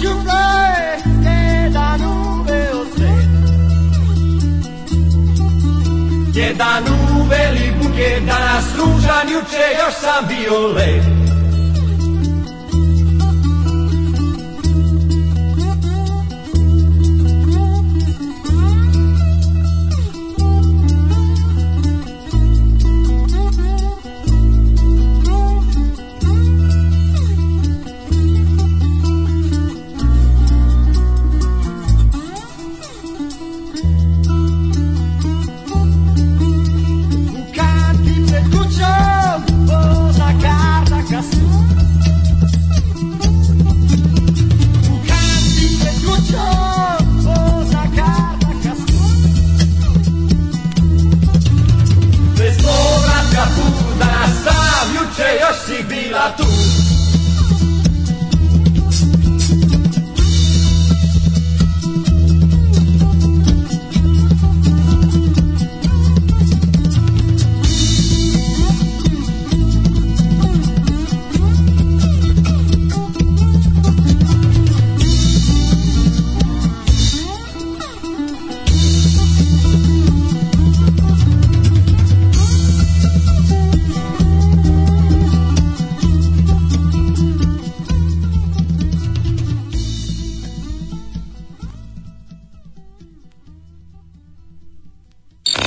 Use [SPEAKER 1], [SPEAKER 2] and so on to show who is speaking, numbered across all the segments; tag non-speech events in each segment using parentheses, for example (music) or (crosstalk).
[SPEAKER 1] ciuflé de Danube o sve. Je Danube li buke danas ružan, juče još sam bio lep.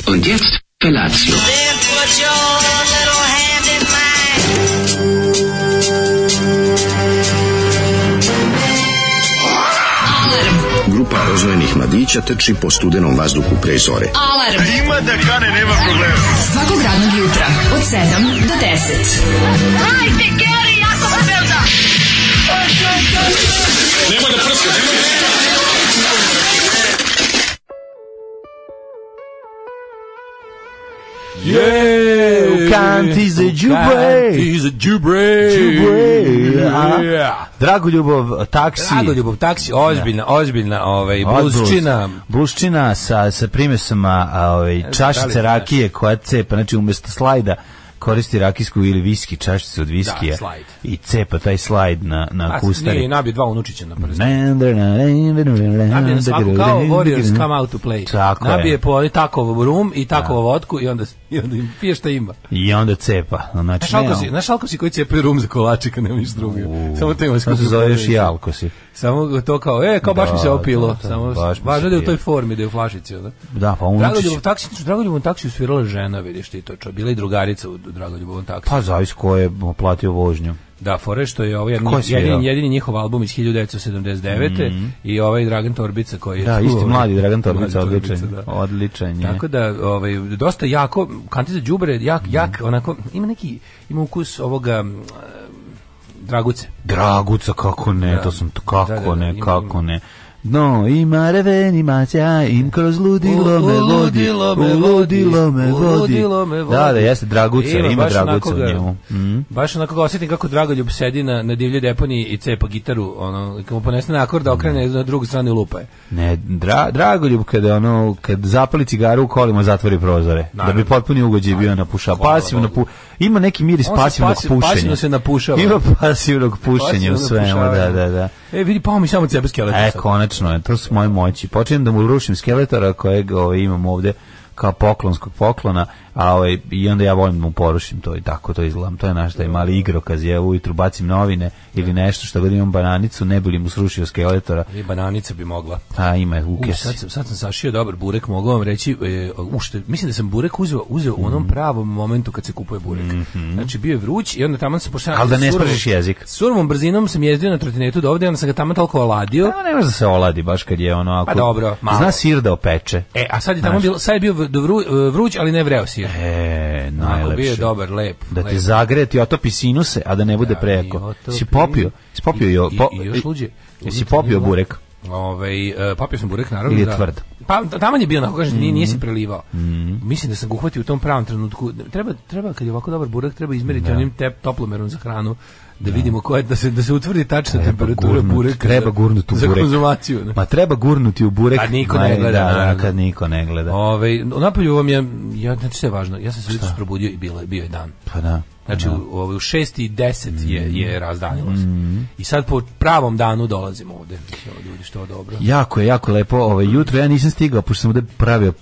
[SPEAKER 2] Und jetzt Felatio.
[SPEAKER 3] Then put your little hand in mine.
[SPEAKER 4] Grupa rozvojenih mladića trči po studenom vazduhu pre zore.
[SPEAKER 5] Alarm. Ima da kane, nema problema. Svakog radnog jutra, od 7 do 10.
[SPEAKER 6] Je,
[SPEAKER 7] Kanti za Đubre.
[SPEAKER 6] Kanti za Đubre.
[SPEAKER 7] Đubre, a?
[SPEAKER 6] Yeah.
[SPEAKER 7] Dragoljubov taksi.
[SPEAKER 6] Dragoljubav taksi, ozbiljna, ozbiljna ovaj,
[SPEAKER 7] Odbrus.
[SPEAKER 6] bluzčina.
[SPEAKER 7] Bluščina sa, sa primesama a, ovaj, čašice
[SPEAKER 6] znaš.
[SPEAKER 7] rakije koja cepa, znači umjesto slajda koristi rakijsku ili viski, čašicu od viskija.
[SPEAKER 6] slajd.
[SPEAKER 7] I cepa taj slajd na, na
[SPEAKER 6] A, nije,
[SPEAKER 7] kustari.
[SPEAKER 6] nabi dva unučića na prst. Nabije na svaku kao Warriors come
[SPEAKER 7] Tako
[SPEAKER 6] out to play.
[SPEAKER 7] Tako je.
[SPEAKER 6] Nabije po takovo rum i takovo vodku i onda, i onda im pije šta ima.
[SPEAKER 7] I onda cepa. Znači,
[SPEAKER 6] Znaš
[SPEAKER 7] ne,
[SPEAKER 6] alkosi, znaš alkosi koji cepaju rum za kolače kad nema ništa drugo. Samo to ima
[SPEAKER 7] to se
[SPEAKER 6] skupo
[SPEAKER 7] zove još
[SPEAKER 6] prodaju.
[SPEAKER 7] i alkosi.
[SPEAKER 6] Samo to kao, e, kao baš mi se
[SPEAKER 7] Da,
[SPEAKER 6] opilo.
[SPEAKER 7] da, da,
[SPEAKER 6] Samo,
[SPEAKER 7] baš mi se
[SPEAKER 6] važno da je u
[SPEAKER 7] pije.
[SPEAKER 6] toj formi, da je u flašici. ono. Da?
[SPEAKER 7] Da, pa unučić.
[SPEAKER 6] Dragoljubovom taksiju, Dragoljubovom taksiju svirala žena, vidiš ti to, čo, bila je i drugarica u Dragoljubovom taksiju.
[SPEAKER 7] Pa zavis ko je platio vožnju.
[SPEAKER 6] Da, fore što je ovaj
[SPEAKER 7] Ko je svirao?
[SPEAKER 6] jedini, jedini njihov album iz 1979. i ovaj Dragan Torbica koji je...
[SPEAKER 7] Da,
[SPEAKER 6] tu,
[SPEAKER 7] isti
[SPEAKER 6] ovaj,
[SPEAKER 7] mladi Dragan
[SPEAKER 6] mladi
[SPEAKER 7] Torbica, odličan.
[SPEAKER 6] da.
[SPEAKER 7] Odličan je.
[SPEAKER 6] Tako da, ovaj, dosta jako, kanti za đubre, jak,
[SPEAKER 7] Mhm.
[SPEAKER 6] jak, onako, ima neki, ima ukus ovoga mm, Draguce.
[SPEAKER 7] Draguca, kako ne, to sam, to kako
[SPEAKER 6] Da, da, da,
[SPEAKER 7] ne,
[SPEAKER 6] ima-
[SPEAKER 7] kako ne. No, ima reven, ima im kroz ludilo
[SPEAKER 6] U-
[SPEAKER 7] me vodi,
[SPEAKER 6] uludilo me
[SPEAKER 7] uludilo me
[SPEAKER 6] vodi,
[SPEAKER 7] vodi.
[SPEAKER 6] uludilo me vodi.
[SPEAKER 7] Da, da, jeste Draguca, ima,
[SPEAKER 6] baš
[SPEAKER 7] Draguca u
[SPEAKER 6] onako ga-
[SPEAKER 7] njemu. Mm.
[SPEAKER 6] Baš onako ga osjetim kako Dragoljub sedi na, na divlje deponiji i cepa gitaru, ono, kad mu ponese na akord, okrene
[SPEAKER 7] Mhm.
[SPEAKER 6] na drugu stranu i lupa je.
[SPEAKER 7] Ne, dra, Dragoljub kada ono, kad zapali cigaru u kolima zatvori prozore, da bi potpuni ugođaj bio na puša. Pasivno pu, ima neki miris
[SPEAKER 6] On se
[SPEAKER 7] pasivnog
[SPEAKER 6] pasi-
[SPEAKER 7] pušenja.
[SPEAKER 6] pasivno se napušava.
[SPEAKER 7] Ima pasivnog pušenja
[SPEAKER 6] Pasivno
[SPEAKER 7] u svemu, da,
[SPEAKER 6] napušavanje.
[SPEAKER 7] da, da.
[SPEAKER 6] E, vidi, pao mi samo cebe skeleta.
[SPEAKER 7] E,
[SPEAKER 6] sad.
[SPEAKER 7] konačno je, to su moje moći. Počinjem da mu rušim skeletora kojeg ovaj, imam ovde kao poklonskog poklona, a ovaj, i onda ja volim da mu porušim to i tako to izgledam. To je naš taj mali igrokaz, ja ujutru bacim novine ili nešto što god imam bananicu, ne bi li mu srušio skeletora,
[SPEAKER 6] I bananica bi mogla.
[SPEAKER 7] a ima je
[SPEAKER 6] U,
[SPEAKER 7] ukes.
[SPEAKER 6] sad, sam, sad sam sašio dobar burek, mogu vam reći, e, u, što- mislim da sam burek uzeo, uzeo u
[SPEAKER 7] Mhm.
[SPEAKER 6] onom pravom momentu kad se kupuje burek. Znači bio je vruć i onda tamo sam pošto...
[SPEAKER 7] Ali Mhm. da ne
[SPEAKER 6] surovom-
[SPEAKER 7] spržiš jezik.
[SPEAKER 6] Surovom brzinom sam jezdio na trotinetu do ovde i onda sam ga tamo toliko oladio.
[SPEAKER 7] A, Pa, ne može da se oladi baš kad je ono... Ako,
[SPEAKER 6] Pa dobro, malo.
[SPEAKER 7] Zna sir da opeče.
[SPEAKER 6] E, a sad je tamo bilo, sad je bio v- do vru- e, vruć, ali ne vreo si.
[SPEAKER 7] E,
[SPEAKER 6] Ako bio je
[SPEAKER 7] najlepše.
[SPEAKER 6] dobar, lep.
[SPEAKER 7] Da
[SPEAKER 6] lep.
[SPEAKER 7] te zagreje, ti otopi sinuse, a da ne bude
[SPEAKER 6] Da, i
[SPEAKER 7] prejako.
[SPEAKER 6] otopi.
[SPEAKER 7] Si popio? Si popio
[SPEAKER 6] I-
[SPEAKER 7] jo-
[SPEAKER 6] i-
[SPEAKER 7] po-
[SPEAKER 6] i još luđe.
[SPEAKER 7] Jesi popio burek?
[SPEAKER 6] Ovaj e, popio sam burek naravno.
[SPEAKER 7] Ili je
[SPEAKER 6] da.
[SPEAKER 7] tvrd? Mhm.
[SPEAKER 6] Pa taman je bio onako kaže nije, nije se prelivao. Mislim da sam ga uhvatio u tom pravom trenutku. Treba treba kad je ovako dobar burek treba izmeriti onim tep toplomerom za hranu da vidimo koja je- da se da se utvrdi tačna temperatura
[SPEAKER 7] gurnut,
[SPEAKER 6] bureka.
[SPEAKER 7] treba
[SPEAKER 6] za-
[SPEAKER 7] gurnut u
[SPEAKER 6] za
[SPEAKER 7] burek. Pa
[SPEAKER 6] konzumaciju. ne.
[SPEAKER 7] Ma treba gurnuti u burek.
[SPEAKER 6] Kad niko ne
[SPEAKER 7] Maj-
[SPEAKER 6] gleda,
[SPEAKER 7] da, da,
[SPEAKER 6] naravno.
[SPEAKER 7] kad niko ne gleda.
[SPEAKER 6] Ovaj napolju vam je ja znači sve je važno. Ja sam se jutros probudio i bilo je bio je dan.
[SPEAKER 7] Pa da. Mhm.
[SPEAKER 6] Znači u, ovaj, u 6 i 10 je, je razdanilo se. I sad po pravom danu dolazimo ovde. Evo, ljudi, što dobro.
[SPEAKER 7] Jako je, jako lepo. Ovaj jutro ja nisam stigao pošto sam ovde pravio p-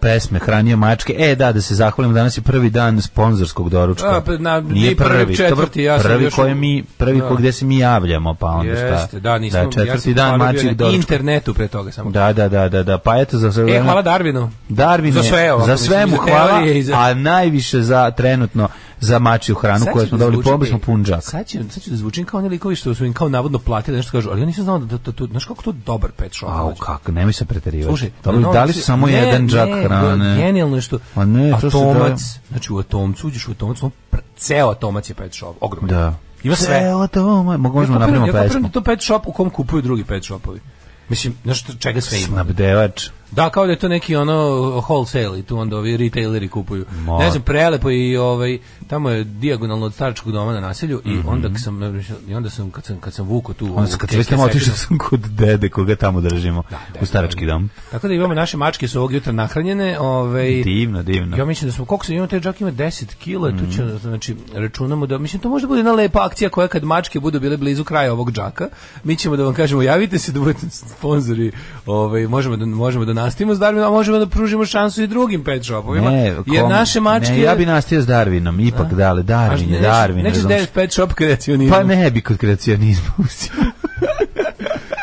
[SPEAKER 7] pesme, hranio mačke. E da, da se zahvalim, danas je prvi dan sponzorskog doručka.
[SPEAKER 6] A, pa, na- nije prvi,
[SPEAKER 7] dobro,
[SPEAKER 6] četvrti, ja sam
[SPEAKER 7] prvi
[SPEAKER 6] još-
[SPEAKER 7] koje mi, prvi
[SPEAKER 6] Da.
[SPEAKER 7] ko gde se mi javljamo, pa onda šta.
[SPEAKER 6] Jeste, da, nismo,
[SPEAKER 7] da, četvrti
[SPEAKER 6] ja
[SPEAKER 7] dan
[SPEAKER 6] dan
[SPEAKER 7] mačjeg doručka.
[SPEAKER 6] internetu pre toga samo.
[SPEAKER 7] Da, da, da, da, da. Pa eto za sve.
[SPEAKER 6] E, hvala Darwinu.
[SPEAKER 7] Darwin
[SPEAKER 6] Za
[SPEAKER 7] je-
[SPEAKER 6] sve ovako,
[SPEAKER 7] za
[SPEAKER 6] mislim,
[SPEAKER 7] sve
[SPEAKER 6] i (laughs)
[SPEAKER 7] mu
[SPEAKER 6] za
[SPEAKER 7] hvala,
[SPEAKER 6] teorije i za-
[SPEAKER 7] a najviše za trenutno za mačju hranu
[SPEAKER 6] Sad
[SPEAKER 7] koju
[SPEAKER 6] ću
[SPEAKER 7] smo
[SPEAKER 6] da
[SPEAKER 7] dobili,
[SPEAKER 6] zvučim-
[SPEAKER 7] pobili smo pun džak.
[SPEAKER 6] Sad ću, sad ću da zvučim kao oni likovi što su im kao navodno platili, nešto kažu, ali ja nisam znao da, da, da, da znaš kako to dobar pet shop.
[SPEAKER 7] Au,
[SPEAKER 6] znači.
[SPEAKER 7] kako, Pa, nemoj se preterivati.
[SPEAKER 6] Slušaj,
[SPEAKER 7] Dobili-
[SPEAKER 6] na
[SPEAKER 7] dali su
[SPEAKER 6] Novcu-
[SPEAKER 7] samo
[SPEAKER 6] ne,
[SPEAKER 7] jedan džak
[SPEAKER 6] ne,
[SPEAKER 7] hrane.
[SPEAKER 6] Genijalno je što
[SPEAKER 7] Pa ne, to se
[SPEAKER 6] atomac,
[SPEAKER 7] da-
[SPEAKER 6] znači u atomcu uđeš u atomac, on pr- ceo atomac je pet shop, ogroman.
[SPEAKER 7] Da.
[SPEAKER 6] Ima sve.
[SPEAKER 7] Cela to, ma- mo- možemo
[SPEAKER 6] ja
[SPEAKER 7] napravimo
[SPEAKER 6] napravimo Ja
[SPEAKER 7] pesmu.
[SPEAKER 6] kapiram da je to pet shop u kom kupuju drugi pet shopovi. Mislim, znaš što- čega sve ima.
[SPEAKER 7] Snabdevač.
[SPEAKER 6] Da, kao da je to neki ono wholesale i tu onda ovi retaileri kupuju.
[SPEAKER 7] Ma.
[SPEAKER 6] Ne znam, prelepo i ovaj, tamo je dijagonalno od staračkog doma na naselju i onda kad sam, i onda sam, kad sam, kad sam vuko tu...
[SPEAKER 7] On
[SPEAKER 6] ovu
[SPEAKER 7] Mhm. se kad
[SPEAKER 6] keke
[SPEAKER 7] već tamo otišao sam
[SPEAKER 6] sekirom.
[SPEAKER 7] (laughs) kod dede koga tamo držimo
[SPEAKER 6] da,
[SPEAKER 7] u starački dom.
[SPEAKER 6] Tako da imamo naše mačke su ovog jutra nahranjene. Ovaj,
[SPEAKER 7] Divno, divno.
[SPEAKER 6] Ja mislim da smo, koliko se imamo, taj džak ima 10 kila, tu
[SPEAKER 7] Mm.
[SPEAKER 6] će, znači, računamo da, mislim, to možda bude jedna lepa akcija koja kad mačke budu bile blizu kraja ovog džaka, mi ćemo da vam kažemo, javite se da budete sponzori, ovaj, možemo da, možemo da nastavimo s Darwinom, a možemo da pružimo šansu i drugim pet shopovima, jer
[SPEAKER 7] kom-
[SPEAKER 6] naše mačke...
[SPEAKER 7] Ne, ja bi nastio s Darwinom, ipak da, ali
[SPEAKER 6] Znaš,
[SPEAKER 7] Darwin je,
[SPEAKER 6] nećeš-
[SPEAKER 7] Darwin.
[SPEAKER 6] Nećeš
[SPEAKER 7] razumeš?
[SPEAKER 6] devet pet shop kreacionizmu.
[SPEAKER 7] Pa ne bi kod kreacionizma (laughs)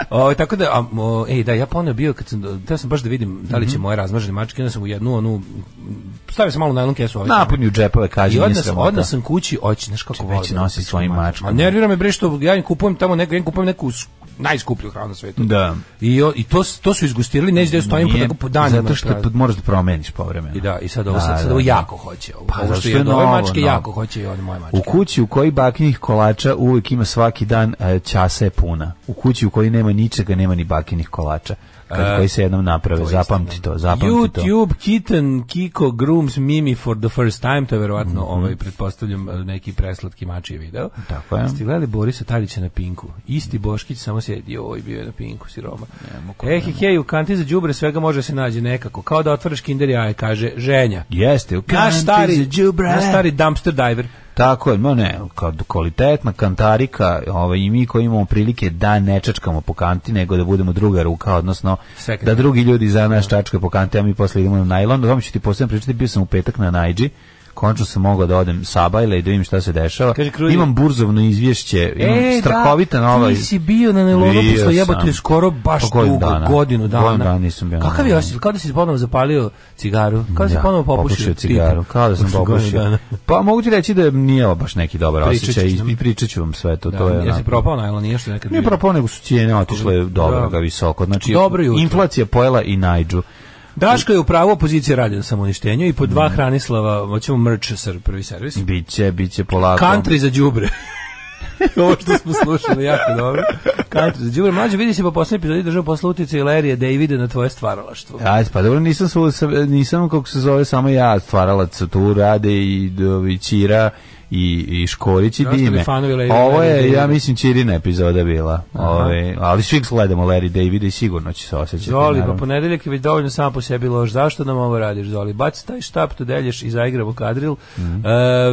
[SPEAKER 6] O, Ovaj, tako da, a, o, ej, da, ja poneo bio, kad sam, teo sam baš da vidim da
[SPEAKER 7] Mhm.
[SPEAKER 6] li će moje razmažene mačke, onda sam u jednu, onu, stavio sam malo na jednu kesu. Ovaj,
[SPEAKER 7] Napunju džepove,
[SPEAKER 6] I
[SPEAKER 7] kaže, nije
[SPEAKER 6] odnos,
[SPEAKER 7] sramota.
[SPEAKER 6] odnos sam kući, oći, znaš kako volim.
[SPEAKER 7] Već nosi svojim mačkama.
[SPEAKER 6] Ma nervira me bre što ja im kupujem tamo neku, ja im kupujem neku s- najskuplju hranu na svetu.
[SPEAKER 7] Da.
[SPEAKER 6] I, o- i to, s- to su izgustirali, neće da ja stojim po,
[SPEAKER 7] Nije,
[SPEAKER 6] tako po danima.
[SPEAKER 7] Zato što
[SPEAKER 6] prazno.
[SPEAKER 7] pod- moraš da promeniš povremeno.
[SPEAKER 6] I da, i sad ovo,
[SPEAKER 7] Da,
[SPEAKER 6] sad, sad
[SPEAKER 7] da,
[SPEAKER 6] ovo
[SPEAKER 7] da.
[SPEAKER 6] jako hoće. Ovo,
[SPEAKER 7] Pa,
[SPEAKER 6] ovo što
[SPEAKER 7] zašto
[SPEAKER 6] je
[SPEAKER 7] je
[SPEAKER 6] od ove
[SPEAKER 7] novo,
[SPEAKER 6] mačke
[SPEAKER 7] novo.
[SPEAKER 6] jako hoće i one moje mačke.
[SPEAKER 7] U kući u kojoj bakinih kolača uvijek ima svaki dan e, časa je puna. U kući u kojoj nema ničega, nema ni bakinih kolača.
[SPEAKER 6] E,
[SPEAKER 7] Kad, koji se jednom naprave, zapamti to, zapamti to.
[SPEAKER 6] YouTube, Kitten, Kiko, Grooms, Mimi for the first time, to je
[SPEAKER 7] Mhm.
[SPEAKER 6] verovatno, ovaj, pretpostavljam, eh, neki preslatki mačiji video.
[SPEAKER 7] Tako je.
[SPEAKER 6] Ste gledali Borisa Tadića na Pinku? Isti Boškić samo sjedi, oj, bio je na Pinku, siroma. Eh, he, he, u kanti za đubre svega može se nađe nekako. Kao da otvoriš kinder jaje, kaže, ženja.
[SPEAKER 7] Jeste, u
[SPEAKER 6] Naš
[SPEAKER 7] kanti za
[SPEAKER 6] stari,
[SPEAKER 7] đubre.
[SPEAKER 6] naš stari dumpster diver.
[SPEAKER 7] Tako je, no ne, kad kvalitetna kantarika ovaj, i mi koji imamo prilike da ne čačkamo po kanti, nego da budemo druga ruka, odnosno
[SPEAKER 6] Sekretar.
[SPEAKER 7] da drugi ljudi za nas čačkaju po kanti, a mi posle idemo na najlon. O tome ću ti posebno pričati, bio sam u petak na Najđi, končno sam mogao da odem sabajle i da vidim šta se dešava.
[SPEAKER 6] Kaže, Krudi-
[SPEAKER 7] imam burzovno izvješće, imam
[SPEAKER 6] E,
[SPEAKER 7] strahovita
[SPEAKER 6] da,
[SPEAKER 7] nova...
[SPEAKER 6] Ti si bio na Nelonu
[SPEAKER 7] Bio
[SPEAKER 6] posle jebate
[SPEAKER 7] sam.
[SPEAKER 6] skoro baš
[SPEAKER 7] Pa godinu
[SPEAKER 6] dugo,
[SPEAKER 7] dana.
[SPEAKER 6] godinu dana.
[SPEAKER 7] Godinu dana nisam bio na
[SPEAKER 6] Kakav je
[SPEAKER 7] Nelonu.
[SPEAKER 6] osjećaj? Kao da si ponovo zapalio cigaru? Kao da si
[SPEAKER 7] Ja,
[SPEAKER 6] ponovo popušio,
[SPEAKER 7] cigaru,
[SPEAKER 6] Tita?
[SPEAKER 7] kao da sam
[SPEAKER 6] Posle godinu
[SPEAKER 7] popušio.
[SPEAKER 6] dana.
[SPEAKER 7] Pa mogu ti reći da nije ovo baš neki dobar
[SPEAKER 6] Pričat ćeš
[SPEAKER 7] osjećaj i,
[SPEAKER 6] nam.
[SPEAKER 7] i pričat ću vam sve to.
[SPEAKER 6] Da,
[SPEAKER 7] to je,
[SPEAKER 6] jesi
[SPEAKER 7] onako-
[SPEAKER 6] propao najlon, nije što je nekad
[SPEAKER 7] Nije
[SPEAKER 6] bio.
[SPEAKER 7] propao, nego su cijene otišle dobro
[SPEAKER 6] Da.
[SPEAKER 7] ga visoko. Znači,
[SPEAKER 6] Dobro jutro.
[SPEAKER 7] inflacija pojela i najđu.
[SPEAKER 6] Daško je u pravu, opozicija radi na samouništenju i po
[SPEAKER 7] Mm.
[SPEAKER 6] dva Hranislava, hoćemo merch sir, prvi servis.
[SPEAKER 7] Biće, biće polako.
[SPEAKER 6] Country za đubre. (laughs) Ovo što smo slušali jako dobro. Country za đubre. Mlađe, vidi se po posljednji epizodi držao posle utjeca i Lerije Davide na tvoje stvaralaštvo.
[SPEAKER 7] Ajde, pa dobro, nisam, svu, nisam kako se zove, samo ja stvaralac tu rade i, i Čira i, i Škorić i
[SPEAKER 6] Ostali
[SPEAKER 7] Dime.
[SPEAKER 6] fanovi Larry-
[SPEAKER 7] Ovo
[SPEAKER 6] Larry
[SPEAKER 7] je, ja
[SPEAKER 6] Davida.
[SPEAKER 7] mislim, Čirina epizoda bila. Ove, ali svi gledamo Larry Davida i sigurno će se osjećati.
[SPEAKER 6] Zoli, pa
[SPEAKER 7] naravno.
[SPEAKER 6] ponedeljak je već dovoljno samo po sebi loš. Zašto nam ovo radiš, Zoli? Baci taj štap, to delješ i zaigramo kadril.
[SPEAKER 7] Mhm.
[SPEAKER 6] E,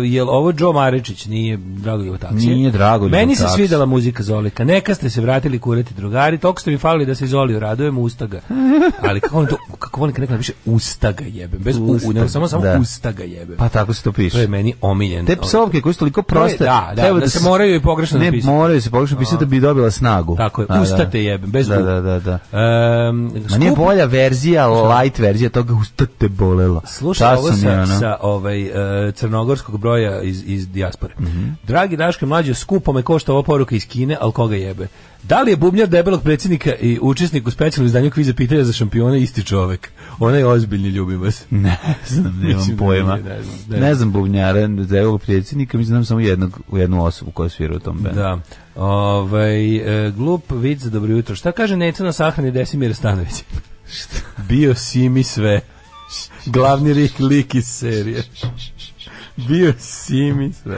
[SPEAKER 6] jel ovo Joe Marečić? Nije Dragoljub Taksija?
[SPEAKER 7] Nije Dragoljub
[SPEAKER 6] Meni se
[SPEAKER 7] Taksija.
[SPEAKER 6] svidela muzika Zolika. Neka ste se vratili kurati drugari. Toliko ste mi falili da se Zoliju radujem ustaga.
[SPEAKER 7] (laughs)
[SPEAKER 6] Ali kako volim to, kako volim kad neko napiše ustaga jebem. Bez u, u, nego samo, samo
[SPEAKER 7] Da.
[SPEAKER 6] ustaga jebem.
[SPEAKER 7] Pa tako se to piše.
[SPEAKER 6] to je meni omiljen.
[SPEAKER 7] Te psovke koje su toliko proste.
[SPEAKER 6] To je- da, da,
[SPEAKER 7] treba
[SPEAKER 6] da se moraju i pogrešno
[SPEAKER 7] ne,
[SPEAKER 6] napisati.
[SPEAKER 7] Ne, moraju se pogrešno pisati da bi dobila snagu.
[SPEAKER 6] Tako je,
[SPEAKER 7] Da, da.
[SPEAKER 6] usta te jebem, bez
[SPEAKER 7] da,
[SPEAKER 6] u.
[SPEAKER 7] da, da, da.
[SPEAKER 6] Em,
[SPEAKER 7] Ma nije
[SPEAKER 6] skup-
[SPEAKER 7] bolja verzija, light verzija toga usta te bolela.
[SPEAKER 6] Slušaj ovo
[SPEAKER 7] Časom je,
[SPEAKER 6] sa,
[SPEAKER 7] ono.
[SPEAKER 6] sa ovaj, e, crnogorskog broja iz, iz dijaspore. Dragi Daško i mlađe, skupo me košta ova poruka iz Kine, ali koga jebe? Da li je bubnjar debelog predsjednika i učesnik u specijalnom izdanju kviza pitanja za šampione isti čovek? Ona je ozbiljni, ljubim vas.
[SPEAKER 7] (laughs) Ne
[SPEAKER 6] (laughs)
[SPEAKER 7] znam, nemam
[SPEAKER 6] Mislim da
[SPEAKER 7] pojma.
[SPEAKER 6] nije, ne znam, ne znam.
[SPEAKER 7] Ne znam bubnjara, za ovog predsjednika, mislim znam samo jednog, jednu osobu koja svira u tom bendu.
[SPEAKER 6] Da. Ovaj, e, glup vid za dobro jutro. Šta kaže Neca na sahrani Desimira Stanović? Bio si mi sve. Glavni lik, lik iz serije. Bio si mi sve.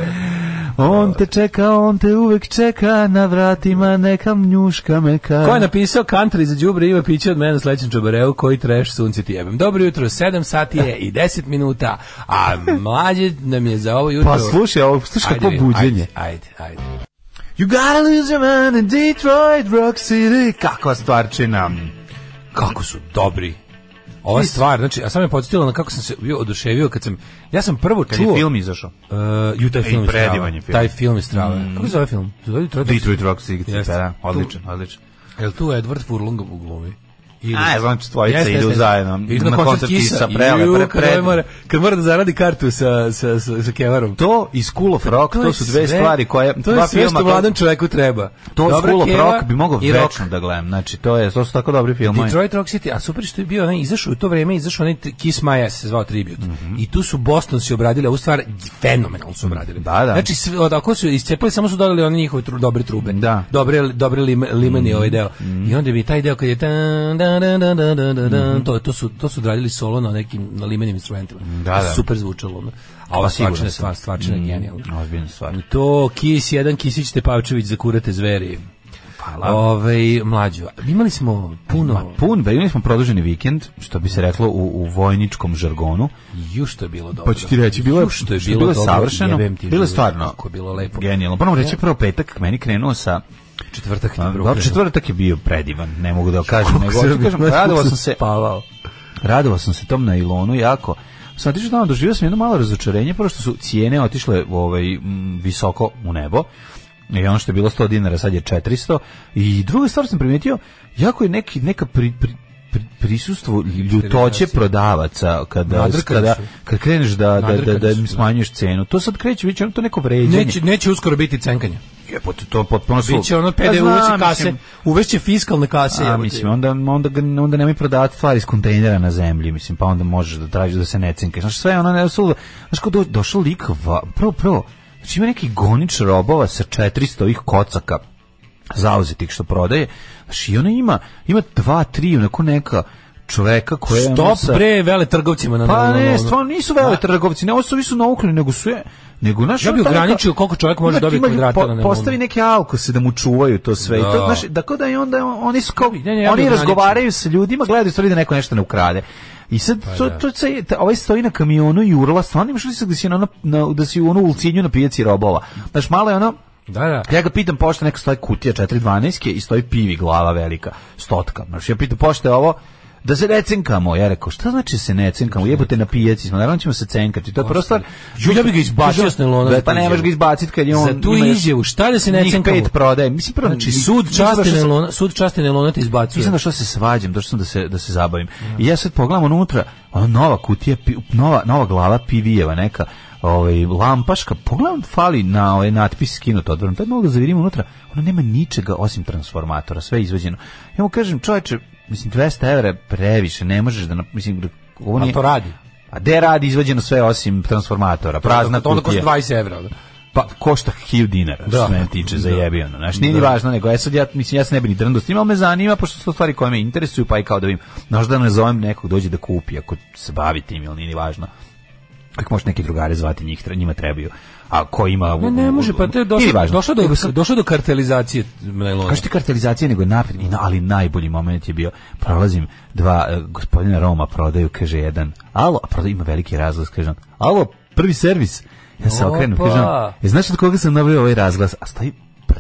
[SPEAKER 7] On te čeka, on te uvek čeka, na vratima neka mnjuška meka.
[SPEAKER 6] Ko je napisao country za đubre Iva Piće od mene sledećem džobareu koji treš sunce ti jebem. Dobro jutro, 7 sati je i 10 minuta, a mlađe nam je za ovo jutro...
[SPEAKER 7] Pa slušaj, ovo, slušaj
[SPEAKER 6] Ajde,
[SPEAKER 7] kako
[SPEAKER 6] vidim,
[SPEAKER 7] buđenje.
[SPEAKER 6] Ajde, ajde. ajde.
[SPEAKER 7] You gotta lose your mind in Detroit, Rock City. Kakva stvarčina.
[SPEAKER 6] Kako su dobri. Ova stvar, znači, a sam me podsjetila na kako sam se bio oduševio kad sam, ja sam prvo
[SPEAKER 7] Kad
[SPEAKER 6] čuo...
[SPEAKER 7] je film izašao?
[SPEAKER 6] Uh, ju, taj
[SPEAKER 7] I
[SPEAKER 6] film je
[SPEAKER 7] predivan je film.
[SPEAKER 6] strava.
[SPEAKER 7] Mm.
[SPEAKER 6] Taj film je strava. Kako se zove film? Zove Detroit Rock
[SPEAKER 7] Detroit Rock City, da,
[SPEAKER 6] Jeste.
[SPEAKER 7] da,
[SPEAKER 6] Tu-
[SPEAKER 7] odličan, odličan.
[SPEAKER 6] Jel tu Edward Furlongov u glumi? Ili...
[SPEAKER 7] A, znači tvojica
[SPEAKER 6] Jeste,
[SPEAKER 7] idu
[SPEAKER 6] jeste.
[SPEAKER 7] zajedno
[SPEAKER 6] Idu
[SPEAKER 7] na koncert Kisa, prele,
[SPEAKER 6] Ju,
[SPEAKER 7] pre,
[SPEAKER 6] kad
[SPEAKER 7] pre-
[SPEAKER 6] ovaj mora, kad mora da zaradi kartu sa, sa, sa, sa Kevarom.
[SPEAKER 7] To i School of Rock, to,
[SPEAKER 6] je
[SPEAKER 7] su dve
[SPEAKER 6] sve-
[SPEAKER 7] stvari koje,
[SPEAKER 6] to
[SPEAKER 7] dva
[SPEAKER 6] je sve
[SPEAKER 7] filma,
[SPEAKER 6] što mladom čovjeku treba.
[SPEAKER 7] to, to
[SPEAKER 6] Dobra
[SPEAKER 7] School of
[SPEAKER 6] Keva
[SPEAKER 7] Rock bi mogao
[SPEAKER 6] i rock.
[SPEAKER 7] večno da gledam, znači to, je, to su tako dobri filmovi.
[SPEAKER 6] Detroit Rock City, a super što je bio, onaj, izašao je u to vrijeme, izašao onaj tri- Kiss My Ass se zvao Tribute.
[SPEAKER 7] Mhm.
[SPEAKER 6] I tu su Boston si obradili, ovu stvar fenomenalno su obradili.
[SPEAKER 7] Da, da.
[SPEAKER 6] Znači, sve, od, ako su iscepali, samo su dodali one njihove tru, dobre trube.
[SPEAKER 7] Da. Mhm.
[SPEAKER 6] Dobre, dobre lim, limeni ovaj deo. I onda bi taj deo kad je tan, dan, dan, dan, dan, dan, dan, to, to, su, to su odradili solo na nekim na limenim instrumentima.
[SPEAKER 7] Da, da.
[SPEAKER 6] Super zvučalo. ono. A ova
[SPEAKER 7] Pa siguran
[SPEAKER 6] stvarčina,
[SPEAKER 7] sam.
[SPEAKER 6] je
[SPEAKER 7] Mhm.
[SPEAKER 6] stvar, stvarčina je genijalna.
[SPEAKER 7] Ozbiljna stvar.
[SPEAKER 6] To Kis jedan Kisić Tepavčević za kurate zveri. Ove, mlađo, imali smo puno...
[SPEAKER 7] Pun, da imali smo produženi vikend, što bi se reklo u, u vojničkom žargonu.
[SPEAKER 6] Ju što je bilo dobro.
[SPEAKER 7] Pa ću ti reći, bilo je,
[SPEAKER 6] Ju što je
[SPEAKER 7] što
[SPEAKER 6] bilo, dobro,
[SPEAKER 7] savršeno,
[SPEAKER 6] jebem ti
[SPEAKER 7] bilo je
[SPEAKER 6] život,
[SPEAKER 7] stvarno
[SPEAKER 6] Kako je bilo lepo.
[SPEAKER 7] genijalno. Pa nam reći prvo petak, meni krenuo sa
[SPEAKER 6] Četvrtak ti
[SPEAKER 7] A,
[SPEAKER 6] prvo
[SPEAKER 7] dobro,
[SPEAKER 6] krenuo.
[SPEAKER 7] četvrtak je bio predivan, ne mogu da ga kažem, nego hoću
[SPEAKER 6] se-
[SPEAKER 7] kažem,
[SPEAKER 6] znaš kako
[SPEAKER 7] radovao
[SPEAKER 6] sam
[SPEAKER 7] sam se, radovao sam se tom nailonu jako. Sam otišao tamo, doživio sam jedno malo razočarenje, prvo što su cijene otišle ovaj, m, visoko u nebo, i ono što je bilo 100 dinara, sad je 400, i druga stvar sam primetio, jako je neki, neka pri, pri- pri- prisustvo ljutoće prodavaca kada,
[SPEAKER 6] Nadrkani
[SPEAKER 7] kada,
[SPEAKER 6] su.
[SPEAKER 7] kad kreneš da, da, da,
[SPEAKER 6] Nadrkani
[SPEAKER 7] da
[SPEAKER 6] su,
[SPEAKER 7] im
[SPEAKER 6] da.
[SPEAKER 7] smanjuješ cenu. To sad kreće, već ono to neko vređenje.
[SPEAKER 6] Neće, neće uskoro biti cenkanje.
[SPEAKER 7] Jebote, to je potpuno su-
[SPEAKER 6] Biće ono
[SPEAKER 7] Pa
[SPEAKER 6] PDV
[SPEAKER 7] znam,
[SPEAKER 6] uveće kase,
[SPEAKER 7] mislim,
[SPEAKER 6] uvešće fiskalne kase.
[SPEAKER 7] A,
[SPEAKER 6] jebote.
[SPEAKER 7] mislim, ono onda, onda, ga- onda nemoj prodavati stvari iz kontejnera na zemlji, mislim, pa onda možeš da tražiš da se ne cinkaš. Znaš, sve je ono ne suludo. Znaš, ko do, došao lik, va, prvo, prvo, znači ima neki gonič robova sa 400 ovih kocaka zauzetih što prodaje. Znači, i ona ima, ima dva, tri, onako neka čoveka koja... je ono sa-
[SPEAKER 6] Stop bre vele trgovcima na ono. na-
[SPEAKER 7] Pa
[SPEAKER 6] na- na-
[SPEAKER 7] ne,
[SPEAKER 6] na-
[SPEAKER 7] stvarno nisu vele trgovci, ne, ovo su nisu naukli, nego su je... Nego, naš,
[SPEAKER 6] Ja bi ograničio koliko čovjek može dobiti kvadrata na nivou.
[SPEAKER 7] Postavi neke alkose da mu čuvaju to sve. I to,
[SPEAKER 6] Da.
[SPEAKER 7] znaš, tako da i onda on- oni su kao,
[SPEAKER 6] Ne, ne, ja bi
[SPEAKER 7] oni
[SPEAKER 6] ograničio.
[SPEAKER 7] razgovaraju sa ljudima, gledaju stvari da neko nešto ne ukrade. I sad,
[SPEAKER 6] Pa
[SPEAKER 7] to, to, se- ta- ovaj stoji na kamionu i urla, stvarno imaš li se da si, na, ono- na, da si u ono ulcinju na pijaci robova. Znaš, malo je ono,
[SPEAKER 6] Da, da.
[SPEAKER 7] ja ga pitam pošto neka stoji kutija 412 i stoji pivi glava velika, stotka. Znači ja pitam pošto je ovo da se ne cenkamo. Ja rekao, šta znači se ne cenkamo? Jebote na pijaci smo, naravno ćemo se cenkati. To je prosto...
[SPEAKER 6] Ju, ja bi ga izbacio s nailona za tu
[SPEAKER 7] Pa ne možeš
[SPEAKER 6] izjavu.
[SPEAKER 7] ga izbaciti kad je on...
[SPEAKER 6] Za tu
[SPEAKER 7] ima još-
[SPEAKER 6] izjavu, šta da se ne
[SPEAKER 7] njih
[SPEAKER 6] cenkamo?
[SPEAKER 7] pet prodaje. Mislim, prvo,
[SPEAKER 6] Znači,
[SPEAKER 7] njih-
[SPEAKER 6] sud
[SPEAKER 7] mislim, došao
[SPEAKER 6] časti
[SPEAKER 7] sam-
[SPEAKER 6] nelona, sud časti nelona te izbacuje.
[SPEAKER 7] Nisam došao da se svađam, došao sam da se, da se zabavim. I ja sad pogledam unutra, ona nova kutija, pi- nova, nova glava pivijeva neka, ovaj, lampaška, pogledam, fali na ovaj natpis skinut odvrnom, tad mogu da zavirim unutra, ona nema ničega osim transformatora, sve je izveđeno. Ja mu kažem, čovječe, mislim, 200 evra je previše, ne možeš da, na- mislim, ovo
[SPEAKER 6] A
[SPEAKER 7] nije...
[SPEAKER 6] to radi.
[SPEAKER 7] A gde radi izvađeno sve osim transformatora, prazna
[SPEAKER 6] To onda košta
[SPEAKER 7] kutija.
[SPEAKER 6] 20 evra. da.
[SPEAKER 7] Pa košta 1000 dinara, što
[SPEAKER 6] Da.
[SPEAKER 7] se mene tiče za jebi ono. Znaš, nije ni važno, nego ja sad, ja, mislim, ja se ne bi ni drndo s tim, ali me zanima, pošto su to stvari koje me interesuju, pa i kao da vidim, znaš da ne zovem nekog dođe da kupi, ako se bavi tim, ili nije ni važno. Kako možeš neke drugare zvati, njih, tre- njima trebaju. A ko ima...
[SPEAKER 6] Ne, ne može, pa to
[SPEAKER 7] Nije
[SPEAKER 6] je
[SPEAKER 7] ni
[SPEAKER 6] došlo,
[SPEAKER 7] važno.
[SPEAKER 6] došlo, do,
[SPEAKER 7] Nego sam-
[SPEAKER 6] došlo do kartelizacije nailona.
[SPEAKER 7] Kažete kartelizacija nego je napred, i na- ali najbolji moment je bio, prolazim, dva e, gospodina Roma prodaju, kaže jedan, alo, a prodaju, ima veliki razglas, kaže on, alo, prvi servis, ja se okrenem,
[SPEAKER 6] Opa.
[SPEAKER 7] kaže on, "E, znaš od koga sam nabio ovaj razglas, a stoji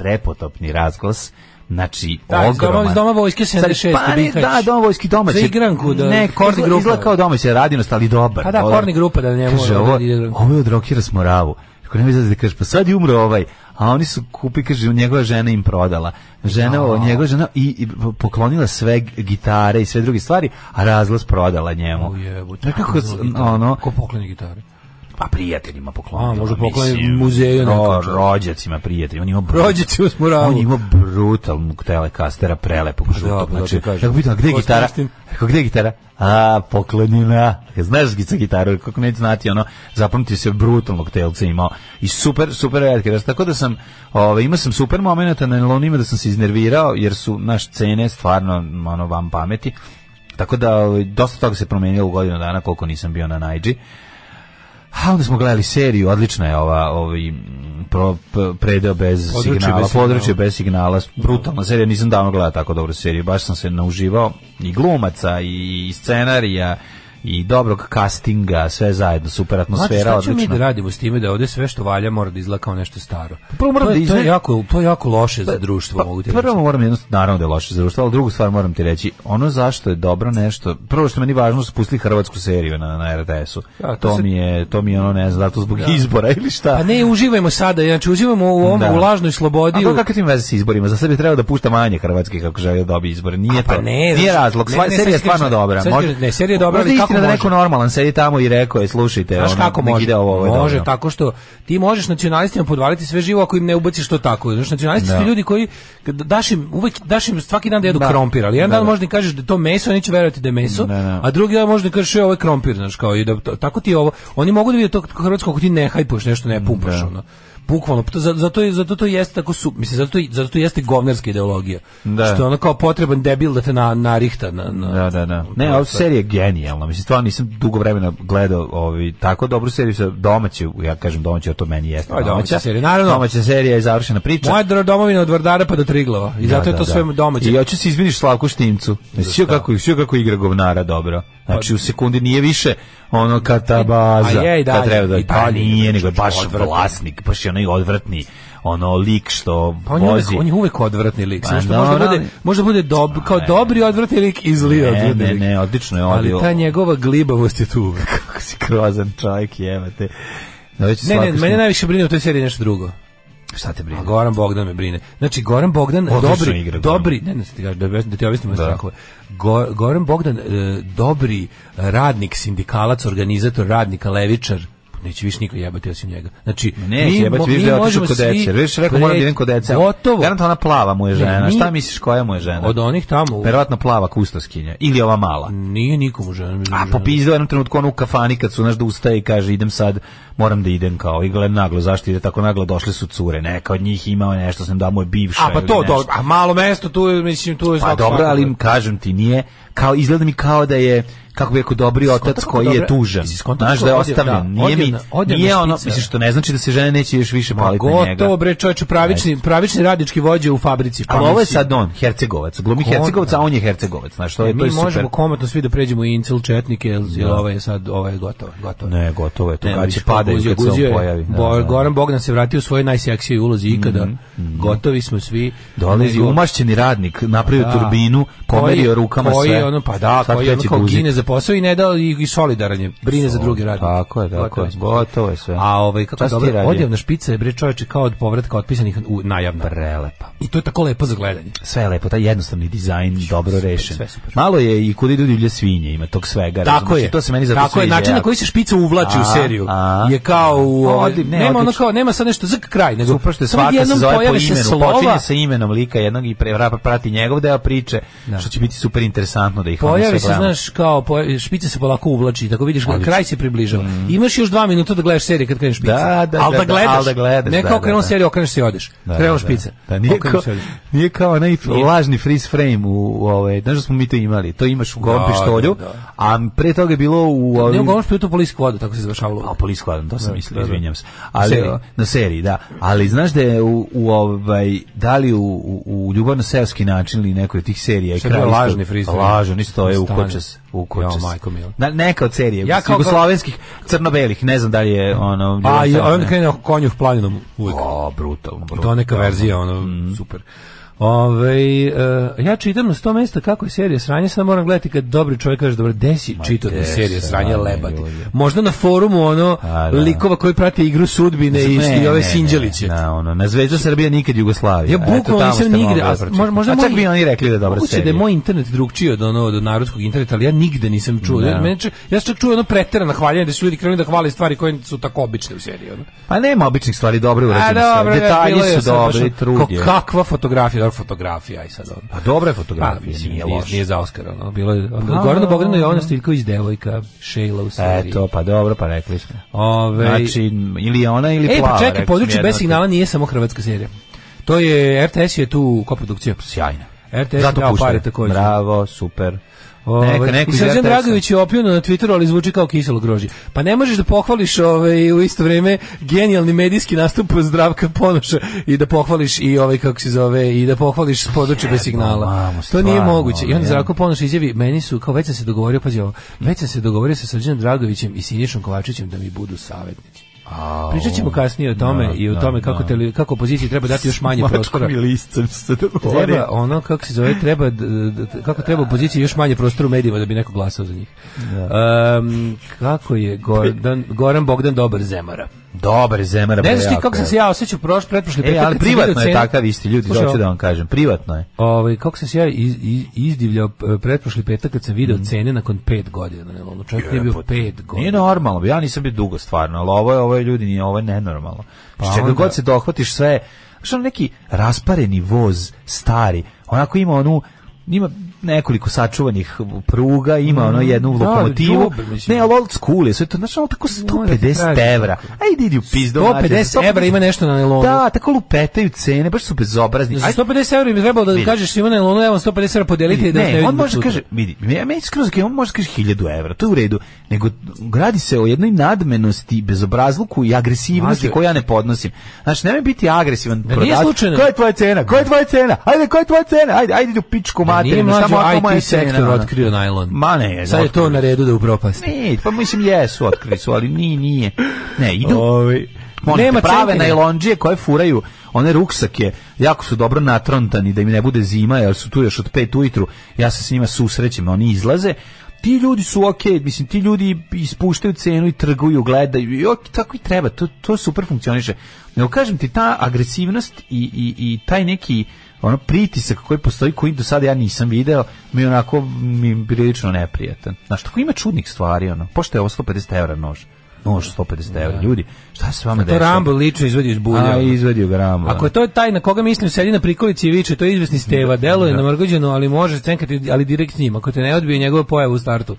[SPEAKER 7] prepotopni razglas, Znači,
[SPEAKER 6] Da, iz doma-
[SPEAKER 7] ogroman.
[SPEAKER 6] iz Doma vojske 76,
[SPEAKER 7] Sad, pa ne,
[SPEAKER 6] Bihać.
[SPEAKER 7] da, doma vojski domać.
[SPEAKER 6] Za igranku, da-
[SPEAKER 7] Ne,
[SPEAKER 6] Korni
[SPEAKER 7] izgleda,
[SPEAKER 6] grupa.
[SPEAKER 7] izgleda kao domać, je radinost, ali dobar.
[SPEAKER 6] Pa da,
[SPEAKER 7] dobar.
[SPEAKER 6] Korni grupa, da ne
[SPEAKER 7] Kaže,
[SPEAKER 6] mora
[SPEAKER 7] ovo,
[SPEAKER 6] da ide-
[SPEAKER 7] ovo je od Rokira Smoravu. Ako nema izlazi da kažeš, pa sad je umro ovaj. A oni su kupi, kaže, njegova žena im prodala. Žena, njegova žena i, i poklonila sve g- gitare i sve druge stvari, a razglas prodala njemu.
[SPEAKER 6] O jebote,
[SPEAKER 7] Znaš kako,
[SPEAKER 6] ko
[SPEAKER 7] s-
[SPEAKER 6] zna gitare?
[SPEAKER 7] ono,
[SPEAKER 6] Ko pokloni gitare?
[SPEAKER 7] pa prijateljima poklonila.
[SPEAKER 6] A, možda
[SPEAKER 7] mislim.
[SPEAKER 6] pokloni muzeju nekom.
[SPEAKER 7] Ro, rođacima prijateljima. On ima brut-
[SPEAKER 6] Rođaci u Smoravu.
[SPEAKER 7] On ima brutalnog telekastera prelepog žutog.
[SPEAKER 6] pa da ti
[SPEAKER 7] Znači,
[SPEAKER 6] kažem.
[SPEAKER 7] kako pitam, a gde je
[SPEAKER 6] Ko
[SPEAKER 7] gitara?
[SPEAKER 6] s tim?
[SPEAKER 7] Kako gde je gitara? A, poklonjena. Znaš gica gitaru, kako neće znati, ono, zapamti se brutalnog telca imao. I super, super redke. Znači, tako da sam, ove, imao sam super momenta na nelonima da sam se iznervirao, jer su naš cene stvarno, ono, vam pameti. Tako da, ovaj, dosta toga se promenilo u godinu dana koliko nisam bio na Najdži. A onda smo gledali seriju, odlična je ova ovaj m, pro, p- predeo bez
[SPEAKER 6] Područje
[SPEAKER 7] signala,
[SPEAKER 6] bez signala.
[SPEAKER 7] područje bez signala, brutalna serija, nisam davno gledao tako dobru seriju, baš sam se nauživao i glumaca i scenarija i dobrog castinga, sve zajedno, super
[SPEAKER 6] Znate
[SPEAKER 7] atmosfera,
[SPEAKER 6] šta ćemo mi da
[SPEAKER 7] odlično.
[SPEAKER 6] radimo s time da ovdje sve što valja mora da izgleda kao nešto staro?
[SPEAKER 7] Prvo moram
[SPEAKER 6] to, je-
[SPEAKER 7] da
[SPEAKER 6] to je
[SPEAKER 7] izne-
[SPEAKER 6] jako, to je jako loše za društvo,
[SPEAKER 7] Pa,
[SPEAKER 6] mogu ti reći.
[SPEAKER 7] prvo moram jedno, naravno da je loše za društvo, ali drugu stvar moram ti reći, ono zašto je dobro nešto, prvo što je meni važno su pustili hrvatsku seriju na, na RTS-u,
[SPEAKER 6] Da, to
[SPEAKER 7] to,
[SPEAKER 6] se-
[SPEAKER 7] mi je, to mi je ono, ne znam, da li to zbog izbora ili šta.
[SPEAKER 6] Pa ne, uživajmo sada, znači uživamo u ovom,
[SPEAKER 7] Da.
[SPEAKER 6] u lažnoj slobodi.
[SPEAKER 7] A to
[SPEAKER 6] u-
[SPEAKER 7] kakve ti veze s izborima? Za sebe treba da pušta manje hrvatskih ako želi da dobije izbore.
[SPEAKER 6] A
[SPEAKER 7] Nije
[SPEAKER 6] pa
[SPEAKER 7] to.
[SPEAKER 6] ne,
[SPEAKER 7] nije
[SPEAKER 6] znači,
[SPEAKER 7] razlog.
[SPEAKER 6] ne,
[SPEAKER 7] Sva,
[SPEAKER 6] ne, sad
[SPEAKER 7] serija je
[SPEAKER 6] ti kažem,
[SPEAKER 7] stvarno dobra.
[SPEAKER 6] sad ti
[SPEAKER 7] Možda,
[SPEAKER 6] kažem, ne, serija je dobra,
[SPEAKER 7] možda
[SPEAKER 6] ali
[SPEAKER 7] istina
[SPEAKER 6] kako
[SPEAKER 7] da
[SPEAKER 6] može?
[SPEAKER 7] neko normalan sedi tamo i rekao je, slušajte,
[SPEAKER 6] Znaš
[SPEAKER 7] ono,
[SPEAKER 6] kako
[SPEAKER 7] nek
[SPEAKER 6] može?
[SPEAKER 7] ide ovo, ovo je
[SPEAKER 6] može
[SPEAKER 7] dobro.
[SPEAKER 6] tako što ti možeš nacionalistima podvaliti sve živo ako im ne ubaciš to tako. Znaš, nacionalisti
[SPEAKER 7] Da.
[SPEAKER 6] su ljudi koji kad daš im uvek daš im svaki dan da jedu
[SPEAKER 7] Da.
[SPEAKER 6] krompir, ali jedan
[SPEAKER 7] Da,
[SPEAKER 6] dan
[SPEAKER 7] da.
[SPEAKER 6] možda im kažeš da je to meso, oni će verovati da je meso,
[SPEAKER 7] Da, da.
[SPEAKER 6] a drugi dan možda im kažeš "E, ovo je krompir, znaš, kao i da to- tako ti je ovo. Oni mogu da vide to hrvatsko ako ti ne hajpuješ nešto, ne pumpaš ono. Bukvalno, to- za- zato, je- zato to jeste tako su, mislim, zato, to- zato to jeste govnarska ideologija.
[SPEAKER 7] Da.
[SPEAKER 6] Što je ono kao potreban debil da te na, narihta. Na, na,
[SPEAKER 7] Da, da, da.
[SPEAKER 6] to
[SPEAKER 7] Ne,
[SPEAKER 6] je
[SPEAKER 7] ova
[SPEAKER 6] sve.
[SPEAKER 7] serija je genijalna. Mislim, stvarno nisam dugo vremena gledao ovi, tako dobru seriju sa domaću, ja kažem domaću, a to meni jeste
[SPEAKER 6] To je
[SPEAKER 7] domaća.
[SPEAKER 6] domaća serija, naravno.
[SPEAKER 7] Domaća serija je završena priča.
[SPEAKER 6] Moja domovina od Vardara pa do Triglava. I zato
[SPEAKER 7] Da,
[SPEAKER 6] je to
[SPEAKER 7] da,
[SPEAKER 6] sve
[SPEAKER 7] da.
[SPEAKER 6] domaće.
[SPEAKER 7] I hoću se izviniš Slavku Štimcu. Sve kako, sve kako igra govnara dobro. Znači u sekundi nije više ono katabaza.
[SPEAKER 6] Pa- A je i dalje,
[SPEAKER 7] kad treba da,
[SPEAKER 6] i dalje
[SPEAKER 7] pa nije,
[SPEAKER 6] igra, znači,
[SPEAKER 7] nego je baš
[SPEAKER 6] odvratan.
[SPEAKER 7] vlasnik, baš je onaj odvratni ono lik što
[SPEAKER 6] Pa on je, uvek,
[SPEAKER 7] vozi.
[SPEAKER 6] on je uvek odvratni lik.
[SPEAKER 7] Pa
[SPEAKER 6] Samo što
[SPEAKER 7] da,
[SPEAKER 6] možda
[SPEAKER 7] da,
[SPEAKER 6] bude,
[SPEAKER 7] ali-
[SPEAKER 6] možda bude dob, kao
[SPEAKER 7] Ne.
[SPEAKER 6] dobri odvratni lik i zli
[SPEAKER 7] ne,
[SPEAKER 6] odvratni
[SPEAKER 7] ne,
[SPEAKER 6] lik.
[SPEAKER 7] ne, odlično je
[SPEAKER 6] Ali
[SPEAKER 7] odio.
[SPEAKER 6] ta njegova glibavost je tu uvek.
[SPEAKER 7] (laughs) Kako si grozan čovjek, jevate. Da već
[SPEAKER 6] Ne,
[SPEAKER 7] Slavko
[SPEAKER 6] ne, mene
[SPEAKER 7] Štimc-
[SPEAKER 6] najviše brine u toj seriji nešto drugo.
[SPEAKER 7] Šta te brine?
[SPEAKER 6] A Goran Bogdan me brine. Znači, Goran Bogdan,
[SPEAKER 7] Odlično
[SPEAKER 6] dobri,
[SPEAKER 7] igra, Goran.
[SPEAKER 6] dobri, ne, ne, sad ti kažem, da, objasnim- da ti objasnim moje
[SPEAKER 7] Da.
[SPEAKER 6] strahove. Go- Goran Bogdan, e, dobri radnik, sindikalac, organizator, radnika, levičar, neće više niko jebati osim njega. Znači,
[SPEAKER 7] Ne, mi, jebati,
[SPEAKER 6] mo-
[SPEAKER 7] viš da je otišao
[SPEAKER 6] možemo
[SPEAKER 7] kod
[SPEAKER 6] svi
[SPEAKER 7] dece. Viš, rekao, moram da
[SPEAKER 6] pre-
[SPEAKER 7] idem kod dece.
[SPEAKER 6] Gotovo.
[SPEAKER 7] Garant ona plava mu je
[SPEAKER 6] Ne,
[SPEAKER 7] žena.
[SPEAKER 6] mi-
[SPEAKER 7] Šta misliš koja mu je žena?
[SPEAKER 6] Od onih tamo. u-
[SPEAKER 7] Verovatno plava kustoskinja. Ili ova mala.
[SPEAKER 6] Nije nikomu žena. mislim da
[SPEAKER 7] A
[SPEAKER 6] žena-
[SPEAKER 7] popizdao je u jednom trenutku ono u kafani kad su naš da ustaje i kaže idem sad, moram da idem kao i gled naglo, zašto ide tako naglo, došle su cure, neka od njih imao nešto, sam da mu je bivša.
[SPEAKER 6] A pa
[SPEAKER 7] ili
[SPEAKER 6] to,
[SPEAKER 7] nešto.
[SPEAKER 6] dobro, a malo mesto tu, je, mislim, tu je
[SPEAKER 7] Pa
[SPEAKER 6] svako-
[SPEAKER 7] dobro,
[SPEAKER 6] svako-
[SPEAKER 7] ali im kažem ti, nije, kao, izgleda mi kao da je, kako bi rekao, dobri otac
[SPEAKER 6] kako
[SPEAKER 7] koji je
[SPEAKER 6] dobro-
[SPEAKER 7] tužan.
[SPEAKER 6] Jesi skontao
[SPEAKER 7] Znaš
[SPEAKER 6] kako
[SPEAKER 7] da je
[SPEAKER 6] odjevna-
[SPEAKER 7] ostavljen, nije mi,
[SPEAKER 6] odjevna- odjevna
[SPEAKER 7] nije ono,
[SPEAKER 6] špica.
[SPEAKER 7] misliš, što ne znači da se žene neće još više
[SPEAKER 6] Pa
[SPEAKER 7] paliti na njega.
[SPEAKER 6] gotovo bre čoveče pravični pravični radnički vođe u fabrici. Pa
[SPEAKER 7] Ali ovo je
[SPEAKER 6] mislim,
[SPEAKER 7] sad on, Hercegovac, glumi
[SPEAKER 6] Ko-
[SPEAKER 7] Hercegovac, a on je Hercegovac, znaš, Pa to je, to
[SPEAKER 6] E, mi
[SPEAKER 7] je super.
[SPEAKER 6] možemo komotno svi da pređemo u incel četnike, jel jel ovo je sad ovo je gotovo, gotovo.
[SPEAKER 7] Ne, gotovo je to,
[SPEAKER 6] Ne,
[SPEAKER 7] kad
[SPEAKER 6] vidiš,
[SPEAKER 7] će padaju,
[SPEAKER 6] guzio-
[SPEAKER 7] kad se on
[SPEAKER 6] guzio je.
[SPEAKER 7] pojavi. Da,
[SPEAKER 6] Bo-
[SPEAKER 7] da, da.
[SPEAKER 6] Goran Bogdan se vratio u svojoj najseksijoj ulozi ikada. Gotovi smo svi.
[SPEAKER 7] Dolazi
[SPEAKER 6] Nego-
[SPEAKER 7] umašćeni radnik, napravio
[SPEAKER 6] Da.
[SPEAKER 7] turbinu,
[SPEAKER 6] Koji-
[SPEAKER 7] pomerio rukama
[SPEAKER 6] koji
[SPEAKER 7] sve.
[SPEAKER 6] Ono, pa da,
[SPEAKER 7] Sad
[SPEAKER 6] koji ono
[SPEAKER 7] kreće
[SPEAKER 6] kao
[SPEAKER 7] guzik.
[SPEAKER 6] gine za posao i ne da i, i solidaran je, brine za drugi radnik.
[SPEAKER 7] Tako je, tako je, gotovo je sve.
[SPEAKER 6] A ovaj, kako
[SPEAKER 7] Šta
[SPEAKER 6] je
[SPEAKER 7] si ti
[SPEAKER 6] dobro,
[SPEAKER 7] radio?
[SPEAKER 6] odjevna špica je bre čoveče kao od povratka otpisanih u najavna.
[SPEAKER 7] Prelepa.
[SPEAKER 6] I to je tako lepo za gledanje.
[SPEAKER 7] Sve je lepo, taj jednostavni dizajn, dobro rešen.
[SPEAKER 6] sve super.
[SPEAKER 7] Malo je i kud idu divlje svinje, ima tog svega.
[SPEAKER 6] Tako
[SPEAKER 7] razumeš,
[SPEAKER 6] je.
[SPEAKER 7] i To se meni zato
[SPEAKER 6] Tako je,
[SPEAKER 7] sviđa
[SPEAKER 6] način na
[SPEAKER 7] jako.
[SPEAKER 6] koji se špica uvlači u
[SPEAKER 7] A,
[SPEAKER 6] seriju
[SPEAKER 7] a.
[SPEAKER 6] je kao u ovaj,
[SPEAKER 7] Odli- ne,
[SPEAKER 6] nema ono
[SPEAKER 7] odlično.
[SPEAKER 6] kao nema sad nešto zk kraj, nego
[SPEAKER 7] Super što je
[SPEAKER 6] samo
[SPEAKER 7] svaka se
[SPEAKER 6] odjednom
[SPEAKER 7] zove po
[SPEAKER 6] pojave
[SPEAKER 7] imenu,
[SPEAKER 6] slova,
[SPEAKER 7] počinje sa imenom lika jednog i pre, pra- prati njegov deo priče, što će biti super interesantno da ih ono sve
[SPEAKER 6] Pojavi se,
[SPEAKER 7] gledamo.
[SPEAKER 6] znaš, kao pojavi, špica se polako uvlači, tako vidiš,
[SPEAKER 7] Odlično. Mm.
[SPEAKER 6] kraj se približava. Imaš još dva minuta da gledaš seriju kad kreneš špica.
[SPEAKER 7] Da, da,
[SPEAKER 6] ali
[SPEAKER 7] da,
[SPEAKER 6] da,
[SPEAKER 7] da,
[SPEAKER 6] gledaš,
[SPEAKER 7] ali da gledaš,
[SPEAKER 6] ne
[SPEAKER 7] da,
[SPEAKER 6] kao
[SPEAKER 7] da,
[SPEAKER 6] krenuo
[SPEAKER 7] da.
[SPEAKER 6] seriju, okreneš se i odeš.
[SPEAKER 7] Da,
[SPEAKER 6] Krenuo
[SPEAKER 7] da,
[SPEAKER 6] špica.
[SPEAKER 7] Da, nije, kao,
[SPEAKER 6] Okreneš i odeš.
[SPEAKER 7] nije kao onaj lažni freeze frame u, u ovaj, znaš da smo mi to imali, to imaš u golom
[SPEAKER 6] Da,
[SPEAKER 7] pištolju,
[SPEAKER 6] da, da.
[SPEAKER 7] a pre toga je bilo u
[SPEAKER 6] Ne
[SPEAKER 7] ovim...
[SPEAKER 6] ugovoraš pitu policijsku vodu, tako se završavalo.
[SPEAKER 7] A polis skladan, to sam mislio,
[SPEAKER 6] da, da.
[SPEAKER 7] izvinjam se. Ali
[SPEAKER 6] seriji.
[SPEAKER 7] o, na seriji, da. Ali znaš da je u, u ovaj da li u, u, u ljubavno seoski način ili nekoj od tih serija i
[SPEAKER 6] Što je bio lažni freeze frame.
[SPEAKER 7] Lažni, oni stoje u
[SPEAKER 6] Stane.
[SPEAKER 7] kočes, u kočes.
[SPEAKER 6] Jao, majko mila.
[SPEAKER 7] Na, neka od serije,
[SPEAKER 6] Ja
[SPEAKER 7] ja
[SPEAKER 6] kao-
[SPEAKER 7] jugoslovenskih, crno-belih, ne znam da li je ono...
[SPEAKER 6] A, Pa i
[SPEAKER 7] ljubavno
[SPEAKER 6] onda
[SPEAKER 7] seoski-
[SPEAKER 6] krene konju u planinom uvijek.
[SPEAKER 7] O, brutalno, brutalno. Mm-hmm.
[SPEAKER 6] To neka verzija, ono, super. Ove, e, ja čitam na sto mesta kako je serija sranje, sad moram gledati kad dobri čovjek kaže, dobro, gde si čitao da je
[SPEAKER 7] gde
[SPEAKER 6] serija
[SPEAKER 7] se,
[SPEAKER 6] sranje
[SPEAKER 7] da,
[SPEAKER 6] lebati?
[SPEAKER 7] ljudi.
[SPEAKER 6] Možda na forumu, ono,
[SPEAKER 7] A, da.
[SPEAKER 6] likova koji prate igru sudbine i,
[SPEAKER 7] Ne,
[SPEAKER 6] i ove
[SPEAKER 7] ne,
[SPEAKER 6] sinđeliće.
[SPEAKER 7] Ne, na, ono, na Zvezda Srbija nikad Jugoslavija.
[SPEAKER 6] Ja
[SPEAKER 7] Eto,
[SPEAKER 6] bukvalno
[SPEAKER 7] tamo
[SPEAKER 6] nisam
[SPEAKER 7] ste
[SPEAKER 6] nigde,
[SPEAKER 7] mogli
[SPEAKER 6] a
[SPEAKER 7] da
[SPEAKER 6] možda,
[SPEAKER 7] pročitate.
[SPEAKER 6] možda
[SPEAKER 7] A čak
[SPEAKER 6] moj-
[SPEAKER 7] bi oni rekli da je dobra
[SPEAKER 6] moguće
[SPEAKER 7] serija.
[SPEAKER 6] da je moj internet drugčiji od ono od narodskog interneta, ali ja nigde nisam čuo.
[SPEAKER 7] Da.
[SPEAKER 6] Ja, meni čak- ja sam čak čuo ono preterano hvaljenje da su ljudi krenuli da hvale stvari koje su tako obične u seriji. Ono.
[SPEAKER 7] Pa nema običnih stvari dobro
[SPEAKER 6] A
[SPEAKER 7] urađene
[SPEAKER 6] dobro,
[SPEAKER 7] sve. Detalji
[SPEAKER 6] bilo je
[SPEAKER 7] su
[SPEAKER 6] sad baš
[SPEAKER 7] dobri,
[SPEAKER 6] ono,
[SPEAKER 7] trud je.
[SPEAKER 6] kao kakva fotografija, dobra fotografija, aj sad ono.
[SPEAKER 7] Pa dobra je
[SPEAKER 6] Pa,
[SPEAKER 7] fotografija,
[SPEAKER 6] mislim,
[SPEAKER 7] nije
[SPEAKER 6] nije,
[SPEAKER 7] loša.
[SPEAKER 6] nije za Oscar, ono. Bilo je, onda,
[SPEAKER 7] A,
[SPEAKER 6] Gorana Bogdana i
[SPEAKER 7] da.
[SPEAKER 6] Jovana Stiljković, devojka, Sheila u seriji.
[SPEAKER 7] Eto, pa dobro, pa rekli smo.
[SPEAKER 6] Ove,
[SPEAKER 7] Znači, ili je ona ili
[SPEAKER 6] e,
[SPEAKER 7] plava.
[SPEAKER 6] pa čekaj,
[SPEAKER 7] rekli
[SPEAKER 6] područje
[SPEAKER 7] smo,
[SPEAKER 6] bez
[SPEAKER 7] jedno
[SPEAKER 6] signala nije samo hrvatska serija. To je, RTS je tu koprodukcija.
[SPEAKER 7] od- Sjajno.
[SPEAKER 6] RTS je dao
[SPEAKER 7] puštaju.
[SPEAKER 6] pare takođe.
[SPEAKER 7] Bravo, super. Neka, neko
[SPEAKER 6] I Srđan
[SPEAKER 7] izvede
[SPEAKER 6] Dragović je opljeno na Twitteru, ali zvuči kao kiselo grožđe. Pa ne možeš da pohvališ ovaj, u isto vrijeme genijalni medijski nastup (laughs) Zdravka Ponoša i da pohvališ i ovaj, kako se zove, i da pohvališ s područja bez signala.
[SPEAKER 7] mamo,
[SPEAKER 6] to nije
[SPEAKER 7] pa stvarno,
[SPEAKER 6] moguće. I onda
[SPEAKER 7] je.
[SPEAKER 6] Zdravko Ponoš izjavi, meni su, kao već sam se dogovorio, pazi ovo, već sam se dogovorio sa Srđanom Dragovićem i Sinješom Kovačićem da mi budu savjetnici. Pričat ćemo kasnije o tome
[SPEAKER 7] Da,
[SPEAKER 6] i o
[SPEAKER 7] da,
[SPEAKER 6] tome kako,
[SPEAKER 7] da.
[SPEAKER 6] tele- kako opoziciji treba dati još manje
[SPEAKER 7] Mačkom
[SPEAKER 6] prostora.
[SPEAKER 7] i listcem se dogovorio.
[SPEAKER 6] Treba ono kako se zove treba d- d- kako treba opoziciji još manje prostora u medijima da bi neko glasao za njih. Ehm, kako je Gordan, Goran Bogdan dobar zemara.
[SPEAKER 7] Dobar zemar.
[SPEAKER 6] Ne
[SPEAKER 7] bre,
[SPEAKER 6] znaš ti
[SPEAKER 7] jako
[SPEAKER 6] kako sam
[SPEAKER 7] je.
[SPEAKER 6] se ja osjećao prošle pretprošle
[SPEAKER 7] E,
[SPEAKER 6] petak
[SPEAKER 7] ali
[SPEAKER 6] kad sam
[SPEAKER 7] privatno
[SPEAKER 6] video
[SPEAKER 7] je
[SPEAKER 6] cenu-
[SPEAKER 7] takav isti ljudi,
[SPEAKER 6] Slušaj,
[SPEAKER 7] hoću da vam kažem, privatno je.
[SPEAKER 6] Ovaj kako sam se ja iz, iz- izdivljao eh, pretprošli petak kad sam video cene nakon pet godina, ne, ono čovjek nije bio pet
[SPEAKER 7] Mm.
[SPEAKER 6] godina.
[SPEAKER 7] Nije normalno, ja nisam bio dugo stvarno, ali ovo je, ovo je ljudi, nije, ovo je nenormalno. Pa Čega
[SPEAKER 6] onda-
[SPEAKER 7] god se dohvatiš sve, što neki raspareni voz, stari, onako ima onu, ima nekoliko sačuvanih pruga, ima ono jednu
[SPEAKER 6] da,
[SPEAKER 7] lokomotivu.
[SPEAKER 6] džube, mislim.
[SPEAKER 7] ne, ali old school je, sve to, znaš, ono tako
[SPEAKER 6] Mora ti
[SPEAKER 7] 150
[SPEAKER 6] tražiti.
[SPEAKER 7] evra. Ajde, idi u pizdu.
[SPEAKER 6] 150
[SPEAKER 7] mater,
[SPEAKER 6] evra ima nešto na nelonu.
[SPEAKER 7] Da, tako lupetaju cene, baš su bezobrazni.
[SPEAKER 6] Za
[SPEAKER 7] Ajde,
[SPEAKER 6] 150 evra mi je trebalo da
[SPEAKER 7] Vidi.
[SPEAKER 6] kažeš Simone Lono, evo 150 evra podelite i da
[SPEAKER 7] ne,
[SPEAKER 6] vidimo
[SPEAKER 7] on može
[SPEAKER 6] sutra.
[SPEAKER 7] kaže, vidi, ja meni skroz ok, on može kaže 1000 evra, to je u redu, nego gradi se o jednoj nadmenosti, bezobrazluku i agresivnosti
[SPEAKER 6] Mađo.
[SPEAKER 7] koju ja ne podnosim. Znači, nemoj biti agresivan
[SPEAKER 6] nije
[SPEAKER 7] prodavač.
[SPEAKER 6] slučajno.
[SPEAKER 7] Koja je tvoja cena? Koja je tvoja cena? Ajde, koja je tvoja cena? Ajde, ajde, idi u pičku
[SPEAKER 6] Da Nije
[SPEAKER 7] materinu,
[SPEAKER 6] mlađo
[SPEAKER 7] samo ako moja
[SPEAKER 6] IT sektor
[SPEAKER 7] cena. ono."
[SPEAKER 6] otkrio najlon.
[SPEAKER 7] Ma ne,
[SPEAKER 6] Sad je to
[SPEAKER 7] otkrio.
[SPEAKER 6] na redu da upropasti.
[SPEAKER 7] Ne, pa mislim jesu, otkrili su, ali nije, nije. Ne, idu,
[SPEAKER 6] Ovi.
[SPEAKER 7] Molim
[SPEAKER 6] Nema
[SPEAKER 7] te, prave
[SPEAKER 6] centine.
[SPEAKER 7] najlonđije koje furaju one ruksake, jako su dobro natrontani da im ne bude zima, jer su tu još od pet ujutru, ja se s njima susrećem, oni izlaze, ti ljudi su ok, mislim, ti ljudi ispuštaju cenu i trguju, gledaju, i ok, tako i treba, to, to super funkcioniše. Nego kažem ti, ta agresivnost i, i, i taj neki ono pritisak koji postoji, koji do sada ja nisam video, mi je onako mi je prilično neprijatan. Znaš, tako ima čudnih stvari, ono, pošto je ovo 150 evra nož, nož 150 evra, ljudi, šta se vama
[SPEAKER 6] To
[SPEAKER 7] dešava?
[SPEAKER 6] Rambo lično izvodi iz bulja.
[SPEAKER 7] A,
[SPEAKER 6] ono.
[SPEAKER 7] izvedio ga Rambo.
[SPEAKER 6] Ako je to taj na koga mislim sedi na prikolici i viče, to je izvesni Steva, delo je namrgođeno, ali može cenkati, ali direkt s njim. Ako te ne odbije njegove pojave u startu,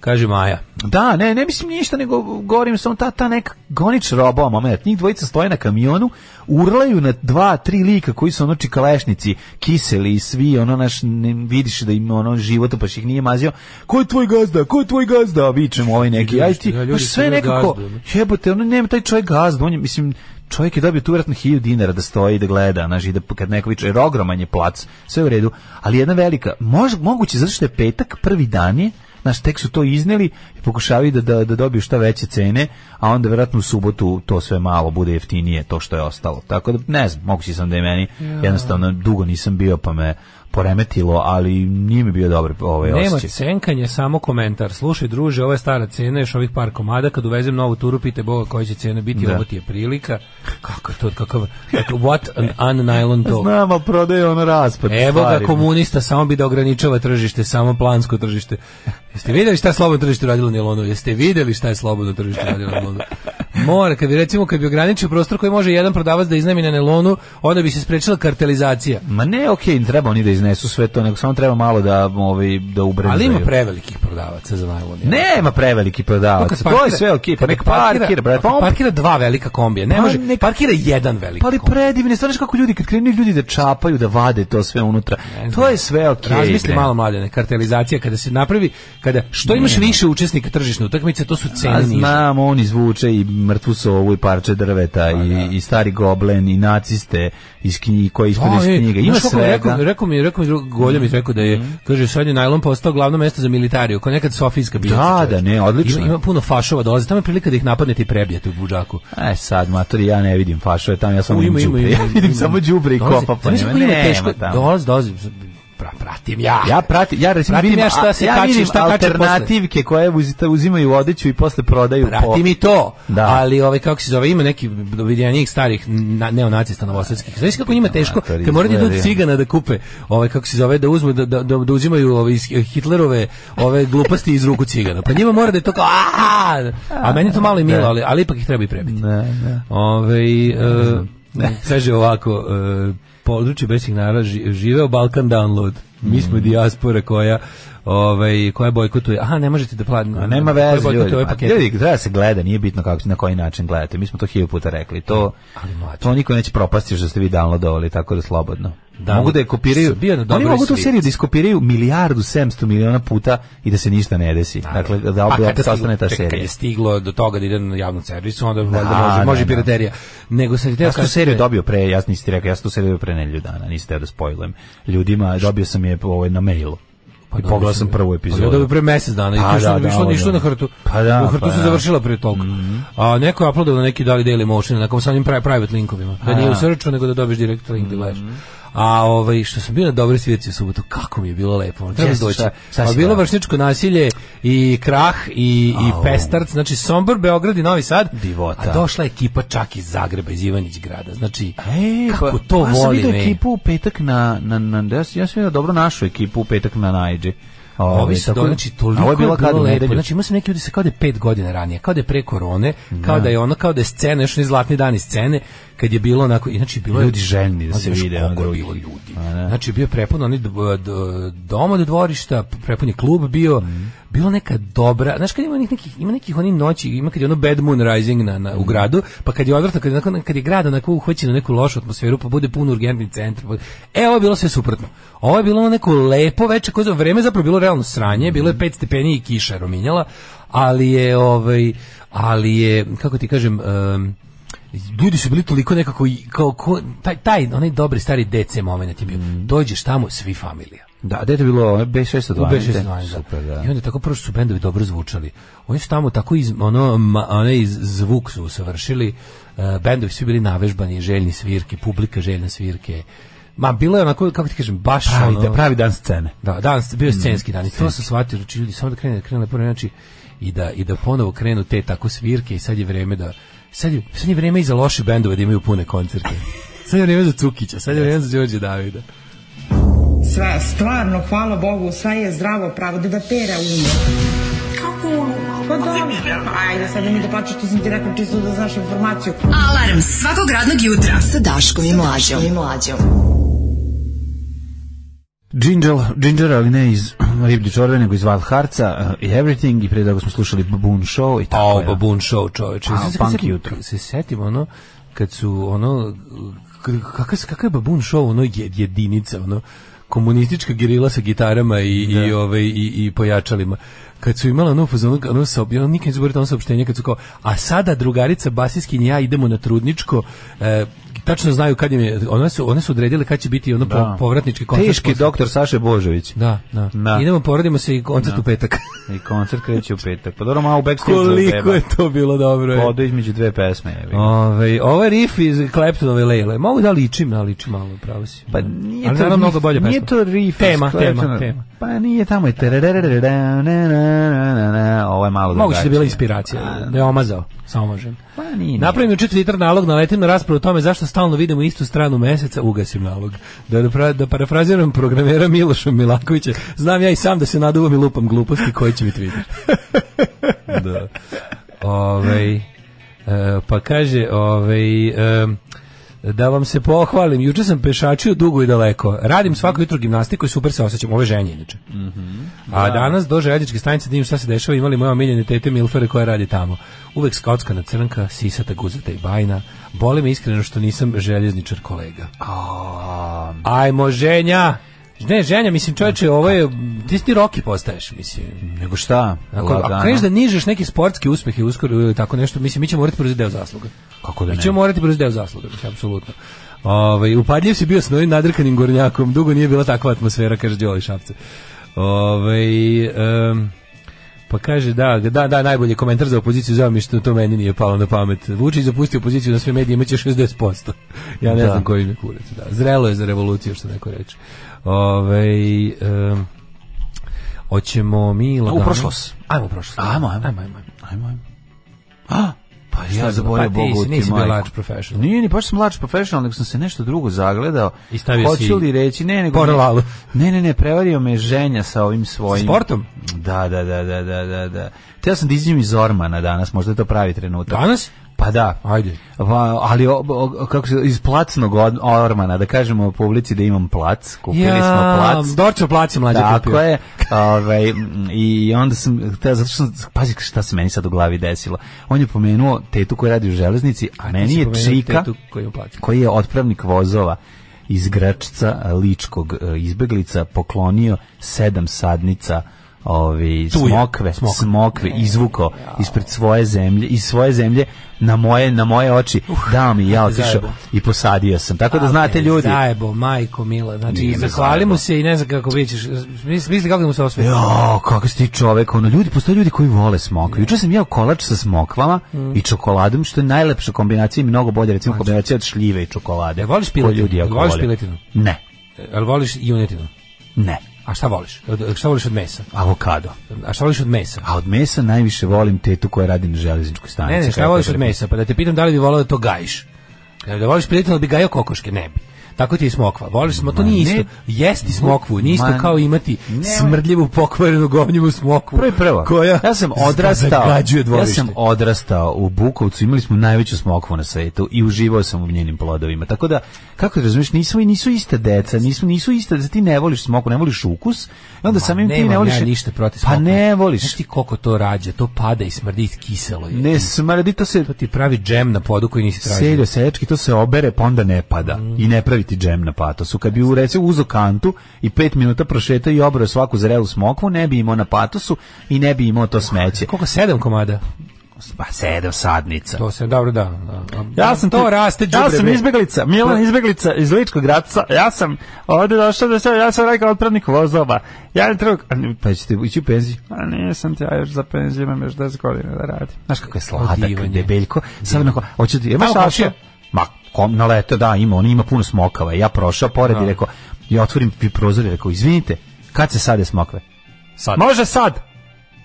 [SPEAKER 6] kaže Maja.
[SPEAKER 7] Da, ne, ne mislim ništa, nego govorim samo ta, ta neka gonič roba moment. Njih dvojica stoje na kamionu, urlaju na dva, tri lika koji su ono čikalešnici, kiseli i svi, ono naš, ne, vidiš da im ono života pa ih nije mazio. Ko je tvoj gazda? Ko je tvoj gazda? Vičemo ovaj neki.
[SPEAKER 6] Ljudi
[SPEAKER 7] Aj
[SPEAKER 6] su-
[SPEAKER 7] ti,
[SPEAKER 6] da, ljudi
[SPEAKER 7] baš
[SPEAKER 6] su
[SPEAKER 7] sve
[SPEAKER 6] bili
[SPEAKER 7] nekako,
[SPEAKER 6] gazde, ono.
[SPEAKER 7] jebote, ono nema taj čovjek gazda, on je, mislim, čovjek je dobio tu vjerojatno 1000 dinara da stoji i da gleda, znaš, i da kad neko viče, jer ogroman je plac, sve u redu, ali jedna velika, mož, moguće, zato što je petak, prvi dan je, znaš, tek su to izneli i pokušavaju da, da, da dobiju šta veće cene, a onda vjerojatno u subotu to sve malo bude jeftinije, to što je ostalo. Tako da, ne znam, moguće sam da je meni, jednostavno, dugo nisam bio, pa me poremetilo, ali nije mi bio dobar ovaj
[SPEAKER 6] Nema
[SPEAKER 7] osjećaj.
[SPEAKER 6] cenkanje, samo komentar. Slušaj, druže, ovo je stara cena, još ovih par komada, kad uvezem novu turu, pite Boga koja će cena biti,
[SPEAKER 7] Da.
[SPEAKER 6] ovo ti je prilika. Kako je to, kakav, kakav what an
[SPEAKER 7] (laughs)
[SPEAKER 6] unnylon talk.
[SPEAKER 7] Znam, ali prodaje ono raspad.
[SPEAKER 6] Evo ga
[SPEAKER 7] stvari.
[SPEAKER 6] komunista, samo bi da ograničava tržište, samo plansko tržište. Jeste vidjeli šta je slobodno tržište radilo Nilonu? Jeste vidjeli šta je slobodno tržište radilo Nilonu? Mora, kad bi recimo, kad bi ograničio prostor koji može jedan prodavac da iznajmi na Nilonu, onda bi se sprečila kartelizacija.
[SPEAKER 7] Ma ne, okej, ne treba oni da iznesu sve to, nego samo treba malo da, ovaj, da ubrenzaju.
[SPEAKER 6] Ali ima prevelikih prodavaca za najlon. jel?
[SPEAKER 7] Nema preveliki
[SPEAKER 6] Kad
[SPEAKER 7] prodavac. To je
[SPEAKER 6] parkira-
[SPEAKER 7] sve okej, pa
[SPEAKER 6] kad
[SPEAKER 7] nek parkira, brate.
[SPEAKER 6] kad
[SPEAKER 7] Pa on-
[SPEAKER 6] parkira dva velika kombija, ne
[SPEAKER 7] Pa
[SPEAKER 6] može,
[SPEAKER 7] nek-
[SPEAKER 6] parkira jedan veliki
[SPEAKER 7] Pa ali
[SPEAKER 6] kombi.
[SPEAKER 7] predivne, stvarno znaš kako ljudi, kad krenu ljudi da čapaju, da vade to sve unutra, to je sve okej.
[SPEAKER 6] Razmisli
[SPEAKER 7] bre.
[SPEAKER 6] malo mladene, kartelizacija kada se napravi, kada što imaš više učesnika tržišne utakmice, to su
[SPEAKER 7] A
[SPEAKER 6] cene niže.
[SPEAKER 7] znam, on izvuče i mrtvu sovu i parče
[SPEAKER 6] Pa
[SPEAKER 7] drveta i, i stari goblen i naciste iz knjige, koji ispod Pa iz
[SPEAKER 6] Aj,
[SPEAKER 7] knjiga. Ima
[SPEAKER 6] Pa e, znaš kako mi je Rekao,
[SPEAKER 7] svega. Mhm.
[SPEAKER 6] rekao mi, je- rekao mi drug, Golja mi je rekao da je, kaže, sad je najlon postao glavno mesto za militariju, kao nekad Sofijska bijaca.
[SPEAKER 7] Da,
[SPEAKER 6] čovječe.
[SPEAKER 7] da, ne, odlično
[SPEAKER 6] Ima,
[SPEAKER 7] je.
[SPEAKER 6] ima puno fašova dolaze, tamo je prilika da ih napadnete i prebijete u buđaku.
[SPEAKER 7] E sad, matori, ja ne vidim fašove tamo, ja samo vidim đubre. Ja (laughs) vidim samo đubre i
[SPEAKER 6] Dolaze,
[SPEAKER 7] kopa po
[SPEAKER 6] znaš
[SPEAKER 7] njima.
[SPEAKER 6] kako ima
[SPEAKER 7] Nema
[SPEAKER 6] teško,
[SPEAKER 7] tamo.
[SPEAKER 6] dolaze, dolaze, pra, pratim ja.
[SPEAKER 7] Ja pratim, ja recimo
[SPEAKER 6] Pratim
[SPEAKER 7] vidim,
[SPEAKER 6] ja šta se
[SPEAKER 7] a- ja
[SPEAKER 6] kači,
[SPEAKER 7] vidim
[SPEAKER 6] šta kače
[SPEAKER 7] alternativke koje uzita- uzimaju odeću i posle prodaju po...
[SPEAKER 6] Prati mi to.
[SPEAKER 7] Da.
[SPEAKER 6] Ali ovaj kako se zove, ima neki dovidenjih starih na, neonacista novosadskih. Znaš kako njima teško
[SPEAKER 7] Amatori,
[SPEAKER 6] kad moraju da idu
[SPEAKER 7] izgleda.
[SPEAKER 6] od cigana da kupe, ovaj kako se zove, da uzmu da da, da, da uzimaju ove iz Hitlerove ove gluposti iz ruku cigana. Pa njima mora da je to kao a a meni je to malo i milo, ali ali ipak ih treba i prebiti.
[SPEAKER 7] Ne, ne.
[SPEAKER 6] Ovaj e, kaže ovako, eh,
[SPEAKER 7] Mm.
[SPEAKER 6] e, područje bez signala ži- živeo Balkan Download. Mi smo dijaspora koja ovaj, koja bojkotuje. Aha, ne možete da platite.
[SPEAKER 7] A nema veze,
[SPEAKER 6] Koja
[SPEAKER 7] ljudi.
[SPEAKER 6] bojkotuje ovaj ove
[SPEAKER 7] Pa,
[SPEAKER 6] pakete.
[SPEAKER 7] ljudi, treba se gleda, nije bitno kako, na koji način gledate. Mi smo to hiljadu puta rekli. To,
[SPEAKER 6] Ali mlađe.
[SPEAKER 7] to niko neće propasti što ste vi downloadovali, tako da slobodno.
[SPEAKER 6] Da,
[SPEAKER 7] mogu da je kopiraju.
[SPEAKER 6] bio na
[SPEAKER 7] Oni
[SPEAKER 6] dobroj
[SPEAKER 7] mogu tu
[SPEAKER 6] slici.
[SPEAKER 7] seriju da iskopiraju milijardu, 700 miliona puta i da se ništa ne desi. Dakle, da
[SPEAKER 6] Pa
[SPEAKER 7] opet
[SPEAKER 6] kada
[SPEAKER 7] opet ostane ta
[SPEAKER 6] čekaj, kad
[SPEAKER 7] serija.
[SPEAKER 6] je stiglo do toga da ide na javnom servisu, onda valjda
[SPEAKER 7] Da,
[SPEAKER 6] može,
[SPEAKER 7] da,
[SPEAKER 6] može
[SPEAKER 7] da.
[SPEAKER 6] piraterija. Nego sam ti teo
[SPEAKER 7] Ja sam tu seriju dobio pre, ja sam nisi ti rekao, ja sam tu seriju dobio pre nedelju dana, niste teo da spojlujem. Ljudima, dobio sam je ovaj, na mailu. Pa
[SPEAKER 6] Pa
[SPEAKER 7] I pogledao sam prvu epizodu.
[SPEAKER 6] Ja dobio pre mjesec dana i
[SPEAKER 7] Pa
[SPEAKER 6] to što
[SPEAKER 7] da,
[SPEAKER 6] nam
[SPEAKER 7] da,
[SPEAKER 6] išlo,
[SPEAKER 7] ovo
[SPEAKER 6] išlo
[SPEAKER 7] da.
[SPEAKER 6] na hrtu.
[SPEAKER 7] Pa da,
[SPEAKER 6] u hrtu
[SPEAKER 7] pa
[SPEAKER 6] se
[SPEAKER 7] da. Mhm.
[SPEAKER 6] završila prije toga. A neko je uploadao na neki dali daily motion, na kom samim pravi private linkovima. Da nije u searchu, nego da dobiješ direkt link da
[SPEAKER 7] Mhm.
[SPEAKER 6] gledaš. A ovaj što sam bio na dobroj svirci u subotu, kako mi je bilo lepo. ono, Treba
[SPEAKER 7] Jesi,
[SPEAKER 6] doći.
[SPEAKER 7] šta- šta si
[SPEAKER 6] A bilo
[SPEAKER 7] gledao?
[SPEAKER 6] vršničko nasilje i krah i i
[SPEAKER 7] Au.
[SPEAKER 6] pestarc, znači Sombor, Beograd i Novi Sad.
[SPEAKER 7] Divota.
[SPEAKER 6] A došla je ekipa čak iz Zagreba, iz Ivanić grada. Znači,
[SPEAKER 7] E,
[SPEAKER 6] kako
[SPEAKER 7] pa,
[SPEAKER 6] to
[SPEAKER 7] Ja sam
[SPEAKER 6] volim.
[SPEAKER 7] vidio
[SPEAKER 6] e.
[SPEAKER 7] ekipu u petak na, na, na ja sam, ja sam vidio dobro našu ekipu u petak na Najđe. Ovaj,
[SPEAKER 6] Ovi su
[SPEAKER 7] tako-
[SPEAKER 6] do, znači,
[SPEAKER 7] A
[SPEAKER 6] toliko
[SPEAKER 7] ovo
[SPEAKER 6] je bilo,
[SPEAKER 7] kad u
[SPEAKER 6] lepo.
[SPEAKER 7] nedelju?
[SPEAKER 6] Znači, ima sam neki utisak kao da je pet godina ranije, kao da je pre korone, kao da je ono, kao da je scena, još ni zlatni dani scene, kad je bilo onako, i znači, bilo je...
[SPEAKER 7] Ljudi željni da
[SPEAKER 6] Znači,
[SPEAKER 7] se
[SPEAKER 6] znaš
[SPEAKER 7] vide,
[SPEAKER 6] koliko
[SPEAKER 7] ono,
[SPEAKER 6] je
[SPEAKER 7] drugi.
[SPEAKER 6] bilo ljudi. Znači, bio je prepun, oni d- d- dom od dvorišta, prepun je klub bio, bilo neka dobra, znaš kad ima onih nekih, ima nekih onih noći, ima kad je ono bad moon rising na, na- u gradu, pa kad je odvratno, kad je, onako- kad je grad onako uhvaćen u neku lošu atmosferu, pa bude puno urgentni centar. pa- E, ovo je bilo sve suprotno. Ovo je bilo ono neko lepo večer, koje za vreme je zapravo bilo realno sranje, bilo je pet stepeni i kiša je rominjala, ali je, ovaj, ali je, kako ti kažem, em, ljudi su bili toliko nekako i- kao ko- taj taj onaj dobri stari DC momenat je bio.
[SPEAKER 7] Mm.
[SPEAKER 6] Dođeš tamo svi familija.
[SPEAKER 7] Da, gde je to bilo? Ono, B612.
[SPEAKER 6] U B16, da.
[SPEAKER 7] Super, da.
[SPEAKER 6] I onda tako prvo što su bendovi dobro zvučali. Oni su tamo tako iz, ono, ma, onaj iz- zvuk su usavršili. E, bendovi svi bili navežbani, željni svirke, publika željna svirke. Ma bilo je onako, kako ti kažem, baš
[SPEAKER 7] Pravi,
[SPEAKER 6] ono-
[SPEAKER 7] da, pravi dan scene.
[SPEAKER 6] da, danas bio je scenski dan i to sam shvatio, znači ljudi samo da krene, da krene lepo vreme, znači i da, i da ponovo krenu te tako svirke i sad je vreme da, sad je, sad je vreme i za loše bendove da imaju pune koncerte. Sad je vreme za Cukića, sad je vreme za Đorđe Davida.
[SPEAKER 8] Sve, stvarno, hvala Bogu, sve je zdravo pravo, da da pera umo. Kako Pa dobro, ajde, sad mi da plaćaš, to sam ti rekao čisto da znaš informaciju.
[SPEAKER 5] Alarm svakog radnog jutra sa Daškom i Mlađom. Daškom i Mlađom.
[SPEAKER 7] Ginger, Ginger, ali ne iz (clears throat) Riblji čorbe, nego iz Wild Heartsa uh, i Everything i prije toga smo slušali Baboon Show i tako
[SPEAKER 6] Ao,
[SPEAKER 7] je.
[SPEAKER 6] babun show, čoveče.
[SPEAKER 7] Ao,
[SPEAKER 6] Znaš se
[SPEAKER 7] punk
[SPEAKER 6] kad setim-
[SPEAKER 7] jutro.
[SPEAKER 6] kad Se setim ono, kad su ono, kakav, kakav je babun show, ono je- jedinica, ono, komunistička gerila sa gitarama i, i, ovaj, i, i pojačalima. Kad su imala ono fazonu, ono, sa ono nikad neću zaboraviti ono saopštenje, kad su kao, a sada drugarica basiskinja i ja idemo na trudničko, e, tačno znaju kad im je, one su, one su odredile kad će biti ono po- povratnički koncert.
[SPEAKER 7] Teški
[SPEAKER 6] posle-
[SPEAKER 7] doktor Saše Božović.
[SPEAKER 6] Da, da,
[SPEAKER 7] Da.
[SPEAKER 6] Idemo, porodimo se i koncert u
[SPEAKER 7] (laughs)
[SPEAKER 6] petak.
[SPEAKER 7] I koncert kreće u petak. Pa dobro, malo u backstage
[SPEAKER 6] Koliko je to bilo dobro. je.
[SPEAKER 7] Odo između dve pesme. Je.
[SPEAKER 6] Ove, ovaj riff iz Kleptonove Lejle. Mogu da ličim, da ličim malo, pravo si.
[SPEAKER 7] Pa nije
[SPEAKER 6] Ali
[SPEAKER 7] to
[SPEAKER 6] naravno mnogo bolje
[SPEAKER 7] Nije
[SPEAKER 6] pesma.
[SPEAKER 7] to riff.
[SPEAKER 6] Tema,
[SPEAKER 7] iz Claptona.
[SPEAKER 6] tema, tema.
[SPEAKER 7] Pa nije tamo je tererererera, na, na, na, na, na. Ovo je malo
[SPEAKER 6] Moguće da je bila
[SPEAKER 7] drugačije.
[SPEAKER 6] inspiracija,
[SPEAKER 7] A,
[SPEAKER 6] da je omazao, samo možem.
[SPEAKER 7] Pa nije.
[SPEAKER 6] Napravim mi četiri litar nalog, naletim na raspravu o tome zašto stalno vidimo istu stranu meseca, ugasim nalog. Da, da, pra- da parafraziram programera Miloša Milakovića, znam ja i sam da se naduvam i lupam gluposti koji će mi tviti. da. Ovaj, e, pa kaže, ovaj, em, da vam se pohvalim, juče sam pešačio dugo i daleko. Radim svako jutro gimnastiku i super se osjećam. Ove žene inače. A danas do željezničke stanice da im šta se dešava, imali moja omiljene tete Milfere koja radi tamo. Uvek skockana crnka, sisata, guzata i bajna. Boli me iskreno što nisam željezničar kolega. Ajmo ženja! Ne, ženja, mislim čovječe, ovo je, ti si ti roki postaješ, mislim.
[SPEAKER 7] Nego šta?
[SPEAKER 6] Ako, ako
[SPEAKER 7] Lagano.
[SPEAKER 6] kreneš da nižeš neki sportski uspeh i uskoro ili tako nešto, mislim, mi ćemo morati preuzeti deo zasluga.
[SPEAKER 7] Kako da
[SPEAKER 6] Mi
[SPEAKER 7] ne?
[SPEAKER 6] ćemo morati preuzeti deo zasluga, mislim, apsolutno. Ovaj, upadljiv si bio s novim nadrkanim gornjakom, dugo nije bila takva atmosfera, kaže Đoli Šapce. Ovaj, em, pa kaže, da, da, da, najbolji komentar za opoziciju, žao mi je što to meni nije palo na pamet. Vučić zapusti opoziciju na sve medije, imaće 60%. (laughs) Ja ne
[SPEAKER 7] Da.
[SPEAKER 6] znam koji im je kurac, da. Zrelo je za revoluciju, što neko reče. Ove, em, Hoćemo mi lagano...
[SPEAKER 7] prošlost.
[SPEAKER 6] Ajmo u prošlost.
[SPEAKER 7] Ajmo, ajmo.
[SPEAKER 6] ajmo. ajmo.
[SPEAKER 7] Ajmo, ajmo. A, pa
[SPEAKER 6] Šta
[SPEAKER 7] ja
[SPEAKER 6] je
[SPEAKER 7] zaboravio
[SPEAKER 6] bilo? Pa ti
[SPEAKER 7] Bogu
[SPEAKER 6] si-
[SPEAKER 7] ti
[SPEAKER 6] nisi bio
[SPEAKER 7] majku.
[SPEAKER 6] large professional.
[SPEAKER 7] Nije, ni baš sam large professional, nego sam se nešto drugo zagledao.
[SPEAKER 6] I stavio
[SPEAKER 7] Hoću
[SPEAKER 6] si
[SPEAKER 7] li reći? Ne, nego...
[SPEAKER 6] porolalu.
[SPEAKER 7] Ne, ne, ne, prevario me ženja sa ovim svojim...
[SPEAKER 6] Sportom?
[SPEAKER 7] Da, da, da, da, da, da, da. Teo sam da izađem iz Ormana danas, možda je to pravi trenutak.
[SPEAKER 6] Danas?
[SPEAKER 7] Pa da.
[SPEAKER 6] Ajde.
[SPEAKER 7] Pa, ali o- o- kako se, iz placnog od- ormana, da kažemo publici da imam plac, kupili smo plac.
[SPEAKER 6] Dorčo plac je mlađe
[SPEAKER 7] Tako
[SPEAKER 6] kupio.
[SPEAKER 7] je. Ovaj, m, I onda sam, te, zato što sam, pazi šta se meni sad u glavi desilo. On je pomenuo tetu koja radi u železnici, a meni
[SPEAKER 6] Ti si
[SPEAKER 7] je
[SPEAKER 6] pomenuo
[SPEAKER 7] čika
[SPEAKER 6] tetu koju plaćam.
[SPEAKER 7] koji je otpravnik vozova iz Gračca a, ličkog e, izbeglica poklonio sedam sadnica ovi
[SPEAKER 6] Tuje.
[SPEAKER 7] smokve
[SPEAKER 6] Smokve. E,
[SPEAKER 7] smokve izvukao ispred svoje zemlje iz svoje zemlje na moje na moje oči dao mi
[SPEAKER 6] (laughs)
[SPEAKER 7] ja otišao
[SPEAKER 6] zajebo.
[SPEAKER 7] i posadio sam tako da
[SPEAKER 6] Uh, A, e,
[SPEAKER 7] znate
[SPEAKER 6] mene
[SPEAKER 7] ljudi
[SPEAKER 6] Zajebo, majko mila. Znači,
[SPEAKER 7] Nije me
[SPEAKER 6] zahvali mu
[SPEAKER 7] zajebo.
[SPEAKER 6] se i ne znam kako vićeš. Misli, misli kako da mu se osveti.
[SPEAKER 7] Jo, kako si ti čovek, ono, ljudi, postoje ljudi koji vole smokve. Juče sam jeo kolač sa smokvama
[SPEAKER 6] Mm.
[SPEAKER 7] i čokoladom, što je najlepša kombinacija i mnogo bolje, recimo, kombinacija od šljive i čokolade.
[SPEAKER 6] E, voliš
[SPEAKER 7] Koju
[SPEAKER 6] piletinu?
[SPEAKER 7] Ljudi jako
[SPEAKER 6] Voliš
[SPEAKER 7] vole.
[SPEAKER 6] piletinu?
[SPEAKER 7] Ne,
[SPEAKER 6] Ali voliš junetinu?
[SPEAKER 7] ne,
[SPEAKER 6] A šta voliš? Od, šta voliš od mesa?
[SPEAKER 7] avokado.
[SPEAKER 6] A šta voliš od mesa?
[SPEAKER 7] A od mesa najviše volim tetu koja radi na železničkoj stanici.
[SPEAKER 6] Ne, ne, šta
[SPEAKER 7] kako
[SPEAKER 6] voliš
[SPEAKER 7] je
[SPEAKER 6] od
[SPEAKER 7] rekao.
[SPEAKER 6] mesa? Pa da te pitam da li bi volao da to gajiš. Da da voliš piletinu, ali bi gajio kokoške? Ne bi. Tako ti je i smokva. Voliš smo, to
[SPEAKER 7] Ma,
[SPEAKER 6] nije
[SPEAKER 7] ne.
[SPEAKER 6] isto. Jesti smokvu, nije isto
[SPEAKER 7] Ma,
[SPEAKER 6] kao imati
[SPEAKER 7] nemoj.
[SPEAKER 6] smrdljivu, pokvarenu, govnjivu smokvu.
[SPEAKER 7] Prvo i prvo,
[SPEAKER 6] Koja
[SPEAKER 7] ja
[SPEAKER 6] (laughs)
[SPEAKER 7] sam odrastao,
[SPEAKER 6] zagađuje
[SPEAKER 7] ja
[SPEAKER 6] dvorište.
[SPEAKER 7] sam odrastao u Bukovcu, imali smo najveću smokvu na svetu i uživao sam u njenim plodovima. Tako da, kako da razumiješ, nisu, nisu iste deca, nisu, nisu iste, deca, ti ne voliš smokvu, ne voliš ukus, i onda samim ti
[SPEAKER 6] nemam
[SPEAKER 7] ne voliš...
[SPEAKER 6] ja ništa
[SPEAKER 7] Pa
[SPEAKER 6] protiv smokve. Znači,
[SPEAKER 7] ne voliš.
[SPEAKER 6] Znaš ti koliko to rađa, to pada i smrdi, kiselo je.
[SPEAKER 7] Ne smrdi, to se
[SPEAKER 6] To ti pravi džem na podu koji nisi tražio.
[SPEAKER 7] seljo seljački, to se obere, pa onda ne pada.
[SPEAKER 6] Mm.
[SPEAKER 7] I ne pravi ti džem na patosu. Kad bi u recimo uzo kantu i pet minuta prošetao i obrao svaku zrelu smokvu, ne bi imao na patosu i ne bi imao to smeće.
[SPEAKER 6] Koliko sedam komada?
[SPEAKER 7] Pa sedam sadnica.
[SPEAKER 6] To se dobro da. da.
[SPEAKER 7] Ja sam
[SPEAKER 6] to
[SPEAKER 7] tu-
[SPEAKER 6] raste
[SPEAKER 7] Ja
[SPEAKER 6] đubre,
[SPEAKER 7] sam
[SPEAKER 6] bre.
[SPEAKER 7] izbeglica, Milan izbeglica iz Ličkog gradca. Ja sam ovde došao da se, ja sam rekao otpravnik vozova. Ja ne treba, a ne, pa ćete ići u penziju.
[SPEAKER 9] A nisam ti ja još za penziju, imam još 10 godina da radim.
[SPEAKER 7] Znaš kako je sladak,
[SPEAKER 6] Divanje.
[SPEAKER 7] debeljko. Sad onako, hoće ti, imaš
[SPEAKER 6] Tamo
[SPEAKER 7] ašija?
[SPEAKER 6] komšija?
[SPEAKER 7] Ma, kom, na leto, da, ima, on ima puno smokava. Ja prošao pored i rekao, ja otvorim vi prozor i rekao, izvinite, kad se sade smokve? Sad. Može sad!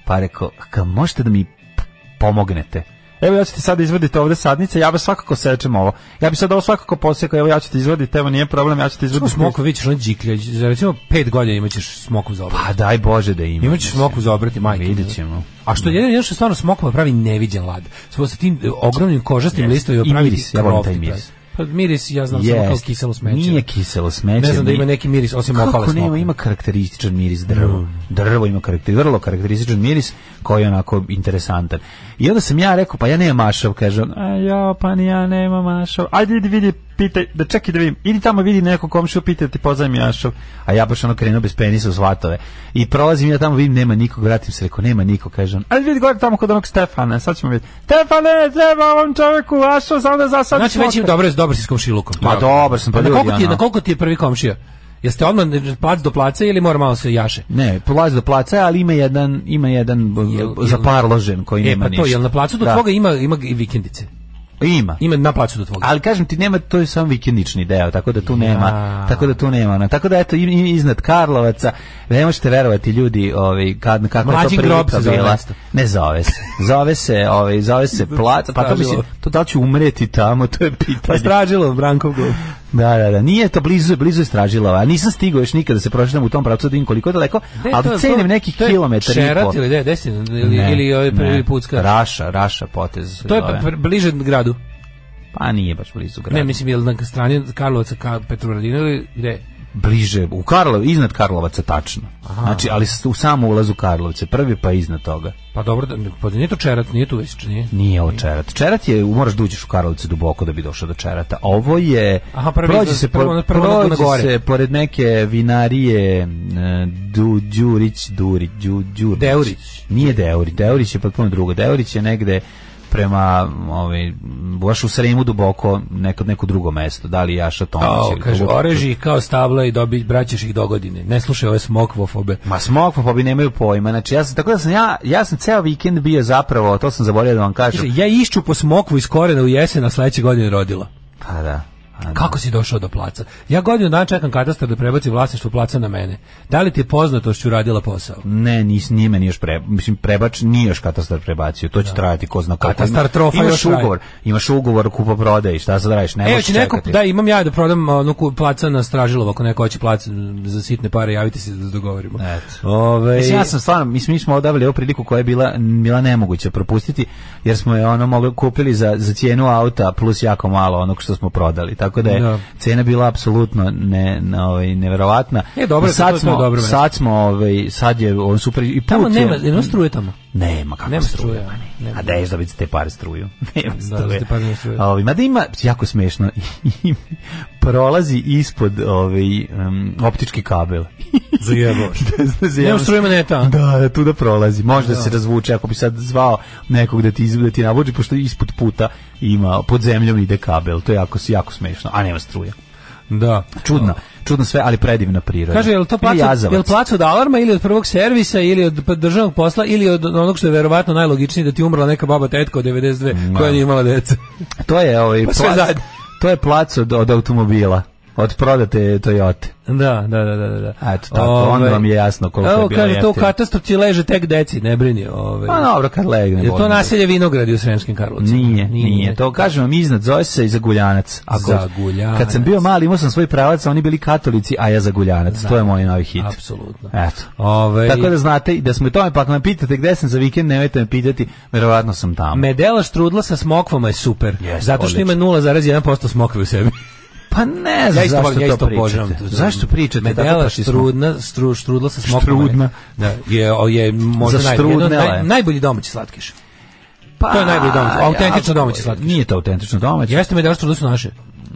[SPEAKER 7] Pa rekao, ka, možete da mi p- pomognete? Evo ja ću ti sad izvaditi ovde sadnice, ja bi svakako sečem ovo. Ja bi sad ovo svakako posekao, evo ja ću ti izvaditi, evo nije problem, ja ću ti
[SPEAKER 6] Kako
[SPEAKER 7] izvaditi.
[SPEAKER 6] smokva vidiš on džiklja, za recimo 5 godina imaćeš smoku za obrat.
[SPEAKER 7] Pa daj Bože da ima.
[SPEAKER 6] Imaćeš smoku za obrat i majke.
[SPEAKER 7] Vidjet ćemo.
[SPEAKER 6] A što je jedino što stvarno smokva pravi neviđen lad. Svo sa tim e, ogromnim kožastim
[SPEAKER 7] Jeste.
[SPEAKER 6] listovima
[SPEAKER 7] I
[SPEAKER 6] pravi
[SPEAKER 7] miris, ja volim
[SPEAKER 6] krov
[SPEAKER 7] taj
[SPEAKER 6] ti
[SPEAKER 7] miris.
[SPEAKER 6] pravi. Pa miris ja znam samo kao
[SPEAKER 7] Jest.
[SPEAKER 6] kiselo smeće.
[SPEAKER 7] Nije kiselo smeće.
[SPEAKER 6] Ne znam da
[SPEAKER 7] ni-
[SPEAKER 6] ima neki miris osim opale Mm.
[SPEAKER 7] Kako
[SPEAKER 6] smokve.
[SPEAKER 7] nema, ima karakterističan miris drvo. Drvo ima karakter, vrlo karakterističan miris koji je onako interesantan. I onda sam ja rekao, pa ja nemam mašav, kaže on, E,
[SPEAKER 9] A ja, pa ni ja nemam ašov. Ajde, idi vidi, pitaj, da čekaj da vidim. Idi tamo vidi neko komšiju, pitaj da ti pozajmi ašov.
[SPEAKER 7] a ja baš ono krenuo bez penisa u svatove. I prolazim ja tamo, vidim, nema nikog, vratim se, rekao, nema nikog, kaže on,
[SPEAKER 9] Ajde vidi gore tamo kod onog Stefana, sad ćemo vidjeti. Stefane, treba ovom čoveku ašov, samo da zasad
[SPEAKER 6] Znači već im
[SPEAKER 9] smokve.
[SPEAKER 6] dobro je dobro si s komšilukom.
[SPEAKER 7] Ma
[SPEAKER 6] Bravo.
[SPEAKER 7] dobar sam, pa
[SPEAKER 6] A na
[SPEAKER 7] ljudi,
[SPEAKER 6] koliko ti je,
[SPEAKER 7] ono.
[SPEAKER 6] na koliko ti je prvi komšija? Jeste odmah plac do placa ili mora malo se jaše?
[SPEAKER 7] ne, polazi do placa, ali ima jedan, ima jedan b-
[SPEAKER 6] Jel-
[SPEAKER 7] b- zaparložen koji
[SPEAKER 6] E
[SPEAKER 7] nema
[SPEAKER 6] pa to,
[SPEAKER 7] ništa.
[SPEAKER 6] jel na placu do
[SPEAKER 7] Da.
[SPEAKER 6] tvoga ima, ima i vikendice?
[SPEAKER 7] Ima.
[SPEAKER 6] Ima na placu do tvoga.
[SPEAKER 7] Ali kažem ti nema to je samo vikendični deo, tako da tu nema, tako da tu nema. ono. Tako da eto i- i- iznad Karlovaca, ne možete verovati ljudi, ovaj kad kako je to
[SPEAKER 6] Mlađi grob
[SPEAKER 7] prilika
[SPEAKER 6] se zove
[SPEAKER 7] bila.
[SPEAKER 6] mesto.
[SPEAKER 7] Ne zove se. Zove se, ovaj zove se plac, pa to
[SPEAKER 6] Stražilo.
[SPEAKER 7] mislim, to da li ću umreti tamo, to
[SPEAKER 6] Pa
[SPEAKER 7] je pitanje.
[SPEAKER 6] stražilo Brankov gol.
[SPEAKER 7] Da, da, da, nije to blizu, je, blizu je Stražilova. a Nisam stigao još nikada da se prošetam u tom pravcu da vidim koliko je daleko, ali cenim nekih kilometara i
[SPEAKER 6] Šerat
[SPEAKER 7] pol.
[SPEAKER 6] ili gde, Destin ili
[SPEAKER 7] Ne,
[SPEAKER 6] ili ovaj
[SPEAKER 7] ne.
[SPEAKER 6] prvi pucka.
[SPEAKER 7] Raša, Raša potez. se
[SPEAKER 6] To je
[SPEAKER 7] zove.
[SPEAKER 6] pr- bliže gradu.
[SPEAKER 7] pa nije baš blizu grada.
[SPEAKER 6] Ne, mislim je na strani Karlovaca ka Petrovaradina ili gde?
[SPEAKER 7] bliže u Karlov iznad Karlovaca tačno. Znači ali s- u samo ulazu Karlovce, prvi pa iznad toga.
[SPEAKER 6] Pa dobro, da, pa nije to Čerat, nije tu već, nije.
[SPEAKER 7] Nije ovo Čerat. Čerat je moraš da uđeš u Karlovce duboko da bi došao do Čerata. A Ovo je
[SPEAKER 6] Aha, prvi
[SPEAKER 7] prođe
[SPEAKER 6] izlaz,
[SPEAKER 7] se
[SPEAKER 6] prvo
[SPEAKER 7] por-
[SPEAKER 6] na- prvo na- na
[SPEAKER 7] prođe
[SPEAKER 6] gore.
[SPEAKER 7] se pored neke vinarije e, Du Đurić, Duri, Đu, Đurić.
[SPEAKER 6] Deurić.
[SPEAKER 7] Nije Deurić, Deurić je potpuno drugo. Deurić je negde prema ovaj baš u Sremu duboko neko neko drugo mesto da li Jaša Tomić
[SPEAKER 6] Kao,
[SPEAKER 7] ili
[SPEAKER 6] kaže,
[SPEAKER 7] duboko-
[SPEAKER 6] oreži ih kao stabla i dobi, braćeš ih do godine. Ne slušaj ove smokvofobe.
[SPEAKER 7] Ma smokva pa bi nemaju pojma. Znači ja sam tako da sam ja ja sam ceo vikend bio zapravo, to sam zaboravio da vam
[SPEAKER 6] Kaže,
[SPEAKER 7] kažem.
[SPEAKER 6] ja išću po smokvu iz korena u jesen, a sledeće godine rodila.
[SPEAKER 7] Pa da.
[SPEAKER 6] Kako si došao do placa? Ja godinu dana čekam katastar da prebaci vlasništvo placa na mene. Da li ti je poznato što ću radila posao?
[SPEAKER 7] Ne, nis, nije meni još pre, mislim, prebač, nije još katastar prebacio, to će trajati ko zna koliko.
[SPEAKER 6] Katastar
[SPEAKER 7] Ima-
[SPEAKER 6] trofa
[SPEAKER 7] imaš
[SPEAKER 6] još traje.
[SPEAKER 7] ugovor, imaš ugovor o kupoprodaji, šta sad radiš, ne
[SPEAKER 6] Evo
[SPEAKER 7] možeš
[SPEAKER 6] će E, neko,
[SPEAKER 7] čekati.
[SPEAKER 6] da imam ja da prodam onu ku- placa na Stražilovo, ako neko hoće plac m, za sitne pare, javite se da se dogovorimo.
[SPEAKER 7] Eto.
[SPEAKER 6] Ove,
[SPEAKER 7] Mislim, ja sam stvarno, mislim, mi smo odabrali ovu priliku koja je bila, bila nemoguća propustiti, jer smo je ono mogli kupili za, za cijenu auta plus jako malo onog što smo prodali. Tako da je
[SPEAKER 6] Da.
[SPEAKER 7] cena bila apsolutno ne, na, ovaj, neverovatna.
[SPEAKER 6] E, dobro
[SPEAKER 7] I
[SPEAKER 6] je, to- to
[SPEAKER 7] sad
[SPEAKER 6] je
[SPEAKER 7] smo,
[SPEAKER 6] dobro mesto.
[SPEAKER 7] sad smo, ovaj, sad je on super i put
[SPEAKER 6] tamo
[SPEAKER 7] je-
[SPEAKER 6] nema, nema struje tamo.
[SPEAKER 7] Nema kako
[SPEAKER 6] Nema
[SPEAKER 7] struje.
[SPEAKER 6] struje,
[SPEAKER 7] ma ne.
[SPEAKER 6] nema.
[SPEAKER 7] A da ješ da bi te pare struju. (laughs) Nema
[SPEAKER 6] Da,
[SPEAKER 7] struje.
[SPEAKER 6] da ste pare nema struje.
[SPEAKER 7] A Ovi, mada ima jako smešno. (laughs) prolazi ispod ovaj um, optički kabel.
[SPEAKER 6] (laughs)
[SPEAKER 7] (laughs)
[SPEAKER 6] Zajeboš.
[SPEAKER 7] Zajebano
[SPEAKER 6] Nema
[SPEAKER 7] se-
[SPEAKER 6] struje maneta.
[SPEAKER 7] Da, da, tu da prolazi. Možda se razvuče ako bi sad zvao nekog da ti iz- da ti navuče pošto ispod puta ima pod zemljom ide kabel. To je jako jako smešno, a nema struje.
[SPEAKER 6] Da.
[SPEAKER 7] Čudno, čudno sve, ali predivna priroda.
[SPEAKER 6] Kaže, je li to
[SPEAKER 7] Ili
[SPEAKER 6] plac od,
[SPEAKER 7] jazavac.
[SPEAKER 6] je li plac od alarma ili od prvog servisa ili od p- državnog posla ili od onog što je verovatno najlogičnije da ti umrla neka baba tetka od 92 koja nije imala dece.
[SPEAKER 7] To je ovaj
[SPEAKER 6] Pa sve
[SPEAKER 7] plac,
[SPEAKER 6] zajedno.
[SPEAKER 7] to je plac od, od automobila, od prodate Toyote.
[SPEAKER 6] Da, da, da, da, da. Ovaj,
[SPEAKER 7] A eto tako, onda vam je jasno koliko je
[SPEAKER 6] evo,
[SPEAKER 7] bilo
[SPEAKER 6] kaže, to u
[SPEAKER 7] jeftino.
[SPEAKER 6] katastru ti leže tek deci, ne brini. Ovaj.
[SPEAKER 7] Pa dobro, kad legne.
[SPEAKER 6] je
[SPEAKER 7] volim
[SPEAKER 6] to
[SPEAKER 7] da-
[SPEAKER 6] naselje Vinogradi u Sremskim Karlovcima?
[SPEAKER 7] Nije, nije, To kažem vam iznad, zove se i Zaguljanac.
[SPEAKER 6] Zaguljanac.
[SPEAKER 7] Kad sam bio mali, imao sam svoj pravac, a oni bili katolici, a ja Zaguljanac. To je moj novi hit.
[SPEAKER 6] Apsolutno.
[SPEAKER 7] Eto.
[SPEAKER 6] Ovaj-
[SPEAKER 7] E. Tako da znate i da smo i tome, pa ako me pitate gde sam za vikend, nemojte me pitati, verovatno sam tamo.
[SPEAKER 6] Medela štrudla sa smokvama je super,
[SPEAKER 7] Jeste,
[SPEAKER 6] zato što ima 0,1% smokve u sebi.
[SPEAKER 7] Pa ne
[SPEAKER 6] (laughs) Ja
[SPEAKER 7] znam
[SPEAKER 6] isto, volim, ja
[SPEAKER 7] zašto
[SPEAKER 6] isto
[SPEAKER 7] to
[SPEAKER 6] obožavam.
[SPEAKER 7] pričate.
[SPEAKER 6] tu-
[SPEAKER 7] Zašto pričate? Tako
[SPEAKER 6] Medela
[SPEAKER 7] prošli smo.
[SPEAKER 6] štrudna, stru, štrudla sa smokvama. je-
[SPEAKER 7] Štrudna.
[SPEAKER 6] Da, je, o, je možda naj, jedan od
[SPEAKER 7] Zaštrudnela
[SPEAKER 6] naj,
[SPEAKER 7] je.
[SPEAKER 6] najbolji domaći slatkiš.
[SPEAKER 7] Pa,
[SPEAKER 6] To je najbolji domaći,
[SPEAKER 7] ja,
[SPEAKER 6] autentično domaći slatkiš.
[SPEAKER 7] Nije to autentično domaće.
[SPEAKER 6] Znači, Jeste medela štrudla su naše.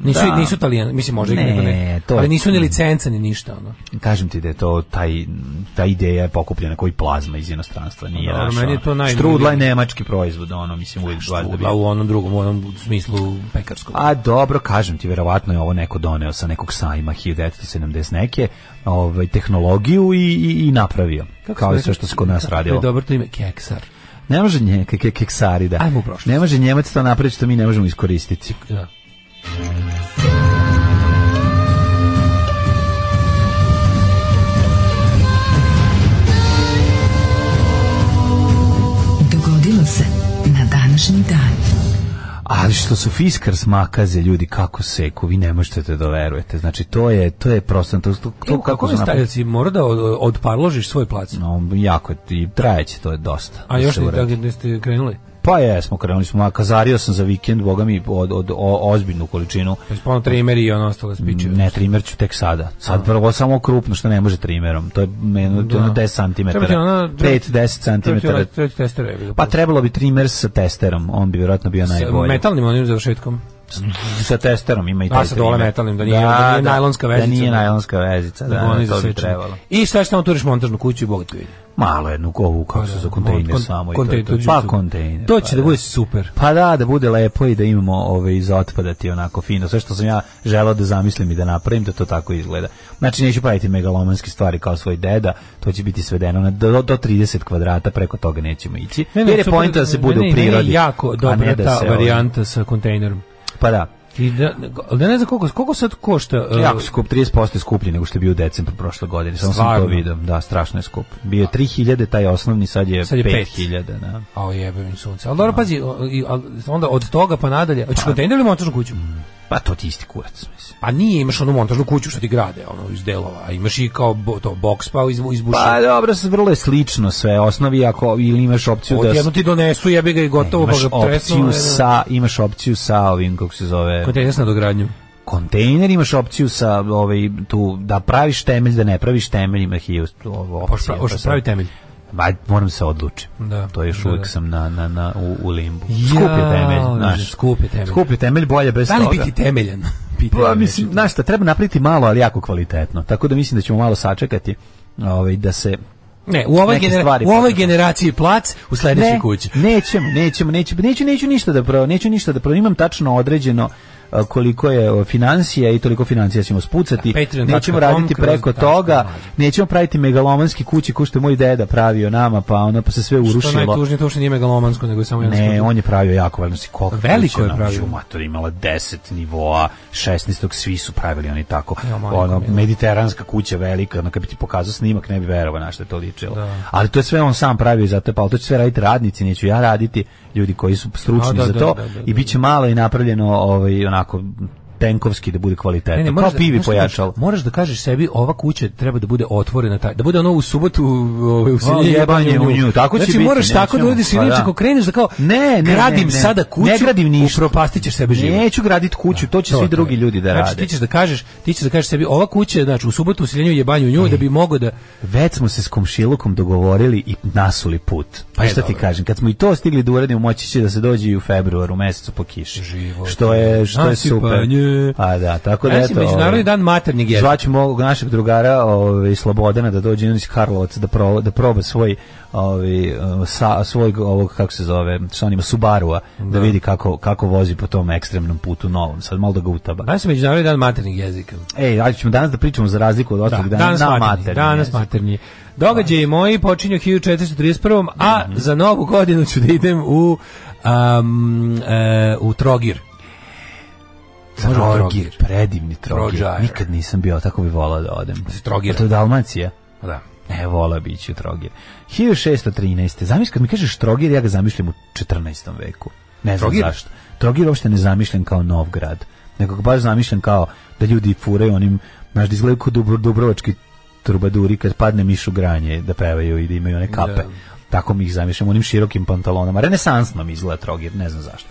[SPEAKER 6] Nisu,
[SPEAKER 7] Da.
[SPEAKER 6] nisu italijani, mislim možda ih
[SPEAKER 7] Ne,
[SPEAKER 6] neko ne.
[SPEAKER 7] to je-
[SPEAKER 6] ali nisu ni licence ni ništa. Ono.
[SPEAKER 7] Kažem ti da je to taj ta ideja je pokupljena koji plazma iz inostranstva, nije
[SPEAKER 6] Dobro,
[SPEAKER 7] naša,
[SPEAKER 6] meni je
[SPEAKER 7] ono.
[SPEAKER 6] to naj-
[SPEAKER 7] Štrudla je nemački proizvod, ono mislim uvijek valjda bi-
[SPEAKER 6] Štrudla u onom drugom, u onom smislu pekarskom.
[SPEAKER 7] A dobro, kažem ti, verovatno je ovo neko doneo sa nekog sajma 1970 neke ovaj, tehnologiju i, i, i napravio. kao i sve što se kod nas radilo.
[SPEAKER 6] Dobro to ime, keksar.
[SPEAKER 7] Ne može nje, ke, ke, keksari, da.
[SPEAKER 6] Ajmo u prošlost.
[SPEAKER 7] Ne može Njemac to napraviti što mi ne možemo iskoristiti.
[SPEAKER 6] Da.
[SPEAKER 5] Dogodilo se na današnji dan.
[SPEAKER 7] Ali što su fiskars makaze, ljudi, kako seku, vi ne možete da doverujete. Znači, to je, to je prosto, to, to, to
[SPEAKER 6] To kako
[SPEAKER 7] kako
[SPEAKER 6] je
[SPEAKER 7] su napravili.
[SPEAKER 6] stajati, mora da od- odparložiš svoj plac.
[SPEAKER 7] No, jako je, i trajeće to je dosta.
[SPEAKER 6] A još
[SPEAKER 7] se
[SPEAKER 6] ni
[SPEAKER 7] vrati.
[SPEAKER 6] da niste krenuli.
[SPEAKER 7] Pa jesmo, krenuli smo, a kazario sam za vikend, boga mi, od, od, o- ozbiljnu količinu.
[SPEAKER 6] Pa spavno trimer i ono ostalo spiče.
[SPEAKER 7] Ne, trimer ću tek sada. Sad prvo samo krupno što ne može trimerom. To je menu, to je ono 10 cm.
[SPEAKER 6] Treba ti ono-
[SPEAKER 7] 5-10 cm.
[SPEAKER 6] Treba ti testere. bi ga
[SPEAKER 7] Pa
[SPEAKER 6] pustio.
[SPEAKER 7] trebalo bi trimer sa testerom, on bi vjerojatno bio
[SPEAKER 6] Sa
[SPEAKER 7] najbolji.
[SPEAKER 6] metalnim onim završetkom.
[SPEAKER 7] Sa testerom ima i taj
[SPEAKER 6] A, sa dole
[SPEAKER 7] trimer.
[SPEAKER 6] metalnim, da nije- da nije najlonska vezica.
[SPEAKER 7] Da nije najlonska vezica, da,
[SPEAKER 6] ga oni
[SPEAKER 7] to bi
[SPEAKER 6] zaseče.
[SPEAKER 7] trebalo.
[SPEAKER 6] I šta će tamo turiš montažnu kuću i bogat vidi.
[SPEAKER 7] Malo jednu kovu, kako se za kontejner samo. i to je
[SPEAKER 6] Pa kontejner,
[SPEAKER 7] to.
[SPEAKER 6] to ću-
[SPEAKER 7] Pa kontejner.
[SPEAKER 6] To
[SPEAKER 7] pa
[SPEAKER 6] će da bude super.
[SPEAKER 7] Pa da, da bude lepo i da imamo ove iz otpada ti onako fino. Sve što sam ja želao da zamislim i da napravim, da to tako izgleda. Znači, neću praviti megalomanske stvari kao svoj deda, to će biti svedeno na do, do 30 kvadrata, preko toga nećemo ići. Jer je
[SPEAKER 6] super,
[SPEAKER 7] pojenta da se bude
[SPEAKER 6] ne, ne,
[SPEAKER 7] u prirodi.
[SPEAKER 6] Ne, jako
[SPEAKER 7] a
[SPEAKER 6] dobra
[SPEAKER 7] ne da
[SPEAKER 6] ta
[SPEAKER 7] se, ovaj,
[SPEAKER 6] varijanta sa kontejnerom.
[SPEAKER 7] Pa da,
[SPEAKER 6] I da, ali ja ne znam koliko, koliko sad košta. e,
[SPEAKER 7] jako skup, 30% je skuplji nego što je bio u decembru prošle godine. Samo
[SPEAKER 6] Stvarno?
[SPEAKER 7] sam to vidio, da, strašno je skup. Bio je 3000, taj osnovni, sad je,
[SPEAKER 6] Sad je pet.
[SPEAKER 7] 5000, da.
[SPEAKER 6] A jebe mi sunce. Ali dobro, pazi, o, i- al- onda od toga pa nadalje. Hoćeš kontejner ili montažnu kuću?
[SPEAKER 7] Pa to ti isti kurac, mislim.
[SPEAKER 6] Pa nije, imaš onu montažnu kuću što ti grade, ono, iz delova. A imaš i kao bo, to, box pa iz, iz buše.
[SPEAKER 7] Pa dobro, s- vrlo je slično sve. Osnovi ako ili imaš opciju da E,
[SPEAKER 6] Odjedno ti donesu, jebe ga i gotovo,
[SPEAKER 7] imaš
[SPEAKER 6] pa ga tresnu.
[SPEAKER 7] opciju sa imaš opciju sa ovim kako se zove
[SPEAKER 6] Kontejner na dogradnju.
[SPEAKER 7] kontejner, imaš opciju sa ovaj tu da praviš temelj, da ne praviš temelj, ima hiljadu ovo
[SPEAKER 6] Hoćeš pra, Pa hoćeš pravi temelj.
[SPEAKER 7] Ba, moram se odlučiti.
[SPEAKER 6] Da.
[SPEAKER 7] To još
[SPEAKER 6] Da,
[SPEAKER 7] uvijek
[SPEAKER 6] da.
[SPEAKER 7] sam na, na, na, u, u limbu. Skup je temelj, znaš.
[SPEAKER 6] Skup je temelj.
[SPEAKER 7] Skup je temelj, bolje bez
[SPEAKER 6] Da li
[SPEAKER 7] toga.
[SPEAKER 6] biti (laughs) temeljan? Pitanje
[SPEAKER 7] Pa,
[SPEAKER 6] je
[SPEAKER 7] mislim, znaš šta, treba napraviti malo, ali jako kvalitetno. Tako da mislim da ćemo malo sačekati ovaj, da se
[SPEAKER 6] Ne, u ovoj,
[SPEAKER 7] neke
[SPEAKER 6] genera-
[SPEAKER 7] stvari
[SPEAKER 6] u ovoj
[SPEAKER 7] potrebne.
[SPEAKER 6] generaciji plac, u sledećoj kući.
[SPEAKER 7] Nećemo, nećemo, nećemo, neću, neću ništa da pro, neću ništa da pro, imam tačno određeno a, koliko je o, financija i toliko financija ćemo spucati.
[SPEAKER 6] Da, patreon.com
[SPEAKER 7] nećemo raditi
[SPEAKER 6] kroz
[SPEAKER 7] preko
[SPEAKER 6] tačka
[SPEAKER 7] toga,
[SPEAKER 6] mlađa.
[SPEAKER 7] nećemo praviti megalomanski kući ko što je moj deda pravio nama, pa ono pa se sve
[SPEAKER 6] Što je
[SPEAKER 7] urušilo.
[SPEAKER 6] najtužnije to što nije megalomansko, nego je samo jednostavno.
[SPEAKER 7] Ne, on je pravio jako veliko si koliko.
[SPEAKER 6] Veliko je
[SPEAKER 7] kuća,
[SPEAKER 6] pravio.
[SPEAKER 7] ono, Mator imala 10 nivoa, 16. svi su pravili oni tako.
[SPEAKER 6] Ja, majko
[SPEAKER 7] ono
[SPEAKER 6] mila.
[SPEAKER 7] mediteranska kuća velika, ono kad bi ti pokazao snimak ne bi verovao na što je to ličilo. Ali to je sve on sam pravio i zato je, pa ali to će sve raditi radnici, neću ja raditi, ljudi koji su stručni
[SPEAKER 6] A, da,
[SPEAKER 7] za
[SPEAKER 6] da,
[SPEAKER 7] to
[SPEAKER 6] da, da, da.
[SPEAKER 7] i biće malo i napravljeno ovaj onako tenkovski da bude kvalitetno. Kao
[SPEAKER 6] moraš da-
[SPEAKER 7] pivi
[SPEAKER 6] znaš šta
[SPEAKER 7] pojačalo.
[SPEAKER 6] kažeš? Moraš da kažeš sebi ova kuća treba da bude otvorena taj. Da bude ono u subotu ovaj u
[SPEAKER 7] A,
[SPEAKER 6] sredini
[SPEAKER 7] jebanje u nju, tako će
[SPEAKER 6] znači,
[SPEAKER 7] biti,
[SPEAKER 6] moraš tako da
[SPEAKER 7] nećemo.
[SPEAKER 6] uradiš
[SPEAKER 7] Pa
[SPEAKER 6] inače
[SPEAKER 7] da.
[SPEAKER 6] ako kreneš da kao
[SPEAKER 7] Ne, ne, ne,
[SPEAKER 6] gradim
[SPEAKER 7] ne.
[SPEAKER 6] sada kuću.
[SPEAKER 7] Ne gradim ništa.
[SPEAKER 6] Propastićeš sebe život.
[SPEAKER 7] Neću graditi kuću, to će
[SPEAKER 6] To,
[SPEAKER 7] svi
[SPEAKER 6] to
[SPEAKER 7] drugi
[SPEAKER 6] je.
[SPEAKER 7] ljudi da
[SPEAKER 6] znači,
[SPEAKER 7] rade.
[SPEAKER 6] ti ćeš da kažeš, ti ćeš da kažeš sebi ova kuća je, znači u subotu u Siljenju je banju u nju da bi mogao da
[SPEAKER 7] Već smo se s komšilukom dogovorili i nasuli put. Pa
[SPEAKER 6] E,
[SPEAKER 7] šta ti
[SPEAKER 6] dobro.
[SPEAKER 7] kažem, kad smo i to stigli da uradimo, moći će da se dođe i u februaru, mesecu po kiši.
[SPEAKER 6] Život
[SPEAKER 7] što je, što je super.
[SPEAKER 6] nasipanje.
[SPEAKER 7] A da, tako da
[SPEAKER 6] Danas je
[SPEAKER 7] eto.
[SPEAKER 6] međunarodni
[SPEAKER 7] ovaj,
[SPEAKER 6] dan maternjeg jezika.
[SPEAKER 7] Zvaćemo ovog našeg drugara, ovaj Slobodana da dođe on iz Karlovaca da proba, da proba svoj ovaj eh, sa svojeg ovog kako se zove, sa onim Subarua, da. vidi kako kako vozi po tom ekstremnom putu novom. Sad malo da ga utaba.
[SPEAKER 6] Danas je međunarodni dan maternjeg jezika.
[SPEAKER 7] Ej, ajde ćemo danas da pričamo za razliku od ostalih dana
[SPEAKER 6] danas
[SPEAKER 7] na
[SPEAKER 6] maternji.
[SPEAKER 7] maternji
[SPEAKER 6] Danas
[SPEAKER 7] jezik.
[SPEAKER 6] maternji. Događaji moji počinju 1431. A
[SPEAKER 7] Mhm.
[SPEAKER 6] za novu godinu ću da idem u um, e, u Trogir. Može u
[SPEAKER 7] Trogir, predivni Trogir.
[SPEAKER 6] Trogir.
[SPEAKER 7] Nikad nisam bio, tako bi volao da odem.
[SPEAKER 6] Trogir.
[SPEAKER 7] A To je Dalmacija.
[SPEAKER 6] Da.
[SPEAKER 7] E, vola bići u Trogir. 1613. Zamisli, kad mi kažeš Trogir, ja ga zamišljam u 14. veku. Ne znam
[SPEAKER 6] Trogir?
[SPEAKER 7] zašto. Trogir uopšte ne zamišljam kao nov grad. Nego ga baš zamišljam kao da ljudi furaju onim, znaš, da izgledaju kao Dubro- dubrovački trubaduri kad padne mišu granje da pevaju i da imaju one kape.
[SPEAKER 6] Da.
[SPEAKER 7] Tako mi ih zamišljam, u onim širokim pantalonama. Renesansno mi izgleda Trogir, ne znam zašto.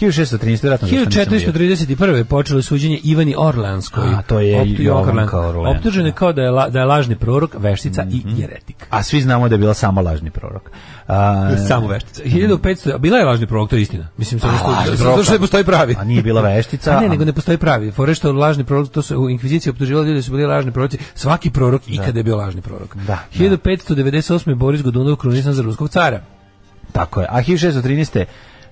[SPEAKER 7] 1613. vjerojatno zašto nisam bio.
[SPEAKER 6] 1431. počelo je suđenje Ivani Orleanskoj.
[SPEAKER 7] A, to je
[SPEAKER 6] Optu-
[SPEAKER 7] Jovanka
[SPEAKER 6] Orleanska.
[SPEAKER 7] Orleanska.
[SPEAKER 6] Optužen je kao da je, la- da je lažni prorok, veštica
[SPEAKER 7] Mhm.
[SPEAKER 6] i jeretik.
[SPEAKER 7] A svi znamo da je bila samo lažni prorok. (laughs) A,
[SPEAKER 6] Samo veštica. 1500, a bila je lažni prorok, to je istina. Mislim, samo
[SPEAKER 7] lažni
[SPEAKER 6] što,
[SPEAKER 7] prorok.
[SPEAKER 6] zato što ne postoji pravi.
[SPEAKER 7] a nije
[SPEAKER 6] (laughs)
[SPEAKER 7] bila veštica.
[SPEAKER 6] Pa ne,
[SPEAKER 7] a-
[SPEAKER 6] nego ne postoji pravi. Fore što lažni prorok, to su u inkviziciji optuživali ljudi da su bili lažni proroci. Svaki prorok ikada je bio lažni prorok.
[SPEAKER 7] Da,
[SPEAKER 6] 1598. je Boris Godunov krunisan za ruskog cara.
[SPEAKER 7] Tako je. A 1613.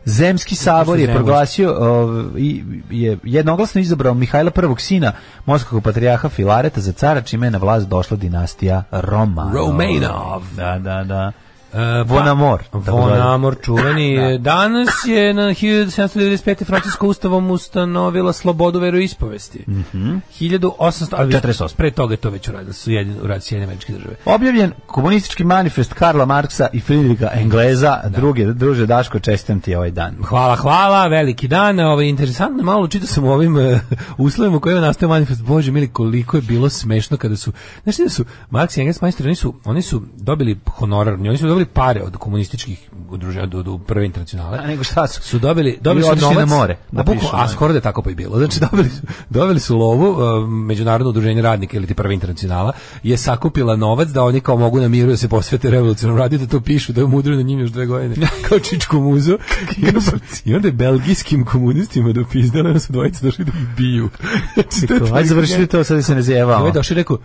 [SPEAKER 7] Zemski sabor je
[SPEAKER 6] Zemlje.
[SPEAKER 7] proglasio ov, i je jednoglasno izabrao Mihajla prvog sina Moskvog patrijarha Filareta za cara čime je na vlast došla dinastija Romanov.
[SPEAKER 6] Romanov.
[SPEAKER 7] Da, da, da.
[SPEAKER 6] E, pa-
[SPEAKER 7] Vonamor. tako zove.
[SPEAKER 6] Vonamor, čuveni.
[SPEAKER 7] (laughs)
[SPEAKER 6] Danas je na 1795. francusko ustavom ustanovila slobodu veroispovesti. Mm
[SPEAKER 7] Mhm.
[SPEAKER 6] 1800, ali
[SPEAKER 7] 48.
[SPEAKER 6] pre toga je to već uradili su jedin, uradili su jedine američke države.
[SPEAKER 7] Objavljen komunistički manifest Karla Marksa i Friedricha Engleza. Druge, druže Daško, čestitam ti ovaj dan.
[SPEAKER 6] Hvala, hvala, veliki dan. Ovo interesantno, malo čitao sam o ovim e, uslovima u kojima nastaje manifest. Bože, mili, koliko je bilo smešno kada su, znaš ti da su Marks i Engels majstori, oni su, oni su dobili honorar, oni su dobili pare od komunističkih udruženja, od, od prve internacionale.
[SPEAKER 7] A nego šta su?
[SPEAKER 6] su dobili dobili su
[SPEAKER 7] otišli
[SPEAKER 6] novac
[SPEAKER 7] na more, da
[SPEAKER 6] a, bukvalno-
[SPEAKER 7] pišu,
[SPEAKER 6] a
[SPEAKER 7] da.
[SPEAKER 6] skoro da je tako pa i bilo znači dobili su, dobili su lovu e, međunarodno udruženje radnika ili ti prva internacionala je sakupila novac da oni kao mogu na miru da se posvete revolucionarnom radu da to pišu da je mudro na njim još
[SPEAKER 7] (laughs)
[SPEAKER 6] dve godine kao čičku muzu I onda su- i onda je belgijskim komunistima dopizdala da su dvojica došli da ih
[SPEAKER 7] (laughs)
[SPEAKER 6] biju Znači, to je
[SPEAKER 7] Ajde završite to, sad se ne
[SPEAKER 6] i ovaj
[SPEAKER 7] zjevamo.
[SPEAKER 6] je došao i rekao,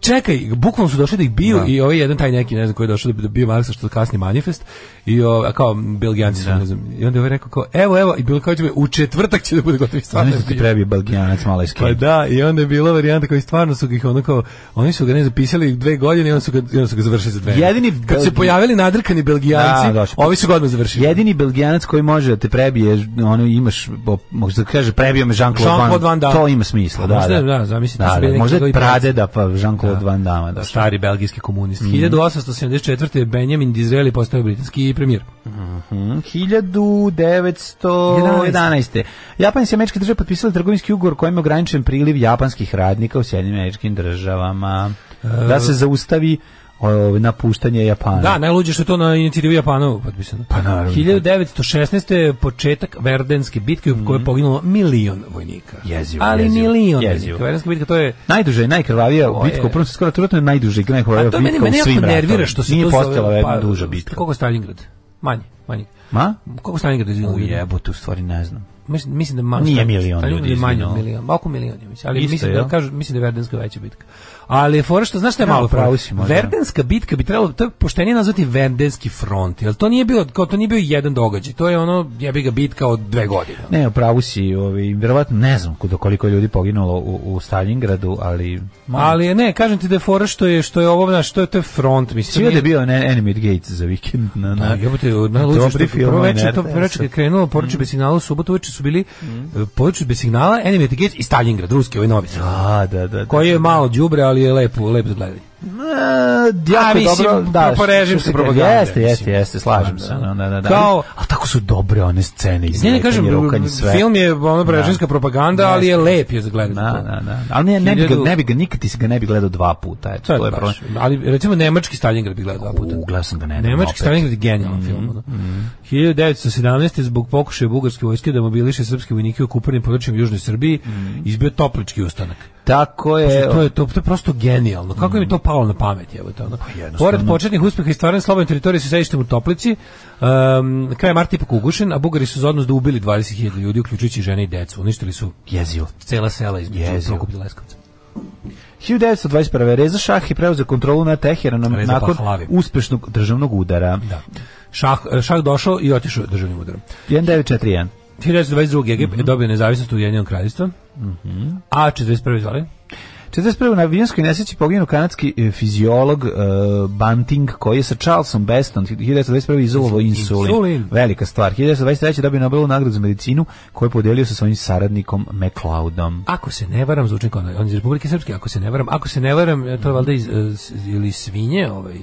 [SPEAKER 6] čekaj, bukvalno su došli da ih biju i ovaj jedan taj neki, ne znam koji je došao da bi- da bio Marksa što je kasni manifest i o, a kao belgijanci su, ne znam. I onda je ovaj rekao kao, evo, evo, i bilo kao će me, u četvrtak će da bude gotovi stvarno.
[SPEAKER 7] Zamislite ti prebije Belgijanac malo iz
[SPEAKER 6] Pa
[SPEAKER 7] Kenta.
[SPEAKER 6] da, i onda je bila varijanta koji stvarno su ih ono kao, oni su ga ne zapisali dve godine i onda su ga, i onda su ga završili za dve.
[SPEAKER 7] Jedini
[SPEAKER 6] Kad su se
[SPEAKER 7] Belgi-
[SPEAKER 6] pojavili nadrkani belgijanci,
[SPEAKER 7] Da, došli.
[SPEAKER 6] ovi su ga odmah završili.
[SPEAKER 7] Jedini belgijanac koji može da te prebije, ono imaš, bo- možda kaže, prebio me Jean-Claude Van,
[SPEAKER 6] Jean-Claude Van Damme.
[SPEAKER 7] To ima smisla,
[SPEAKER 6] A
[SPEAKER 7] da,
[SPEAKER 6] možda je,
[SPEAKER 7] da.
[SPEAKER 6] da, zamislite,
[SPEAKER 7] Da,
[SPEAKER 6] su
[SPEAKER 7] da,
[SPEAKER 6] bili neki
[SPEAKER 7] možda
[SPEAKER 6] drugi
[SPEAKER 7] je pradeda, pa Jean-Claude Van Damme. Da.
[SPEAKER 6] Da, stari belgijski komunist.
[SPEAKER 7] Mhm.
[SPEAKER 6] 1874. je Benjamin Disraeli postao britanski premijer.
[SPEAKER 7] Mhm, 1911. Japanske i američke države potpisali trgovinski ugovor kojim je ograničen priliv japanskih radnika u Sjedinim američkim državama. Da se zaustavi o, napuštanje Japana.
[SPEAKER 6] E. Da, najluđe što je to na inicijativu Japanovu potpisano.
[SPEAKER 7] Pa naravno.
[SPEAKER 6] 1916. je početak Verdenske bitke u kojoj je poginulo milion vojnika.
[SPEAKER 7] Mhm. Jezivo,
[SPEAKER 6] Ali
[SPEAKER 7] jezivo,
[SPEAKER 6] milion
[SPEAKER 7] jezivo.
[SPEAKER 6] vojnika. Verdenska bitka to je...
[SPEAKER 7] Najduže i najkrvavija bitka u Prvom svjetskom ratu, vjerojatno je najduže i najkrvavija
[SPEAKER 6] A Pa to
[SPEAKER 7] bitka
[SPEAKER 6] mene,
[SPEAKER 7] u
[SPEAKER 6] mene
[SPEAKER 7] svim
[SPEAKER 6] jako nervira
[SPEAKER 7] ratovima.
[SPEAKER 6] što se
[SPEAKER 7] Nije
[SPEAKER 6] to pa,
[SPEAKER 7] postala jedna duža bitka.
[SPEAKER 6] Koliko je Stalingrad? Manje. Manjeg.
[SPEAKER 7] Ma?
[SPEAKER 6] Koliko Stalingrad izginulo?
[SPEAKER 7] U
[SPEAKER 6] ljudi?
[SPEAKER 7] jebotu, u stvari ne znam.
[SPEAKER 6] Mislim, mislim da manje.
[SPEAKER 7] Nije milion ljudi
[SPEAKER 6] je manje od
[SPEAKER 7] izginulo.
[SPEAKER 6] milion, oko milion je, mislim. Ali
[SPEAKER 7] Isto,
[SPEAKER 6] mislim
[SPEAKER 7] jel?
[SPEAKER 6] da kažu, mislim da je Verdenska veća bitka. Ali je fora što znaš šta je
[SPEAKER 7] Da,
[SPEAKER 6] malo
[SPEAKER 7] u pravu
[SPEAKER 6] fora?
[SPEAKER 7] si možda.
[SPEAKER 6] Verdenska bitka bi trebalo to je poštenije nazvati Verdenski front, jel to nije bilo kao to nije bio jedan događaj, to je ono jebi ga bitka od dve godine.
[SPEAKER 7] Ne, u pravu si, ovi, verovatno ne znam kudo koliko je ljudi poginulo u, u Stalingradu, ali...
[SPEAKER 6] Ali ne, kažem ti da je fora što je što je ovo znaš, što je to je front, mislim.
[SPEAKER 7] Svi da je
[SPEAKER 6] nije-
[SPEAKER 7] bio ne, Enemy at Gates za vikend na...
[SPEAKER 6] Da,
[SPEAKER 7] na
[SPEAKER 6] jebote, na luci što
[SPEAKER 7] Dobri film, ovaj
[SPEAKER 6] prvo večer, to
[SPEAKER 7] ne, Mm.
[SPEAKER 6] prvo večer kad je krenulo, poruče bez signala, u subotu uveče su bili mm. poruče bez signala, Enemy at the Gates i Stalingrad, ruski ovaj novi.
[SPEAKER 7] A, da, da. da.
[SPEAKER 6] Koji je malo đubre, ali je lepo, lepo da gledati.
[SPEAKER 7] E,
[SPEAKER 6] A,
[SPEAKER 7] jako
[SPEAKER 6] mislim,
[SPEAKER 7] dobro, da,
[SPEAKER 6] po režimu
[SPEAKER 7] što
[SPEAKER 6] se
[SPEAKER 7] kaže,
[SPEAKER 6] propagande,
[SPEAKER 7] Jeste, jeste,
[SPEAKER 6] mislim.
[SPEAKER 7] jeste, slažem
[SPEAKER 6] Da,
[SPEAKER 7] se.
[SPEAKER 6] da.
[SPEAKER 7] Da, da, da.
[SPEAKER 6] Kao-
[SPEAKER 7] ali, ali tako su dobre one scene iz
[SPEAKER 6] Ne, ne kažem,
[SPEAKER 7] sve.
[SPEAKER 6] film je ono brežinska propaganda, ali je
[SPEAKER 7] Jeste.
[SPEAKER 6] lep je za gledanje.
[SPEAKER 7] Da, da, da. Ali ne, ne, bi ga,
[SPEAKER 6] Hiljadu-
[SPEAKER 7] ne bi ga, nikad ti se ga ne bi gledao dva puta. Eto,
[SPEAKER 6] To je
[SPEAKER 7] to je
[SPEAKER 6] baš.
[SPEAKER 7] problem.
[SPEAKER 6] Ali recimo nemački Stalingrad bi gledao dva puta.
[SPEAKER 7] U, gledao sam ga nedavno opet. Mm,
[SPEAKER 6] Nemački Stalingrad je genijalan film. ono. 1917. zbog pokušaja bugarske vojske da mobiliše srpske vojnike u kuparnim područjima u Južnoj Srbiji,
[SPEAKER 7] Mm.
[SPEAKER 6] izbio toplički ustanak.
[SPEAKER 7] Tako
[SPEAKER 6] Znači,
[SPEAKER 7] je,
[SPEAKER 6] to je to, to je prosto genijalno. Kako im je to palo na pamet, evo to ono.
[SPEAKER 7] Mm. Pa jednostavno.
[SPEAKER 6] Pored početnih uspeha i stvaranja slobodne teritorije sa sedištem u Toplici, um, kraj marta ipak ugušen, a Bugari su za odnos da ubili 20.000 ljudi, uključujući žene i decu. Uništili su
[SPEAKER 7] jezivo.
[SPEAKER 6] cela sela između
[SPEAKER 7] Jezivo.
[SPEAKER 6] Prokuplja i Leskovca.
[SPEAKER 7] 1921. Reza Šah je preuzeo kontrolu nad Teheranom
[SPEAKER 6] Reza
[SPEAKER 7] nakon
[SPEAKER 6] Pahlavi.
[SPEAKER 7] uspešnog državnog udara.
[SPEAKER 6] Da. Šah, e, šah došao i otišao državnim udarom.
[SPEAKER 7] 1941.
[SPEAKER 6] 1922. Egipat
[SPEAKER 7] Mhm.
[SPEAKER 6] je dobio nezavisnost u Ujedinjenom kraljevstvu. A 41. zvali?
[SPEAKER 7] 41. na avionskoj nesreći poginuo kanadski e, fiziolog e, Banting koji je sa Charlesom Bestom 1921. izolovao insulin.
[SPEAKER 6] Insulin.
[SPEAKER 7] Velika stvar. 1923. dobio Nobelovu nagradu za medicinu koju je podelio sa svojim saradnikom McLeodom.
[SPEAKER 6] Ako se ne varam, zvuči kao on je iz Republike Srpske, ako se ne varam, ako se ne varam, e, to je valjda iz, e, s- ili svinje, ovaj,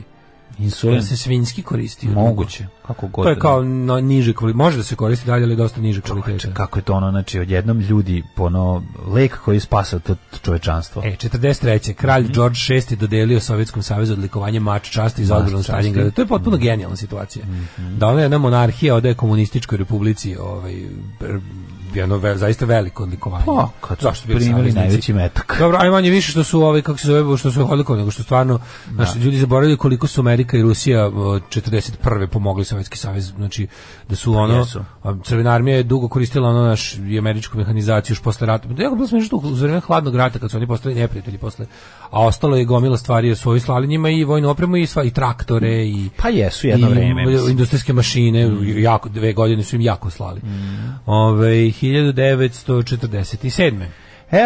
[SPEAKER 7] Insulin?
[SPEAKER 6] Jel se svinjski koristi.
[SPEAKER 7] Moguće. Kako god.
[SPEAKER 6] To je
[SPEAKER 7] da-
[SPEAKER 6] kao no, niže kvalitete. Može da se koristi dalje, ali je dosta niže kvalitete.
[SPEAKER 7] Čovječe, kako je to ono, znači, odjednom ljudi, ono, lek koji je spasao to čovečanstvo. Mhm.
[SPEAKER 6] E, 43. Kralj George VI dodelio Sovjetskom savezu odlikovanje mač časti za odbranu
[SPEAKER 7] časti. Mhm.
[SPEAKER 6] Stalingrada. To je potpuno genijalna situacija. Da ona jedna monarhija odaje komunističkoj republici ovaj, pr- jedno ve- zaista veliko odlikovanje.
[SPEAKER 7] Pa, kad su
[SPEAKER 6] bili
[SPEAKER 7] primili
[SPEAKER 6] saveznici?
[SPEAKER 7] najveći metak.
[SPEAKER 6] Dobro, aj manje više što su ovaj kako se zove što su odlikovani, nego što stvarno naši ljudi zaboravljaju koliko su Amerika i Rusija od 41. pomogli Sovjetski savez, znači da su ono
[SPEAKER 7] jesu.
[SPEAKER 6] a Crvena armija je dugo koristila ono naš i američku mehanizaciju još posle rata. Da je bilo smešno što u vreme hladnog rata kad su oni postali neprijatelji posle. A ostalo je gomila stvari jer su ovi slali njima i vojnu opremu i sva i traktore i
[SPEAKER 7] Pa jesu jedno
[SPEAKER 6] i
[SPEAKER 7] vreme, mislim. Mm.
[SPEAKER 6] industrijske mašine, jako, dve godine su im jako slali. Ove, 1947.
[SPEAKER 7] Evo,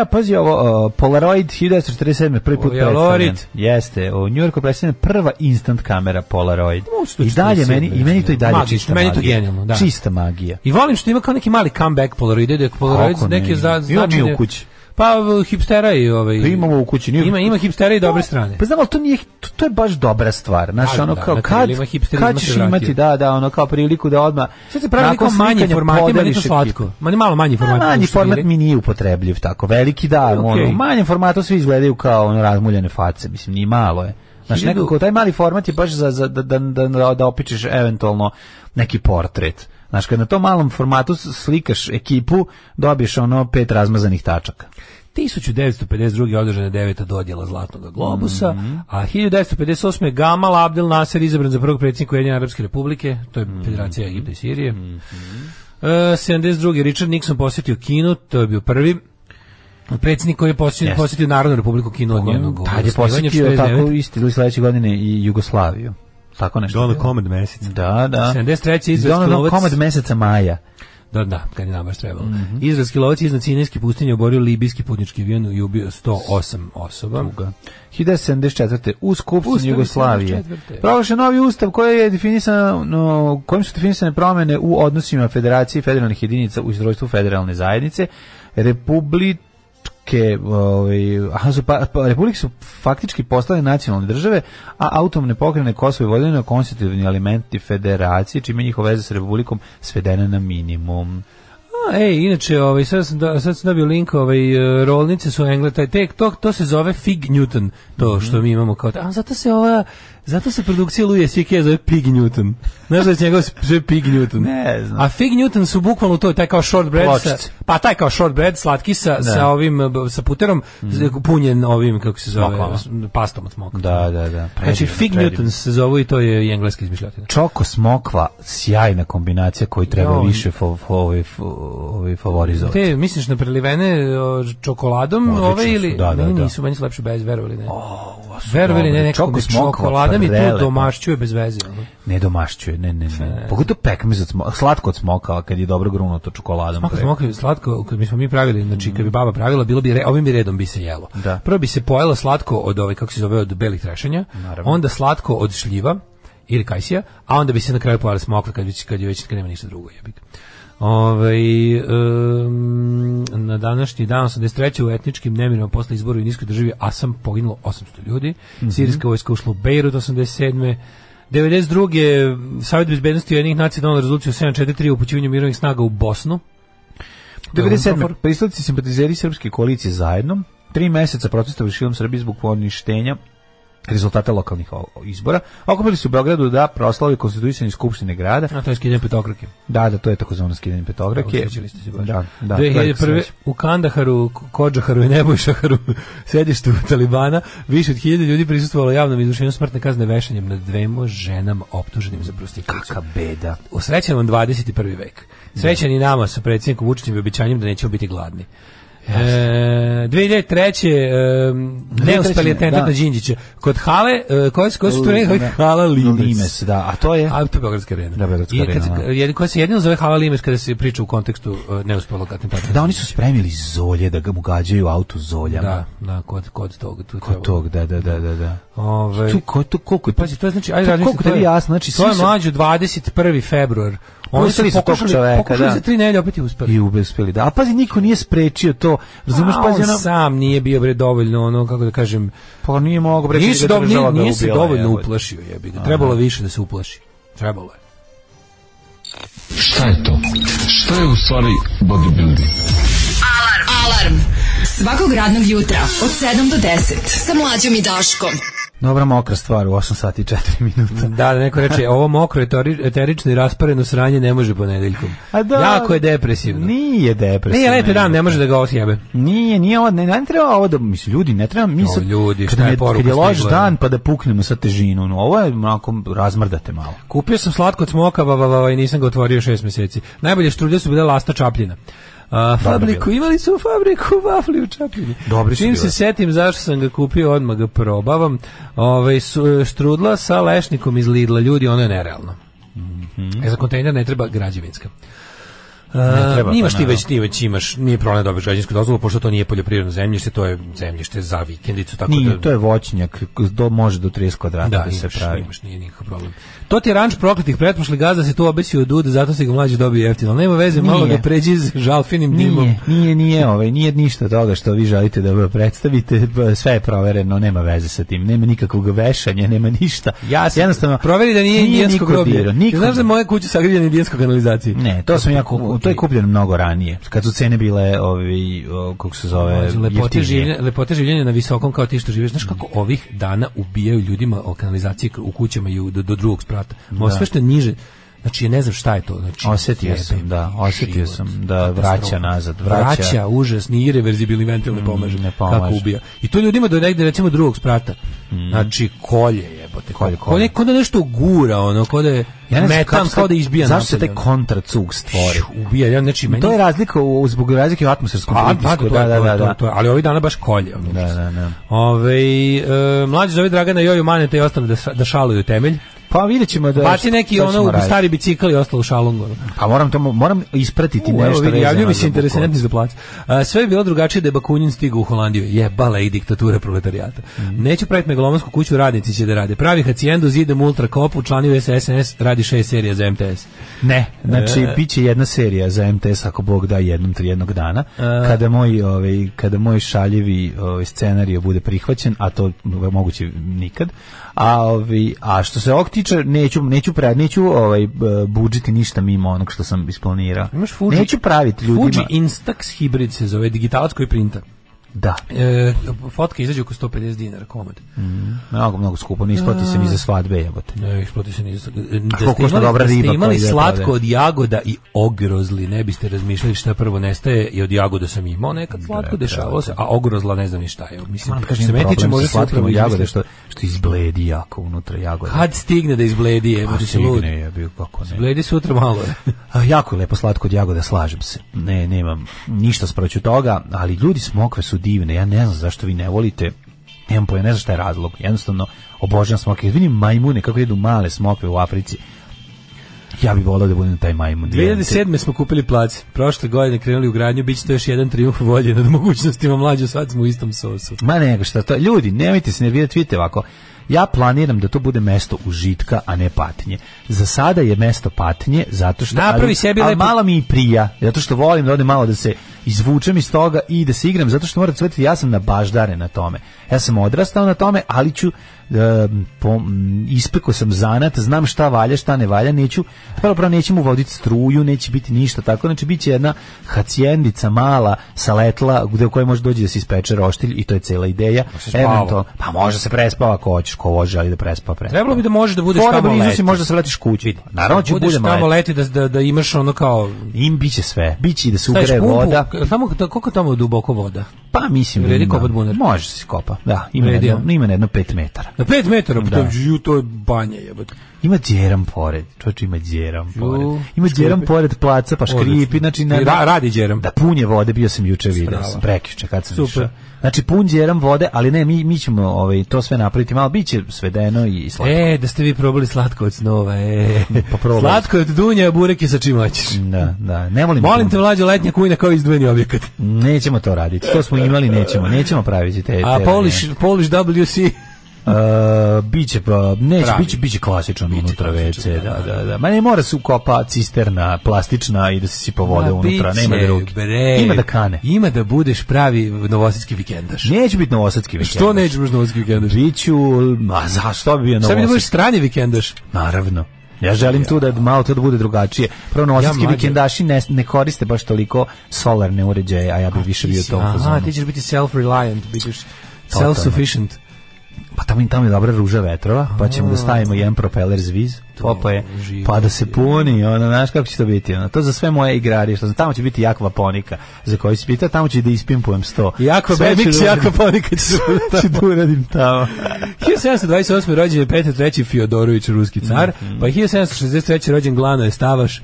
[SPEAKER 7] E, pazi ovo, uh, Polaroid 1947. prvi put
[SPEAKER 6] Ovo je Polaroid.
[SPEAKER 7] predstavljen. Jeste, u New Yorku predstavljena prva instant kamera Polaroid.
[SPEAKER 6] U,
[SPEAKER 7] I dalje meni, i meni to i dalje
[SPEAKER 6] Magično,
[SPEAKER 7] čista
[SPEAKER 6] meni to
[SPEAKER 7] magija.
[SPEAKER 6] genijalno, da.
[SPEAKER 7] Čista magija.
[SPEAKER 6] I volim što ima kao neki mali comeback Polaroid, da Polaroid
[SPEAKER 7] Kako ne?
[SPEAKER 6] neke za,
[SPEAKER 7] Ima mi
[SPEAKER 6] značajne-
[SPEAKER 7] u kući.
[SPEAKER 6] Pa hipstera i ovaj.
[SPEAKER 7] Pa imamo u kući, nije-
[SPEAKER 6] Ima ima hipstera i dobre strane.
[SPEAKER 7] Pa znam, ali to, nije, to, to je baš dobra stvar. Znaš,
[SPEAKER 6] Da,
[SPEAKER 7] ono
[SPEAKER 6] da,
[SPEAKER 7] kao,
[SPEAKER 6] na
[SPEAKER 7] kad,
[SPEAKER 6] temeljima hipsterizma
[SPEAKER 7] kad
[SPEAKER 6] se
[SPEAKER 7] ćeš
[SPEAKER 6] vratio.
[SPEAKER 7] imati, da, da, ono kao priliku da odmah...
[SPEAKER 6] Sad se pravi
[SPEAKER 7] nakon
[SPEAKER 6] neko manji
[SPEAKER 7] slikanja
[SPEAKER 6] format, ima
[SPEAKER 7] podeliš
[SPEAKER 6] neko slatko.
[SPEAKER 7] ekipu.
[SPEAKER 6] Ma ne malo manji
[SPEAKER 7] A,
[SPEAKER 6] format. nego
[SPEAKER 7] Pa manji
[SPEAKER 6] što
[SPEAKER 7] format
[SPEAKER 6] bili.
[SPEAKER 7] mi nije upotrebljiv tako. Veliki da,
[SPEAKER 6] E,
[SPEAKER 7] ono,
[SPEAKER 6] okej.
[SPEAKER 7] u manjem formatu svi izgledaju kao ono razmuljene face, mislim, ni malo je. Znaš,
[SPEAKER 6] Hiljadu-
[SPEAKER 7] nekako taj mali format je baš za, za da, da, da, da opičeš eventualno neki portret. Znaš, kad na tom malom formatu s- slikaš ekipu, dobiješ ono pet razmazanih tačaka.
[SPEAKER 6] 1952. je održana deveta dodjela Zlatnog globusa,
[SPEAKER 7] Mhm.
[SPEAKER 6] a 1958. Gamal Abdel Nasser izabran za prvog predsjednika Ujedinjene Arabske republike, to je
[SPEAKER 7] Mhm.
[SPEAKER 6] Federacija Egipta i Sirije. E, 72. Richard Nixon posjetio Kinu, to je bio prvi predsjednik koji je posjetio,
[SPEAKER 7] Jeste.
[SPEAKER 6] posjetio Narodnu republiku Kinu od njenog
[SPEAKER 7] Tad je
[SPEAKER 6] osnivanja,
[SPEAKER 7] posjetio
[SPEAKER 6] 49..
[SPEAKER 7] tako isti ili sledeće godine i Jugoslaviju. Tako nešto.
[SPEAKER 6] Command mesec.
[SPEAKER 7] Da, da.
[SPEAKER 6] 73.
[SPEAKER 7] Iz
[SPEAKER 6] izraelski
[SPEAKER 7] Donald
[SPEAKER 6] lovac-
[SPEAKER 7] ono Komad meseca maja.
[SPEAKER 6] Da, da, kad je nama baš trebalo.
[SPEAKER 7] Mhm.
[SPEAKER 6] Izraelski lovac iznad Sinajske pustinje oborio libijski putnički avion i ubio 108 osoba.
[SPEAKER 7] 1974. u Skupštini
[SPEAKER 6] Ustav
[SPEAKER 7] Jugoslavije.
[SPEAKER 6] 74..
[SPEAKER 7] Proglašen novi ustav koji je definisan, no, kojim su definisane promene u odnosima Federacije i federalnih jedinica u izdrojstvu federalne zajednice. Republike ovaj, aha, su pa, pa- republike su faktički postale nacionalne države, a autonomne pokrajine Kosovo i Vojvodina konstitutivni elementi federacije, čime je njihova veza s republikom svedena na minimum.
[SPEAKER 6] A, ej, inače, ovaj, sad, sam da, sad sam dobio link, ovaj, e,
[SPEAKER 7] Mhm.
[SPEAKER 6] rolnice su Engle, taj tek, to, to se zove Fig Newton, to što mi imamo kao, a zato se ova Zato se produkcija Louis C.K. zove Pig Newton. Znaš da će njegov se zove Pig Newton?
[SPEAKER 7] Ne znam.
[SPEAKER 6] A Fig Newton su bukvalno to, taj kao shortbread sa,
[SPEAKER 7] Pločice.
[SPEAKER 6] pa taj kao shortbread slatki sa, sa ovim, b- sa puterom,
[SPEAKER 7] Mhm.
[SPEAKER 6] z- punjen ovim, kako se zove,
[SPEAKER 7] Smoklama.
[SPEAKER 6] s- pastom od smoka.
[SPEAKER 7] Da, da, da.
[SPEAKER 6] Znači,
[SPEAKER 7] predivno,
[SPEAKER 6] Fig
[SPEAKER 7] predivno.
[SPEAKER 6] Newton se zove i to je i engleska izmišljotina.
[SPEAKER 7] Čoko smokva, sjajna kombinacija koju treba
[SPEAKER 6] Ja, on-
[SPEAKER 7] više fo, fo, ove- fo, ove favorizovati.
[SPEAKER 6] Te misliš na prelivene o, čokoladom,
[SPEAKER 7] Odlično
[SPEAKER 6] ove
[SPEAKER 7] su,
[SPEAKER 6] ili
[SPEAKER 7] da, da,
[SPEAKER 6] meni
[SPEAKER 7] da.
[SPEAKER 6] nisu, meni su lepše bez, verovali ne. verovali ne,
[SPEAKER 7] dobre.
[SPEAKER 6] nekako
[SPEAKER 7] Čoko
[SPEAKER 6] mi
[SPEAKER 7] smokva,
[SPEAKER 6] čokolada mi
[SPEAKER 7] prelepo.
[SPEAKER 6] tu domašćuje bez veze. ono.
[SPEAKER 7] Ne domašćuje, ne, ne, ne. Pogotovo pekmez od smoka, slatko od smoka, kad je dobro grunuto čokoladom.
[SPEAKER 6] Smokva,
[SPEAKER 7] pre.
[SPEAKER 6] smokva, slatko, kad bismo mi pravili, znači kad bi baba pravila, bilo bi re, ovim bi redom bi se jelo.
[SPEAKER 7] Da.
[SPEAKER 6] Prvo bi se pojelo slatko od ove, kako se zove, od belih trešanja,
[SPEAKER 7] Naravno.
[SPEAKER 6] onda slatko od šljiva ili kajsija, a onda bi se na kraju pojela smokva kad, već- kad je već kad nema ništa drugo jebik. Ove, em, na današnji dan 83. u etničkim nemirima posle izboru u Niskoj državi Asam poginulo 800 ljudi.
[SPEAKER 7] Mhm.
[SPEAKER 6] Sirijska vojska ušla u Bejrut 87. 92. Savjet bezbednosti jednih nacija donala rezoluciju 743 o upućivanju mirovnih snaga u Bosnu.
[SPEAKER 7] 97. Pristupci simpatizeri srpske koalicije zajedno, tri meseca protestovali širom Srbije zbog poništenja rezultata lokalnih o- izbora. Okupili su u Beogradu da proslave konstituisanje Skupštine grada.
[SPEAKER 6] A to je skidanje petokrake.
[SPEAKER 7] Da, da, to je takozvano skidanje petokrake.
[SPEAKER 6] Osjećali ste se baš.
[SPEAKER 7] Da, da. to je
[SPEAKER 6] 2001.
[SPEAKER 7] sreća.
[SPEAKER 6] u Kandaharu, K- Kodžaharu i Nebojšaharu, (laughs) sedištu Talibana, više od hiljada ljudi prisustvovalo javnom izvršenju smrtne kazne vešanjem nad dvema ženama optuženim za prostituciju.
[SPEAKER 7] Kaka beda.
[SPEAKER 6] Srećan vam 21. vek. Srećan i nama sa predsjednikom Vučićem i obećanjem da nećemo biti gladni. E, 2003. Um, neuspeli
[SPEAKER 7] 2003.,
[SPEAKER 6] atentat
[SPEAKER 7] da.
[SPEAKER 6] na Đinđića. Kod Hale, e, koje su, koje su turniri?
[SPEAKER 7] Da.
[SPEAKER 6] Hala Limes.
[SPEAKER 7] Limes, da. A to je?
[SPEAKER 6] A to je Beogradska arena.
[SPEAKER 7] E. Da, Beogradska
[SPEAKER 6] I kad,
[SPEAKER 7] arena, da.
[SPEAKER 6] jedi- koja se jedino zove Hala Limes kada se priča u kontekstu uh, neuspelog atentata.
[SPEAKER 7] Da, oni su spremili zolje, da ga mu gađaju auto zoljama.
[SPEAKER 6] Da, da, kod, kod tog. Tu
[SPEAKER 7] Kod tog, da, da, da, da. da.
[SPEAKER 6] Ove,
[SPEAKER 7] Tu, ko, tu, koliko je?
[SPEAKER 6] pazi, to je znači, ajde,
[SPEAKER 7] To
[SPEAKER 6] razmislite,
[SPEAKER 7] koliko tebi
[SPEAKER 6] je-
[SPEAKER 7] jasno, znači,
[SPEAKER 6] to je
[SPEAKER 7] svi su-
[SPEAKER 6] mlađu 21. februar. Oni su
[SPEAKER 7] Pustili su tog
[SPEAKER 6] pokušali,
[SPEAKER 7] čoveka,
[SPEAKER 6] pokušali
[SPEAKER 7] da.
[SPEAKER 6] za tri nedelje opet i uspeli.
[SPEAKER 7] I ubespeli, da. A pazi, niko nije sprečio to. Razumeš,
[SPEAKER 6] A
[SPEAKER 7] pazi,
[SPEAKER 6] on
[SPEAKER 7] ono...
[SPEAKER 6] sam nije bio bre dovoljno ono kako da kažem
[SPEAKER 7] Pa nije mogo bre.
[SPEAKER 6] nisu
[SPEAKER 7] da
[SPEAKER 6] do- nije,
[SPEAKER 7] država ga
[SPEAKER 6] nije se
[SPEAKER 7] ubila,
[SPEAKER 6] dovoljno
[SPEAKER 7] jebote.
[SPEAKER 6] uplašio jebi ga trebalo je više da se uplaši trebalo je
[SPEAKER 2] Šta je to? Šta je u stvari bodybuilding?
[SPEAKER 5] Alarm. Alarm. Svakog radnog jutra od 7 do 10 sa mlađom i Daškom.
[SPEAKER 7] Dobra mokra stvar u 8 sati i 4 minuta.
[SPEAKER 6] da, da neko reče (laughs) ovo mokro etori- eterično i raspareno sranje ne može ponedeljkom
[SPEAKER 7] A da.
[SPEAKER 6] jako je depresivno
[SPEAKER 7] Nije depresivno.
[SPEAKER 6] nije lep dan ne može da ga osjebe
[SPEAKER 7] Nije, nije ovo, ne, ne treba ovo da, mislim, ljudi, ne treba, mi
[SPEAKER 6] Jo,
[SPEAKER 7] sad-
[SPEAKER 6] ljudi,
[SPEAKER 7] kad
[SPEAKER 6] šta je
[SPEAKER 7] mi
[SPEAKER 6] poruka
[SPEAKER 7] Kad je loš
[SPEAKER 6] stigla,
[SPEAKER 7] dan, pa da puknemo sa težinu, no, ovo je onako, razmrdate malo.
[SPEAKER 6] Kupio sam slatko od smoka va, va, va, va, i nisam ga otvorio šest mjeseci. Najbolje štrudlje su bile lasta čapljina. A, fabriku, imali su fabriku vafli u Čapljini.
[SPEAKER 7] Dobri su
[SPEAKER 6] Čim
[SPEAKER 7] bile.
[SPEAKER 6] se setim zašto sam ga kupio, odmah ga probavam. Ove, su, e, štrudla sa lešnikom iz Lidla, ljudi, ono je nerealno. E, za kontejner ne treba građevinska.
[SPEAKER 7] Mhm. Ne treba,
[SPEAKER 6] Nimaš
[SPEAKER 7] pa
[SPEAKER 6] ti
[SPEAKER 7] naravno.
[SPEAKER 6] već, ti već imaš, nije problem da dobiješ građevinsku dozvolu, pošto to nije poljoprivredno zemljište, to je zemljište za vikendicu, tako
[SPEAKER 7] Nije,
[SPEAKER 6] da...
[SPEAKER 7] to je voćnjak, do, može do 30 kvadrata da,
[SPEAKER 6] Da,
[SPEAKER 7] se
[SPEAKER 6] imaš,
[SPEAKER 7] pravi.
[SPEAKER 6] imaš, nije nikakav problem. To ti je ranč prokletih pretpošli gazda se tu obesio od dude, zato se ga mlađi dobio jeftino. Ali nema veze, malo
[SPEAKER 7] Nije.
[SPEAKER 6] ga pređi s žalfinim dimom.
[SPEAKER 7] Nije, nije, nije, ovaj, nije ništa od toga što vi želite da predstavite, b- sve je provereno, nema veze sa tim, nema nikakvog vešanja, nema ništa. Ja
[SPEAKER 6] sam-
[SPEAKER 7] jednostavno
[SPEAKER 6] Proveri da nije, indijansko
[SPEAKER 7] niko dirao,
[SPEAKER 6] groblje. Ti
[SPEAKER 7] niko
[SPEAKER 6] znaš da je
[SPEAKER 7] dirao.
[SPEAKER 6] moja kuća sagrijena indijanskoj kanalizaciji?
[SPEAKER 7] Ne, to sam ja ku- to je kupljeno mnogo ranije, kad su cene bile ovi o, kako se zove
[SPEAKER 6] Mlađe, Lepote,
[SPEAKER 7] jeftinije.
[SPEAKER 6] življenja, lepote življenja na visokom kao ti što živiš. Znaš kako ovih dana ubijaju ljudima o kanalizaciji u kućama i u, do, do drugog sprata. Ovo sve što je niže, znači ja ne znam šta je to. Znači,
[SPEAKER 7] Osjetio
[SPEAKER 6] jebe
[SPEAKER 7] sam, da,
[SPEAKER 6] mi
[SPEAKER 7] osjetio
[SPEAKER 6] život.
[SPEAKER 7] sam da
[SPEAKER 6] Katastrofa.
[SPEAKER 7] vraća nazad, vraća. Mm,
[SPEAKER 6] vraća. užasni irreverzibilni ventil ne pomaže.
[SPEAKER 7] ne pomaže. Mm.
[SPEAKER 6] Kako ubija. I to ljudima do negde recimo drugog sprata. Znači kolje jebote.
[SPEAKER 7] Kolje, kolje.
[SPEAKER 6] Kolje, kolje. Kod da nešto gura, ono, kod da je
[SPEAKER 7] Ja ne znam kako
[SPEAKER 6] metan,
[SPEAKER 7] se taj-
[SPEAKER 6] kao da izbija
[SPEAKER 7] Zašto se taj
[SPEAKER 6] napolje, ono.
[SPEAKER 7] kontracug stvori?
[SPEAKER 6] ubija, ja znači meni
[SPEAKER 7] To je razlika u, zbog razlike u atmosferskom
[SPEAKER 6] a, da,
[SPEAKER 7] pritisku,
[SPEAKER 6] to,
[SPEAKER 7] Pa, da, da, da,
[SPEAKER 6] to,
[SPEAKER 7] da.
[SPEAKER 6] to, ali ovih dana baš kolje. Ono,
[SPEAKER 7] Da, da, da.
[SPEAKER 6] Ove, e, mlađi zove Dragana Joju Maneta i ostane da, sa- da šaluju temelj.
[SPEAKER 7] Pa vidjet ćemo da...
[SPEAKER 6] Baci neki
[SPEAKER 7] šta ćemo
[SPEAKER 6] ono u
[SPEAKER 7] raditi.
[SPEAKER 6] stari bicikl i ostalo u šalungu. ono.
[SPEAKER 7] Pa moram to moram ispratiti
[SPEAKER 6] U,
[SPEAKER 7] nešto. ono,
[SPEAKER 6] evo vidi,
[SPEAKER 7] vezano
[SPEAKER 6] javljaju mi
[SPEAKER 7] za
[SPEAKER 6] se
[SPEAKER 7] Bukovac.
[SPEAKER 6] interesantni za plac. A, Sve je bilo drugačije da je Bakunin stigao u Holandiju. Jebala i diktatura proletarijata.
[SPEAKER 7] Mhm.
[SPEAKER 6] Neću praviti megalomansku kuću, radnici će da rade. Pravi hacijendu, zidem ultra kopu, članio SNS, radi šest serija za MTS.
[SPEAKER 7] Ne, znači
[SPEAKER 6] E.
[SPEAKER 7] bit će jedna serija za MTS ako Bog da jednom tri jednog dana
[SPEAKER 6] E.
[SPEAKER 7] kada moj ovaj kada moj šaljivi ovaj scenarijo bude prihvaćen, a to moguće nikad. A ovaj a što se ovog tiče neću neću pra, neću ovaj b- budžiti ništa mimo onog što sam isplanirao.
[SPEAKER 6] Imaš Fuji.
[SPEAKER 7] Neću praviti ljudima.
[SPEAKER 6] Fuji Instax hibrid se zove, digitalac koji printa.
[SPEAKER 7] Da.
[SPEAKER 6] E, fotke izađu oko 150 dinara komad.
[SPEAKER 7] Mnogo, mnogo skupo. Ne isplati se
[SPEAKER 6] E.
[SPEAKER 7] ni za svadbe, jebote.
[SPEAKER 6] Ne, isplati se ni za... Da
[SPEAKER 7] koliko košta dobra
[SPEAKER 6] da ste
[SPEAKER 7] riba koja
[SPEAKER 6] imali
[SPEAKER 7] ide
[SPEAKER 6] slatko
[SPEAKER 7] prodaje?
[SPEAKER 6] od jagoda i ogrozli, ne biste razmišljali šta prvo nestaje i od jagoda sam imao nekad slatko, dešavalo se, a ogrozla ne znam ni šta je. Mislim,
[SPEAKER 7] Moram da
[SPEAKER 6] što
[SPEAKER 7] kažem,
[SPEAKER 6] se
[SPEAKER 7] imam
[SPEAKER 6] meni tiče,
[SPEAKER 7] problem sa
[SPEAKER 6] može se
[SPEAKER 7] slatkim
[SPEAKER 6] upravo
[SPEAKER 7] od jagode,
[SPEAKER 6] izmisliti.
[SPEAKER 7] što, što izbledi jako unutra jagode.
[SPEAKER 6] Kad stigne da izbledi, je,
[SPEAKER 7] Pa
[SPEAKER 6] bude se lud.
[SPEAKER 7] stigne, je bio kako ne.
[SPEAKER 6] Bledi sutra malo.
[SPEAKER 7] A, jako je lepo slatko od jagoda, slažem se. Ne, nemam ništa sproću toga, ali ljudi smokve su divne. Ja ne znam zašto vi ne volite. Nemam pojma, ne znam šta je razlog. Jednostavno, obožavam smokve. Kad Vidim majmune, kako jedu male smokve u Africi. Ja bih volao da budem taj majmun.
[SPEAKER 6] 2007. smo kupili plac. Prošle godine krenuli u gradnju, bit će to još jedan trijumf volje nad mogućnostima mlađe, sad smo u istom sosu.
[SPEAKER 7] Ma nego šta to, ljudi, nemojte se nervirati, vidite ovako, ja planiram da to bude mesto užitka, a ne patnje. Za sada je mesto patnje, zato što...
[SPEAKER 6] Napravi
[SPEAKER 7] ali-
[SPEAKER 6] sebi
[SPEAKER 7] ali
[SPEAKER 6] lepo-
[SPEAKER 7] malo mi i prija, zato što volim da odem malo da se izvučem iz toga i da se igram, zato što moram cvetiti, ja sam na baždare na tome. Ja sam odrastao na tome, ali ću... em, po, m, ispekao sam zanat, znam šta valja, šta ne valja, neću, prvo pravo neće mu voditi struju, neće biti ništa tako, znači bit će jedna hacijendica mala sa letla gde u kojoj može doći da se ispeče roštilj i to je cela ideja.
[SPEAKER 6] spava.
[SPEAKER 7] Eventualno, pa može se prespava ako hoćeš, ko ovo želi da prespava, prespava.
[SPEAKER 6] Trebalo bi da možeš da budeš
[SPEAKER 7] Fora
[SPEAKER 6] tamo
[SPEAKER 7] blizu si
[SPEAKER 6] leti.
[SPEAKER 7] možda se vratiš kući. Naravno će
[SPEAKER 6] budeš
[SPEAKER 7] bude
[SPEAKER 6] tamo
[SPEAKER 7] malo.
[SPEAKER 6] leti da, da, da imaš ono kao
[SPEAKER 7] Im biće sve. Biće i da se
[SPEAKER 6] Staviš
[SPEAKER 7] ubere
[SPEAKER 6] pumpu,
[SPEAKER 7] voda.
[SPEAKER 6] Tamo, da, koliko je tamo duboko voda?
[SPEAKER 7] Pa mislim da
[SPEAKER 6] Vredi
[SPEAKER 7] ima-
[SPEAKER 6] kopat bunar.
[SPEAKER 7] Može se kopa. Da, ima
[SPEAKER 6] Vredi,
[SPEAKER 7] jedno, ima na jedno 5 metara.
[SPEAKER 6] Na 5 metara, pa to,
[SPEAKER 7] Da.
[SPEAKER 6] ju, to je banja jebote.
[SPEAKER 7] Ima đeram pored. Čoveče ima đeram pored. Ima
[SPEAKER 6] škripi.
[SPEAKER 7] đeram pored placa, pa škripi, znači na
[SPEAKER 6] I ra- radi đeram.
[SPEAKER 7] Da punje vode, bio sam juče video,
[SPEAKER 6] Strava.
[SPEAKER 7] sam prekiče kad sam
[SPEAKER 6] Super.
[SPEAKER 7] išao. Znači pun đeram vode, ali ne, mi mi ćemo ovaj to sve napraviti malo biće svedeno i slatko.
[SPEAKER 6] E, da ste vi probali slatko od snova, e.
[SPEAKER 7] Pa probali.
[SPEAKER 6] Slatko od dunja, burek je sa čim hoćeš.
[SPEAKER 7] Da, da, ne volim.
[SPEAKER 6] Molim
[SPEAKER 7] tu-
[SPEAKER 6] te, mlađo, letnja kujna kao izdvojeni objekat.
[SPEAKER 7] Nećemo to raditi. To smo imali, nećemo. Nećemo praviti te.
[SPEAKER 6] A
[SPEAKER 7] te-
[SPEAKER 6] Polish, Polish WC...
[SPEAKER 7] E, biće pa neće
[SPEAKER 6] Pravi.
[SPEAKER 7] biće biće klasičan unutra WC, da, da, da. Ma ne mora se ukopa cisterna plastična i da se sipa voda
[SPEAKER 6] Ma,
[SPEAKER 7] unutra,
[SPEAKER 6] biće,
[SPEAKER 7] nema da ruke.
[SPEAKER 6] Pa bre.
[SPEAKER 7] Ima da kane.
[SPEAKER 6] Ima da budeš pravi novosadski vikendaš.
[SPEAKER 7] Neće biti novosadski vikend.
[SPEAKER 6] Što nećeš biti novosadski vikendaš?
[SPEAKER 7] Biću, a zašto bi bio
[SPEAKER 6] Šta mi da
[SPEAKER 7] novosadski?
[SPEAKER 6] budeš strani vikendaš?
[SPEAKER 7] Naravno. Ja želim tu da malo to da bude drugačije. Prvo novosadski
[SPEAKER 6] Ja mlađe.
[SPEAKER 7] vikendaši ne, ne koriste baš toliko solarne uređaje, a ja bih više bio to. u
[SPEAKER 6] Aha,
[SPEAKER 7] fazonu.
[SPEAKER 6] Pa ti ćeš biti self-reliant, bićeš
[SPEAKER 7] Totalno.
[SPEAKER 6] self-sufficient.
[SPEAKER 7] Pa tamo, tamo je dobra ruža vetrova, pa ćemo da stavimo jedan propeler zviz, popa je,
[SPEAKER 6] živo
[SPEAKER 7] pa da se puni, ono, znaš kako će to biti, ono, to za sve moje igrarije, što znam, tamo će biti akvaponika, za koju si pitao, tamo će da ispimpujem sto.
[SPEAKER 6] I akva
[SPEAKER 7] Sve ću
[SPEAKER 6] bečer,
[SPEAKER 7] da-
[SPEAKER 6] akva (laughs) ponika
[SPEAKER 7] (laughs)
[SPEAKER 6] ćeš
[SPEAKER 7] sve ću Znači da uradim tamo.
[SPEAKER 6] 1728. rođen je Petar III. Fiodorović, ruski car, pa 1763. rođen Glano je Stavaš,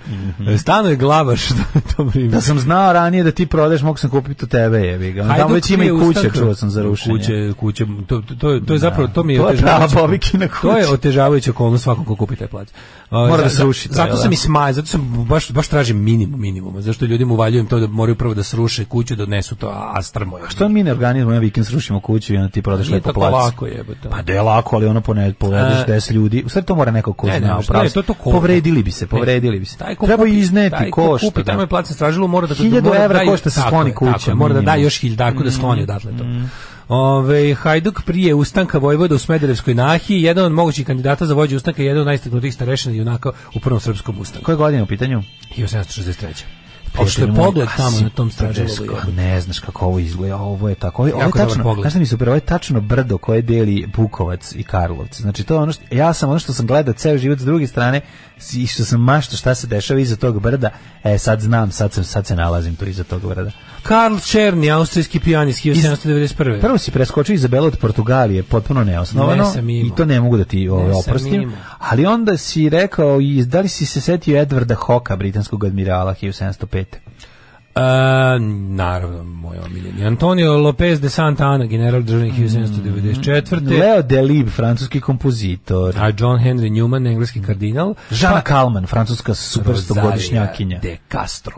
[SPEAKER 7] E,
[SPEAKER 6] Stano je Glavaš, to vrime.
[SPEAKER 7] (laughs) Da (laughs) sam znao ranije da ti prodaješ, mogu sam kupiti u tebe, jebi ga. Ono, Tamo već ima i kuće, čuo sam za rušenje.
[SPEAKER 6] Kuće, kuće, to, to, to, je- to je zapravo, to mi je
[SPEAKER 7] To je prava
[SPEAKER 6] otežavajuća-
[SPEAKER 7] Bobikina kuća.
[SPEAKER 6] To je otežavajuća okolnost svakom ko kupi taj plac.
[SPEAKER 7] Mora da sruši to,
[SPEAKER 6] Zato
[SPEAKER 7] jel da?
[SPEAKER 6] sam i sma, zato sam baš, baš tražim minimum minimuma, zašto ljudima uvaljujem to da moraju prvo da sruše kuću, da odnesu to, a strmo je.
[SPEAKER 7] Što mi ne organizujemo, ja vikend srušimo kuću i onda ti prodaš
[SPEAKER 6] Nije
[SPEAKER 7] lepo
[SPEAKER 6] tako
[SPEAKER 7] plac.
[SPEAKER 6] lako jebote.
[SPEAKER 7] Pa da je lako, ali ono pone, povediš
[SPEAKER 6] E.
[SPEAKER 7] 10 ljudi. U stvari to mora neko ko
[SPEAKER 6] Ne, ne,
[SPEAKER 7] zna.
[SPEAKER 6] ne,
[SPEAKER 7] pravo.
[SPEAKER 6] ne, to to ko-
[SPEAKER 7] povredili bi se, povredili bi se. Treba
[SPEAKER 6] kupi-
[SPEAKER 7] izneti
[SPEAKER 6] taj
[SPEAKER 7] ko
[SPEAKER 6] kupi,
[SPEAKER 7] što.
[SPEAKER 6] Tamo je plac na stražilu, mora da...
[SPEAKER 7] 1000
[SPEAKER 6] mora da
[SPEAKER 7] evra
[SPEAKER 6] da-
[SPEAKER 7] košta se
[SPEAKER 6] tako
[SPEAKER 7] skloni
[SPEAKER 6] je, tako Mm,
[SPEAKER 7] kuća,
[SPEAKER 6] je, Mora da da
[SPEAKER 7] minimum.
[SPEAKER 6] još hiljaku da skloni odatle to. Ove, Hajduk prije ustanka Vojvoda u Smederevskoj Nahi, jedan od mogućih kandidata za vođu ustanka je jedan od najistaknutijih starešina junaka u prvom srpskom ustanku.
[SPEAKER 7] Koje godine u pitanju?
[SPEAKER 6] 1763. Pošto Pa je pogled tamo na tom stražilu.
[SPEAKER 7] Stražesko, ne znaš kako ovo izgleda, ovo je tako, ovo, je- ovo je
[SPEAKER 6] Jako dobar
[SPEAKER 7] tačno,
[SPEAKER 6] pogled.
[SPEAKER 7] znaš šta mi je super, ovo je tačno brdo koje deli Bukovac i Karlovac, znači to je ono što, ja sam ono što sam gledao ceo život s druge strane s- i što sam mašto šta se dešava iza tog brda, e sad znam, sad, sam, sad se nalazim tu iza tog brda.
[SPEAKER 6] Karl Černi, austrijski pijanist, 1791.
[SPEAKER 7] Prvo si preskočio Izabelu od Portugalije, potpuno neosnovano.
[SPEAKER 6] Ne sam imao.
[SPEAKER 7] I to ne mogu da ti ovaj,
[SPEAKER 6] Ne sam
[SPEAKER 7] oprostim.
[SPEAKER 6] imao.
[SPEAKER 7] Ali onda si rekao, i da li si se setio Edwarda Hoka, britanskog admirala 1705.
[SPEAKER 6] E, naravno, moj omiljeni. Antonio Lopez de Santa Ana, general državnih 1794.
[SPEAKER 7] Leo Delib, francuski kompozitor.
[SPEAKER 6] a John Henry Newman, engleski kardinal, Pa,
[SPEAKER 7] Žana Kalman, francuska
[SPEAKER 6] Rosario
[SPEAKER 7] superstogodišnjakinja.
[SPEAKER 6] de Castro,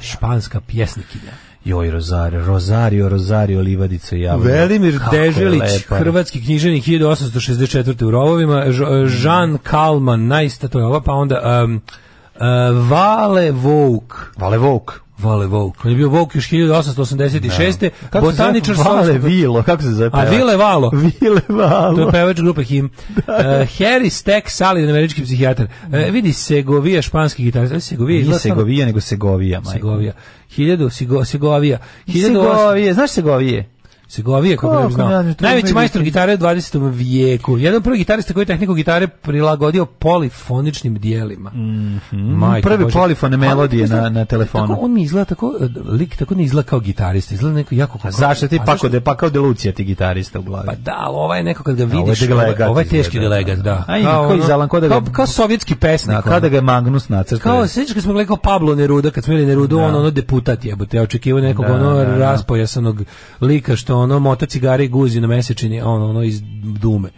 [SPEAKER 6] španska pjesnikinja.
[SPEAKER 7] Joj, Rosario, Rosario, Rosario, Livadica i Javno.
[SPEAKER 6] Velimir
[SPEAKER 7] Kako je
[SPEAKER 6] Deželić,
[SPEAKER 7] lepa.
[SPEAKER 6] hrvatski književnik 1864. u Rovovima, Ž- Jean Kalman, najista to je ova, pa onda um, uh, Vale Vouk.
[SPEAKER 7] Vale Vouk.
[SPEAKER 6] Vale Vouk. On je bio Vouk još 1886.
[SPEAKER 7] Kako se zove?
[SPEAKER 6] Botaničar
[SPEAKER 7] Vale
[SPEAKER 6] slavskog-
[SPEAKER 7] Vilo, kako se zove?
[SPEAKER 6] A
[SPEAKER 7] pevač?
[SPEAKER 6] Vile Valo.
[SPEAKER 7] Vile Valo.
[SPEAKER 6] To je pevač
[SPEAKER 7] (laughs)
[SPEAKER 6] grupe Him. Uh, Harry Stack, Salin, američki psihijatar. E, vidi Segovija, španski gitarista. Segovija,
[SPEAKER 7] Nije
[SPEAKER 6] izgleda stvarno-
[SPEAKER 7] Segovija, nego Segovija, majko.
[SPEAKER 6] Segovija. 1000 Sigo, Segovija. 1800
[SPEAKER 7] Segovije, znaš Segovije?
[SPEAKER 6] Segovije, kako ne
[SPEAKER 9] Kako
[SPEAKER 6] bi znao.
[SPEAKER 9] ne, ali to je
[SPEAKER 6] Najveći
[SPEAKER 9] vidi-
[SPEAKER 6] majstor gitare u 20. vijeku. Jedan od prvih gitarista koji je tehniku gitare prilagodio polifoničnim dijelima. Majko
[SPEAKER 7] Mhm. Prve
[SPEAKER 6] Božja.
[SPEAKER 7] polifone
[SPEAKER 6] A,
[SPEAKER 7] melodije
[SPEAKER 6] tako
[SPEAKER 7] na-
[SPEAKER 6] znam,
[SPEAKER 7] na telefonu.
[SPEAKER 6] Tako on mi izgleda tako, e, lik tako ne izgleda kao gitarista, izgleda neko jako...
[SPEAKER 7] A zašto ti pa
[SPEAKER 6] zašto-
[SPEAKER 7] kod pa kao delucija ti gitarista u glavi?
[SPEAKER 6] Pa da, ali ovaj je neko kad ga
[SPEAKER 7] je
[SPEAKER 6] vidiš,
[SPEAKER 7] delegat
[SPEAKER 6] ovaj, ovaj je teški
[SPEAKER 7] izgleda,
[SPEAKER 6] delegat,
[SPEAKER 7] da.
[SPEAKER 6] da.
[SPEAKER 7] A i kao iz Alan Koda ga-
[SPEAKER 6] kao, kao sovjetski pesnik.
[SPEAKER 7] Da, kao
[SPEAKER 6] ono.
[SPEAKER 7] da ga je Magnus nacrtao.
[SPEAKER 6] Kao, sjećaš kad smo gledali kao Pablo Neruda, kad smo bili Nerudu, on ono deputat jebote, ja očekivao nekog
[SPEAKER 7] Da,
[SPEAKER 6] ono
[SPEAKER 7] da, da.
[SPEAKER 6] raspojasanog lika što ono mota cigare i guzi na mesečini, a on ono iz dume.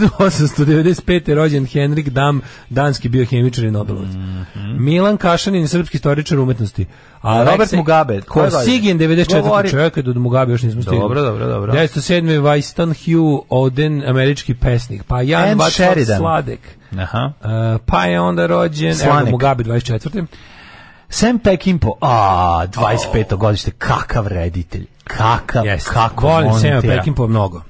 [SPEAKER 6] 1895. je rođen Henrik Dam, danski biohemičar i Nobelovac. Milan Kašanin, srpski istoričar umetnosti. A
[SPEAKER 7] Mhm. Robert
[SPEAKER 6] Aleksej
[SPEAKER 7] Mugabe, ko je
[SPEAKER 6] Kosygin,
[SPEAKER 7] rođen?
[SPEAKER 6] 94.
[SPEAKER 7] Govori.
[SPEAKER 6] čovjek, od Mugabe još nismo stigli.
[SPEAKER 7] Dobro, dobro, dobro.
[SPEAKER 6] 1907. Weiston Hugh Oden, američki pesnik. Pa Jan
[SPEAKER 7] Anne
[SPEAKER 6] Vatslav
[SPEAKER 7] Sheridan.
[SPEAKER 6] Sladek.
[SPEAKER 7] Aha.
[SPEAKER 6] Uh, pa je onda rođen
[SPEAKER 7] Slanek.
[SPEAKER 6] Evo, Mugabe 24.
[SPEAKER 7] Sam Peckinpah, a 25. godište, kakav reditelj. Kakav,
[SPEAKER 6] Jeste.
[SPEAKER 7] kako
[SPEAKER 6] Volim Sema
[SPEAKER 7] montira.
[SPEAKER 6] Pekinpo mnogo.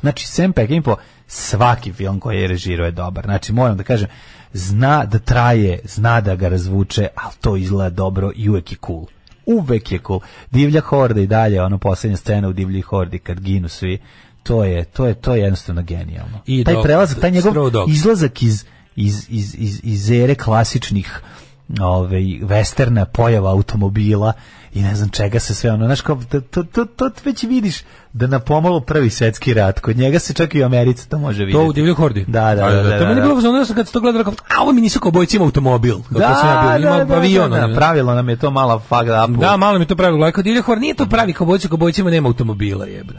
[SPEAKER 7] Znači, Sam Peckinpah, svaki film koji je režirao je dobar. Znači, moram da kažem, zna da traje, zna da ga razvuče, ali to izgleda dobro i uvek je cool. Uvek je cool. Divlja horda i dalje, ono posljednja scena u Divlji hordi kad ginu svi, to je, to je, to je jednostavno genijalno.
[SPEAKER 6] I
[SPEAKER 7] taj
[SPEAKER 6] dog-
[SPEAKER 7] prelazak, taj
[SPEAKER 6] Straw
[SPEAKER 7] njegov
[SPEAKER 6] Dogs.
[SPEAKER 7] izlazak iz, iz, iz, iz, iz ere klasičnih ove, westerna pojava automobila i ne znam čega se sve ono, znaš kao, to, to, to, to već vidiš da na pomalo prvi svetski rat, kod njega se čak i u Americi to može vidjeti.
[SPEAKER 6] To u Divljoj Hordi.
[SPEAKER 7] Da, da, da. da, da,
[SPEAKER 6] To meni je
[SPEAKER 7] da.
[SPEAKER 6] bilo fazon, ja sam kad se to gledao, rekao, a ovo mi nisu kao bojci ima automobil. Kao to sam ja bio, ima avion.
[SPEAKER 7] da,
[SPEAKER 6] ono.
[SPEAKER 7] pravilo nam je to mala fagda apu. pa
[SPEAKER 6] Da, malo mi to pravilo. Ako Divlja Hor nije to pravi kobojci, kobojcima nema automobila, jebate.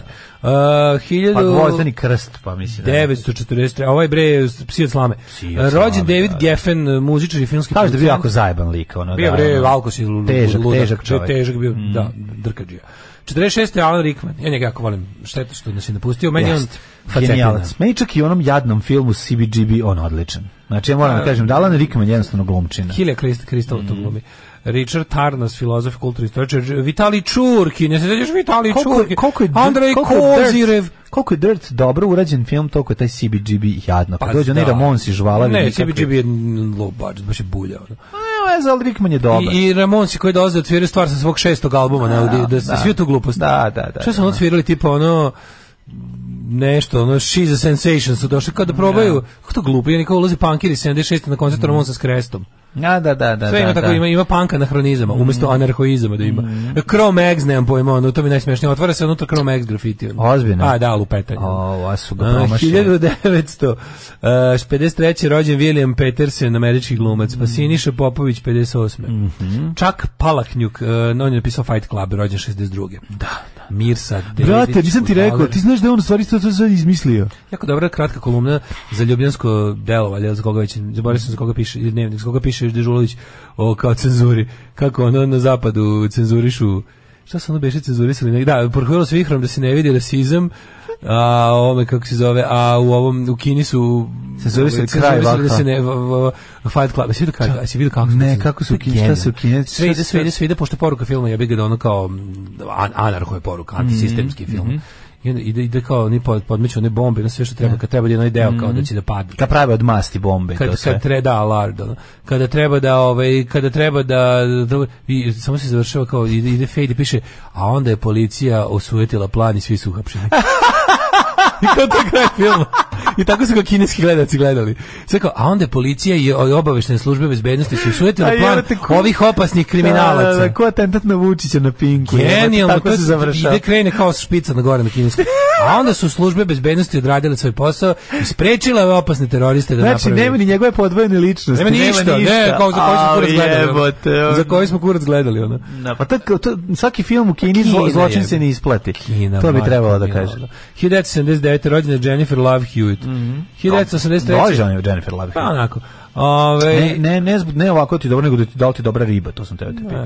[SPEAKER 7] pa
[SPEAKER 6] Uh, 1000...
[SPEAKER 7] gvozdeni krst, pa mislim. da je.
[SPEAKER 6] 943. A ovaj bre je psi od slame.
[SPEAKER 7] Psi od
[SPEAKER 6] Rođen
[SPEAKER 7] slame,
[SPEAKER 6] David
[SPEAKER 7] da, da.
[SPEAKER 6] Geffen, muzičar i filmski
[SPEAKER 7] Kažeš da je bio
[SPEAKER 6] producent.
[SPEAKER 7] jako zajeban lik, ono,
[SPEAKER 6] Pa Bio
[SPEAKER 7] da.
[SPEAKER 6] bre
[SPEAKER 7] ono,
[SPEAKER 6] Valkos i lu-
[SPEAKER 7] Težak,
[SPEAKER 6] ludak,
[SPEAKER 7] težak čovjek. Mm.
[SPEAKER 6] Težak bio, da, drkađija. 46. Alan Rickman. Ja njega jako volim. Šteta što nas je napustio. Meni je on
[SPEAKER 7] Jeste.
[SPEAKER 6] facetina.
[SPEAKER 7] Genijalac. Meni čak i u onom jadnom filmu CBGB on odličan. Znači ja moram da kažem, da Alan Rickman je jednostavno glumčina.
[SPEAKER 6] Hilja Krist, Kristal
[SPEAKER 7] Mm.
[SPEAKER 6] to glumi. Richard Tarnas, filozof, kulturni istoričar, Vitali Čurki, ne se sećaš Vitali Čurki, Andrej
[SPEAKER 7] koliko je
[SPEAKER 6] Kozirev,
[SPEAKER 7] Dirt, koliko je Dirt dobro urađen film, toliko je taj CBGB jadno. Kad
[SPEAKER 6] Pa
[SPEAKER 7] dođe onaj
[SPEAKER 6] da.
[SPEAKER 7] Ramonsi žvalavi.
[SPEAKER 6] Ne,
[SPEAKER 7] nikakvi.
[SPEAKER 6] CBGB je low budget, baš je bulja. ono.
[SPEAKER 7] Ne, veze, ali Rickman je dobar.
[SPEAKER 6] I, i Ramonsi koji dolaze od svire stvar sa svog šestog albuma, na, da, da,
[SPEAKER 7] da.
[SPEAKER 6] svi tu gluposti.
[SPEAKER 7] Da, da, da,
[SPEAKER 6] Što su
[SPEAKER 7] da,
[SPEAKER 6] ono
[SPEAKER 7] da.
[SPEAKER 6] svirali, tipa ono, nešto, ono, She's a Sensation su došli kao da probaju, kako to glupo, je nikao ulazi punkiri 76. na koncertu Ramonsa s Krestom.
[SPEAKER 7] A, da, da, da. da,
[SPEAKER 6] Sve ima tako,
[SPEAKER 7] da. Mm.
[SPEAKER 6] ima, ima panka anahronizama, umjesto anarhoizama da ima. Chrome Eggs, nemam pojma, ono, to mi je najsmješnije. Otvara se unutra Chrome Eggs grafiti. ono.
[SPEAKER 7] Ozbiljno?
[SPEAKER 6] A, da, lupetanje.
[SPEAKER 7] O, a su ga
[SPEAKER 6] A, (laughs)
[SPEAKER 7] promašili.
[SPEAKER 6] 1953. e, rođen William Peterson, američki glumac, pa Siniša Popović, 58.
[SPEAKER 7] Mhm.
[SPEAKER 6] Čak Palaknjuk, uh, on je napisao Fight Club, rođen 62. Da, da. Mirsa Dedić.
[SPEAKER 7] Brate, nisam ti rekao,
[SPEAKER 6] Fudbaler.
[SPEAKER 7] ti znaš da je on u stvari to to sve izmislio.
[SPEAKER 6] Jako dobra kratka kolumna za ljubljansko delo, valjda za koga već, zaboravio sam za koga piše, ili dnevnik, za koga piše Dežulović o kao cenzuri, kako ono na zapadu cenzurišu, šta su ono beše cenzurisali, negdje? da, prohvilo se vihrom da se ne vidi rasizam, a ovome kako se zove, a u ovom, u Kini su
[SPEAKER 7] Cenzurisali kraj
[SPEAKER 6] da
[SPEAKER 7] vaka.
[SPEAKER 6] se ne, v, v, Fight Club, jesi vidio kraj, a si vidio kako su
[SPEAKER 7] Ne,
[SPEAKER 6] cenzurisali?
[SPEAKER 7] kako su u
[SPEAKER 6] To je
[SPEAKER 7] Kini, šta
[SPEAKER 6] genijalno.
[SPEAKER 7] su u Kini?
[SPEAKER 6] Sve ide, sve ide, sve ide, pošto je poruka filma je ga da ono kao mm, an, anarho je
[SPEAKER 7] Mhm,
[SPEAKER 6] poruka, antisistemski film. I onda ide, ide kao oni pod, podmeću one bombe, ono sve što treba, kad treba da je onaj deo kao da će da padne.
[SPEAKER 7] Mhm. Kad prave od masti bombe i to
[SPEAKER 6] Kad,
[SPEAKER 7] sve.
[SPEAKER 6] kad treba da lard, ono. kada treba da ovaj kada treba da, da- i samo se završava kao ide, ide fade i piše a onda je policija osujetila plan i svi su uhapšeni. (laughs) I kao to je kraj filma. I tako su ga kineski gledalci gledali. Sve kao, a onda je policija i o- obaveštene službe bezbednosti su usujetile
[SPEAKER 7] A
[SPEAKER 6] plan
[SPEAKER 7] jebote, ko-
[SPEAKER 6] ovih opasnih kriminalaca.
[SPEAKER 7] Da, da, da, ko atentat na Vučića na Pinku.
[SPEAKER 6] Genijalno,
[SPEAKER 7] Tako
[SPEAKER 6] to
[SPEAKER 7] se
[SPEAKER 6] je-
[SPEAKER 7] završava.
[SPEAKER 6] Ide krene kao špica na gore na kineskom. A onda su službe bezbednosti odradile svoj posao i sprečile ove opasne teroriste da
[SPEAKER 7] Znači,
[SPEAKER 6] naprave.
[SPEAKER 7] nema ni njegove podvojene ličnosti.
[SPEAKER 6] Nema ništa, ne, kao za koji smo kurac
[SPEAKER 7] Ali
[SPEAKER 6] gledali. ono.
[SPEAKER 7] jebote, ono.
[SPEAKER 6] Za koji smo kurac gledali, ono.
[SPEAKER 7] Da, pa to, to, svaki film u Kini
[SPEAKER 6] Kina
[SPEAKER 7] zlo, zločin
[SPEAKER 6] je-
[SPEAKER 7] se ne isplati.
[SPEAKER 6] Kina,
[SPEAKER 7] to bi
[SPEAKER 6] majka
[SPEAKER 7] trebalo da
[SPEAKER 6] mila,
[SPEAKER 7] kaže.
[SPEAKER 6] ono. 1979. rođena Jennifer Love Hewitt.
[SPEAKER 7] Mhm.
[SPEAKER 6] Mm -hmm. 1983.
[SPEAKER 7] Dođe on je Jennifer Love.
[SPEAKER 6] Pa e- onako. Ove,
[SPEAKER 7] Ne, ne, ne, zb- ne ovako ti je dobro, nego da ti da li ti je dobra riba, to sam tebe te pitao.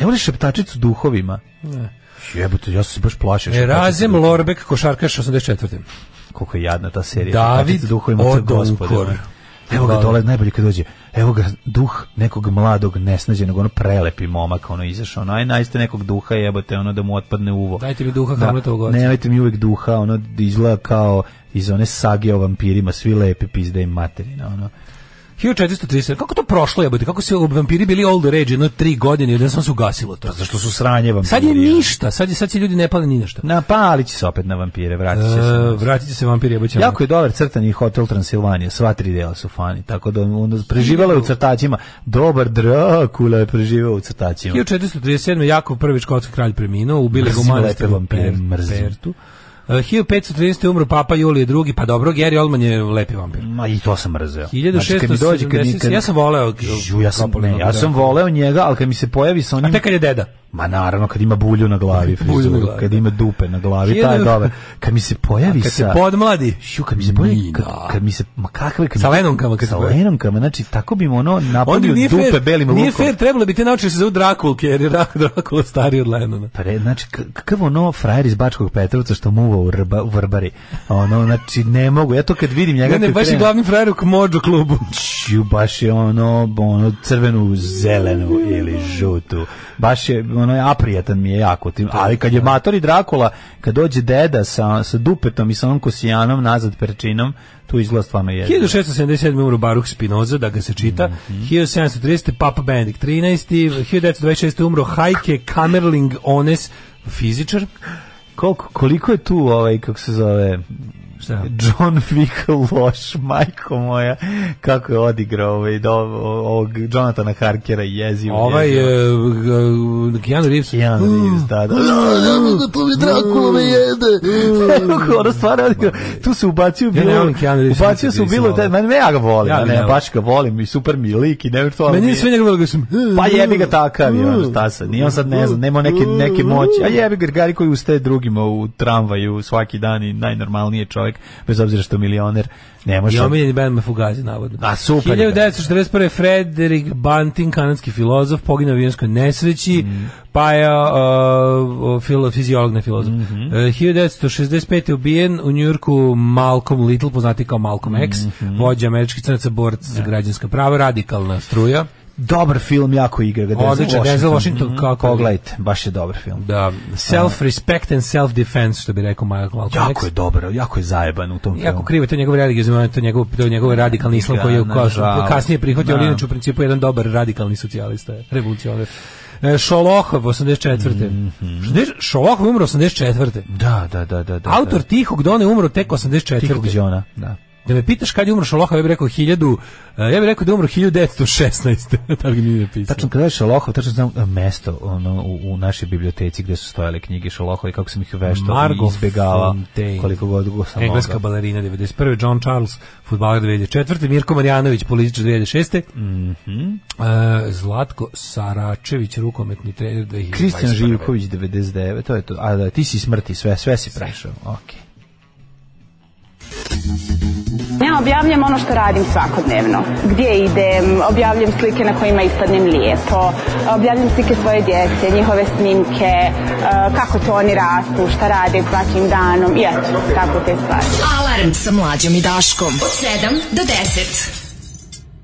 [SPEAKER 7] Ne voliš šeptačicu duhovima? Ne. Jebote, ja sam se baš plašio. šeptačice
[SPEAKER 6] Razem
[SPEAKER 7] duhovima.
[SPEAKER 6] Lorbeck, košarkaš 84.
[SPEAKER 7] Koliko je jadna ta serija.
[SPEAKER 6] David
[SPEAKER 7] šeptačice duhovima, to je gospode,
[SPEAKER 6] Odonkor.
[SPEAKER 7] ono. Evo ga dole, najbolje kad dođe. Evo ga duh nekog mladog, nesnađenog, ono prelepi momak, ono izašao. Ono, aj najste nekog duha jebote, ono da mu otpadne uvo.
[SPEAKER 6] Dajte mi duha Hamletovog oca.
[SPEAKER 7] Nemojte mi uvek duha, ono da izgleda kao iz one sage o vampirima, svi lepi pizde i materina, ono.
[SPEAKER 6] 1437. Kako to prošlo jebote? Kako su vampiri bili old rage jedno tri godine i odjednom se ugasilo to.
[SPEAKER 7] Zašto su sranje vampiri?
[SPEAKER 6] Sad je ništa, sad je sad se ljudi ne pale ni na šta.
[SPEAKER 7] Napalit će se opet na vampire, vratit će se.
[SPEAKER 6] E, vratite se vampiri jebote.
[SPEAKER 7] Jako je dobar crtan i Hotel Transilvanija, sva tri dela su fani, tako da on preživela je u crtačima. Dobar Drakula je preživeo u crtačima.
[SPEAKER 6] 1437. Jakov prvi škotski kralj preminuo, ubili ga u
[SPEAKER 7] Mrzim
[SPEAKER 6] manastiru
[SPEAKER 7] lepe vampire,
[SPEAKER 6] Pem-
[SPEAKER 7] mrzim.
[SPEAKER 6] Pertu. E, 1513. umro Papa Julije II, pa dobro, Gary Oldman je lepi vampir.
[SPEAKER 7] Ma i to sam mrzeo. Znači, kad mi dođe, kad mi-
[SPEAKER 6] 1670.
[SPEAKER 7] kad-
[SPEAKER 6] ja sam voleo
[SPEAKER 7] Žu, ja sam, ne,
[SPEAKER 6] Kapolinovu,
[SPEAKER 7] ja
[SPEAKER 6] da.
[SPEAKER 7] sam voleo njega, ali kad mi se pojavi sa
[SPEAKER 6] A
[SPEAKER 7] onim...
[SPEAKER 6] tek kad je deda.
[SPEAKER 7] Ma naravno, kad ima bulju na glavi,
[SPEAKER 6] Bulju na
[SPEAKER 7] frizuru,
[SPEAKER 6] glavi,
[SPEAKER 7] kad
[SPEAKER 6] da.
[SPEAKER 7] ima dupe na glavi, taj je
[SPEAKER 6] Hiljadu-
[SPEAKER 7] dobar. Kad mi se pojavi
[SPEAKER 6] Kad se
[SPEAKER 7] sa...
[SPEAKER 6] podmladi.
[SPEAKER 7] Šu, kad mi se pojavi,
[SPEAKER 6] Mina.
[SPEAKER 7] kad, kad mi se, ma kakve, kad
[SPEAKER 6] Sa
[SPEAKER 7] mi-
[SPEAKER 6] lenonkama kad se
[SPEAKER 7] sa
[SPEAKER 6] pojavi.
[SPEAKER 7] lenonkama, znači, tako bi mu ono
[SPEAKER 6] Onda
[SPEAKER 7] napunio
[SPEAKER 6] nije
[SPEAKER 7] dupe
[SPEAKER 6] fair,
[SPEAKER 7] belim lukom.
[SPEAKER 6] nije fair, trebalo bi te naučiti se zove Drakulke, jer je Drak- Drakula stariji od Lenona.
[SPEAKER 7] Pre, znači, k- kakav ono frajer iz Bačkog Petrovca što muva u, rba, u Vrbari. Ono, znači, ne mogu. Ja to kad vidim njega...
[SPEAKER 6] Ne, ne,
[SPEAKER 7] kad
[SPEAKER 6] baš je
[SPEAKER 7] krenem-
[SPEAKER 6] glavni frajer u Kmođu klubu.
[SPEAKER 7] Čiju, baš je ono, ono crvenu, zelenu ili žutu. Baš je, ono, aprijatan mi je jako. Tim, ali kad je Matori Drakula, kad dođe deda sa, sa dupetom i sa onom kosijanom nazad perčinom, tu izgleda stvarno je.
[SPEAKER 6] 1677. umro Baruch Spinoza, da ga se čita.
[SPEAKER 7] Mhm.
[SPEAKER 6] 1730. Papa Benedikt 13. 1926. umro Heike Kamerling Ones, fizičar.
[SPEAKER 7] Koliko, koliko je tu, ovaj, kako se zove,
[SPEAKER 6] Šta?
[SPEAKER 7] John Wick loš, majko moja, kako je odigrao ovaj, do, ovog Jonathana Harkera jezivo.
[SPEAKER 6] Ovaj, Mm.
[SPEAKER 7] jezivo.
[SPEAKER 6] eh, g- Keanu Reeves.
[SPEAKER 7] Keanu Reeves, da, da. Ne mogu, tu mi Drakula me jede. Ne mogu, ono stvarno, odigrao. tu se ubacio
[SPEAKER 6] ne
[SPEAKER 7] bilo,
[SPEAKER 6] volim Keanu Reevesa,
[SPEAKER 7] ubacio se u
[SPEAKER 6] nisam
[SPEAKER 7] bilo,
[SPEAKER 6] volao.
[SPEAKER 7] taj, meni ne, ja ga volim,
[SPEAKER 6] Ja ga
[SPEAKER 7] ne,
[SPEAKER 6] ne volim.
[SPEAKER 7] baš ga volim i super mi je lik i ne vjerujem to, ali
[SPEAKER 6] Meni
[SPEAKER 7] mi
[SPEAKER 6] je
[SPEAKER 7] je-
[SPEAKER 6] sve njegove, sam...
[SPEAKER 7] Pa jebi ga takav je, ono šta sad, nije on sad ne znam, nema neke, neke moći, a jebi ga gari koji ustaje drugima u tramvaju svaki dan i najnormalniji je čovjek, bez obzira što je milioner, ne
[SPEAKER 6] I
[SPEAKER 7] može...
[SPEAKER 6] omiljeni band Mafugazi, navodno.
[SPEAKER 7] A, super je.
[SPEAKER 6] 1941. Frederick Banting, kanadski filozof, poginuo u avionskoj nesreći,
[SPEAKER 7] Mhm.
[SPEAKER 6] pa je uh, filo, fiziolog na filozof.
[SPEAKER 7] Mhm.
[SPEAKER 6] E, 1965. je ubijen u Njurku Malcolm Little, poznati kao Malcolm X,
[SPEAKER 7] Mhm.
[SPEAKER 6] vođa američkih crnaca, borac za građanska prava, radikalna struja.
[SPEAKER 7] Dobar film, jako igra ga.
[SPEAKER 6] Odličan, Denzel Washington,
[SPEAKER 7] Mhm.
[SPEAKER 6] kako-
[SPEAKER 7] Pogledajte, baš je dobar film.
[SPEAKER 6] Da, self-respect and self-defense, što bi rekao Malcolm X.
[SPEAKER 7] Jako je dobar, jako je zajeban u tom filmu.
[SPEAKER 6] jako krivo, to je njegov religijski to je njegov, to je njegov radikalni islam koji je
[SPEAKER 7] Da,
[SPEAKER 6] kao-
[SPEAKER 7] nažalost.
[SPEAKER 6] kasnije prihvatio,
[SPEAKER 7] Da.
[SPEAKER 6] ali inače u principu jedan dobar radikalni socijalista, je, revolucionar. E, Šolohov, 84.
[SPEAKER 7] Mhm.
[SPEAKER 6] Znaš, Šolohov umro 84.
[SPEAKER 7] Da, da, da, da. da
[SPEAKER 6] Autor Tihog Dona je umro tek 84.
[SPEAKER 7] da. Tihog Đona, da.
[SPEAKER 6] Da me pitaš kad je umro Šolohov, ja bih rekao 1000, e, ja bih rekao da je umro 1916. (laughs) Tako mi nije napisao.
[SPEAKER 7] Tačno kada je Šalohov, tačno znam e, mesto ono, u, u našoj biblioteci gdje su stojale knjige Šalohova i kako sam ih veštao i
[SPEAKER 6] Margot
[SPEAKER 7] izbegava
[SPEAKER 6] Fontaine.
[SPEAKER 7] koliko god go sam
[SPEAKER 6] Engleska
[SPEAKER 7] mogao.
[SPEAKER 6] balerina 91. John Charles, futbaler 2004. Mirko Marjanović, političar 2006. E, Zlatko Saračević, rukometni trener 2021.
[SPEAKER 7] Kristijan Živković 99, to je to. A da, ti si smrti sve, sve si prešao. Okej.
[SPEAKER 10] Ja objavljam ono što radim svakodnevno. Gdje idem, objavljam slike na kojima ispadnem lijepo, objavljam slike svoje djece, njihove snimke, eh, kako to oni rastu, šta rade svakim danom i eto, tako te stvari.
[SPEAKER 5] Alarm sa mlađom i Daškom. Od 7 do 10.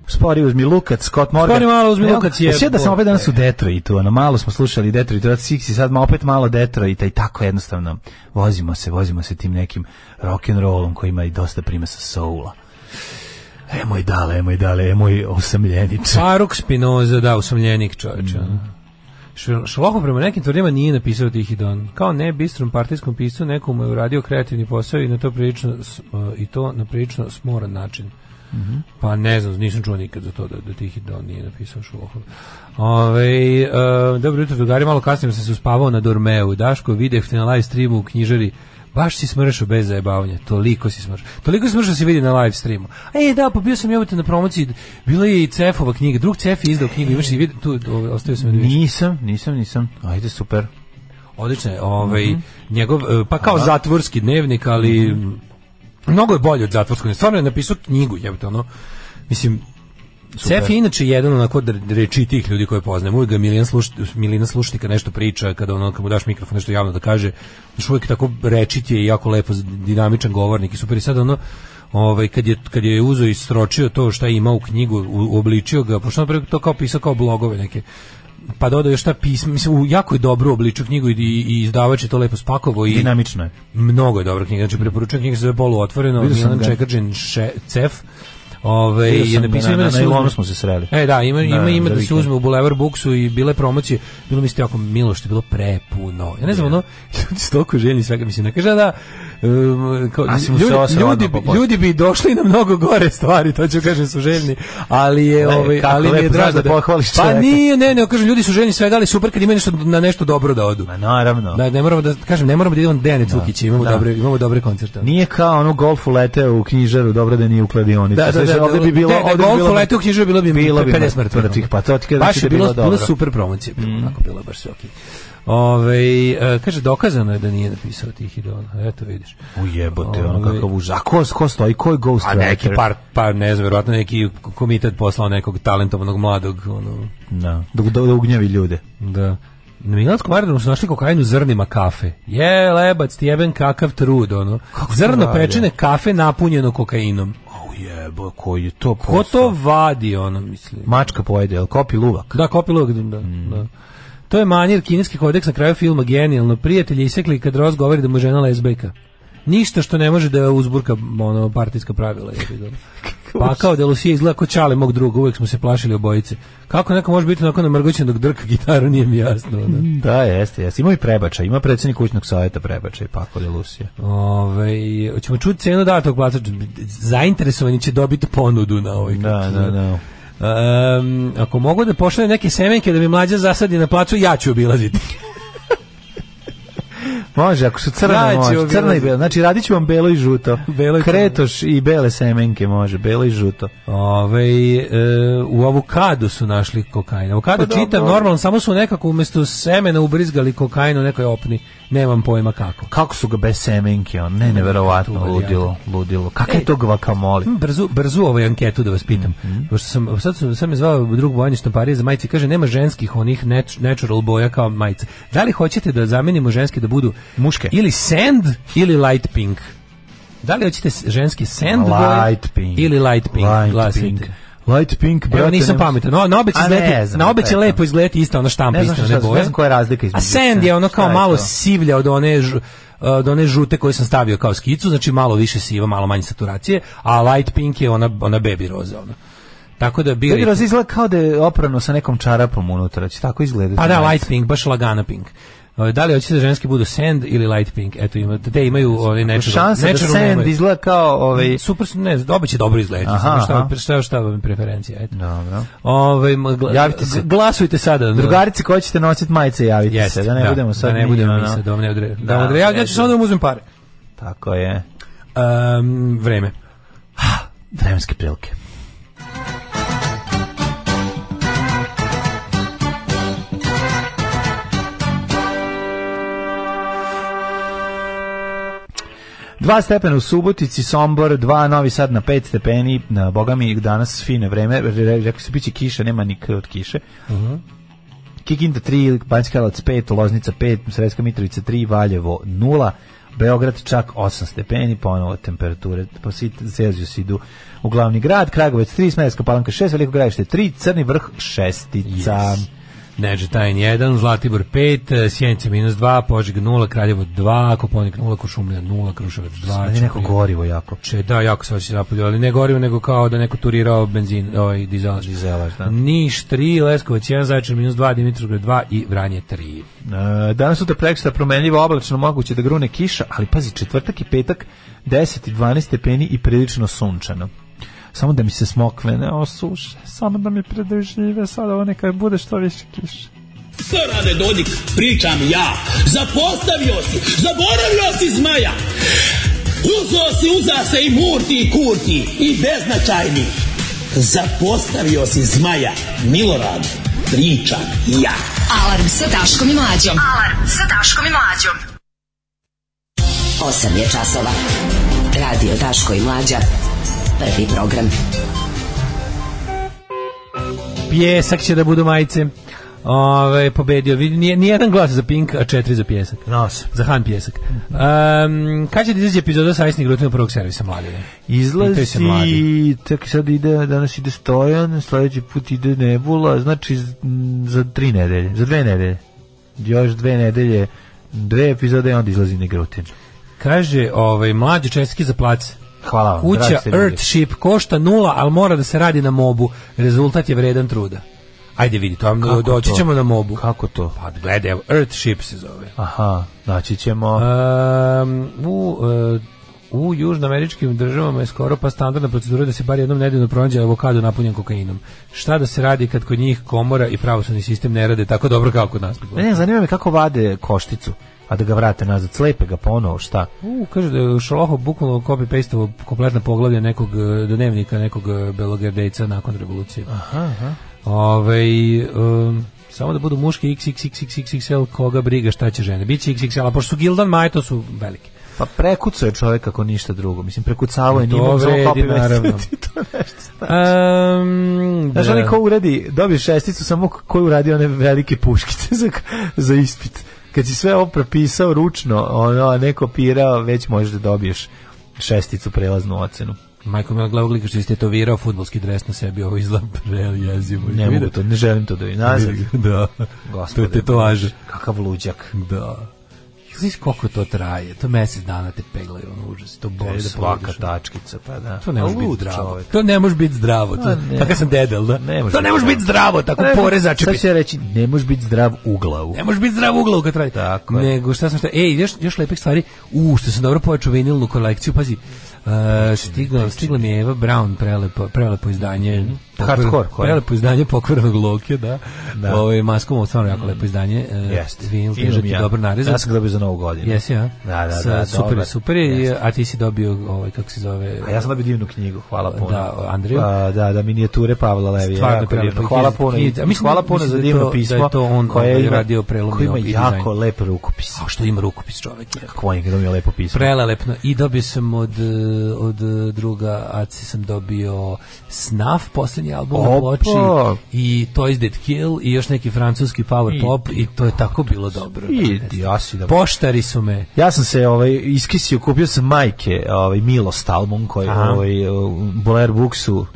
[SPEAKER 7] Spori uzmi Lukac, Scott Morgan.
[SPEAKER 6] Spori malo uzmi
[SPEAKER 7] Evo,
[SPEAKER 6] Lukac je-
[SPEAKER 7] e, Sve da sam opet danas u Detroitu, ono, malo smo slušali Detroit Red Six i sad ma opet malo Detroita i tako jednostavno vozimo se, vozimo se tim nekim rock'n'rollom koji ima i dosta primesa soula. E moj dale, e moj dale, e moj osamljeniče.
[SPEAKER 6] Faruk Spinoza, da, usamljenik čovječa. Š- Šolohov prema nekim tvrdima nije napisao Tihi Don. Kao ne bistrom partijskom piscu, neko mu je uradio kreativni posao i, na to prilično, s- e, i to na prilično smoran način. Pa ne znam, nisam čuo nikad za to da, da Tihi Don nije napisao Šolohov. Ove, e, dobro jutro, drugari, malo kasnije sam se uspavao na Dormeu. Daško, videh te na live streamu u knjižari Baš si smršao bez zajebavanja, toliko si smršao. Toliko si smršao da se vidi na live streamu. E, da, pa bio sam jebote na promociji, bila je i Cefova knjiga, drug Cef je izdao knjigu, imaš i vidi, tu ovaj, ostavio sam je da vidiš.
[SPEAKER 7] Nisam, nisam, nisam. Ajde, super.
[SPEAKER 6] Odlično je, ovaj, njegov, e, pa kao zatvorski dnevnik, ali mnogo je bolje od zatvorskog dnevnika. Stvarno je napisao knjigu, jebote, ono, mislim, Cef je inače jedan onako dr- rečitih ljudi koje poznajem. Uvijek ga milijan sluš, milina slušnika nešto priča, kada ono, kad mu daš mikrofon nešto javno da kaže, znaš, uvijek tako rečit je i jako lepo, z- dinamičan govornik i super. I sad ono, ovaj, kad je, kad je uzo i stročio to šta ima u knjigu, u- uobličio ga, pošto on preko to kao pisao kao blogove neke, pa dodao još ta pisma, mislim, u jako je dobro obličio knjigu i, i izdavač je to lepo spakovo i
[SPEAKER 7] Dinamično je.
[SPEAKER 6] mnogo je dobra knjiga, znači preporučujem knjigu se zove Poluotvoreno,
[SPEAKER 7] Vidio sam
[SPEAKER 6] Milan
[SPEAKER 7] ga.
[SPEAKER 6] Čekrđen Še- Cef, Ove,
[SPEAKER 7] Bio
[SPEAKER 6] je
[SPEAKER 7] sam
[SPEAKER 6] napisao
[SPEAKER 7] na-
[SPEAKER 6] ima
[SPEAKER 7] na- na
[SPEAKER 6] da se
[SPEAKER 7] Ilonu
[SPEAKER 6] uzme-
[SPEAKER 7] smo se sreli.
[SPEAKER 6] E, da, ima, ima,
[SPEAKER 7] Da,
[SPEAKER 6] ima
[SPEAKER 7] za
[SPEAKER 6] da se
[SPEAKER 7] vikend.
[SPEAKER 6] uzme u Bulevar Buksu i bile promocije, bilo mi ste jako milo što je bilo prepuno. Ja ne znam, ono, ljudi su toliko željni svega, mislim, ne kaže da, um, kao,
[SPEAKER 7] A si mu se
[SPEAKER 6] ljudi,
[SPEAKER 7] osrao
[SPEAKER 6] ljudi,
[SPEAKER 7] odmah
[SPEAKER 6] bi,
[SPEAKER 7] po poslu.
[SPEAKER 6] ljudi bi došli na mnogo gore stvari, to ću kažem su željni, ali je,
[SPEAKER 7] Le,
[SPEAKER 6] ovaj,
[SPEAKER 7] E, kako
[SPEAKER 6] ali mi je
[SPEAKER 7] lepo, znaš
[SPEAKER 6] drago
[SPEAKER 7] da pohvališ
[SPEAKER 6] Pa
[SPEAKER 7] čoveka.
[SPEAKER 6] nije, ne, ne, kažem, ljudi su željni svega, ali super kad imaju nešto, na nešto dobro da odu.
[SPEAKER 7] Ma naravno.
[SPEAKER 6] Da, ne moramo da, kažem, ne moramo da idemo Dejane Cukića, imamo,
[SPEAKER 7] Da.
[SPEAKER 6] dobre, imamo dobre koncerte.
[SPEAKER 7] Nije kao ono golf ulete u knjižaru, dobro da nije u kladionicu.
[SPEAKER 6] Da, da,
[SPEAKER 7] Znaš,
[SPEAKER 6] da, da,
[SPEAKER 7] ovde bi bilo,
[SPEAKER 6] da, da,
[SPEAKER 7] ovde bi
[SPEAKER 6] golf
[SPEAKER 7] bilo-
[SPEAKER 6] u letu u knjižu bilo bi
[SPEAKER 7] Bilo bi
[SPEAKER 6] 50 mrtvih.
[SPEAKER 7] mrtvih, pa to ti kažem
[SPEAKER 6] ono. Baš
[SPEAKER 7] da
[SPEAKER 6] je
[SPEAKER 7] je
[SPEAKER 6] bilo,
[SPEAKER 7] bilo dobro. Mm.
[SPEAKER 6] bila super promocija, bilo, onako bilo baš sve okej. Ovaj, e, kaže, dokazano je da nije napisao tih idona, eto vidiš.
[SPEAKER 7] U jebote, ono
[SPEAKER 6] Ovaj,
[SPEAKER 7] kakav užas. A ko, ko stoji, ko je ghost
[SPEAKER 6] A neki par, par, ne znam, verovatno neki komitet poslao nekog talentovanog mladog, ono,
[SPEAKER 7] Da, da, da ugnjavi ljude.
[SPEAKER 6] da. Na Milanskom aerodromu su našli kokain u zrnima kafe. Je, lebac, ti jeben kakav trud, ono. Zrno
[SPEAKER 7] rade?
[SPEAKER 6] pečene kafe napunjeno kokainom.
[SPEAKER 7] O jebo, koji je to
[SPEAKER 6] Ko
[SPEAKER 7] posao?
[SPEAKER 6] to vadi, ono, mislim. Mm.
[SPEAKER 7] Mačka pojede, jel kopi luvak?
[SPEAKER 6] Da, kopilog, da, da. To je manjer kineski kodeks na kraju filma genijalno. Prijatelji isekli kad Ross govori da mu je žena lezbejka. Ništa što ne može da uzburka ono, partijska pravila. jebi ga. Pa kao da Lucija izgleda ko čale mog druga, uvek smo se plašili obojice. Kako neko može biti onako namrgoćen dok drka gitaru, nije mi jasno. ono. Da.
[SPEAKER 7] Da, jeste, jeste. Ima i prebača, ima predsjednik kućnog savjeta prebača i Pako de Lucija.
[SPEAKER 6] Ove, hoćemo čuti cenu datog placa. Zainteresovani će dobiti ponudu na ovoj.
[SPEAKER 7] Da, da, da.
[SPEAKER 6] Em, ako mogu da pošalju neke semenke da mi mlađa zasadi na placu, ja ću obilaziti.
[SPEAKER 7] Može, ako su crne,
[SPEAKER 6] Traće
[SPEAKER 7] može. Crna i
[SPEAKER 6] obilazi.
[SPEAKER 7] bela. Znači, radit ću vam belo i žuto.
[SPEAKER 6] Belo i crno.
[SPEAKER 7] Kretoš i bele semenke može, belo i žuto.
[SPEAKER 6] Ove, e, u avokadu su našli kokain. Avokado
[SPEAKER 7] Pa
[SPEAKER 6] čitav,
[SPEAKER 7] dobro.
[SPEAKER 6] normalno, samo su nekako umjesto semena ubrizgali kokain u nekoj opni. Nemam pojma kako.
[SPEAKER 7] Kako su ga bez semenke, on ne, neverovatno,
[SPEAKER 6] Tu E,
[SPEAKER 7] ludilo, ludilo. Kakav je to guacamole?
[SPEAKER 6] Imam Brzu, brzu ovaj anketu da vas pitam.
[SPEAKER 7] Mhm.
[SPEAKER 6] Pošto sam, sad sam, sad me zvao drug Bojan Štamparije za majice. Kaže, nema ženskih onih nat- natural boja kao majice. Da li hoćete da zamenimo ženske da budu
[SPEAKER 7] Muške.
[SPEAKER 6] ili sand ili light pink? Da li hoćete s- ženske sand boje
[SPEAKER 7] Light pink.
[SPEAKER 6] ili light pink? Glasajte.
[SPEAKER 7] Light pink, brate.
[SPEAKER 6] Evo nisam
[SPEAKER 7] nema-
[SPEAKER 6] pametan. No, na obe će,
[SPEAKER 7] A ne
[SPEAKER 6] izgledati,
[SPEAKER 7] znam
[SPEAKER 6] na obe
[SPEAKER 7] šta
[SPEAKER 6] će
[SPEAKER 7] je to.
[SPEAKER 6] lepo ono izgledati ista ona štampa,
[SPEAKER 7] Ne znam
[SPEAKER 6] ista one
[SPEAKER 7] šta-
[SPEAKER 6] boje.
[SPEAKER 7] ne znam koja je razlika
[SPEAKER 6] A
[SPEAKER 7] između-
[SPEAKER 6] sand je ono kao
[SPEAKER 7] Šta je
[SPEAKER 6] malo
[SPEAKER 7] to?
[SPEAKER 6] sivlja od one, žu- e, od one žute koje sam stavio kao skicu, znači malo više siva, malo manje saturacije, a light pink je ona, ona baby roza. Ona. Tako da bio...
[SPEAKER 7] Baby Rose izgleda kao da je oprano sa nekom čarapom unutra, će tako izgledati.
[SPEAKER 6] Pa da,
[SPEAKER 7] majica.
[SPEAKER 6] light pink, baš lagana pink. E, Da li hoćete da ženski budu sand ili light pink? Eto, ima, te imaju ovaj oni natural.
[SPEAKER 7] Šansa da
[SPEAKER 6] natural
[SPEAKER 7] sand
[SPEAKER 6] nemaju. Mm.
[SPEAKER 7] izgleda kao ovaj...
[SPEAKER 6] Super, su- ne, oba će dobro izgledati.
[SPEAKER 7] Aha,
[SPEAKER 6] Aha, šta,
[SPEAKER 7] aha.
[SPEAKER 6] šta, šta vam je preferencija? Eto.
[SPEAKER 7] Dobro.
[SPEAKER 6] Ove, gla,
[SPEAKER 7] Javite se.
[SPEAKER 6] Glasujte sada.
[SPEAKER 7] Drugarice koje ćete nositi majice, javite
[SPEAKER 6] Jeste,
[SPEAKER 7] se, da ne budemo sad...
[SPEAKER 6] da ne
[SPEAKER 7] mi,
[SPEAKER 6] budemo mi
[SPEAKER 7] ono,
[SPEAKER 6] sad, da vam ne odre, da,
[SPEAKER 7] Da,
[SPEAKER 6] vam odre, ja, ja ću
[SPEAKER 7] jeste.
[SPEAKER 6] samo da vam uzmem pare.
[SPEAKER 7] Tako je.
[SPEAKER 6] Um, vreme.
[SPEAKER 7] Vremenske prilike. Dva stepena u Subotici, Sombor, dva, Novi Sad na pet stepeni, na, boga mi danas fine vreme, re- rekli su biće kiša, nema ni k od kiše. Kikinda 3, Banjska Karlovac 5, Loznica 5, Sredska Mitrovica 3, Valjevo 0, Beograd čak 8 stepeni, ponovo temperature po svi Celzijus idu u glavni grad, Kragovec 3, Smedeska palanka 6, Veliko gravište 3, Crni vrh 6.
[SPEAKER 6] Yes. Neđetajn 1, Zlatibor 5, Sjenica minus 2, Požeg 0, Kraljevo 2, Koponik 0, Košumlja 0, Kruševac 2.
[SPEAKER 7] Ali neko gorivo jako.
[SPEAKER 6] Če, da, jako se osjeća napolju, ali ne gorivo, nego kao da neko turirao benzin, ovaj dizelač.
[SPEAKER 7] Dizelač, da.
[SPEAKER 6] Niš 3, Leskovac 1, Zaječar minus 2, Dimitrovgrad 2 i Vranje 3.
[SPEAKER 7] E, Danas sutra prekšta promenljivo oblačno moguće da grune kiša, ali pazi, četvrtak i petak 10 i 12 stepeni i prilično sunčano. Samo da mi se smokve ne osuše, samo da mi predožive sada one kad bude što više kiše.
[SPEAKER 11] Što rade Dodik? Pričam ja. Zapostavio si, zaboravio si zmaja. Uzo si, uza se i murti i kurti i beznačajni. Zapostavio si zmaja, Milorad, pričam ja.
[SPEAKER 5] Alarm sa Daškom i Mlađom.
[SPEAKER 3] Alarm sa Daškom i Mlađom.
[SPEAKER 5] 8 je časova. Radio Daško i Mlađa. Prvi program.
[SPEAKER 6] Pjesak će da budu majice. Ove, E, pobedio. Vidi, Nije, nijedan glas za Pink, a četiri za pjesak.
[SPEAKER 7] Nos.
[SPEAKER 6] Za Han pjesak. Um, kad će da izađe epizoda Sajsnih rutina prvog servisa mladine? Pitaj se
[SPEAKER 7] Izlazi,
[SPEAKER 6] mladi.
[SPEAKER 7] tek sad ide, danas ide Stojan, sljedeći put ide Nebula, znači z- m, za tri nedelje, za dve nedelje. Još dve nedelje, dve epizode i onda izlazi Negrutin.
[SPEAKER 6] Kaže, ovaj, mlađe čestke za plac.
[SPEAKER 7] Hvala vam, dragi
[SPEAKER 6] Kuća
[SPEAKER 7] ste ljudi.
[SPEAKER 6] Earthship košta nula, ali mora da se radi na mobu. Rezultat je vredan truda. Ajde vidi, to vam
[SPEAKER 7] Kako
[SPEAKER 6] doći
[SPEAKER 7] to?
[SPEAKER 6] ćemo na mobu.
[SPEAKER 7] Kako to?
[SPEAKER 6] Pa gledaj, evo, Earthship se zove.
[SPEAKER 7] Aha, naći ćemo...
[SPEAKER 6] Um, u, uh, u južnoameričkim državama je skoro pa standardna procedura da se bar jednom nedeljno pronađe avokado napunjen kokainom. Šta da se radi kad kod njih komora i pravosudni sistem ne rade tako dobro kao kod nas?
[SPEAKER 7] Ne, ne, zanima me kako vade košticu, a da ga vrate nazad, slepe ga ponovo, šta?
[SPEAKER 6] U, kaže da je Šoloho bukvalno copy-pasteovo kompletna poglavlja nekog eh, dnevnika, nekog eh, belogardejca nakon revolucije. Aha, samo da budu muški XXXXXL, koga briga šta će žene. Biće XXL, a pošto su Gildan Maj, to su veliki.
[SPEAKER 7] Pa prekucao je čovjek ako ništa drugo. Mislim, prekucavao je,
[SPEAKER 6] To
[SPEAKER 7] nije mogu samo
[SPEAKER 6] vredi,
[SPEAKER 7] copy paste.
[SPEAKER 6] naravno.
[SPEAKER 7] (laughs) to nešto znači.
[SPEAKER 6] Um,
[SPEAKER 7] Znaš, onaj ko uradi, dobije šesticu, samo ko je uradio one velike puškice (laughs) za, za ispit. Kad si sve ovo prepisao ručno, ono, a ne kopirao, već možeš da dobiješ šesticu prelaznu ocenu.
[SPEAKER 6] Majko mi je glavog što je istetovirao futbolski dres na sebi, ovo izgleda prejezivo.
[SPEAKER 7] Ne mogu to, ne želim to da vidim. Nazad,
[SPEAKER 6] (laughs) Da, to
[SPEAKER 7] gospode,
[SPEAKER 6] je tetovaža.
[SPEAKER 7] kakav luđak.
[SPEAKER 6] Da. Znaš koliko to traje? To mesec dana te peglaju, ono užas. To boli da
[SPEAKER 7] Svaka
[SPEAKER 6] pogledaš.
[SPEAKER 7] tačkica, pa da.
[SPEAKER 6] To ne može
[SPEAKER 7] A
[SPEAKER 6] biti
[SPEAKER 7] lud
[SPEAKER 6] zdravo.
[SPEAKER 7] čovjek.
[SPEAKER 6] To ne može biti zdravo. To,
[SPEAKER 7] ne.
[SPEAKER 6] takav sam dedel, da?
[SPEAKER 7] Ne može
[SPEAKER 6] to ne
[SPEAKER 7] biti
[SPEAKER 6] može
[SPEAKER 7] zdravo.
[SPEAKER 6] biti zdravo, tako
[SPEAKER 7] Ne,
[SPEAKER 6] pore
[SPEAKER 7] E, Sad ću
[SPEAKER 6] začepi.
[SPEAKER 7] ja reći, ne možeš biti zdrav u glavu.
[SPEAKER 6] Ne može biti zdravo uglavu kad traje.
[SPEAKER 7] Tako je.
[SPEAKER 6] Nego šta sam šta... Ej, još, još lepih stvari. U, što sam dobro pojačao vinilnu kolekciju, pazi. Uh, stigla, stigla mi je Eva Brown prelepo, prelepo izdanje pokvar-
[SPEAKER 7] Mhm. Hardcore, koje?
[SPEAKER 6] prelepo izdanje pokvarnog Loke da, da. Ovo je maskom stvarno jako lepo izdanje uh,
[SPEAKER 7] Mhm. Jeste.
[SPEAKER 6] vinil
[SPEAKER 7] Imam
[SPEAKER 6] težak i
[SPEAKER 7] ja.
[SPEAKER 6] dobro narezan
[SPEAKER 7] Ja sam ga dobio za novu godinu.
[SPEAKER 6] Jesi, ja?
[SPEAKER 7] Da, da,
[SPEAKER 6] Sa-
[SPEAKER 7] da,
[SPEAKER 6] Super,
[SPEAKER 7] dobar.
[SPEAKER 6] je, super je,
[SPEAKER 7] Jeste.
[SPEAKER 6] a ti si dobio, ovaj, kako se zove...
[SPEAKER 7] A ja sam dobio divnu knjigu, hvala puno.
[SPEAKER 6] Da, Andriju.
[SPEAKER 7] Pa, da, da, minijature Pavla Levija.
[SPEAKER 6] Stvarno
[SPEAKER 7] jako
[SPEAKER 6] prelepo.
[SPEAKER 7] divno. Hvala
[SPEAKER 6] Knjiz-
[SPEAKER 7] puno. i-
[SPEAKER 6] knjiz- a mislim-
[SPEAKER 7] hvala puno
[SPEAKER 6] mislim
[SPEAKER 7] za
[SPEAKER 6] da je
[SPEAKER 7] divno
[SPEAKER 6] to- da je
[SPEAKER 7] pismo.
[SPEAKER 6] to on,
[SPEAKER 7] koje
[SPEAKER 6] ovaj,
[SPEAKER 7] ima,
[SPEAKER 6] radio prelomni
[SPEAKER 7] koje ima
[SPEAKER 6] oblik
[SPEAKER 7] jako
[SPEAKER 6] dizajna.
[SPEAKER 7] lep rukopis.
[SPEAKER 6] A što ima rukopis čovek? je.
[SPEAKER 7] Kako on je dobio lepo pismo.
[SPEAKER 6] Prelelepno. I dobio sam od, eh, od eh, druga Aci sam dobio Snaf, posljednji album na
[SPEAKER 7] Opa!
[SPEAKER 6] ploči, i Toys That Kill, i još neki francuski power
[SPEAKER 7] I-
[SPEAKER 6] pop, i to je tako bilo dobro.
[SPEAKER 7] I,
[SPEAKER 6] brate.
[SPEAKER 7] ja si da...
[SPEAKER 6] Poštari su me.
[SPEAKER 7] Ja sam se ovaj iskisio, kupio sam majke, ovaj Milost album koji
[SPEAKER 6] Aha.
[SPEAKER 7] ovaj u Blair Booksu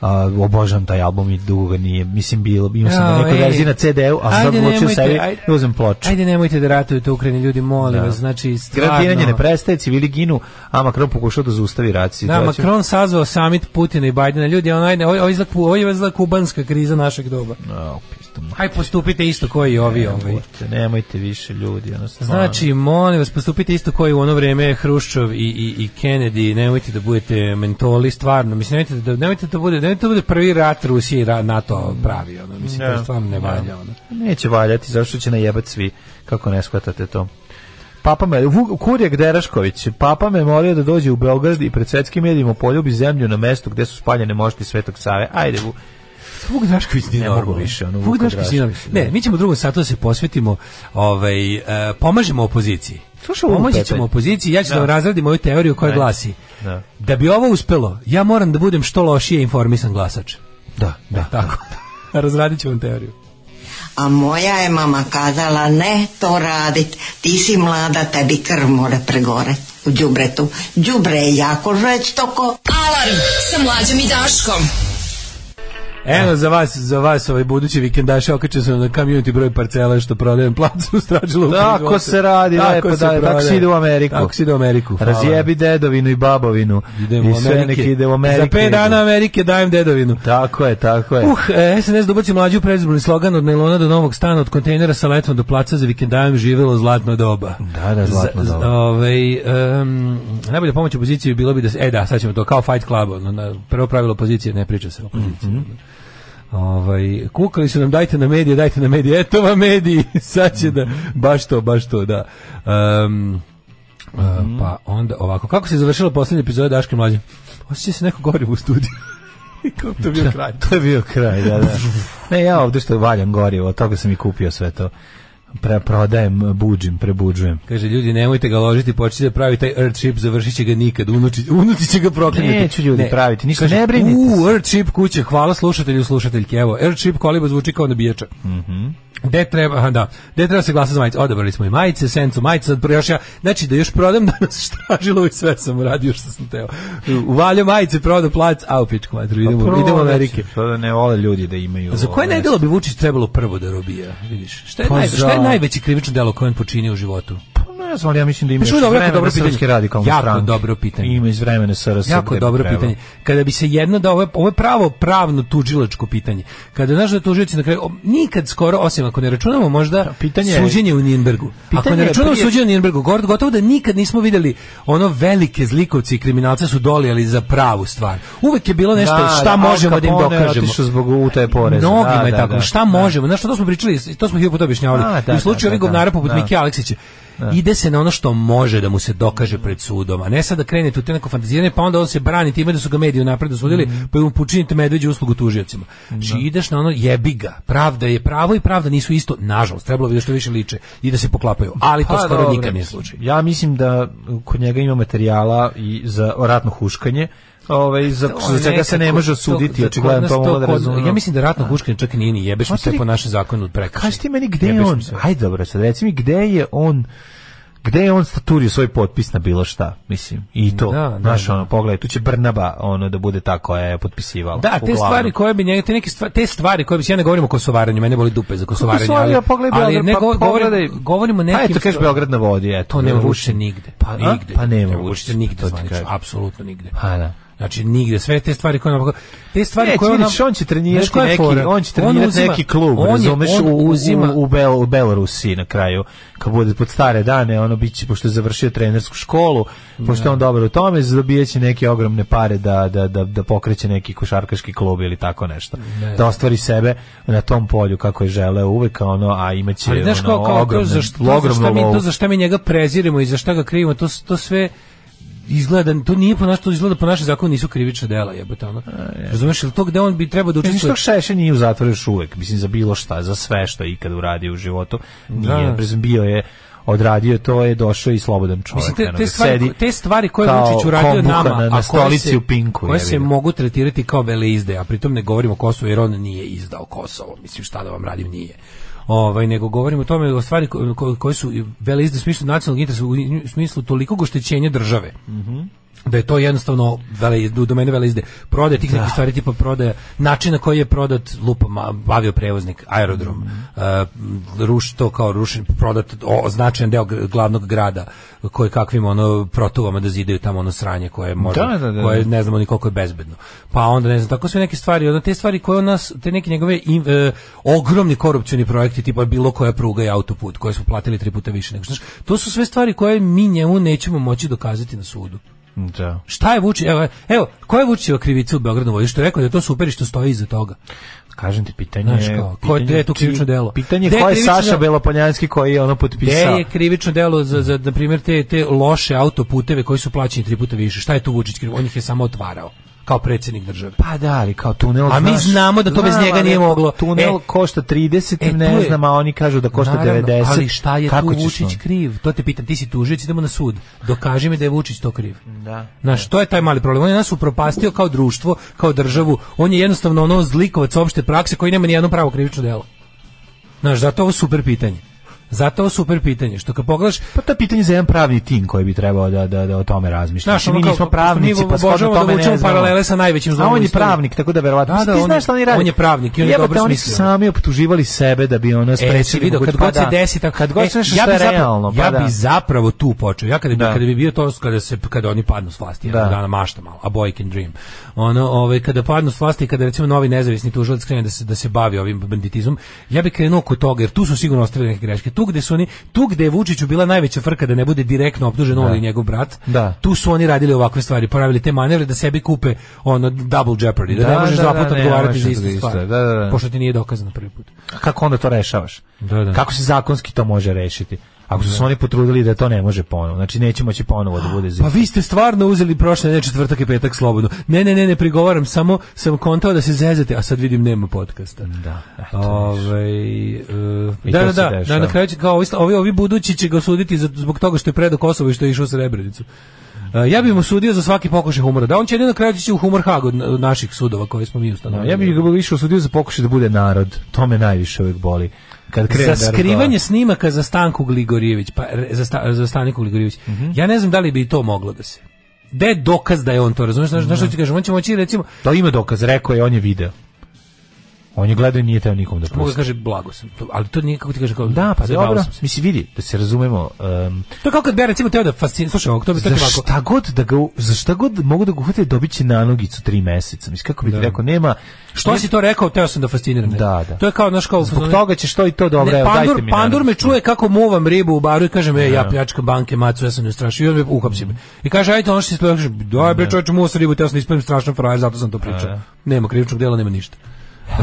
[SPEAKER 7] a, obožavam taj album i dugo ga nije mislim bilo imao sam
[SPEAKER 6] Jao,
[SPEAKER 7] na nekoj
[SPEAKER 6] ej.
[SPEAKER 7] verziji na CD-u a sad
[SPEAKER 6] Ajde,
[SPEAKER 7] odlučio
[SPEAKER 6] nemojte,
[SPEAKER 7] sebi
[SPEAKER 6] ajde.
[SPEAKER 7] da uzmem ploču
[SPEAKER 6] Ajde nemojte da ratujete u Ukrajini, ljudi, molim
[SPEAKER 7] Da.
[SPEAKER 6] vas, znači stvarno...
[SPEAKER 7] Gradiranje ne prestaje, civili ginu, a Macron pokušao da zaustavi rat
[SPEAKER 6] Da,
[SPEAKER 7] situaciju.
[SPEAKER 6] Macron sazvao samit Putina i Bajdena. Ljudi, onaj, ovo je izgleda- ovo je izgleda kubanska kriza našeg doba.
[SPEAKER 7] A, pisto, ma,
[SPEAKER 6] Aj postupite isto koji i ovi ovaj.
[SPEAKER 7] nemojte, nemojte više ljudi, ono E, stvarno.
[SPEAKER 6] Znači, molim vas, postupite isto koji u ono vrijeme Hruščov i, i, i Kennedy, nemojte da budete mentoli, stvarno, mislim, nemojte da, nemojte da, bude, nemojte da bude prvi rat Rusije i ra- NATO pravi, ono, mislim,
[SPEAKER 7] Ne.
[SPEAKER 6] to stvarno ne valja, ono.
[SPEAKER 7] Neće valjati, zašto će najebati svi, kako ne shvatate to. Papa me, Vuk- Kurjak Derašković, papa me molio da dođe u Beograd i pred svetskim medijima poljubi zemlju na mestu gde su spaljene mošti Svetog Save. Ajde, Vuk.
[SPEAKER 6] Vuk Drašković nije
[SPEAKER 7] Ne mogu
[SPEAKER 6] normalan.
[SPEAKER 7] više, ono,
[SPEAKER 6] Vuk
[SPEAKER 7] Vuka
[SPEAKER 6] Drašković nije
[SPEAKER 7] Drašković,
[SPEAKER 6] normalan. Ne, mi ćemo u drugom satu da se posvetimo, ovaj, e, pomažemo opoziciji.
[SPEAKER 7] Slušaj, ovo
[SPEAKER 6] Pomoći
[SPEAKER 7] Pepe.
[SPEAKER 6] ćemo opoziciji, ja ću da, vam razradim moju teoriju koja
[SPEAKER 7] Ajde.
[SPEAKER 6] glasi.
[SPEAKER 7] Da.
[SPEAKER 6] Da bi ovo uspelo, ja moram da budem što lošije informisan glasač. E,
[SPEAKER 7] Da, da.
[SPEAKER 6] Tako. (laughs) Razradit ću vam teoriju.
[SPEAKER 3] A moja je mama kazala ne to radit, ti si mlada, tebi krv more pregore u đubretu. Đubre je jako žveć toko.
[SPEAKER 5] Alarm sa mlađom i Daškom.
[SPEAKER 6] Eno za vas, za vas ovaj budući vikendaši okače se na community broj parcela što prodajem placu stražilo.
[SPEAKER 7] Tako se radi, lepo da, tako se ide u Ameriku.
[SPEAKER 6] Tako se ide u Ameriku. hvala.
[SPEAKER 7] Razjebi dedovinu i babovinu.
[SPEAKER 6] Idemo
[SPEAKER 7] I
[SPEAKER 6] u
[SPEAKER 7] sve
[SPEAKER 6] Amerike.
[SPEAKER 7] neki ide u Amerike.
[SPEAKER 6] Za 5 dana Amerike dajem dedovinu.
[SPEAKER 7] Tako je, tako je.
[SPEAKER 6] Uh, e, SNS dobaci mlađu predizborni slogan od najlona do novog stana, od kontejnera sa letom do placa za vikendajem živelo zlatno doba.
[SPEAKER 7] Da, da, Mm, zlatno
[SPEAKER 6] Z- z-
[SPEAKER 7] doba.
[SPEAKER 6] ovaj, em, najbolja pomoć opoziciji bilo bi da se, e da, sad ćemo to, kao Fight Club, ono, na, prvo pravilo opozicije, ne priča se o opoziciji.
[SPEAKER 7] Mhm.
[SPEAKER 6] Ovaj, kukali su nam dajte na medije, dajte na medije, eto vam mediji, (laughs) sad će da, baš to, baš to, da. Em, e,
[SPEAKER 7] Mhm.
[SPEAKER 6] Pa onda ovako, kako se završila posljednja epizoda Daške mlađe? Osjeća se neko gorivo u studiju. (laughs) I kao to je bio kraj.
[SPEAKER 7] (laughs) (laughs) To je bio kraj, da, da. Ne, ja ovdje što valjam gorivo, od toga sam i kupio sve to. Pre, prodajem, buđim, prebuđujem.
[SPEAKER 6] Kaže, ljudi, nemojte ga ložiti, počnite da pravi taj Earthship, završit će ga nikad, unuči, unuci će ga proklinjati.
[SPEAKER 7] Neću ljudi praviti, ništa, ne brinite
[SPEAKER 6] U,
[SPEAKER 7] se."
[SPEAKER 6] Earthship kuće, hvala slušatelju, slušateljke, evo, Earthship koliba zvuči kao nabijača. Mhm. Gde treba, aha, da, gde treba se glasa za majice? Odabrali smo i majice, sencu majice, sad pro- još ja, znači da još prodam danas štražilo i sve sam uradio što sam teo. Uvalio majice, prodao plac, a u pičku
[SPEAKER 7] Pa
[SPEAKER 6] mater, idemo, idemo u Amerike.
[SPEAKER 7] To da ne vole ljudi da imaju...
[SPEAKER 6] Za koje
[SPEAKER 7] ovaj,
[SPEAKER 6] nedelo bi Vučić trebalo prvo da robija, vidiš? Šta je,
[SPEAKER 7] Pa
[SPEAKER 6] naj, šta je
[SPEAKER 7] za-
[SPEAKER 6] najveće krivično delo koje on počinio u životu?
[SPEAKER 7] Pa ne Čuo sam, ali ja mislim da ima
[SPEAKER 6] Pa što
[SPEAKER 7] još
[SPEAKER 6] je dobro, jako
[SPEAKER 7] vremena
[SPEAKER 6] dobro
[SPEAKER 7] srpske
[SPEAKER 6] pitanje.
[SPEAKER 7] radikalne
[SPEAKER 6] Jako
[SPEAKER 7] stranke.
[SPEAKER 6] dobro pitanje.
[SPEAKER 7] Ima iz vremena SRS.
[SPEAKER 6] Jako
[SPEAKER 7] gde bi
[SPEAKER 6] dobro
[SPEAKER 7] trebalo.
[SPEAKER 6] pitanje. Kada bi se jedno da ovo je, ovo je pravo pravno tužilačko pitanje. Kada znaš da tužioci na kraju o, nikad skoro osim ako ne računamo možda
[SPEAKER 7] pitanje je-
[SPEAKER 6] suđenje u Nürnbergu. Ako
[SPEAKER 7] Pitanje
[SPEAKER 6] ne
[SPEAKER 7] je
[SPEAKER 6] računamo
[SPEAKER 7] prije-
[SPEAKER 6] suđenje u Nürnbergu, gor- gotovo da nikad nismo vidjeli ono velike zlikovci i kriminalce su dolijali za pravu stvar. Uvek je bilo nešto
[SPEAKER 7] Da,
[SPEAKER 6] šta
[SPEAKER 7] da, Al
[SPEAKER 6] možemo da im
[SPEAKER 7] Capone je
[SPEAKER 6] dokažemo.
[SPEAKER 7] otišao zbog utaje poreza.
[SPEAKER 6] Mnogima
[SPEAKER 7] Da,
[SPEAKER 6] je
[SPEAKER 7] da,
[SPEAKER 6] tako.
[SPEAKER 7] da.
[SPEAKER 6] šta možemo? Znaš što to smo pričali, to smo hiljadu puta objašnjavali.
[SPEAKER 7] A, da,
[SPEAKER 6] I u slučaju
[SPEAKER 7] da,
[SPEAKER 6] ovih
[SPEAKER 7] da,
[SPEAKER 6] govnara poput
[SPEAKER 7] da.
[SPEAKER 6] Mike Aleksića. Ide se na ono što može da mu se dokaže pred sudom, a ne sad da krenete u te neko fantaziranje, pa onda on se brani time da su ga mediji napred osudili,
[SPEAKER 7] Mm.
[SPEAKER 6] pa mu počinite medveđu uslugu tužiocima. Znači ideš na ono jebi ga, pravda je pravo i pravda nisu isto, nažalost, trebalo bi da što više liče i da se poklapaju, ali to
[SPEAKER 7] Pa,
[SPEAKER 6] skoro
[SPEAKER 7] dobro.
[SPEAKER 6] nikad nije slučaj.
[SPEAKER 7] Ja mislim da kod njega ima materijala i za ratno huškanje, ovaj, za, za čega se ne
[SPEAKER 6] Ono Nekako,
[SPEAKER 7] može
[SPEAKER 6] to-
[SPEAKER 7] osuditi,
[SPEAKER 6] za-
[SPEAKER 7] očigledno
[SPEAKER 6] kod
[SPEAKER 7] to
[SPEAKER 6] nas
[SPEAKER 7] mogu da
[SPEAKER 6] kod-
[SPEAKER 7] razumem.
[SPEAKER 6] Ja mislim da ratno huškanje čak i nije ni jebeš mu
[SPEAKER 7] Znate
[SPEAKER 6] se
[SPEAKER 7] li-
[SPEAKER 6] po našem zakonu prekršaj.
[SPEAKER 7] Kaži ti meni gde
[SPEAKER 6] Jebeš
[SPEAKER 7] je
[SPEAKER 6] mu
[SPEAKER 7] on,
[SPEAKER 6] se.
[SPEAKER 7] ajde dobro, sad reci mi gde je on gde je on staturio svoj potpis na bilo šta, mislim, i to,
[SPEAKER 6] Da, da,
[SPEAKER 7] znaš,
[SPEAKER 6] da.
[SPEAKER 7] ono, pogledaj, tu će Brnaba, ono, da bude ta koja je potpisivala.
[SPEAKER 6] Da, te
[SPEAKER 7] uglavnom.
[SPEAKER 6] stvari koje bi njega, te neke stvari, te stvari koje bi ja ne govorim o kosovaranju, mene boli dupe za kosovaranje,
[SPEAKER 7] Kosovari,
[SPEAKER 6] ali,
[SPEAKER 7] a pogledaj
[SPEAKER 6] ali
[SPEAKER 7] Beograd,
[SPEAKER 6] ne
[SPEAKER 7] pa
[SPEAKER 6] govorim,
[SPEAKER 7] pogledaj-
[SPEAKER 6] govorimo o
[SPEAKER 7] Pa
[SPEAKER 6] nekim
[SPEAKER 7] eto, kažeš Beograd na vodi, eto.
[SPEAKER 6] to nema vuče nigde.
[SPEAKER 7] Pa, a?
[SPEAKER 6] nigde.
[SPEAKER 7] Pa nema
[SPEAKER 6] Nema
[SPEAKER 7] vuče,
[SPEAKER 6] vuče nigde,
[SPEAKER 7] to ti
[SPEAKER 6] zvanično,
[SPEAKER 7] kažem.
[SPEAKER 6] apsolutno nigde.
[SPEAKER 7] Pa da.
[SPEAKER 6] Znači nigde sve te stvari koje nam te stvari
[SPEAKER 7] Neće,
[SPEAKER 6] koje nam-
[SPEAKER 7] vidiš, on će trenirati
[SPEAKER 6] Znaš koja je
[SPEAKER 7] neki-
[SPEAKER 6] fora?
[SPEAKER 7] on će trenirati
[SPEAKER 6] uzima-
[SPEAKER 7] neki klub,
[SPEAKER 6] on je-
[SPEAKER 7] razumeš,
[SPEAKER 6] on
[SPEAKER 7] u- u-
[SPEAKER 6] uzima-
[SPEAKER 7] u, Bel, u Belorusiji na kraju, kad bude pod stare dane, ono bit će, pošto je završio trenersku školu, pošto je on dobar u tome, dobijet će neke ogromne pare da, da, da, da pokreće neki košarkaški klub ili tako nešto. Da ostvari sebe na tom polju kako je žele uvek, ono, a imaće
[SPEAKER 6] Ali znaš kao,
[SPEAKER 7] ono,
[SPEAKER 6] kao to
[SPEAKER 7] ogromne,
[SPEAKER 6] za što, to za
[SPEAKER 7] ogromnu
[SPEAKER 6] šta mi, to
[SPEAKER 7] lovu.
[SPEAKER 6] za šta mi njega preziremo i za šta ga krivimo, to, s- to sve izgleda, to nije po naš, to izgleda po našem zakonu nisu krivična dela, jebote ono. Razumeš, ili to gde on bi trebao da
[SPEAKER 7] Ja mislim
[SPEAKER 6] učestvuje?
[SPEAKER 7] što Šešelj nije u zatvoru još uvek, mislim za bilo šta, za sve što je ikad uradio u životu. Nije,
[SPEAKER 6] Da.
[SPEAKER 7] mislim, bio je odradio to je došao i slobodan čovjek.
[SPEAKER 6] Mislim, te,
[SPEAKER 7] ono,
[SPEAKER 6] te,
[SPEAKER 7] da
[SPEAKER 6] stvari,
[SPEAKER 7] sedi
[SPEAKER 6] te stvari koje
[SPEAKER 7] kao
[SPEAKER 6] Vučić uradio
[SPEAKER 7] kombuka
[SPEAKER 6] nama,
[SPEAKER 7] na,
[SPEAKER 6] a
[SPEAKER 7] na
[SPEAKER 6] koje
[SPEAKER 7] stolici
[SPEAKER 6] se,
[SPEAKER 7] u Pinku.
[SPEAKER 6] koje
[SPEAKER 7] jebi
[SPEAKER 6] se
[SPEAKER 7] ga.
[SPEAKER 6] mogu tretirati kao vele izde, a pritom ne govorimo o Kosovu jer on nije izdao Kosovo. Mislim, šta da vam radim, nije. Ovaj, nego govorimo o tome o stvari ko- ko- koje su vele izde u smislu nacionalnog interesa, u u smislu tolikog oštećenja države da je to jednostavno vele, do domene veleizde. Prodaje tih nekih stvari tipa prodaja, način na koji je prodat lupom avio prevoznik, aerodrom,
[SPEAKER 7] Mhm.
[SPEAKER 6] uh, ruš, to kao rušen, prodat o, značajan deo gr- glavnog grada koje kakvim ono protuvama da zidaju tamo ono sranje koje možda,
[SPEAKER 7] Da, da, da,
[SPEAKER 6] koje
[SPEAKER 7] da.
[SPEAKER 6] ne znamo ni koliko je bezbedno. Pa onda ne znam, tako sve neke stvari, onda te stvari koje u nas, te neke njegove in- e, ogromni korupcijni projekti tipa bilo koja pruga i autoput koje smo platili tri puta više nego što- znaš, to su sve stvari koje mi njemu nećemo moći dokazati na sudu.
[SPEAKER 7] Da.
[SPEAKER 6] Šta je Vučić, evo, evo, ko je Vučićeva krivica u Beogradu vodi? Što je rekao da je to super i što stoji iza toga.
[SPEAKER 7] Kažem ti, pitanje
[SPEAKER 6] Znaš
[SPEAKER 7] je...
[SPEAKER 6] kao, ko je-
[SPEAKER 7] pitanje-
[SPEAKER 6] gde je tu krivično delo?
[SPEAKER 7] Pitanje
[SPEAKER 6] Gde
[SPEAKER 7] je
[SPEAKER 6] je
[SPEAKER 7] ko je
[SPEAKER 6] krivično
[SPEAKER 7] Saša
[SPEAKER 6] delo?
[SPEAKER 7] Belopoljanski koji je ono
[SPEAKER 6] Gde
[SPEAKER 7] potpisao.
[SPEAKER 6] je krivično delo za, za na primjer, te, te loše autoputeve koji su plaćeni tri puta više? Šta je tu Vučić kriv? On ih je samo otvarao kao predsjednik države.
[SPEAKER 7] Pa da, ali kao tunel...
[SPEAKER 6] A mi
[SPEAKER 7] znaš,
[SPEAKER 6] znamo da to bez
[SPEAKER 7] znam,
[SPEAKER 6] njega
[SPEAKER 7] ali
[SPEAKER 6] nije moglo.
[SPEAKER 7] Tunel
[SPEAKER 6] E,
[SPEAKER 7] košta 30,
[SPEAKER 6] e, tu
[SPEAKER 7] ne
[SPEAKER 6] je-
[SPEAKER 7] znam, a oni kažu da košta
[SPEAKER 6] Naravno,
[SPEAKER 7] 90.
[SPEAKER 6] Ali šta je
[SPEAKER 7] Kako
[SPEAKER 6] tu
[SPEAKER 7] ćeš
[SPEAKER 6] Vučić
[SPEAKER 7] ono?
[SPEAKER 6] kriv? To te pitam, ti si tužilac, idemo na sud. Dokaži mi da je Vučić to kriv.
[SPEAKER 7] Da.
[SPEAKER 6] Znaš, to je taj mali problem. On je nas upropastio kao društvo, kao državu. On je jednostavno ono zlikovac opšte prakse koji nema ni jedno pravo krivično delo. Znaš, zato je ovo super pitanje. Zato je ovo super pitanje. Što kad pogledaš,
[SPEAKER 7] Pa to je pitanje za jedan pravni tim koji bi trebao da, da, da o tome razmišlja.
[SPEAKER 6] Znaš,
[SPEAKER 7] Znači,
[SPEAKER 6] ono
[SPEAKER 7] mi
[SPEAKER 6] kao-
[SPEAKER 7] nismo pravnici,
[SPEAKER 6] mi
[SPEAKER 7] pa shodno
[SPEAKER 6] obožavamo
[SPEAKER 7] tome
[SPEAKER 6] da
[SPEAKER 7] ne
[SPEAKER 6] vučemo
[SPEAKER 7] znamo.
[SPEAKER 6] paralele sa najvećim zlom
[SPEAKER 7] A
[SPEAKER 6] u
[SPEAKER 7] on je
[SPEAKER 6] istoriji.
[SPEAKER 7] pravnik, tako da verovatno.
[SPEAKER 6] Da, da,
[SPEAKER 7] ti
[SPEAKER 6] on je-
[SPEAKER 7] znaš šta oni radi?
[SPEAKER 6] on je pravnik i on je
[SPEAKER 7] Jebote,
[SPEAKER 6] dobro
[SPEAKER 7] oni su
[SPEAKER 6] smislio.
[SPEAKER 7] sami optuživali sebe da bi ono
[SPEAKER 6] E, si
[SPEAKER 7] sprečili.
[SPEAKER 6] vidio, kad
[SPEAKER 7] pa
[SPEAKER 6] god se
[SPEAKER 7] da.
[SPEAKER 6] desi tako,
[SPEAKER 7] Kad god
[SPEAKER 6] e,
[SPEAKER 7] se nešto
[SPEAKER 6] ja
[SPEAKER 7] što
[SPEAKER 6] bi
[SPEAKER 7] je
[SPEAKER 6] zapravo,
[SPEAKER 7] realno. pa
[SPEAKER 6] ja
[SPEAKER 7] da.
[SPEAKER 6] bi zapravo tu počeo. Ja kada bi
[SPEAKER 7] Da.
[SPEAKER 6] kada bi bio to kada se kada oni padnu s vlasti,
[SPEAKER 7] Da.
[SPEAKER 6] jednog dana mašta malo, a boy can dream. Ono, ovaj kada padnu s vlasti, kada recimo novi nezavisni tužilac krene da se da se bavi ovim banditizmom, ja bih krenuo kod toga, jer tu su sigurno ostavili neke greške. Tu gde su oni, tu gde je Vučiću bila najveća frka da ne bude direktno optužen on ili njegov brat,
[SPEAKER 7] Da.
[SPEAKER 6] tu su oni radili ovakve stvari, pravili te manevre da sebi kupe ono double jeopardy, da,
[SPEAKER 7] Da,
[SPEAKER 6] ne možeš
[SPEAKER 7] da,
[SPEAKER 6] dva
[SPEAKER 7] da,
[SPEAKER 6] puta
[SPEAKER 7] ne
[SPEAKER 6] odgovarati
[SPEAKER 7] možeš
[SPEAKER 6] za istu
[SPEAKER 7] za isto,
[SPEAKER 6] stvar.
[SPEAKER 7] da, da, da.
[SPEAKER 6] Pošto ti nije dokazano prvi put.
[SPEAKER 7] A Kako onda to rešavaš?
[SPEAKER 6] Da, da.
[SPEAKER 7] Kako se zakonski to može rešiti? Ako su se oni potrudili da to ne može ponovo. Znači, neće moći ponovo da bude
[SPEAKER 6] Pa
[SPEAKER 7] zid.
[SPEAKER 6] vi ste stvarno uzeli prošle ne četvrtak i petak slobodno. Ne, ne, ne, ne prigovaram, samo sam kontao da se zezate, a sad vidim nema podcasta.
[SPEAKER 7] Da, eto,
[SPEAKER 6] Ovaj, e,
[SPEAKER 7] I
[SPEAKER 6] da,
[SPEAKER 7] to
[SPEAKER 6] da,
[SPEAKER 7] se
[SPEAKER 6] da,
[SPEAKER 7] dešava.
[SPEAKER 6] da, na kraju će kao ovi, ovi, ovi budući će ga osuditi za- zbog toga što je predao Kosovo i što je išao u Srebrenicu. E, ja bih mu sudio za svaki pokušaj humora. Da, on će jedino na kraju će u humor Hag od na- od naših sudova koje smo mi
[SPEAKER 7] Da,
[SPEAKER 6] ustanovili.
[SPEAKER 7] ja bih ga više osudio za pokušaj da bude narod. To me najviše uvek boli. Kad krene
[SPEAKER 6] za
[SPEAKER 7] da
[SPEAKER 6] skrivanje snimaka za Stanku Gligorijević, pa re- za, sta, za Staniku Gligorijević.
[SPEAKER 7] Mhm.
[SPEAKER 6] Ja ne znam da li bi to moglo da se. Da je
[SPEAKER 7] Mhm.
[SPEAKER 6] dokaz da je on to, razumiješ? Znaš, znaš što ti kažem? On će moći, recimo,
[SPEAKER 7] To ima dokaz, rekao je, on je video. On je gledao i nije teo nikom da pusti.
[SPEAKER 6] Mogu da kaže blago sam, to, ali to nije kako ti kaže kao
[SPEAKER 7] Da, pa
[SPEAKER 6] zajebao
[SPEAKER 7] dobro.
[SPEAKER 6] sam se.
[SPEAKER 7] Mislim, vidi, da se razumemo. Um,
[SPEAKER 6] To je kako kad bi ja recimo teo da fascin, slušaj, ovog, to bi to
[SPEAKER 7] za
[SPEAKER 6] ti ovako.
[SPEAKER 7] šta god da ga u- za šta god mogu da ga uhvate dobit će nanogicu tri meseca mislim kako bi ti
[SPEAKER 6] Da.
[SPEAKER 7] rekao nema
[SPEAKER 6] Što si to rekao, teo sam da fasciniram. nekog.
[SPEAKER 7] Da, da.
[SPEAKER 6] To je kao, znaš, kao...
[SPEAKER 7] zbog toga ćeš to i to dobro
[SPEAKER 6] Ne,
[SPEAKER 7] evo,
[SPEAKER 6] pandur,
[SPEAKER 7] dajte mi
[SPEAKER 6] pandur me
[SPEAKER 7] nanogicu.
[SPEAKER 6] čuje kako muvam ribu u baru i kaže me, ja pljačkam banke, macu, ja sam ne strašio i on me uhapsi me. I kaže, ajde, ono što si spavio, kaže, daj bre čovječe, muvao sam ribu, teo sam da ispravim strašan frajer, zato sam to pričao. Nema krivičnog dela, nema ništa. (laughs)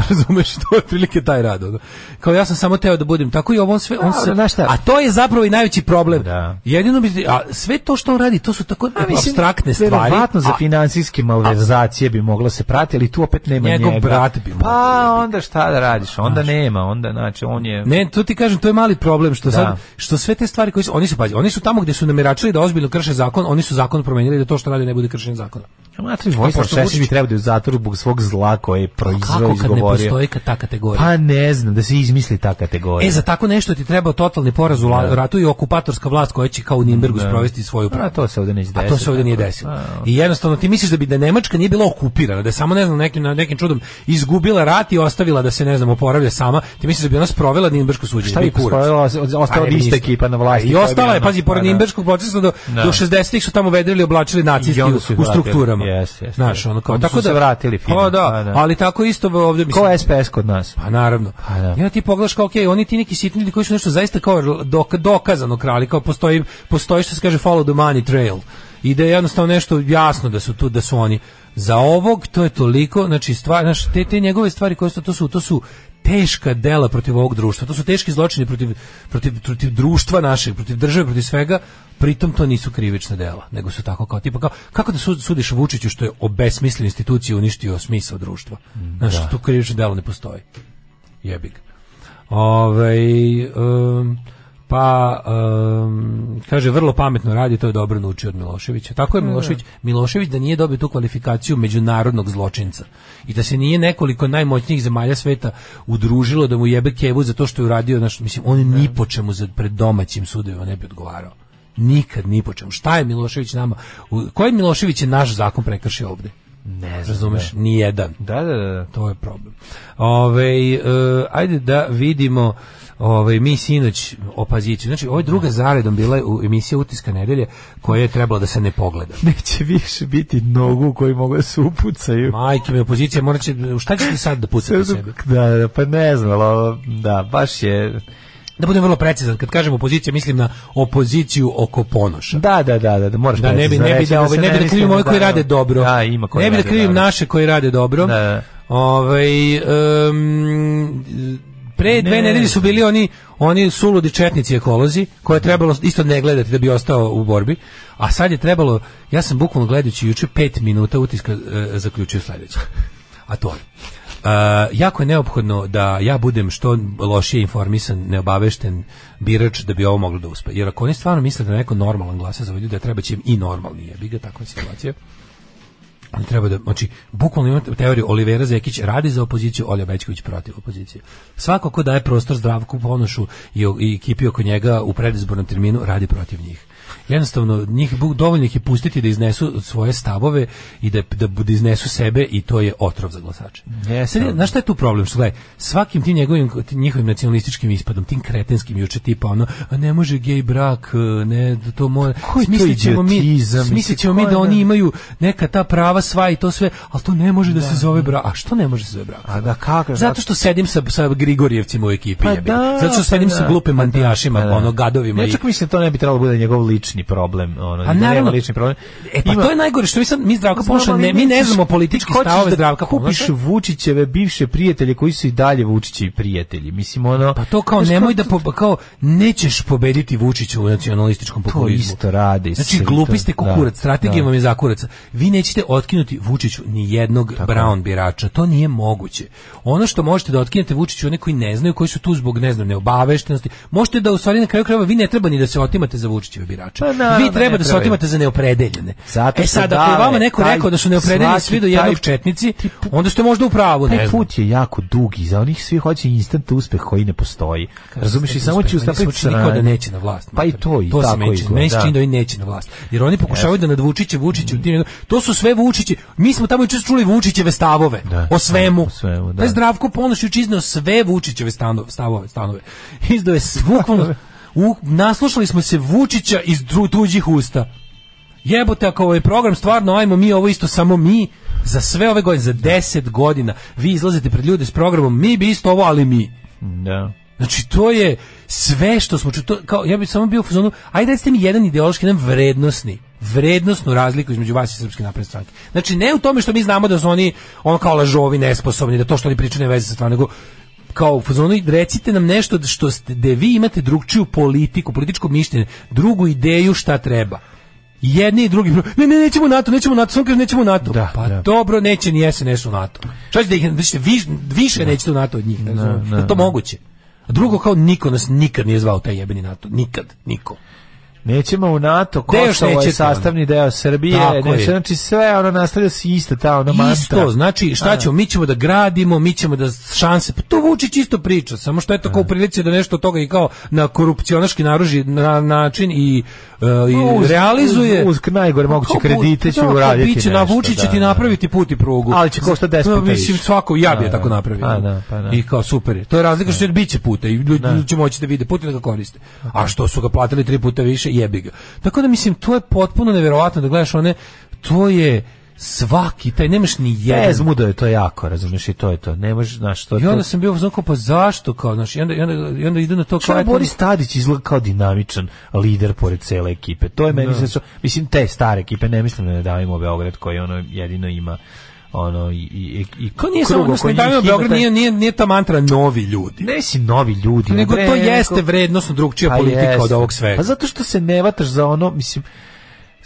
[SPEAKER 6] Razumeš, to je prilike taj rad. ono. Kao ja sam samo teo da budem tako i ovo on sve... On
[SPEAKER 7] Dobro,
[SPEAKER 6] se,
[SPEAKER 7] znaš šta?
[SPEAKER 6] a to je zapravo i najveći problem.
[SPEAKER 7] Da.
[SPEAKER 6] Jedino bi... A sve to što on radi, to su tako abstraktne stvari.
[SPEAKER 7] Verovatno za
[SPEAKER 6] a-
[SPEAKER 7] finansijske malverzacije bi moglo se pratiti, ali tu opet nema
[SPEAKER 6] Njegov
[SPEAKER 7] njega.
[SPEAKER 6] brat bi mogao
[SPEAKER 7] Pa onda šta da radiš? Onda nema, onda znači on je
[SPEAKER 6] Ne, to ti kažem, to je mali problem što sad
[SPEAKER 7] Da.
[SPEAKER 6] što sve te stvari koje su, oni su pazi, oni su tamo gdje su nameračili da ozbiljno krše zakon, oni su zakon promijenili da to što rade ne bude kršenje zakona.
[SPEAKER 7] Matri Vojislav
[SPEAKER 6] pošto
[SPEAKER 7] Šešelj bi
[SPEAKER 6] Vučić-
[SPEAKER 7] trebao da je u zatvoru zbog svog zla koje je proizveo i
[SPEAKER 6] Kako kad ne
[SPEAKER 7] Pa izgovorio.
[SPEAKER 6] postoji ka- ta kategorija?
[SPEAKER 7] Pa ne znam, da se izmisli ta kategorija.
[SPEAKER 6] E, za tako nešto ti treba totalni poraz u la- ratu i okupatorska vlast koja će kao u Nimbergu sprovesti svoju
[SPEAKER 7] A Pa, to se ovdje neće
[SPEAKER 6] A
[SPEAKER 7] desiti.
[SPEAKER 6] to se ovdje nije
[SPEAKER 7] tako.
[SPEAKER 6] desilo.
[SPEAKER 7] A,
[SPEAKER 6] I jednostavno ti misliš da bi da Nemačka nije bila okupirana, da je samo ne znam nekim na nekim čudom izgubila rat i ostavila da se ne znam oporavlja sama, ti misliš da bi ona sprovela Nimberško suđenje?
[SPEAKER 7] Šta bi
[SPEAKER 6] Bi kurac.
[SPEAKER 7] sprovela? Ostala
[SPEAKER 6] Pa ne
[SPEAKER 7] bi ista
[SPEAKER 6] ništa.
[SPEAKER 7] ekipa na vlasti
[SPEAKER 6] I
[SPEAKER 7] koja bi
[SPEAKER 6] ostala je,
[SPEAKER 7] ono-
[SPEAKER 6] pazi, pored
[SPEAKER 7] Pa da.
[SPEAKER 6] Nimberškog procesa do,
[SPEAKER 7] Da.
[SPEAKER 6] do 60-ih su tamo vedrili i oblačili nacisti
[SPEAKER 7] I onda
[SPEAKER 6] u,
[SPEAKER 7] su
[SPEAKER 6] u
[SPEAKER 7] vratili.
[SPEAKER 6] strukturama.
[SPEAKER 7] Jes, jes,
[SPEAKER 6] Znaš,
[SPEAKER 7] jes.
[SPEAKER 6] ono kao,
[SPEAKER 7] Onda
[SPEAKER 6] tako
[SPEAKER 7] su se
[SPEAKER 6] da,
[SPEAKER 7] vratili fino.
[SPEAKER 6] Pa da,
[SPEAKER 7] Pa da.
[SPEAKER 6] ali tako isto ovdje, mislim,
[SPEAKER 7] Ko SPS kod nas?
[SPEAKER 6] pa naravno.
[SPEAKER 7] Pa da.
[SPEAKER 6] I onda ti pogledaš kao, okej, oni ti neki sitni ljudi koji su nešto zaista kao dok, dokazano krali, kao postoji, postoji što se kaže follow the money trail. I da je jednostavno nešto jasno da su tu, da su oni. Za ovog to je toliko, znači stvar, znaš, te, te njegove stvari koje su, to su, to su teška dela protiv ovog društva. To su teški zločini protiv, protiv, protiv društva našeg, protiv države, protiv svega. Pritom to nisu krivična dela, nego su tako kao tipa kao, kako da sud- sudiš Vučiću što je obesmislio instituciju i uništio smisao društva. Znaš, tu krivično delo ne postoji jebi ga. Ovaj, em, pa em, kaže vrlo pametno radi, to je dobro naučio od Miloševića. Tako je Milošević, Milošević da nije dobio tu kvalifikaciju međunarodnog zločinca i da se nije nekoliko najmoćnijih zemalja sveta udružilo da mu jebe kevu za to što je uradio, naš, mislim, on ni po čemu za, pred domaćim sudovima ne bi odgovarao. Nikad ni po čemu. Šta je Milošević nama? u- Koji Milošević je naš zakon prekršio ovde? Ne znam. Razumeš? Nijedan.
[SPEAKER 7] Da, da, da. da.
[SPEAKER 6] To je problem. Ove, e, ajde da vidimo ove, mi sinoć opaziciju. Znači, ovo je druga zaredom bila je u emisija Utiska nedelje koja je trebala da se ne pogleda.
[SPEAKER 7] Neće više biti nogu u koju mogu da se upucaju.
[SPEAKER 6] Majke mi opozicija, morat će, šta ćete sad da pucate sebi?
[SPEAKER 7] Da, da, pa ne znam, ali ovo, da, baš je...
[SPEAKER 6] Da budem vrlo precizan, kad kažem opozicija, mislim na opoziciju oko ponoša.
[SPEAKER 7] Da, da, da, da, da moraš
[SPEAKER 6] Da ne bi ne bi
[SPEAKER 7] precizno
[SPEAKER 6] da
[SPEAKER 7] reći,
[SPEAKER 6] ovaj
[SPEAKER 7] se
[SPEAKER 6] ne bi da
[SPEAKER 7] misli
[SPEAKER 6] krivim ove koji
[SPEAKER 7] da, ono-
[SPEAKER 6] rade dobro.
[SPEAKER 7] Da, ima koji
[SPEAKER 6] ne bi da
[SPEAKER 7] rade
[SPEAKER 6] krivim
[SPEAKER 7] dobro.
[SPEAKER 6] naše koji rade dobro.
[SPEAKER 7] Da, da.
[SPEAKER 6] Ovaj em, pre dve
[SPEAKER 7] Ne.
[SPEAKER 6] nedelje su bili oni oni suludi četnici ekolozi koje je trebalo isto ne gledati da bi ostao u borbi. A sad je trebalo ja sam bukvalno gledajući juče pet minuta utiska e, zaključio sledeće. A to je e, jako je neophodno da ja budem što lošije informisan, neobavešten birač da bi ovo moglo da uspe. Jer ako oni stvarno misle da neko normalan glasa za ovdje, da treba će im i normalni jebi ga takva je situacija. Ali treba da, znači, bukvalno imate teoriju Olivera Zekić radi za opoziciju, Olja Bećković protiv opozicije. Svako ko daje prostor zdravku ponošu i, i ekipi oko njega u predizbornom terminu radi protiv njih. Jednostavno, njih bu- dovoljno ih je pustiti da iznesu svoje stavove i da, da, da iznesu sebe i to je otrov za glasače.
[SPEAKER 7] Jeste.
[SPEAKER 6] Sad, znaš šta je tu problem? Što, gledaj, svakim tim njegovim, tim njihovim nacionalističkim ispadom, tim kretenskim juče tipa ono, a ne može gej brak, ne, to mora,
[SPEAKER 7] Koji to
[SPEAKER 6] smislit ćemo mi,
[SPEAKER 7] idiotizam,
[SPEAKER 6] smislit ćemo
[SPEAKER 7] mislim, ko
[SPEAKER 6] mi da
[SPEAKER 7] je
[SPEAKER 6] oni
[SPEAKER 7] da-
[SPEAKER 6] imaju neka ta prava sva i to sve, ali to ne može da, se zove brak. A što ne može da se zove brak?
[SPEAKER 7] A Pa da, kako?
[SPEAKER 6] Zato što sedim sa, sa Grigorjevcima u ekipi.
[SPEAKER 7] Pa
[SPEAKER 6] jebi ga.
[SPEAKER 7] da,
[SPEAKER 6] Zato što
[SPEAKER 7] pa
[SPEAKER 6] sedim sa
[SPEAKER 7] da,
[SPEAKER 6] glupim
[SPEAKER 7] pa da,
[SPEAKER 6] mantijašima,
[SPEAKER 7] pa da.
[SPEAKER 6] ono, gadovima.
[SPEAKER 7] Ja
[SPEAKER 6] i-
[SPEAKER 7] čak mislim da to ne bi trebalo bude njegov lični problem, ono,
[SPEAKER 6] A
[SPEAKER 7] njegov
[SPEAKER 6] naravno.
[SPEAKER 7] lični problem.
[SPEAKER 6] E pa
[SPEAKER 7] Ima-
[SPEAKER 6] to je najgore što mi sad mi Zdravka
[SPEAKER 7] Znam,
[SPEAKER 6] Ponoša
[SPEAKER 7] ali
[SPEAKER 6] ne mi ne
[SPEAKER 7] hoćeš-
[SPEAKER 6] znamo politički
[SPEAKER 7] ti hoćeš
[SPEAKER 6] stavove
[SPEAKER 7] da
[SPEAKER 6] Zdravka
[SPEAKER 7] kupiš
[SPEAKER 6] Ponoša.
[SPEAKER 7] Vučićeve bivše prijatelje koji su i dalje Vučićevi prijatelji. Mislim ono
[SPEAKER 6] Pa to kao
[SPEAKER 7] Znaš,
[SPEAKER 6] nemoj da po, kao nećeš pobediti Vučića u nacionalističkom
[SPEAKER 7] to
[SPEAKER 6] populizmu.
[SPEAKER 7] isto rade.
[SPEAKER 6] Znači,
[SPEAKER 7] svi,
[SPEAKER 6] glupi
[SPEAKER 7] to-
[SPEAKER 6] ste
[SPEAKER 7] da,
[SPEAKER 6] kukurac, strategija
[SPEAKER 7] da.
[SPEAKER 6] vam je zakuraca. Vi nećete otkinuti Vučiću ni jednog Brown birača, to nije moguće. Ono što možete da otkinete Vučiću, oni koji ne znaju, koji su tu zbog, ne znam, neobaveštenosti, možete da u stvari na kraju krajeva vi ne treba ni da se otimate za Vučićeve birače. birača.
[SPEAKER 7] Pa
[SPEAKER 6] Vi treba da se otimate za neopredeljene.
[SPEAKER 7] Zato
[SPEAKER 6] e
[SPEAKER 7] što
[SPEAKER 6] sad, ako je
[SPEAKER 7] dale,
[SPEAKER 6] vama neko
[SPEAKER 7] taj-
[SPEAKER 6] rekao da su neopredeljeni
[SPEAKER 7] svaki
[SPEAKER 6] svi do jednog
[SPEAKER 7] taj-
[SPEAKER 6] četnici, onda ste možda u pravu. ne
[SPEAKER 7] Taj
[SPEAKER 6] znam.
[SPEAKER 7] put je jako dug i za onih svi hoće instant uspeh koji ne postoji. Razumiješ i samo će
[SPEAKER 6] Meni se
[SPEAKER 7] ustapiti
[SPEAKER 6] učini kao znači da neće na vlast.
[SPEAKER 7] Pa i
[SPEAKER 6] mater.
[SPEAKER 7] to i
[SPEAKER 6] to se
[SPEAKER 7] tako
[SPEAKER 6] meni čini. Meni se
[SPEAKER 7] izgleda,
[SPEAKER 6] čini da
[SPEAKER 7] da.
[SPEAKER 6] oni neće na vlast. Jer oni pokušavaju da nad Vučiće, Vučiće, tim- to su sve Vučići. Mi smo tamo juče čuli Vučićeve stavove
[SPEAKER 7] Da.
[SPEAKER 6] o svemu.
[SPEAKER 7] O svemu, da.
[SPEAKER 6] Taj Zdravko Ponoš juče izneo sve Vučićeve stano- stavove, stanove. (laughs) Izdao je s- bukvalno u- naslušali smo se Vučića iz dru- tuđih usta. Jebote, ako ovaj program stvarno, ajmo mi ovo isto samo mi, za sve ove godine, za 10 godina, vi izlazite pred ljude s programom, mi bi isto ovo, ali mi.
[SPEAKER 7] Da.
[SPEAKER 6] Znači to je sve što smo ču- to kao ja bih samo bio u fazonu ajde recite mi jedan ideološki jedan vrednosni vrednosnu razliku između vas i srpske napredne stranke. Znači ne u tome što mi znamo da su oni ono kao lažovi nesposobni da to što oni pričaju nema veze sa stvarno nego kao u fazonu i recite nam nešto što ste da vi imate drugčiju politiku, političko mišljenje, drugu ideju šta treba. I Jedni i drugi. Ne, ne, nećemo u NATO, nećemo u NATO, samo kaže nećemo u NATO.
[SPEAKER 7] Da,
[SPEAKER 6] pa
[SPEAKER 7] da.
[SPEAKER 6] dobro, neće ni SNS u NATO. Šta ćete da ih, da ćete viš- više nećete u NATO od njih, ne znam,
[SPEAKER 7] da,
[SPEAKER 6] je to
[SPEAKER 7] da.
[SPEAKER 6] moguće. A drugo, kao niko nas nikad nije zvao taj jebeni NATO. Nikad, niko.
[SPEAKER 7] Nećemo u NATO,
[SPEAKER 6] Gde još
[SPEAKER 7] Kosovo je
[SPEAKER 6] nećete, ono?
[SPEAKER 7] sastavni deo Srbije,
[SPEAKER 6] Tako
[SPEAKER 7] znači,
[SPEAKER 6] je.
[SPEAKER 7] znači sve ono nastavlja se ista ta ona mantra.
[SPEAKER 6] Isto, znači šta
[SPEAKER 7] A.
[SPEAKER 6] ćemo, mi ćemo da gradimo, mi ćemo da šanse, pa to Vučić isto priča, samo što je to kao u prilici da nešto od toga i kao na korupcionaški naruži na, način i, e, i
[SPEAKER 7] Pa, uz-
[SPEAKER 6] realizuje. Pa
[SPEAKER 7] uz- uz najgore moguće
[SPEAKER 6] Kao put-
[SPEAKER 7] kredite će
[SPEAKER 6] da, kao
[SPEAKER 7] uraditi
[SPEAKER 6] bit će,
[SPEAKER 7] nešto,
[SPEAKER 6] na Vučić će
[SPEAKER 7] da,
[SPEAKER 6] ti
[SPEAKER 7] da.
[SPEAKER 6] napraviti put i prugu.
[SPEAKER 7] Ali će košta 10
[SPEAKER 6] Pa,
[SPEAKER 7] puta
[SPEAKER 6] Mislim,
[SPEAKER 7] više.
[SPEAKER 6] svako, ja bi
[SPEAKER 7] Da,
[SPEAKER 6] je tako
[SPEAKER 7] da.
[SPEAKER 6] napravio.
[SPEAKER 7] Pa, da, pa, da.
[SPEAKER 6] I kao super je. To je razlika što je bit će puta i ljudi ljudi će moći da vide puta da ga koriste. A što su ga platili tri puta više, jebi ga. Tako da mislim, to je potpuno neverovatno da gledaš one, to je svaki, taj nemaš ni jedan.
[SPEAKER 7] Bez muda je to jako, razumiješ, i to je to. Ne možeš, znaš, to...
[SPEAKER 6] I onda
[SPEAKER 7] to...
[SPEAKER 6] sam bio znači pa zašto kao, znači i onda i onda i onda idu na to kao
[SPEAKER 7] Čak
[SPEAKER 6] eto,
[SPEAKER 7] Boris Tadić izgleda kao dinamičan lider pored cele ekipe. To je meni se što- mislim te stare ekipe, ne mislim da ne davimo Beograd koji ono jedino ima ono i i i
[SPEAKER 6] kao nije
[SPEAKER 7] krug
[SPEAKER 6] samo
[SPEAKER 7] oko
[SPEAKER 6] ne
[SPEAKER 7] njih
[SPEAKER 6] davimo
[SPEAKER 7] ima
[SPEAKER 6] Beograd
[SPEAKER 7] taj-
[SPEAKER 6] nije nije nije ta mantra novi ljudi.
[SPEAKER 7] ne si novi ljudi,
[SPEAKER 6] nego
[SPEAKER 7] bre,
[SPEAKER 6] to
[SPEAKER 7] neko-
[SPEAKER 6] jeste vrednosno drugčija
[SPEAKER 7] Pa
[SPEAKER 6] politika od
[SPEAKER 7] jeste.
[SPEAKER 6] ovog svega.
[SPEAKER 7] Pa zato što se ne vataš za ono, mislim,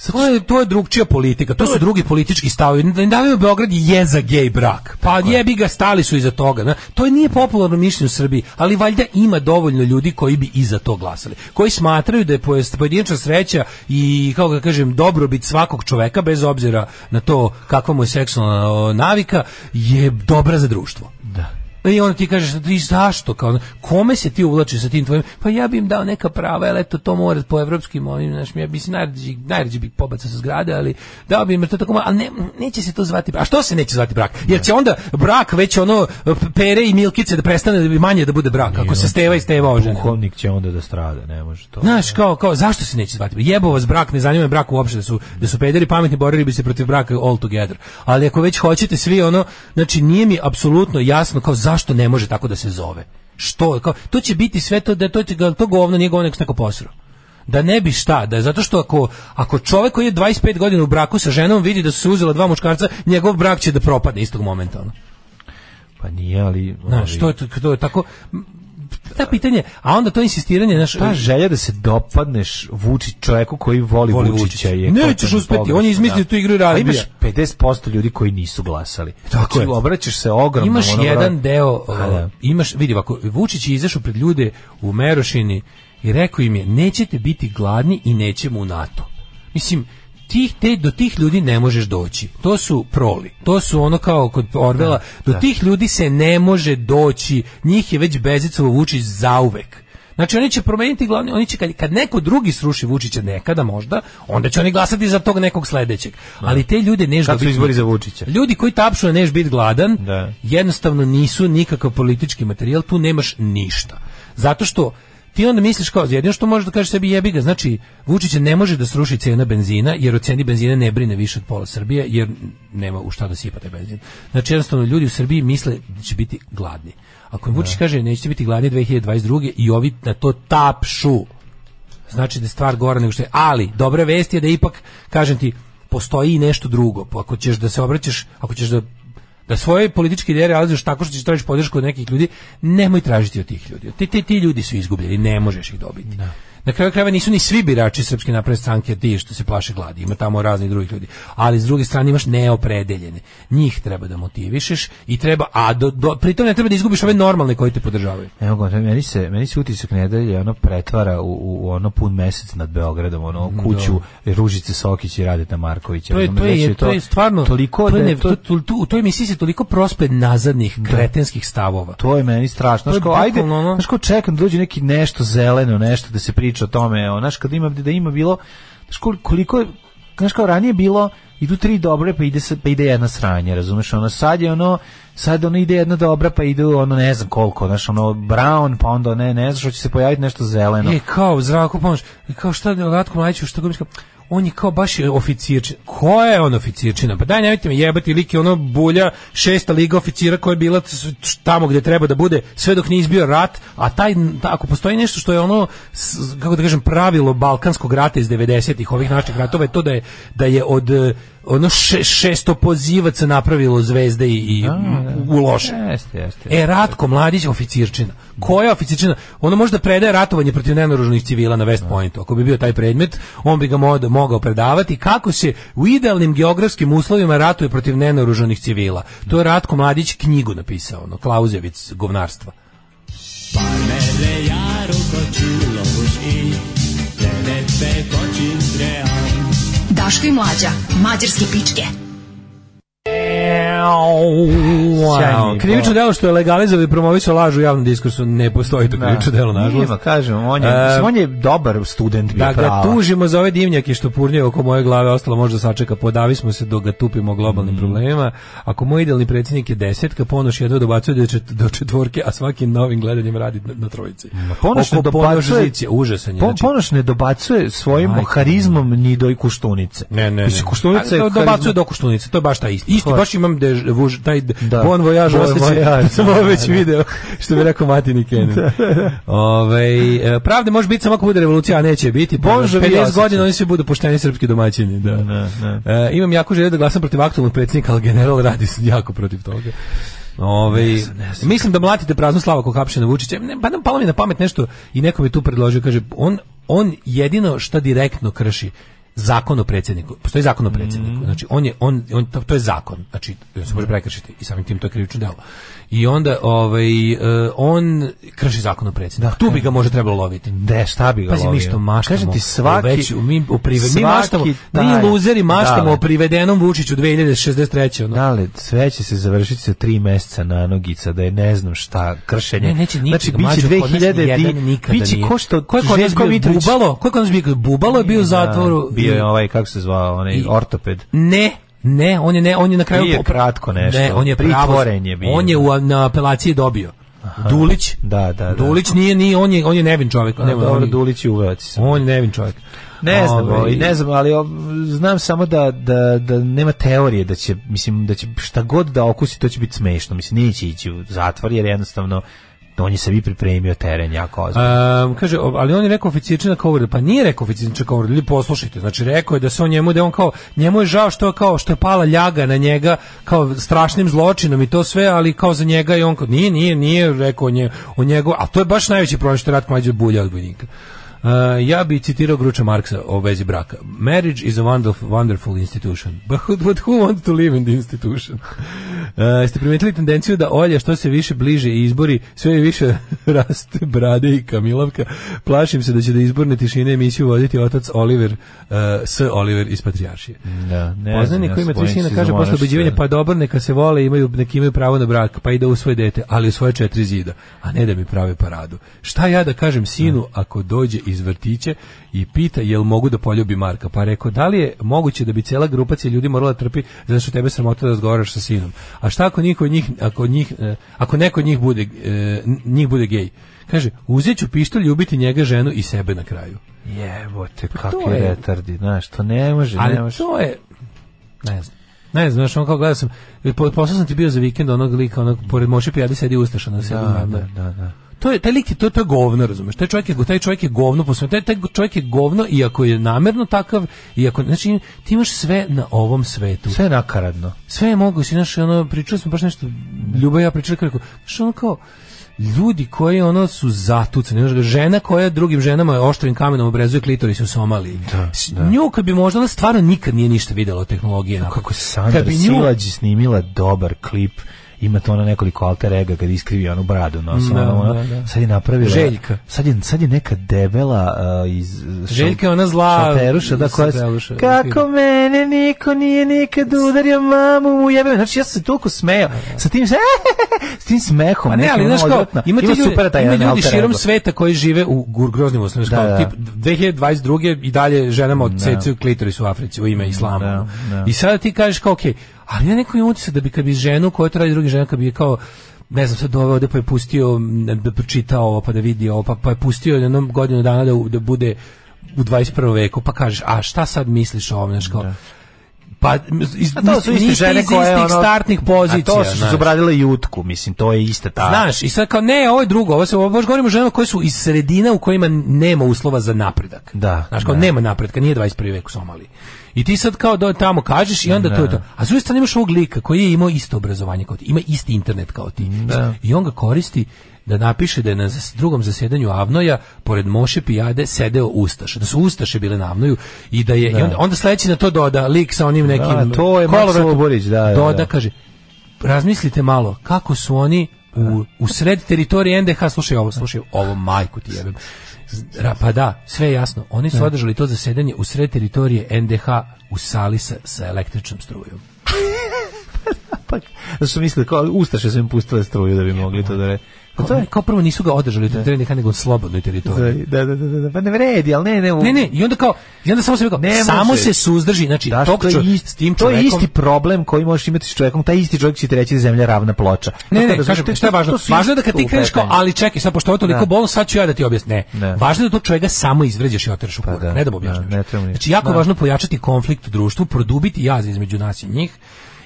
[SPEAKER 6] To je, to je drugčija politika, to su drugi politički stavovi. Ne davimo Beograd je za gej brak. Pa jebi ga, stali su iza toga. na. To nije popularno mišljenje u Srbiji, ali valjda ima dovoljno ljudi koji bi iza to glasali. Koji smatraju da je pojest- pojedinačna sreća i, kako ga kažem, dobrobit svakog čoveka, bez obzira na to kakva mu je seksualna o, navika, je dobra za društvo. I onda ti kažeš, ti zašto? Kao, ono, kome se ti uvlačiš sa tim tvojim? Pa ja bi im dao neka prava, ali eto, to mora po evropskim, onim, znaš, ja bi se najrađi, najrađi bi pobaca sa zgrade, ali dao bi im jer to tako, malo, ali ne, neće se to zvati brak. A što se neće zvati brak? Jer će onda brak već ono, pere i milkice da prestane da bi manje da bude brak, ako se steva i steva ožene.
[SPEAKER 7] duhovnik će onda da strada, ne može to.
[SPEAKER 6] Znaš, kao, kao, zašto se neće zvati? brak? Jebo vas brak, ne zanima me brak uopšte da su, da su pederi pametni, borili bi se protiv braka all together. Ali ako već hoćete svi ono, znači nije mi apsolutno jasno kao zašto ne može tako da se zove. Što, kao, to će biti sve to, da to, će ga- to govno nije govno, nego se neko posro. Da ne bi šta, da je zato što ako, ako čovek koji je 25 godina u braku sa ženom vidi da su se uzela dva muškarca, njegov brak će da propadne istog momenta. Ono.
[SPEAKER 7] Pa nije, ali...
[SPEAKER 6] Znaš,
[SPEAKER 7] ovi-
[SPEAKER 6] to je, to je tako... Ta pitanje, a onda to insistiranje, znaš,
[SPEAKER 7] Ta želja da se dopadneš Vučić čovjeku koji voli,
[SPEAKER 6] Voli Vučića.
[SPEAKER 7] Vučića je
[SPEAKER 6] Nećeš
[SPEAKER 7] totalno
[SPEAKER 6] uspeti,
[SPEAKER 7] pogrešno,
[SPEAKER 6] on je izmislio
[SPEAKER 7] da.
[SPEAKER 6] tu igru i razbija.
[SPEAKER 7] A Pa Imaš 50% ljudi koji nisu glasali.
[SPEAKER 6] Pa Tako
[SPEAKER 7] Znači,
[SPEAKER 6] je.
[SPEAKER 7] Obraćaš se ogromno.
[SPEAKER 6] Imaš jedan deo,
[SPEAKER 7] Pa da.
[SPEAKER 6] uh, imaš, vidi ovako, Vučić je izašao pred ljude u Merošini i rekao im je, nećete biti gladni i nećemo u NATO. Mislim, tih, te, do tih ljudi ne možeš doći. To su proli. To su ono kao kod Orvela. Do tih ljudi se ne može doći. Njih je već Bezicovo Vučić zauvek. Znači oni će promijeniti glavni, oni će kad, kad neko drugi sruši Vučića nekada možda, onda će oni glasati za tog nekog sledećeg. Ali te ljude neš
[SPEAKER 7] Kad su
[SPEAKER 6] dobiti
[SPEAKER 7] izbori za
[SPEAKER 6] nikad.
[SPEAKER 7] Vučića?
[SPEAKER 6] Ljudi koji tapšu na neš bit gladan,
[SPEAKER 7] Da.
[SPEAKER 6] jednostavno nisu nikakav politički materijal, tu nemaš ništa. Zato što ti onda misliš kao, jedino što možeš da kažeš sebi jebi ga, znači Vučića ne može da sruši cena benzina, jer o ceni benzina ne brine više od pola Srbije, jer nema u šta da sipa taj benzin. Znači jednostavno ljudi u Srbiji misle da će biti gladni. Ako im Vučić kaže nećete biti gladni 2022. i ovi na to tapšu, znači da je stvar gora nego što je. Ali, dobra vest je da ipak, kažem ti, postoji i nešto drugo. Pa Ako ćeš da se obraćaš, ako ćeš da da svoje političke ideje realizuješ tako što ćeš tražiti podršku od nekih ljudi, nemoj tražiti od tih ljudi. Ti, ti, ti ljudi su izgubljeni, ne možeš ih dobiti. Na kraju krajeva nisu ni svi birači Srpske napredne stranke ti što se plaše gladi, ima tamo raznih drugih ljudi. Ali s druge strane imaš neopredeljene. Njih treba da motivišeš i treba a do, do pritom ne treba da izgubiš ove normalne koji te podržavaju.
[SPEAKER 7] Evo ga, meni se meni se utisak nedelje ono pretvara u, u ono pun mesec nad Beogradom, ono kuću Ružice Sokić i Radeta Markovića.
[SPEAKER 6] To je,
[SPEAKER 7] Ono,
[SPEAKER 6] to je,
[SPEAKER 7] znači,
[SPEAKER 6] to je stvarno
[SPEAKER 7] toliko
[SPEAKER 6] to je
[SPEAKER 7] da je
[SPEAKER 6] ne-
[SPEAKER 7] to-
[SPEAKER 6] to- to- to- u toj emisiji se toliko prospe nazadnih kretenskih stavova.
[SPEAKER 7] To je meni strašno.
[SPEAKER 6] To
[SPEAKER 7] Znaš
[SPEAKER 6] je
[SPEAKER 7] kao, ajde,
[SPEAKER 6] bukvalno ono-
[SPEAKER 7] znaš kao, čekam da dođe neki nešto zeleno, nešto da se priča o tome, evo, znaš, kad ima, da ima bilo, znaš kol- koliko je, znaš kao, ranije je bilo, idu tri dobre, pa ide, se- pa ide jedna sranje, razumeš, ono, sad je ono, sad ono ide jedna dobra, pa ide ono, ne znam koliko, znaš, ono, brown, pa onda ne, ne znaš, hoće se pojaviti nešto zeleno.
[SPEAKER 6] E, kao, zdravko pomoć, i kao šta da Ratko Mladiću, što gomiš, on je kao baš je oficirčina. Ko je on oficirčina? Pa daj, nemojte me jebati, lik je ono bulja, šesta liga oficira koja je bila s- tamo gdje treba da bude, sve dok nije izbio rat, a taj, ta- ako postoji nešto što je ono, s- kako da kažem, pravilo Balkanskog rata iz 90-ih, ovih naših ratova, je to da je, da je od e, ono še, šesto pozivaca napravilo zvezde i, i u loše.
[SPEAKER 7] Jeste, jeste.
[SPEAKER 6] E, Ratko Mladić oficirčina. Koja oficirčina? Ono može da predaje ratovanje protiv nenoružnih civila na West Pointu. Ako bi bio taj predmet, on bi ga mod- mogao predavati. Kako se u idealnim geografskim uslovima ratuje protiv nenoružanih civila? To je Ratko Mladić knjigu napisao, ono, Klauzevic govnarstva.
[SPEAKER 5] Daško i mlađa, mađarske pičke.
[SPEAKER 6] Wow. Krivično delo što je legalizovao i promovisao lažu u javnom diskursu, ne postoji to krivično delo, nažalost.
[SPEAKER 7] Nema, kažem, on je,
[SPEAKER 6] E,
[SPEAKER 7] mislim, on je dobar student bio
[SPEAKER 6] Da ga
[SPEAKER 7] prava.
[SPEAKER 6] tužimo za ove dimnjake što purnjaju oko moje glave, ostalo možda sačeka, podavi smo se dok ga tupimo o
[SPEAKER 7] Mm.
[SPEAKER 6] globalnim problemima. Ako moj idealni predsjednik je desetka, ponoš jedva dobacuje do, čet- do četvorke, a svakim novim gledanjem radi na, na trojici.
[SPEAKER 7] Ponoš ne
[SPEAKER 6] Oko Ponoš
[SPEAKER 7] dobacuje-
[SPEAKER 6] Zici, užasan je.
[SPEAKER 7] Po-
[SPEAKER 6] znači,
[SPEAKER 7] Ponoš ne dobacuje svojim harizmom ni do Kuštunice.
[SPEAKER 6] Ne, ne, ne.
[SPEAKER 7] Mislim, Koštunica je
[SPEAKER 6] A, do-
[SPEAKER 7] harizma-
[SPEAKER 6] Dobacuje do koštunice, to je baš taj isti. Isti,
[SPEAKER 7] To je-
[SPEAKER 6] baš imam dež, vuž, taj d-
[SPEAKER 7] Da.
[SPEAKER 6] bon voyage
[SPEAKER 7] Bon
[SPEAKER 6] osjećaj,
[SPEAKER 7] voyage,
[SPEAKER 6] da (laughs) sam ovo
[SPEAKER 7] da,
[SPEAKER 6] već
[SPEAKER 7] da.
[SPEAKER 6] video, što bi rekao
[SPEAKER 7] (laughs)
[SPEAKER 6] Mati Nikenen. Ovaj, e, pravde može biti samo ako bude revolucija, a neće je biti.
[SPEAKER 7] Bon
[SPEAKER 6] Ponoš
[SPEAKER 7] Jovi
[SPEAKER 6] 50
[SPEAKER 7] osjećaj.
[SPEAKER 6] godina oni svi budu pošteni srpski domaćini. Da.
[SPEAKER 7] Ne, ne.
[SPEAKER 6] E, imam jako želju da glasam protiv aktualnog predsjednika, ali general radi se jako protiv toga. Ove, Mislim da mlatite praznu slavu ako hapšena Vučića. Ne, pa nam palo mi na pamet nešto i neko mi tu predložio, kaže, on, on jedino šta direktno krši zakon o predsjedniku. Postoji zakon o predsjedniku. Znači, on je, on, on, to, to je zakon. Znači, on se može prekršiti i samim tim to je krivično delo. I onda, ovaj, e, on krši zakon o predsjedniku. tu bi ga možda trebalo loviti.
[SPEAKER 7] De, šta bi ga
[SPEAKER 6] Pazi,
[SPEAKER 7] lovio?
[SPEAKER 6] mi što maštamo.
[SPEAKER 7] Kažem ti,
[SPEAKER 6] o
[SPEAKER 7] svaki...
[SPEAKER 6] veću- mi, o prive, mi
[SPEAKER 7] svaki
[SPEAKER 6] maštamo,
[SPEAKER 7] taj-
[SPEAKER 6] mi luzeri maštamo
[SPEAKER 7] Dale,
[SPEAKER 6] o privedenom Vučiću 2063. Ono.
[SPEAKER 7] Dale, sve će se završiti sa tri meseca nanogica, da je ne znam šta, kršenje.
[SPEAKER 6] Ne, neće nikada.
[SPEAKER 7] znači, biće
[SPEAKER 6] mlađo, kod nas
[SPEAKER 7] 2000 di,
[SPEAKER 6] nijedan nikada
[SPEAKER 7] biće
[SPEAKER 6] nije.
[SPEAKER 7] ko što
[SPEAKER 6] Ko je kod nas
[SPEAKER 7] Željko
[SPEAKER 6] bio
[SPEAKER 7] Mitrović-
[SPEAKER 6] Bubalo? Ko je kod nas bio? Bubalo je bio u zatvoru.
[SPEAKER 7] Da, bio je ovaj, kako se zvao, onaj
[SPEAKER 6] I-
[SPEAKER 7] ortoped.
[SPEAKER 6] Ne, ne, on je ne, on je na kraju
[SPEAKER 7] Bio kratko nešto.
[SPEAKER 6] Ne, on je pravo.
[SPEAKER 7] Pritvoren je bio.
[SPEAKER 6] On je u, na apelaciji dobio. Dulić.
[SPEAKER 7] Da, da, da.
[SPEAKER 6] Dulić nije, nije, on je, on je nevin čovjek.
[SPEAKER 7] A,
[SPEAKER 6] Ne, on,
[SPEAKER 7] Dobro,
[SPEAKER 6] je-
[SPEAKER 7] Dulić je uveo ti se.
[SPEAKER 6] on je nevin čovjek.
[SPEAKER 7] Ne znam,
[SPEAKER 6] Ovaj,
[SPEAKER 7] ovaj, ne znam, ali o, znam samo da, da, da nema teorije da će, mislim, da će šta god da okusi, to će biti smešno. Mislim, neće ići u zatvor, jer jednostavno on je se vi pripremio teren jako ozbiljno.
[SPEAKER 6] Um, kaže, o- ali on je rekao oficirčina Kovrda, pa nije rekao oficirčina Kovrda, ljudi poslušajte, znači rekao je da se on njemu, da je on kao, njemu je žao što je kao, što je pala ljaga na njega, kao strašnim zločinom i to sve, ali kao za njega je on kao, nije, nije, nije rekao nje, o njegu, a to je baš najveći problem što je Ratko Mlađe bulja od vojnika. Uh, ja bi citirao Gruča Marksa o vezi braka. Marriage is a wonderful, wonderful institution, (laughs) but who, but who wants to live in the institution? Uh, ste primetili tendenciju da Olja što se više bliže izbori, sve joj više (laughs) raste brade i kamilavka. Plašim se da će da izborne tišine emisiju voditi otac Oliver, uh, s Oliver iz Patrijaršije.
[SPEAKER 7] Da, ne
[SPEAKER 6] Poznani
[SPEAKER 7] znam,
[SPEAKER 6] koji
[SPEAKER 7] ja se
[SPEAKER 6] ima tri
[SPEAKER 7] bojim
[SPEAKER 6] sina
[SPEAKER 7] se
[SPEAKER 6] kaže posle
[SPEAKER 7] zamorati
[SPEAKER 6] ubeđivanja
[SPEAKER 7] što-
[SPEAKER 6] pa dobro neka se vole, imaju neki imaju pravo na brak, pa i da u svoje dete, ali u svoje četiri zida, a ne da mi prave paradu. Šta ja da kažem sinu ako dođe iz vrtića i pita jel mogu da poljubi Marka? Pa rekao da li je moguće da bi cijela grupacija ljudi morala trpi zato što tebe sramota da razgovaraš sa sinom. A šta ako niko od njih ako od njih e, ako neko od njih bude e, njih bude gej? Kaže, uzet ću pištolj, ubiti njega, ženu i sebe na kraju.
[SPEAKER 7] Jebote,
[SPEAKER 6] pa- to
[SPEAKER 7] kakvi
[SPEAKER 6] je-
[SPEAKER 7] retardi, znaš, to ne može, ne
[SPEAKER 6] Ali
[SPEAKER 7] može.
[SPEAKER 6] to je ne znam. Ne znam, znaš, on kao gledao sam, po- poslao sam ti bio za vikend onog lika, onog, pored Moše Pijade sedi Ustaša na sebi.
[SPEAKER 7] Da, da, da, da.
[SPEAKER 6] to je taj lik je to to je govno, razumeš? Taj čovjek je taj čovjek je govno, posle taj, taj čovjek je govno iako je namerno takav, iako znači ti imaš sve na ovom svetu.
[SPEAKER 7] Sve je nakaradno.
[SPEAKER 6] Sve je moguće, znaš, ono pričali smo baš nešto Ljuba i ja pričali kako, znaš, ono kao ljudi koji ono su zatucani, znaš, žena koja drugim ženama je oštrim kamenom obrezuje klitoris u Somaliji.
[SPEAKER 7] Da,
[SPEAKER 6] S- Nju kad bi možda ona stvarno nikad nije ništa videla od tehnologije. onako.
[SPEAKER 7] Kako je Sandra
[SPEAKER 6] Kad bi nju-
[SPEAKER 7] Silađi snimila dobar klip, ima to ona nekoliko alter ega kad iskrivi onu bradu nosa,
[SPEAKER 6] Da,
[SPEAKER 7] ono, ono,
[SPEAKER 6] da, da.
[SPEAKER 7] sad je napravila
[SPEAKER 6] Željka.
[SPEAKER 7] sad je, sad je neka debela uh, iz šal-
[SPEAKER 6] Željka je ona zla-
[SPEAKER 7] šalteruša, da, koja,
[SPEAKER 6] šalteruša,
[SPEAKER 7] kako mene niko nije nikad udario mamu mu jebe znači ja sam se toliko smejao sa tim (laughs) s tim smehom
[SPEAKER 6] Pa ne,
[SPEAKER 7] nekim,
[SPEAKER 6] ali
[SPEAKER 7] ono,
[SPEAKER 6] znaš kao,
[SPEAKER 7] odvratno.
[SPEAKER 6] ima, ti ljudi,
[SPEAKER 7] super taj
[SPEAKER 6] ima
[SPEAKER 7] jedan
[SPEAKER 6] ljudi
[SPEAKER 7] alter
[SPEAKER 6] širom
[SPEAKER 7] ego.
[SPEAKER 6] sveta koji žive u gur- groznim uslovima.
[SPEAKER 7] Da,
[SPEAKER 6] Da,
[SPEAKER 7] da.
[SPEAKER 6] Tip 2022. i dalje ženama odsecaju klitoris u Africi u ime islama. ono.
[SPEAKER 7] da.
[SPEAKER 6] I sada ti kažeš kao, okej, ali ja neko imam utisak da bi kad bi ženu koja to radi drugi žena, kad bi je kao ne znam, sad doveo da pa je pustio, m, da pročitao ovo, pa da vidi ovo, pa, pa je pustio jednom godinu dana da, u- da bude u 21. veku, pa kažeš, a šta sad misliš o ovom, znaš kao, pa iz,
[SPEAKER 7] A to su iste
[SPEAKER 6] niste
[SPEAKER 7] žene
[SPEAKER 6] iz
[SPEAKER 7] koje
[SPEAKER 6] istih
[SPEAKER 7] ono,
[SPEAKER 6] startnih pozicija.
[SPEAKER 7] A to su što
[SPEAKER 6] znaš.
[SPEAKER 7] su obradile jutku, mislim, to je ista ta.
[SPEAKER 6] Znaš, i sad kao ne, ovo je drugo, ovo se ovo baš govorimo o ženama koje su iz sredina u kojima nema uslova za napredak.
[SPEAKER 7] Da,
[SPEAKER 6] Znaš, kao
[SPEAKER 7] da.
[SPEAKER 6] nema napretka, nije 21. vek u Somaliji. I ti sad kao do, tamo kažeš i onda to je to. A s druge strane imaš ovog lika koji je imao isto obrazovanje kao ti, ima isti internet kao ti. I on ga koristi da napiše da je na zas- drugom zasjedanju Avnoja pored Moše Pijade sedeo Ustaš, da su Ustaše bile na Avnoju i da je i onda, onda sledeći na to doda lik sa onim nekim
[SPEAKER 7] Da, to je Max
[SPEAKER 6] koloratom.
[SPEAKER 7] Loborić, da, da,
[SPEAKER 6] doda
[SPEAKER 7] da.
[SPEAKER 6] kaže razmislite malo kako su oni u, u sred teritorije NDH slušaj ovo, slušaj ovo majku ti jebem Ra- pa da, sve je jasno oni su održali to zasedanje u sred teritorije NDH u sali sa, sa električnom strujom
[SPEAKER 7] Pa, da su mislili, kao, ustaše su im pustile struju da bi mogli to da re... Pa to je-
[SPEAKER 6] kao prvo nisu ga održali u teritoriji NDH nego u slobodnoj teritoriji
[SPEAKER 7] Da, da, da, da, da, pa ne vredi, ali ne, ne, u-
[SPEAKER 6] Ne, ne, i onda kao, i onda samo se kao,
[SPEAKER 7] Ne
[SPEAKER 6] samo
[SPEAKER 7] može.
[SPEAKER 6] se suzdrži, znači,
[SPEAKER 7] Daš,
[SPEAKER 6] tog
[SPEAKER 7] to, je
[SPEAKER 6] čo-
[SPEAKER 7] isti,
[SPEAKER 6] s tim
[SPEAKER 7] to je
[SPEAKER 6] čovekom-
[SPEAKER 7] isti problem koji možeš imati s čovjekom, taj isti čovjek će ti reći da je zemlja ravna ploča.
[SPEAKER 6] Ne,
[SPEAKER 7] Tako
[SPEAKER 6] ne,
[SPEAKER 7] da,
[SPEAKER 6] kažem,
[SPEAKER 7] to-
[SPEAKER 6] šta je važno?
[SPEAKER 7] to su
[SPEAKER 6] Važno je da kad ti
[SPEAKER 7] isto
[SPEAKER 6] kreneš kao,
[SPEAKER 7] lupetanje.
[SPEAKER 6] ali čekaj, sad pošto ovo je toliko
[SPEAKER 7] Da.
[SPEAKER 6] bolno, sad ću ja da ti objasnim. Ne.
[SPEAKER 7] Ne.
[SPEAKER 6] Važno je da tog čovjeka samo izvređaš i otereš u kurac.
[SPEAKER 7] Pa da,
[SPEAKER 6] ne da mu
[SPEAKER 7] da,
[SPEAKER 6] objašnjaš.
[SPEAKER 7] ne treba mu ništa.
[SPEAKER 6] znači, jako je
[SPEAKER 7] Da.
[SPEAKER 6] važno pojačati konflikt u društvu, produbiti jaz između nas i njih.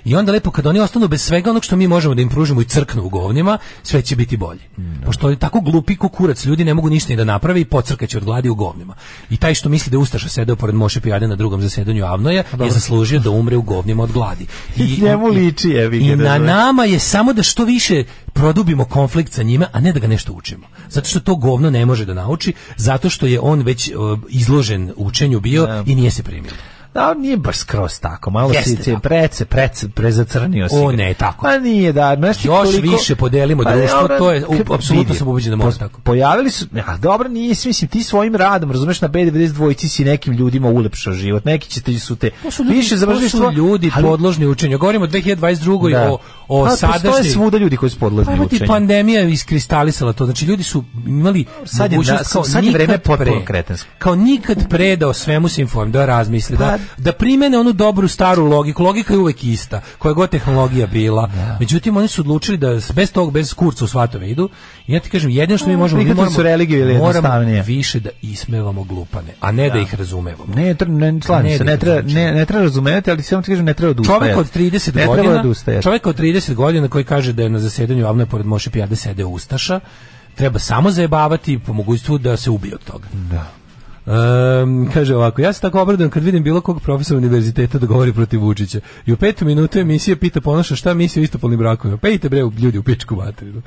[SPEAKER 6] I onda lepo kad oni ostanu bez svega onog što mi možemo da im pružimo i crknu u govnima, sve će biti bolje. Pošto je tako glupi kukurac, ljudi ne mogu ništa ni da naprave i pocrkaće od gladi u govnima. I taj što misli da je Ustaša sedeo pored Moše Pijade na drugom zasedanju Avnoja je zaslužio da umre u govnima od gladi. I,
[SPEAKER 7] Njemu liči, jebi ga,
[SPEAKER 6] i na
[SPEAKER 7] razumeš?
[SPEAKER 6] nama je samo da što više produbimo konflikt sa njima, a ne da ga nešto učimo. Zato što to govno ne može da nauči, zato što je on već e, izložen učenju bio i nije se primio.
[SPEAKER 7] Da, on nije baš skroz tako, malo
[SPEAKER 6] Jeste
[SPEAKER 7] si se
[SPEAKER 6] tako.
[SPEAKER 7] prece, prece, prezacrnio si.
[SPEAKER 6] O,
[SPEAKER 7] ga.
[SPEAKER 6] ne, tako.
[SPEAKER 7] Pa nije, da. Znaš, Pa
[SPEAKER 6] Još više podelimo društvo,
[SPEAKER 7] dobro,
[SPEAKER 6] to je, u-
[SPEAKER 7] kad-
[SPEAKER 6] apsolutno
[SPEAKER 7] vidi, Pa-
[SPEAKER 6] sam ubeđen da može tako.
[SPEAKER 7] Pojavili su, ja, dobro, nije, mislim, ti svojim radom, razumeš, na B92 dvojici si nekim ljudima ulepšao život, neki će ti Pa su te više završili
[SPEAKER 6] to su ljudi
[SPEAKER 7] ali-
[SPEAKER 6] podložni učenju. Govorimo o 2022. i
[SPEAKER 7] Da.
[SPEAKER 6] o, o
[SPEAKER 7] Pa, Postoje
[SPEAKER 6] sadašnjim...
[SPEAKER 7] svuda ljudi koji su podložni
[SPEAKER 6] Pa, evo ti,
[SPEAKER 7] učenju.
[SPEAKER 6] pandemija je iskristalisala to. Znači, ljudi su imali
[SPEAKER 7] Sad je
[SPEAKER 6] mogućnost
[SPEAKER 7] na-
[SPEAKER 6] kao
[SPEAKER 7] sad je vreme
[SPEAKER 6] nikad
[SPEAKER 7] potpuno
[SPEAKER 6] pre.
[SPEAKER 7] kretensko.
[SPEAKER 6] Kao nikad pre da o svemu se inform, da razmisli, da,
[SPEAKER 7] Pa-
[SPEAKER 6] da primene onu dobru staru logiku. Logika je uvek ista, koja god tehnologija bila. Međutim, oni su odlučili da s- bez tog, bez kurca u svatove idu. I ja ti kažem, jedino što mi možemo, mi
[SPEAKER 7] Mm, prihvatili
[SPEAKER 6] moramo,
[SPEAKER 7] su religiju, jer je
[SPEAKER 6] moramo
[SPEAKER 7] jednostavnije.
[SPEAKER 6] više da ismevamo glupane, a ne da ih razumevamo.
[SPEAKER 7] Ne, tr- ne, slažem
[SPEAKER 6] Ne
[SPEAKER 7] se,
[SPEAKER 6] ide
[SPEAKER 7] ne treba,
[SPEAKER 6] to
[SPEAKER 7] ne, ne treba razumeti, ali samo ti kažem, ne treba odustajati.
[SPEAKER 6] Čovjek od 30
[SPEAKER 7] ne treba
[SPEAKER 6] godina,
[SPEAKER 7] odustajati.
[SPEAKER 6] čovjek od 30 godina koji kaže da je na zasjedanju avno pored Moše Pijade sede ustaša, treba samo zajebavati po mogućstvu da se ubije od toga. Da. kaže ovako, ja se tako obradujem kad vidim bilo kog profesora univerziteta da govori protiv Vučića. I u petu minutu emisije pita ponoša šta misli o istopolnim brakovima. Pejte bre ljudi u pičku materinu.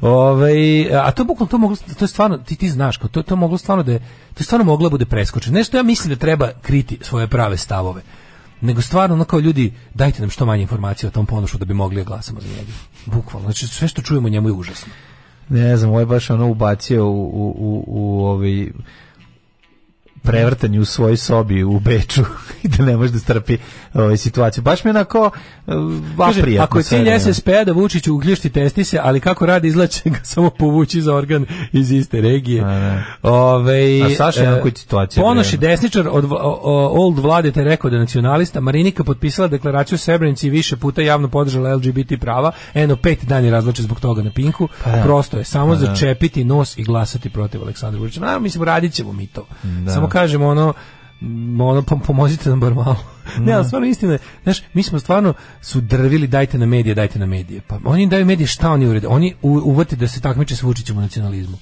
[SPEAKER 6] Ovaj, a to bukvalno to moglo, to je stvarno, ti, ti znaš, kao to, to moglo stvarno da je, to je stvarno moglo da bude preskočeno. Nešto ja mislim da treba kriti svoje prave stavove nego stvarno ono kao ljudi dajte nam što manje informacija o tom ponošu da bi mogli da glasamo za njega. Bukvalno, znači sve što čujemo o njemu je užasno.
[SPEAKER 7] Ne znam, ovo je baš ono ubacio u, u, u, u ovaj prevrtanje u svojoj sobi u Beču (laughs) i da ne može da strpi ovaj, situaciju. Baš mi je onako eh,
[SPEAKER 6] Kaže,
[SPEAKER 7] aprijatno.
[SPEAKER 6] ako je
[SPEAKER 7] sve
[SPEAKER 6] cilj
[SPEAKER 7] vreme.
[SPEAKER 6] SSP da Vučiću ugljušti testi se, ali kako radi izlače ga (laughs) samo povući za organ iz iste regije. Ovaj,
[SPEAKER 7] A Saša je
[SPEAKER 6] e,
[SPEAKER 7] onako situacija
[SPEAKER 6] Ponoš je
[SPEAKER 7] brojna.
[SPEAKER 6] desničar od vla- o- o- old vlade te rekao da je nacionalista. Marinika potpisala deklaraciju o Srebrenici i više puta javno podržala LGBT prava. Eno, pet dani razlače zbog toga na Pinku.
[SPEAKER 7] Pa
[SPEAKER 6] Prosto je samo začepiti nos i glasati protiv Aleksandra Vučića. Naravno, mislim, radit ćemo mi to. Samo kažemo ono, ono, pom- pomozite nam bar malo.
[SPEAKER 7] Mm.
[SPEAKER 6] ne, ali stvarno istina je, znaš, mi smo stvarno su drvili dajte na medije, dajte na medije. Pa oni daju medije šta oni urede? Oni u- uvode da se takmiče s Vučićem u nacionalizmu.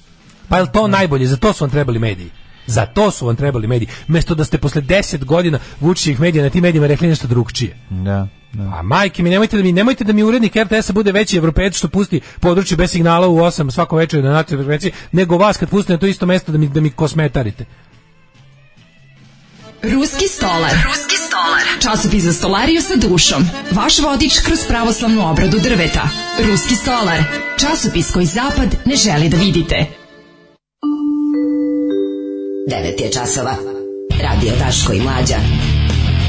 [SPEAKER 6] Pa je li to najbolje? Za to su vam trebali mediji. Za to su vam trebali mediji. Mesto da ste posle 10 godina Vučićevih medija na tim medijima rekli nešto drugčije.
[SPEAKER 7] Da.
[SPEAKER 6] A majke mi nemojte da mi nemojte da mi urednik RTS-a bude veći evropejac što pusti područje bez signala u 8 svako večer na nacionalnoj frekvenciji nego vas kad pusti na to isto mesto da mi da mi kosmetarite.
[SPEAKER 5] Ruski stolar. Ruski stolar. Časopis za stolariju sa dušom. Vaš vodič kroz pravoslavnu obradu drveta. Ruski stolar. Časopis koji zapad ne želi da vidite.
[SPEAKER 12] 9 je časova. Radio Daško i Mlađa.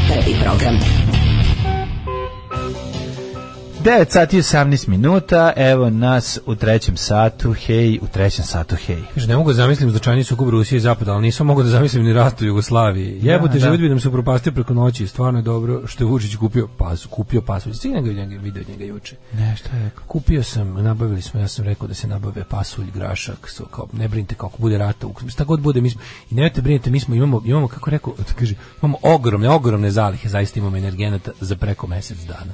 [SPEAKER 12] Prvi program.
[SPEAKER 7] 9 sati i 18 minuta, evo nas u trećem satu, hej, u trećem satu, hej.
[SPEAKER 6] Kaže, ne mogu da zamislim značajni sukob Rusije i Zapada, ali nisam mogu da zamislim ni rat u Jugoslaviji. Jebote,
[SPEAKER 7] Da, da.
[SPEAKER 6] život bi nam se upropastio preko noći. Stvarno je dobro što je Vučić kupio pas, kupio pasulj. Stigli na ga vidio njega, video njega juče.
[SPEAKER 7] Ne, šta je rekao?
[SPEAKER 6] Kupio sam, nabavili smo, ja sam rekao da se nabave pasulj, grašak, so, kao, ne brinite kako bude rata, u- šta god bude, mi smo, i nemojte brinite, mi smo, imamo, imamo kako je rekao, (laughs) kaže, imamo ogromne, ogromne zalihe, zaista imamo energenata za preko mesec dana.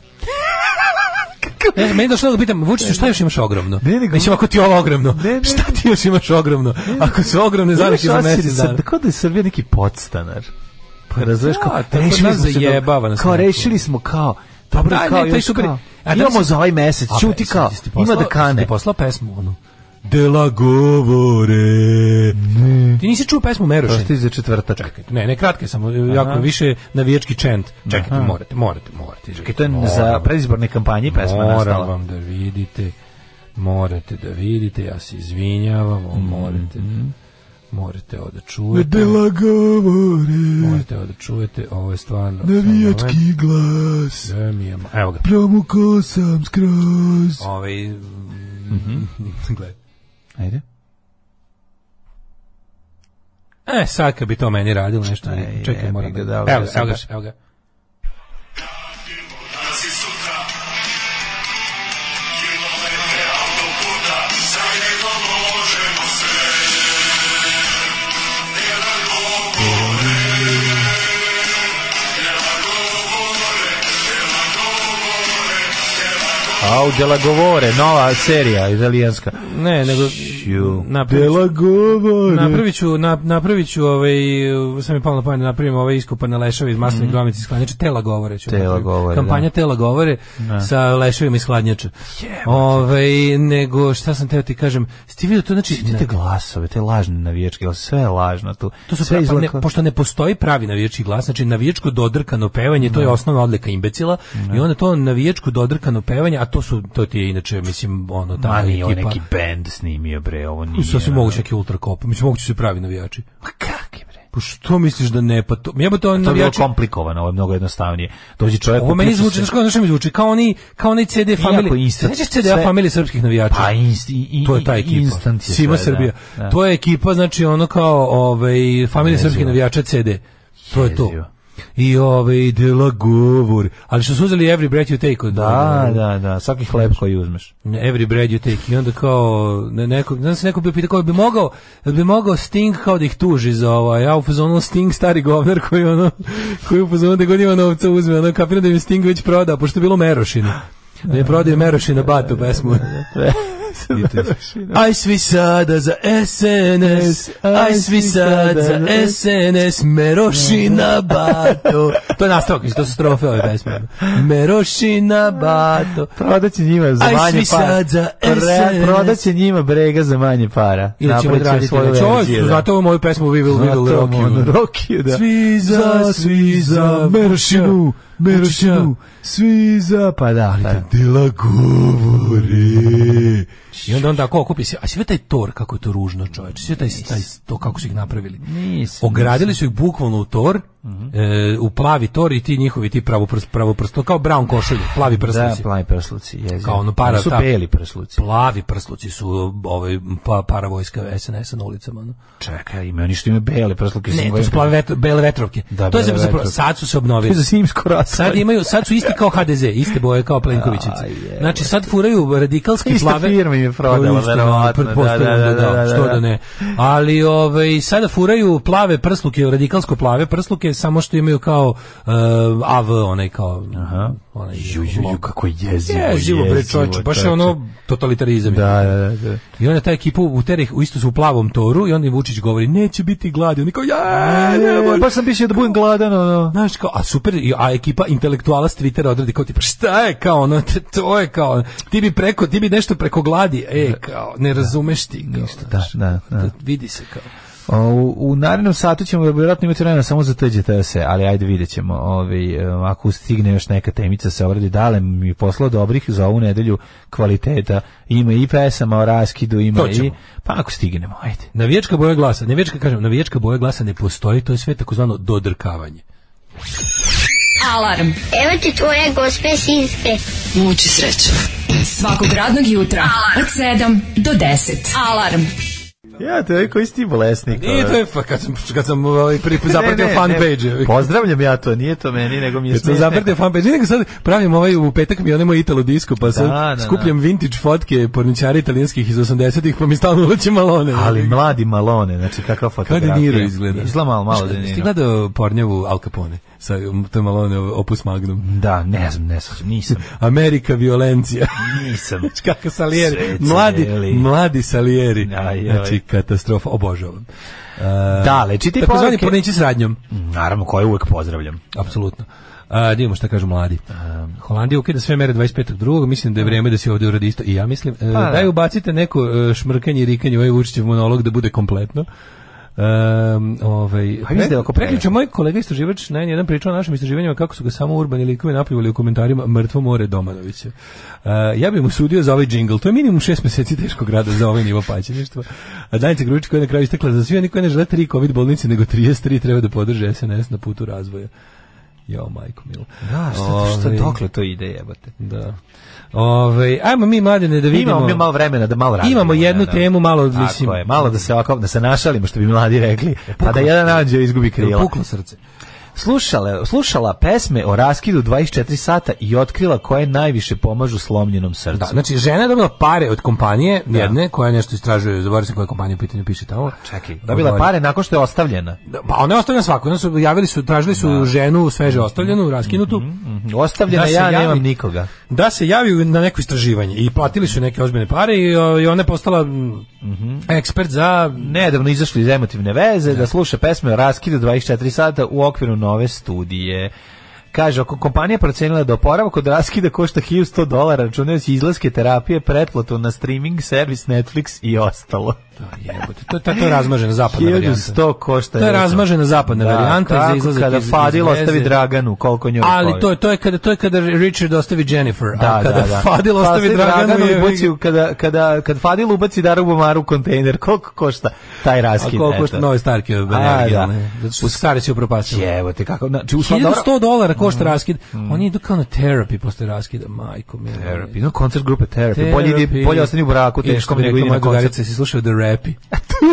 [SPEAKER 6] Ne, znam, meni je došlo da ga pitam, Vučiću, šta još imaš ogromno? Mislim, ako ti je ovo ogromno, šta ti još imaš ogromno? Ako su ogromne zalihe za mesec dana.
[SPEAKER 7] Tako da je Srbija neki podstanar. Pa razumeš kao,
[SPEAKER 6] da, Ja, tako
[SPEAKER 7] rešili
[SPEAKER 6] nas
[SPEAKER 7] smo se
[SPEAKER 6] zajebava
[SPEAKER 7] dobro,
[SPEAKER 6] nas
[SPEAKER 7] kao
[SPEAKER 6] neko.
[SPEAKER 7] rešili smo kao, dobro,
[SPEAKER 6] Da,
[SPEAKER 7] kao,
[SPEAKER 6] ne, to je
[SPEAKER 7] još
[SPEAKER 6] super.
[SPEAKER 7] kao,
[SPEAKER 6] A da
[SPEAKER 7] imamo
[SPEAKER 6] li si-
[SPEAKER 7] za ovaj mesec,
[SPEAKER 6] A, e,
[SPEAKER 7] čuti
[SPEAKER 6] pa,
[SPEAKER 7] kao,
[SPEAKER 6] jesi ti
[SPEAKER 7] ima
[SPEAKER 6] poslao-
[SPEAKER 7] da
[SPEAKER 6] jesi
[SPEAKER 7] kane.
[SPEAKER 6] Ti poslao pesmu,
[SPEAKER 7] ono?
[SPEAKER 6] onu. Dela govore. Ti nisi čuo pesmu Merošin?
[SPEAKER 7] Prosti za četvrtak.
[SPEAKER 6] Čekaj, ne, ne, kratke samo, e, jako više navijački čent. Čekajte, morate, morate, morate.
[SPEAKER 7] Čekaj, to je
[SPEAKER 6] Moram
[SPEAKER 7] za
[SPEAKER 6] vam-
[SPEAKER 7] predizborne kampanje pesma
[SPEAKER 6] moram
[SPEAKER 7] nastala.
[SPEAKER 6] vam da vidite, morate da vidite, ja se izvinjavam,
[SPEAKER 7] Mhm.
[SPEAKER 6] ali morate, morate ovo da čujete.
[SPEAKER 7] Dela govore,
[SPEAKER 6] Morate ovo da čujete, ovo je stvarno...
[SPEAKER 7] navijački glas,
[SPEAKER 6] Sve mi je ma- Evo ga.
[SPEAKER 7] promuko sam skroz.
[SPEAKER 6] Ovaj,
[SPEAKER 7] Mhm.
[SPEAKER 6] mm, (laughs) gledaj.
[SPEAKER 7] Ajde.
[SPEAKER 6] E, sad kad bi to meni radilo nešto,
[SPEAKER 7] Ej,
[SPEAKER 6] čekaj,
[SPEAKER 7] E, jebi
[SPEAKER 6] moram
[SPEAKER 7] ga,
[SPEAKER 6] da...
[SPEAKER 7] da
[SPEAKER 6] Evo
[SPEAKER 7] li-
[SPEAKER 6] ga, evo ga,
[SPEAKER 7] baš-
[SPEAKER 6] evo ga.
[SPEAKER 7] Au, Dela govore, nova serija italijanska.
[SPEAKER 6] Ne, nego...
[SPEAKER 7] Šiu.
[SPEAKER 6] napravit ću-
[SPEAKER 7] Dela govore.
[SPEAKER 6] Napravit ću, na, napravit ću ovaj, sam mi palo na pamet da napravim ovaj ove iskopane leševe iz masnih gromnica iz hladnjača, tela govore ću.
[SPEAKER 7] Mhm. Tela
[SPEAKER 6] napraviti.
[SPEAKER 7] govore,
[SPEAKER 6] Kampanja
[SPEAKER 7] da.
[SPEAKER 6] tela govore sa leševima iz hladnjača. Ovaj, nego, šta sam teo ti kažem, ste ti vidio to, znači,
[SPEAKER 7] Ti te glasove, te lažne navijačke, ali sve je lažno tu.
[SPEAKER 6] To su
[SPEAKER 7] sve
[SPEAKER 6] pra- pa
[SPEAKER 7] izgleda
[SPEAKER 6] ne,
[SPEAKER 7] kao-
[SPEAKER 6] pošto ne postoji pravi navijački glas, znači navijačko dodrkano pevanje, to je osnovna odlika imbecila i onda to navijačko dodrkano pevanje, a to su to ti je inače mislim ono ta
[SPEAKER 7] Ma nije on
[SPEAKER 6] ekipa.
[SPEAKER 7] neki bend snimio, bre, ovo nije.
[SPEAKER 6] Sasvim
[SPEAKER 7] ono.
[SPEAKER 6] moguće neki ultra kop, mislim moguće su pravi navijači.
[SPEAKER 7] Ma kakvi, bre.
[SPEAKER 6] Pa što misliš da ne, pa to, jebote on
[SPEAKER 7] To je bilo
[SPEAKER 6] navijači,
[SPEAKER 7] komplikovano, ovo je mnogo jednostavnije. Dođi čovjek...
[SPEAKER 6] Ovo meni
[SPEAKER 7] uključi
[SPEAKER 6] zvuči,
[SPEAKER 7] se-
[SPEAKER 6] znaš kao, znaš šta mi zvuči, kao oni, kao oni CD
[SPEAKER 7] Iako
[SPEAKER 6] familije,
[SPEAKER 7] instant-
[SPEAKER 6] znači CD
[SPEAKER 7] sve-
[SPEAKER 6] familije srpskih navijača.
[SPEAKER 7] Pa inst, i, i,
[SPEAKER 6] to je ta ekipa.
[SPEAKER 7] Instant je
[SPEAKER 6] Sima
[SPEAKER 7] sve,
[SPEAKER 6] Srbija.
[SPEAKER 7] Da, da.
[SPEAKER 6] To je ekipa, znači ono kao ovaj, familija
[SPEAKER 7] Jezivo.
[SPEAKER 6] srpskih navijača CD. To je to.
[SPEAKER 7] Jezivo.
[SPEAKER 6] I ovaj dela govor. Ali što su uzeli Every Breath You Take od
[SPEAKER 7] Da, da, da, svaki hleb koji uzmeš.
[SPEAKER 6] Every Breath You Take i onda kao ne, neko, znam se neko bi pitao kao bi mogao jel bi mogao Sting kao da ih tuži za ovo a ja u fazonu Sting stari govnar koji ono koji u fazonu da god ima novca uzme ono kapiram da im je Sting već prodao pošto je bilo Merošina da je prodao Merošina Batu pesmu (laughs) Aj svi sada za SNS, aj svi sad za SNS, Merošina bato. To je nastavak, mislim, to su strofe ove pesme. Merošina bato.
[SPEAKER 7] Prodaće njima za
[SPEAKER 6] Aj,
[SPEAKER 7] manje
[SPEAKER 6] svi
[SPEAKER 7] para.
[SPEAKER 6] sad za SNS.
[SPEAKER 7] Prodaće njima brega za manje para.
[SPEAKER 6] Ili ćemo
[SPEAKER 7] Napravit će
[SPEAKER 6] odraditi.
[SPEAKER 7] svoju
[SPEAKER 6] Znači, ovo
[SPEAKER 7] verziju,
[SPEAKER 6] su,
[SPEAKER 7] da.
[SPEAKER 6] znate ovu moju pesmu We Will, We
[SPEAKER 7] Zato
[SPEAKER 6] Will Rock
[SPEAKER 7] ono,
[SPEAKER 6] You.
[SPEAKER 7] Rock you, da.
[SPEAKER 6] Svi za, svi za Znači, Merošinu, Merošinu,
[SPEAKER 7] svi za, pa da, ali da.
[SPEAKER 6] Dela govori. I onda on tako okupi se. A sve taj tor, kako je to ružno čoveč. Sve taj, taj, to kako su ih napravili.
[SPEAKER 7] Nisam,
[SPEAKER 6] Ogradili su ih bukvalno u tor, e, u plavi tor i ti njihovi, ti pravo prst, pravo prst, to kao brown košulje, plavi
[SPEAKER 7] Da,
[SPEAKER 6] prstnici.
[SPEAKER 7] plavi prsluci, jezivo.
[SPEAKER 6] Kao ono para,
[SPEAKER 7] Oni su
[SPEAKER 6] ta-
[SPEAKER 7] beli prsluci.
[SPEAKER 6] Plavi prsluci su ovaj, pa, paravojska SNS-a na ulicama. ono.
[SPEAKER 7] Čekaj, ima oni što imaju bele prsluke.
[SPEAKER 6] Ne,
[SPEAKER 7] sam
[SPEAKER 6] to su
[SPEAKER 7] govorio.
[SPEAKER 6] plave vetro, bele vetrovke.
[SPEAKER 7] ovaj Da,
[SPEAKER 6] to je
[SPEAKER 7] bele
[SPEAKER 6] zapravo,
[SPEAKER 7] vetrovke.
[SPEAKER 6] sad su se
[SPEAKER 7] To je
[SPEAKER 6] obnovili.
[SPEAKER 7] za zimsko raslo.
[SPEAKER 6] Sad imaju, sad su isti kao HDZ, iste boje kao Plenkovićici.
[SPEAKER 7] Aj, jebote.
[SPEAKER 6] Znači sad furaju radikalski
[SPEAKER 7] Ista
[SPEAKER 6] plave,
[SPEAKER 7] firma im je im je prodala,
[SPEAKER 6] Koristila,
[SPEAKER 7] verovatno. Da, da,
[SPEAKER 6] pretpostavljam
[SPEAKER 7] da, da, da,
[SPEAKER 6] što da ne. Ali ovaj sada furaju plave prsluke, radikalsko plave prsluke, samo što imaju kao uh, AV onaj kao Aha. onaj
[SPEAKER 7] Ju, ju, ju, kako jezivo,
[SPEAKER 6] Jezivo bre
[SPEAKER 7] jezivo,
[SPEAKER 6] čoveče, baš je
[SPEAKER 7] čoveče.
[SPEAKER 6] ono totalitarizam. je.
[SPEAKER 7] Da, da, da, da.
[SPEAKER 6] I onda ta ekipa u tereh u isto su u plavom toru i onda im Vučić govori neće biti gladi. Oni kao ja, ne,
[SPEAKER 9] E,
[SPEAKER 6] može.
[SPEAKER 9] baš sam mislio da budem gladan, ono.
[SPEAKER 6] Znaš kao, a super, i- a ekipa intelektuala s Twittera odredi kao tipa, šta je kao ono, (laughs) t- to je kao, ti bi preko, ti bi nešto preko gladi, e, kao, ne razumeš ti, kao, ništa,
[SPEAKER 7] Da, da, da.
[SPEAKER 6] vidi se kao.
[SPEAKER 7] O, U, u narednom satu ćemo vjerojatno imati vremena samo za TGTS-e, ali ajde vidjet ćemo. Ovi, e, ako stigne još neka temica se obradi, dale mi je posla dobrih za ovu nedelju kvaliteta. Ima i pesama o raskidu, ima
[SPEAKER 6] To ćemo.
[SPEAKER 7] i... Pa ako stignemo, ajde.
[SPEAKER 6] Navijačka boja glasa, navijačka, kažem, navijačka boja glasa ne postoji, to je sve takozvano dodrkavanje.
[SPEAKER 5] Alarm.
[SPEAKER 13] Evo ti tvoje gospe sinske.
[SPEAKER 5] Muči sreće. Svakog radnog jutra od 7 do 10. Alarm.
[SPEAKER 7] Ja, to je koji si ti bolesnik. ono.
[SPEAKER 6] I to je, pa, kad sam, kad sam ovaj, prvi put zapratio fanpage.
[SPEAKER 7] Pozdravljam ja to, nije to meni, nego mi je
[SPEAKER 6] Kad sam zapratio fanpage, nego sad pravim ovaj u petak mi je onaj moj Italo disco, pa sad
[SPEAKER 7] Da, da,
[SPEAKER 6] skupljam vintage fotke porničara italijanskih iz 80-ih, pa mi stalno uleće malone. ovaj.
[SPEAKER 7] Ali mladi Malone, znači kakva
[SPEAKER 6] Kao
[SPEAKER 7] fotografija.
[SPEAKER 6] De Niro izgleda.
[SPEAKER 7] Izgleda malo, malo
[SPEAKER 6] Znaš,
[SPEAKER 7] De
[SPEAKER 6] Jesi ti
[SPEAKER 7] Niro.
[SPEAKER 6] gledao pornjavu Al Capone? Sa, um, to je malo ono opus magnum.
[SPEAKER 7] Da, ne znam, ne znam, nisam.
[SPEAKER 6] Amerika violencija. (laughs)
[SPEAKER 7] Nisam.
[SPEAKER 6] Kako Salieri.
[SPEAKER 7] Mm. Sve
[SPEAKER 6] Mladi,
[SPEAKER 7] cijeli.
[SPEAKER 6] mladi Salieri.
[SPEAKER 7] Aj, aj.
[SPEAKER 6] Znači, katastrofa. Obožavam. Uh,
[SPEAKER 7] Dale, čitaj
[SPEAKER 6] Takozvani
[SPEAKER 7] poruke.
[SPEAKER 6] porniči s radnjom.
[SPEAKER 7] Naravno, koje uvek pozdravljam.
[SPEAKER 6] Apsolutno. A, da vidimo šta kažu mladi. Holandija ukida sve mere 25.2. Mislim da je vrijeme da se ovdje uradi isto. I ja mislim. E,
[SPEAKER 7] da.
[SPEAKER 6] daj ubacite neko e, šmrkanje i rikanje u ovaj Vučićev monolog da bude kompletno. Um, ovaj,
[SPEAKER 7] Pa mislim da je oko prevara.
[SPEAKER 6] preključe moj kolega istraživač na jedan pričao o našim istraživanjima kako su ga samo urbani likovi napljuvali u komentarima mrtvo more Domanovića. Uh, ja bih mu sudio za ovaj džingl. To je minimum šest meseci teškog rada za ovaj nivo paćeništva. A Danica Grujić koja je na kraju istekla za svi oni koji ne žele tri COVID bolnice, nego 33 treba da podrže SNS na putu razvoja. Jo, majko milo.
[SPEAKER 7] Da, što, što,
[SPEAKER 6] Ovaj,
[SPEAKER 7] dokle to ide, jebate.
[SPEAKER 6] Da. Ovaj, ajmo mi, mladene, da vidimo.
[SPEAKER 7] Imamo mi malo vremena da malo radimo.
[SPEAKER 6] Imamo jednu
[SPEAKER 7] da, da.
[SPEAKER 6] temu, malo,
[SPEAKER 7] Tako
[SPEAKER 6] mislim. E,
[SPEAKER 7] je, malo da se ovako, da se našalimo, što bi mladi rekli, pa da jedan anđeo izgubi krila.
[SPEAKER 6] Puklo srce.
[SPEAKER 7] Slušala, slušala pesme o raskidu 24 sata i otkrila koje najviše pomažu slomljenom srcu.
[SPEAKER 6] Da, znači žena je dobila pare od kompanije jedne koja nešto istražuje, zaboravio sam koja kompanija u pitanju piše tamo.
[SPEAKER 7] Čekaj, dobila je pare nakon što je ostavljena.
[SPEAKER 6] Da, Pa ona je ostavljena svaku, onda su javili su, tražili su ženu sveže
[SPEAKER 7] Mhm,
[SPEAKER 6] ostavljenu, raskinutu,
[SPEAKER 7] Ostavljena
[SPEAKER 6] Da se
[SPEAKER 7] ja,
[SPEAKER 6] javi.
[SPEAKER 7] nemam nikoga.
[SPEAKER 6] da se javi na neko istraživanje i platili su neke ozbiljne pare i, o, i ona je postala mm,
[SPEAKER 7] Mhm.
[SPEAKER 6] ekspert za
[SPEAKER 7] Nedavno izašli iz emotivne veze da sluša pesme o raskidu 24 sata u okviru nove studije. Kaže, ako kompanija procenila da oporavak od raskida košta 1100 dolara, računajući izlaske terapije, pretplatu na streaming, servis Netflix i ostalo.
[SPEAKER 6] Jebote, to, to, to je razmažena zapadna varijanta.
[SPEAKER 7] 1100 košta.
[SPEAKER 6] To je
[SPEAKER 7] račun.
[SPEAKER 6] razmažena zapadna
[SPEAKER 7] Da,
[SPEAKER 6] varijanta za
[SPEAKER 7] kako
[SPEAKER 6] izlazak
[SPEAKER 7] kada
[SPEAKER 6] iz- iz
[SPEAKER 7] Fadil
[SPEAKER 6] veze.
[SPEAKER 7] ostavi Draganu, koliko njoj
[SPEAKER 6] Ali
[SPEAKER 7] kovi.
[SPEAKER 6] to je to je kada to je kada Richard ostavi Jennifer,
[SPEAKER 7] Da,
[SPEAKER 6] a kada
[SPEAKER 7] da, da.
[SPEAKER 6] Fadil ostavi Draganu
[SPEAKER 7] i
[SPEAKER 6] je-
[SPEAKER 7] ubaci, kada, kada, kad Fadil ubaci Daru Bumaru u kontejner, koliko košta taj
[SPEAKER 6] A
[SPEAKER 7] raskid?
[SPEAKER 6] koliko košta
[SPEAKER 7] eto?
[SPEAKER 6] nove starke od
[SPEAKER 7] A,
[SPEAKER 6] Benegel,
[SPEAKER 7] da.
[SPEAKER 6] ne? Zato što stare se upropastile.
[SPEAKER 7] Jevo te kako, znači u sva- Mhm.
[SPEAKER 6] 1100 dolara košta raskid. Oni idu kao na therapy posle raskida, majko mi.
[SPEAKER 7] Therapy, no koncert grupe Therapy. Bolje, idi- bolje ostani u braku, teško mi nego idi
[SPEAKER 6] moja
[SPEAKER 7] na koncert.
[SPEAKER 6] drugarica, si slušao The Rapi.
[SPEAKER 7] (laughs)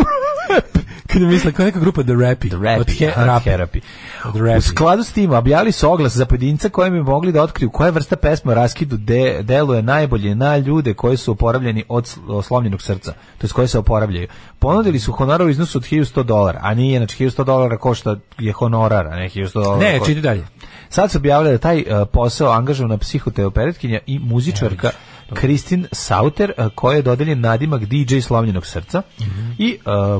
[SPEAKER 6] Kad mi misle, kao neka grupa The Rapi.
[SPEAKER 7] The Rapi,
[SPEAKER 6] Od He-
[SPEAKER 7] aha,
[SPEAKER 6] Rapi.
[SPEAKER 7] Therapy.
[SPEAKER 6] Od Rapi.
[SPEAKER 7] U skladu s tim objavili su oglas za pojedinca koji bi mogli da otkriju koja vrsta pesma o raskidu de, deluje najbolje na ljude koji su oporavljeni od sl- od slomljenog srca, to jest koji se oporavljaju. Ponudili su honorar u iznosu od 1100 dolara, a nije, znači 1100 dolara košta je honorar, a ne 1100 dolara.
[SPEAKER 6] Ne,
[SPEAKER 7] košta-
[SPEAKER 6] čiti dalje.
[SPEAKER 7] Sad su objavili da je taj e, posao angažovana psihoterapeutkinja i muzičarka Kristin Sauter, e, koja je dodeljen nadimak DJ Slavljenog srca
[SPEAKER 6] Mhm.
[SPEAKER 7] i e,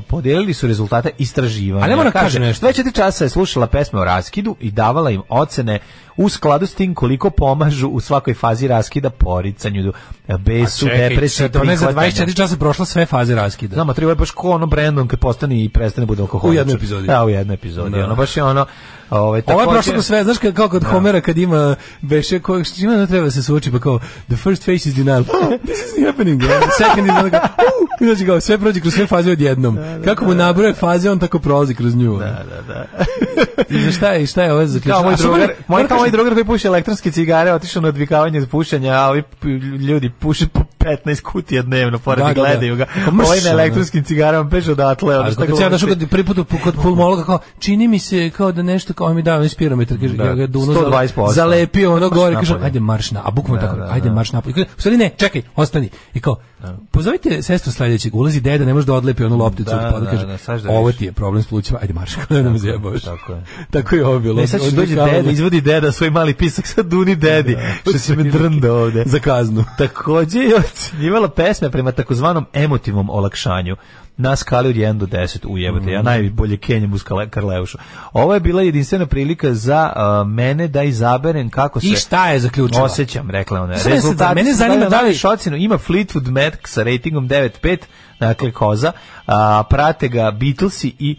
[SPEAKER 7] podijelili su rezultate istraživanja.
[SPEAKER 6] Ali ja moram kažem nešto.
[SPEAKER 7] 24 časa je slušala pesme o raskidu i davala im ocene u skladu s tim koliko pomažu u svakoj fazi raskida poricanju, e, besu, depresiji,
[SPEAKER 6] sad ona je Pa za
[SPEAKER 7] prihvatanju.
[SPEAKER 6] 24 časa prošla sve faze raskida.
[SPEAKER 7] Znam, a treba je baš ko ono Brandon kad postane i prestane bude alkoholičar.
[SPEAKER 6] U jednoj epizodi.
[SPEAKER 7] Da, u jednoj epizodi.
[SPEAKER 6] Da.
[SPEAKER 7] Ono, baš je ono... Ovaj,
[SPEAKER 6] Ovo je
[SPEAKER 7] također-
[SPEAKER 6] prošlo do sve, znaš kao kod Homera kad ima beše ko s čime ne treba se suoči pa kao the first face is
[SPEAKER 7] (laughs)
[SPEAKER 6] denial. This is happening. Yeah. Second is like uh, znači kao sve prođe kroz sve faze odjednom. Kako mu nabroje faze on tako prolazi kroz nju. Da, da, da. ono. I za šta je, šta je ovo zaključio?
[SPEAKER 7] Kao moj
[SPEAKER 6] A, super,
[SPEAKER 7] drugar, moj,
[SPEAKER 6] moram
[SPEAKER 7] kao
[SPEAKER 6] kažem-
[SPEAKER 7] moj drugar koji puši elektronske cigare, otišao na odvikavanje od pušenja, a ovi p- ljudi puše po 15 kutija dnevno, pored
[SPEAKER 6] Da,
[SPEAKER 7] i
[SPEAKER 6] da, da.
[SPEAKER 7] gledaju ga.
[SPEAKER 6] Pa mrš,
[SPEAKER 7] Ovaj na
[SPEAKER 6] ono.
[SPEAKER 7] elektronskim cigarama peš odatle, ono
[SPEAKER 6] Ali
[SPEAKER 7] šta
[SPEAKER 6] kad se ja
[SPEAKER 7] govori.
[SPEAKER 6] došao kod prvi put u- kod pulmologa kao čini mi se kao da nešto kao on mi dao onaj spirometar kaže
[SPEAKER 7] Da,
[SPEAKER 6] ja ga duno
[SPEAKER 7] 120%.
[SPEAKER 6] zalepio ono gore
[SPEAKER 7] Marš
[SPEAKER 6] kaže
[SPEAKER 7] napolje.
[SPEAKER 6] ajde marš na a bukvalno
[SPEAKER 7] Da,
[SPEAKER 6] tako
[SPEAKER 7] da,
[SPEAKER 6] ajde
[SPEAKER 7] da.
[SPEAKER 6] marš napolje I kaže, u stvari ne čekaj ostani i kao pozovite sestru sledećeg ulazi deda ne može da odlepi onu lopticu
[SPEAKER 7] Da,
[SPEAKER 6] od poda
[SPEAKER 7] da,
[SPEAKER 6] kaže
[SPEAKER 7] da, saš da
[SPEAKER 6] ovo
[SPEAKER 7] vidiš."
[SPEAKER 6] ti je problem s plućima ajde marš (laughs) kao da nam zajebavaš
[SPEAKER 7] Tako je.
[SPEAKER 6] tako je ovo bilo Ono
[SPEAKER 7] Ne, E, sad će
[SPEAKER 6] Od-
[SPEAKER 7] dođe
[SPEAKER 6] odvikavanje.
[SPEAKER 7] deda, izvodi deda svoj mali pisak, sad duni dedi, što si me drnda ovde.
[SPEAKER 6] (laughs) za kaznu
[SPEAKER 7] Takođe je ocenjivala pesme prema takozvanom emotivnom olakšanju na skali od 1 do 10 u jebote.
[SPEAKER 6] Mm.
[SPEAKER 7] Ja najbolje kenjem uz Kale- Karleušu. Ovo je bila jedinstvena prilika za a, mene da izaberem kako se
[SPEAKER 6] I šta je zaključila?
[SPEAKER 7] Osjećam, rekla ona.
[SPEAKER 6] Samo da se-
[SPEAKER 7] Rezultati
[SPEAKER 6] mene
[SPEAKER 7] su
[SPEAKER 6] zanima
[SPEAKER 7] stavljena
[SPEAKER 6] da li-
[SPEAKER 7] na višu ocenu. Ima Fleetwood Mac sa ratingom 9.5, dakle koza, a, prate ga Beatlesi i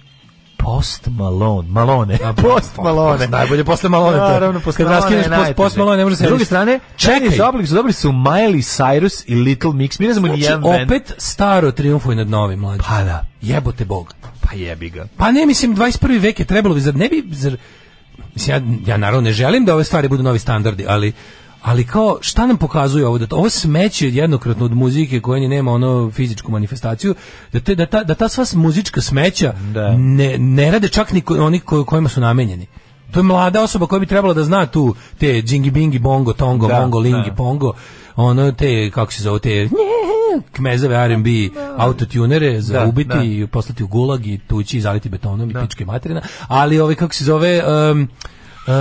[SPEAKER 7] Post Malone, Malone, (laughs) Post Malone.
[SPEAKER 6] pa, najbolje posle Malone, to je.
[SPEAKER 7] Naravno, Post
[SPEAKER 6] Kad
[SPEAKER 7] Malone
[SPEAKER 6] raskineš
[SPEAKER 7] je
[SPEAKER 6] Post-
[SPEAKER 7] najteže.
[SPEAKER 6] Post Malone, ne može se
[SPEAKER 7] S druge
[SPEAKER 6] reći.
[SPEAKER 7] strane,
[SPEAKER 6] Čekaj.
[SPEAKER 7] čekaj, oblik su dobili su Miley Cyrus i Little Mix. Mi ne znamo ni
[SPEAKER 6] Znači,
[SPEAKER 7] jedan band.
[SPEAKER 6] opet staro triumfuje nad novim mlađim.
[SPEAKER 7] Pa da.
[SPEAKER 6] Jebote Bog.
[SPEAKER 7] Pa jebi ga.
[SPEAKER 6] Pa ne, mislim, 21. vek je trebalo bi, zar ne bi, zar, mislim, ja, ja naravno ne želim da ove stvari budu novi standardi, ali ali kao šta nam pokazuje ovo da to- ovo smeće jednokratno od muzike koja ni nema ono fizičku manifestaciju da te da ta da ta sva muzička smeća
[SPEAKER 7] Da.
[SPEAKER 6] ne, ne rade čak ni ko- oni ko- kojima su namenjeni to je mlada osoba koja bi trebala da zna tu te džingi bingi bongo tongo
[SPEAKER 7] Da,
[SPEAKER 6] bongo lingi
[SPEAKER 7] da.
[SPEAKER 6] pongo ono te kako se zove te (laughs) kmezave R&B autotunere za
[SPEAKER 7] Da,
[SPEAKER 6] ubiti
[SPEAKER 7] da.
[SPEAKER 6] i poslati u gulag i tući i zaliti betonom i pičke materina, ali ovaj kako se zove um, e,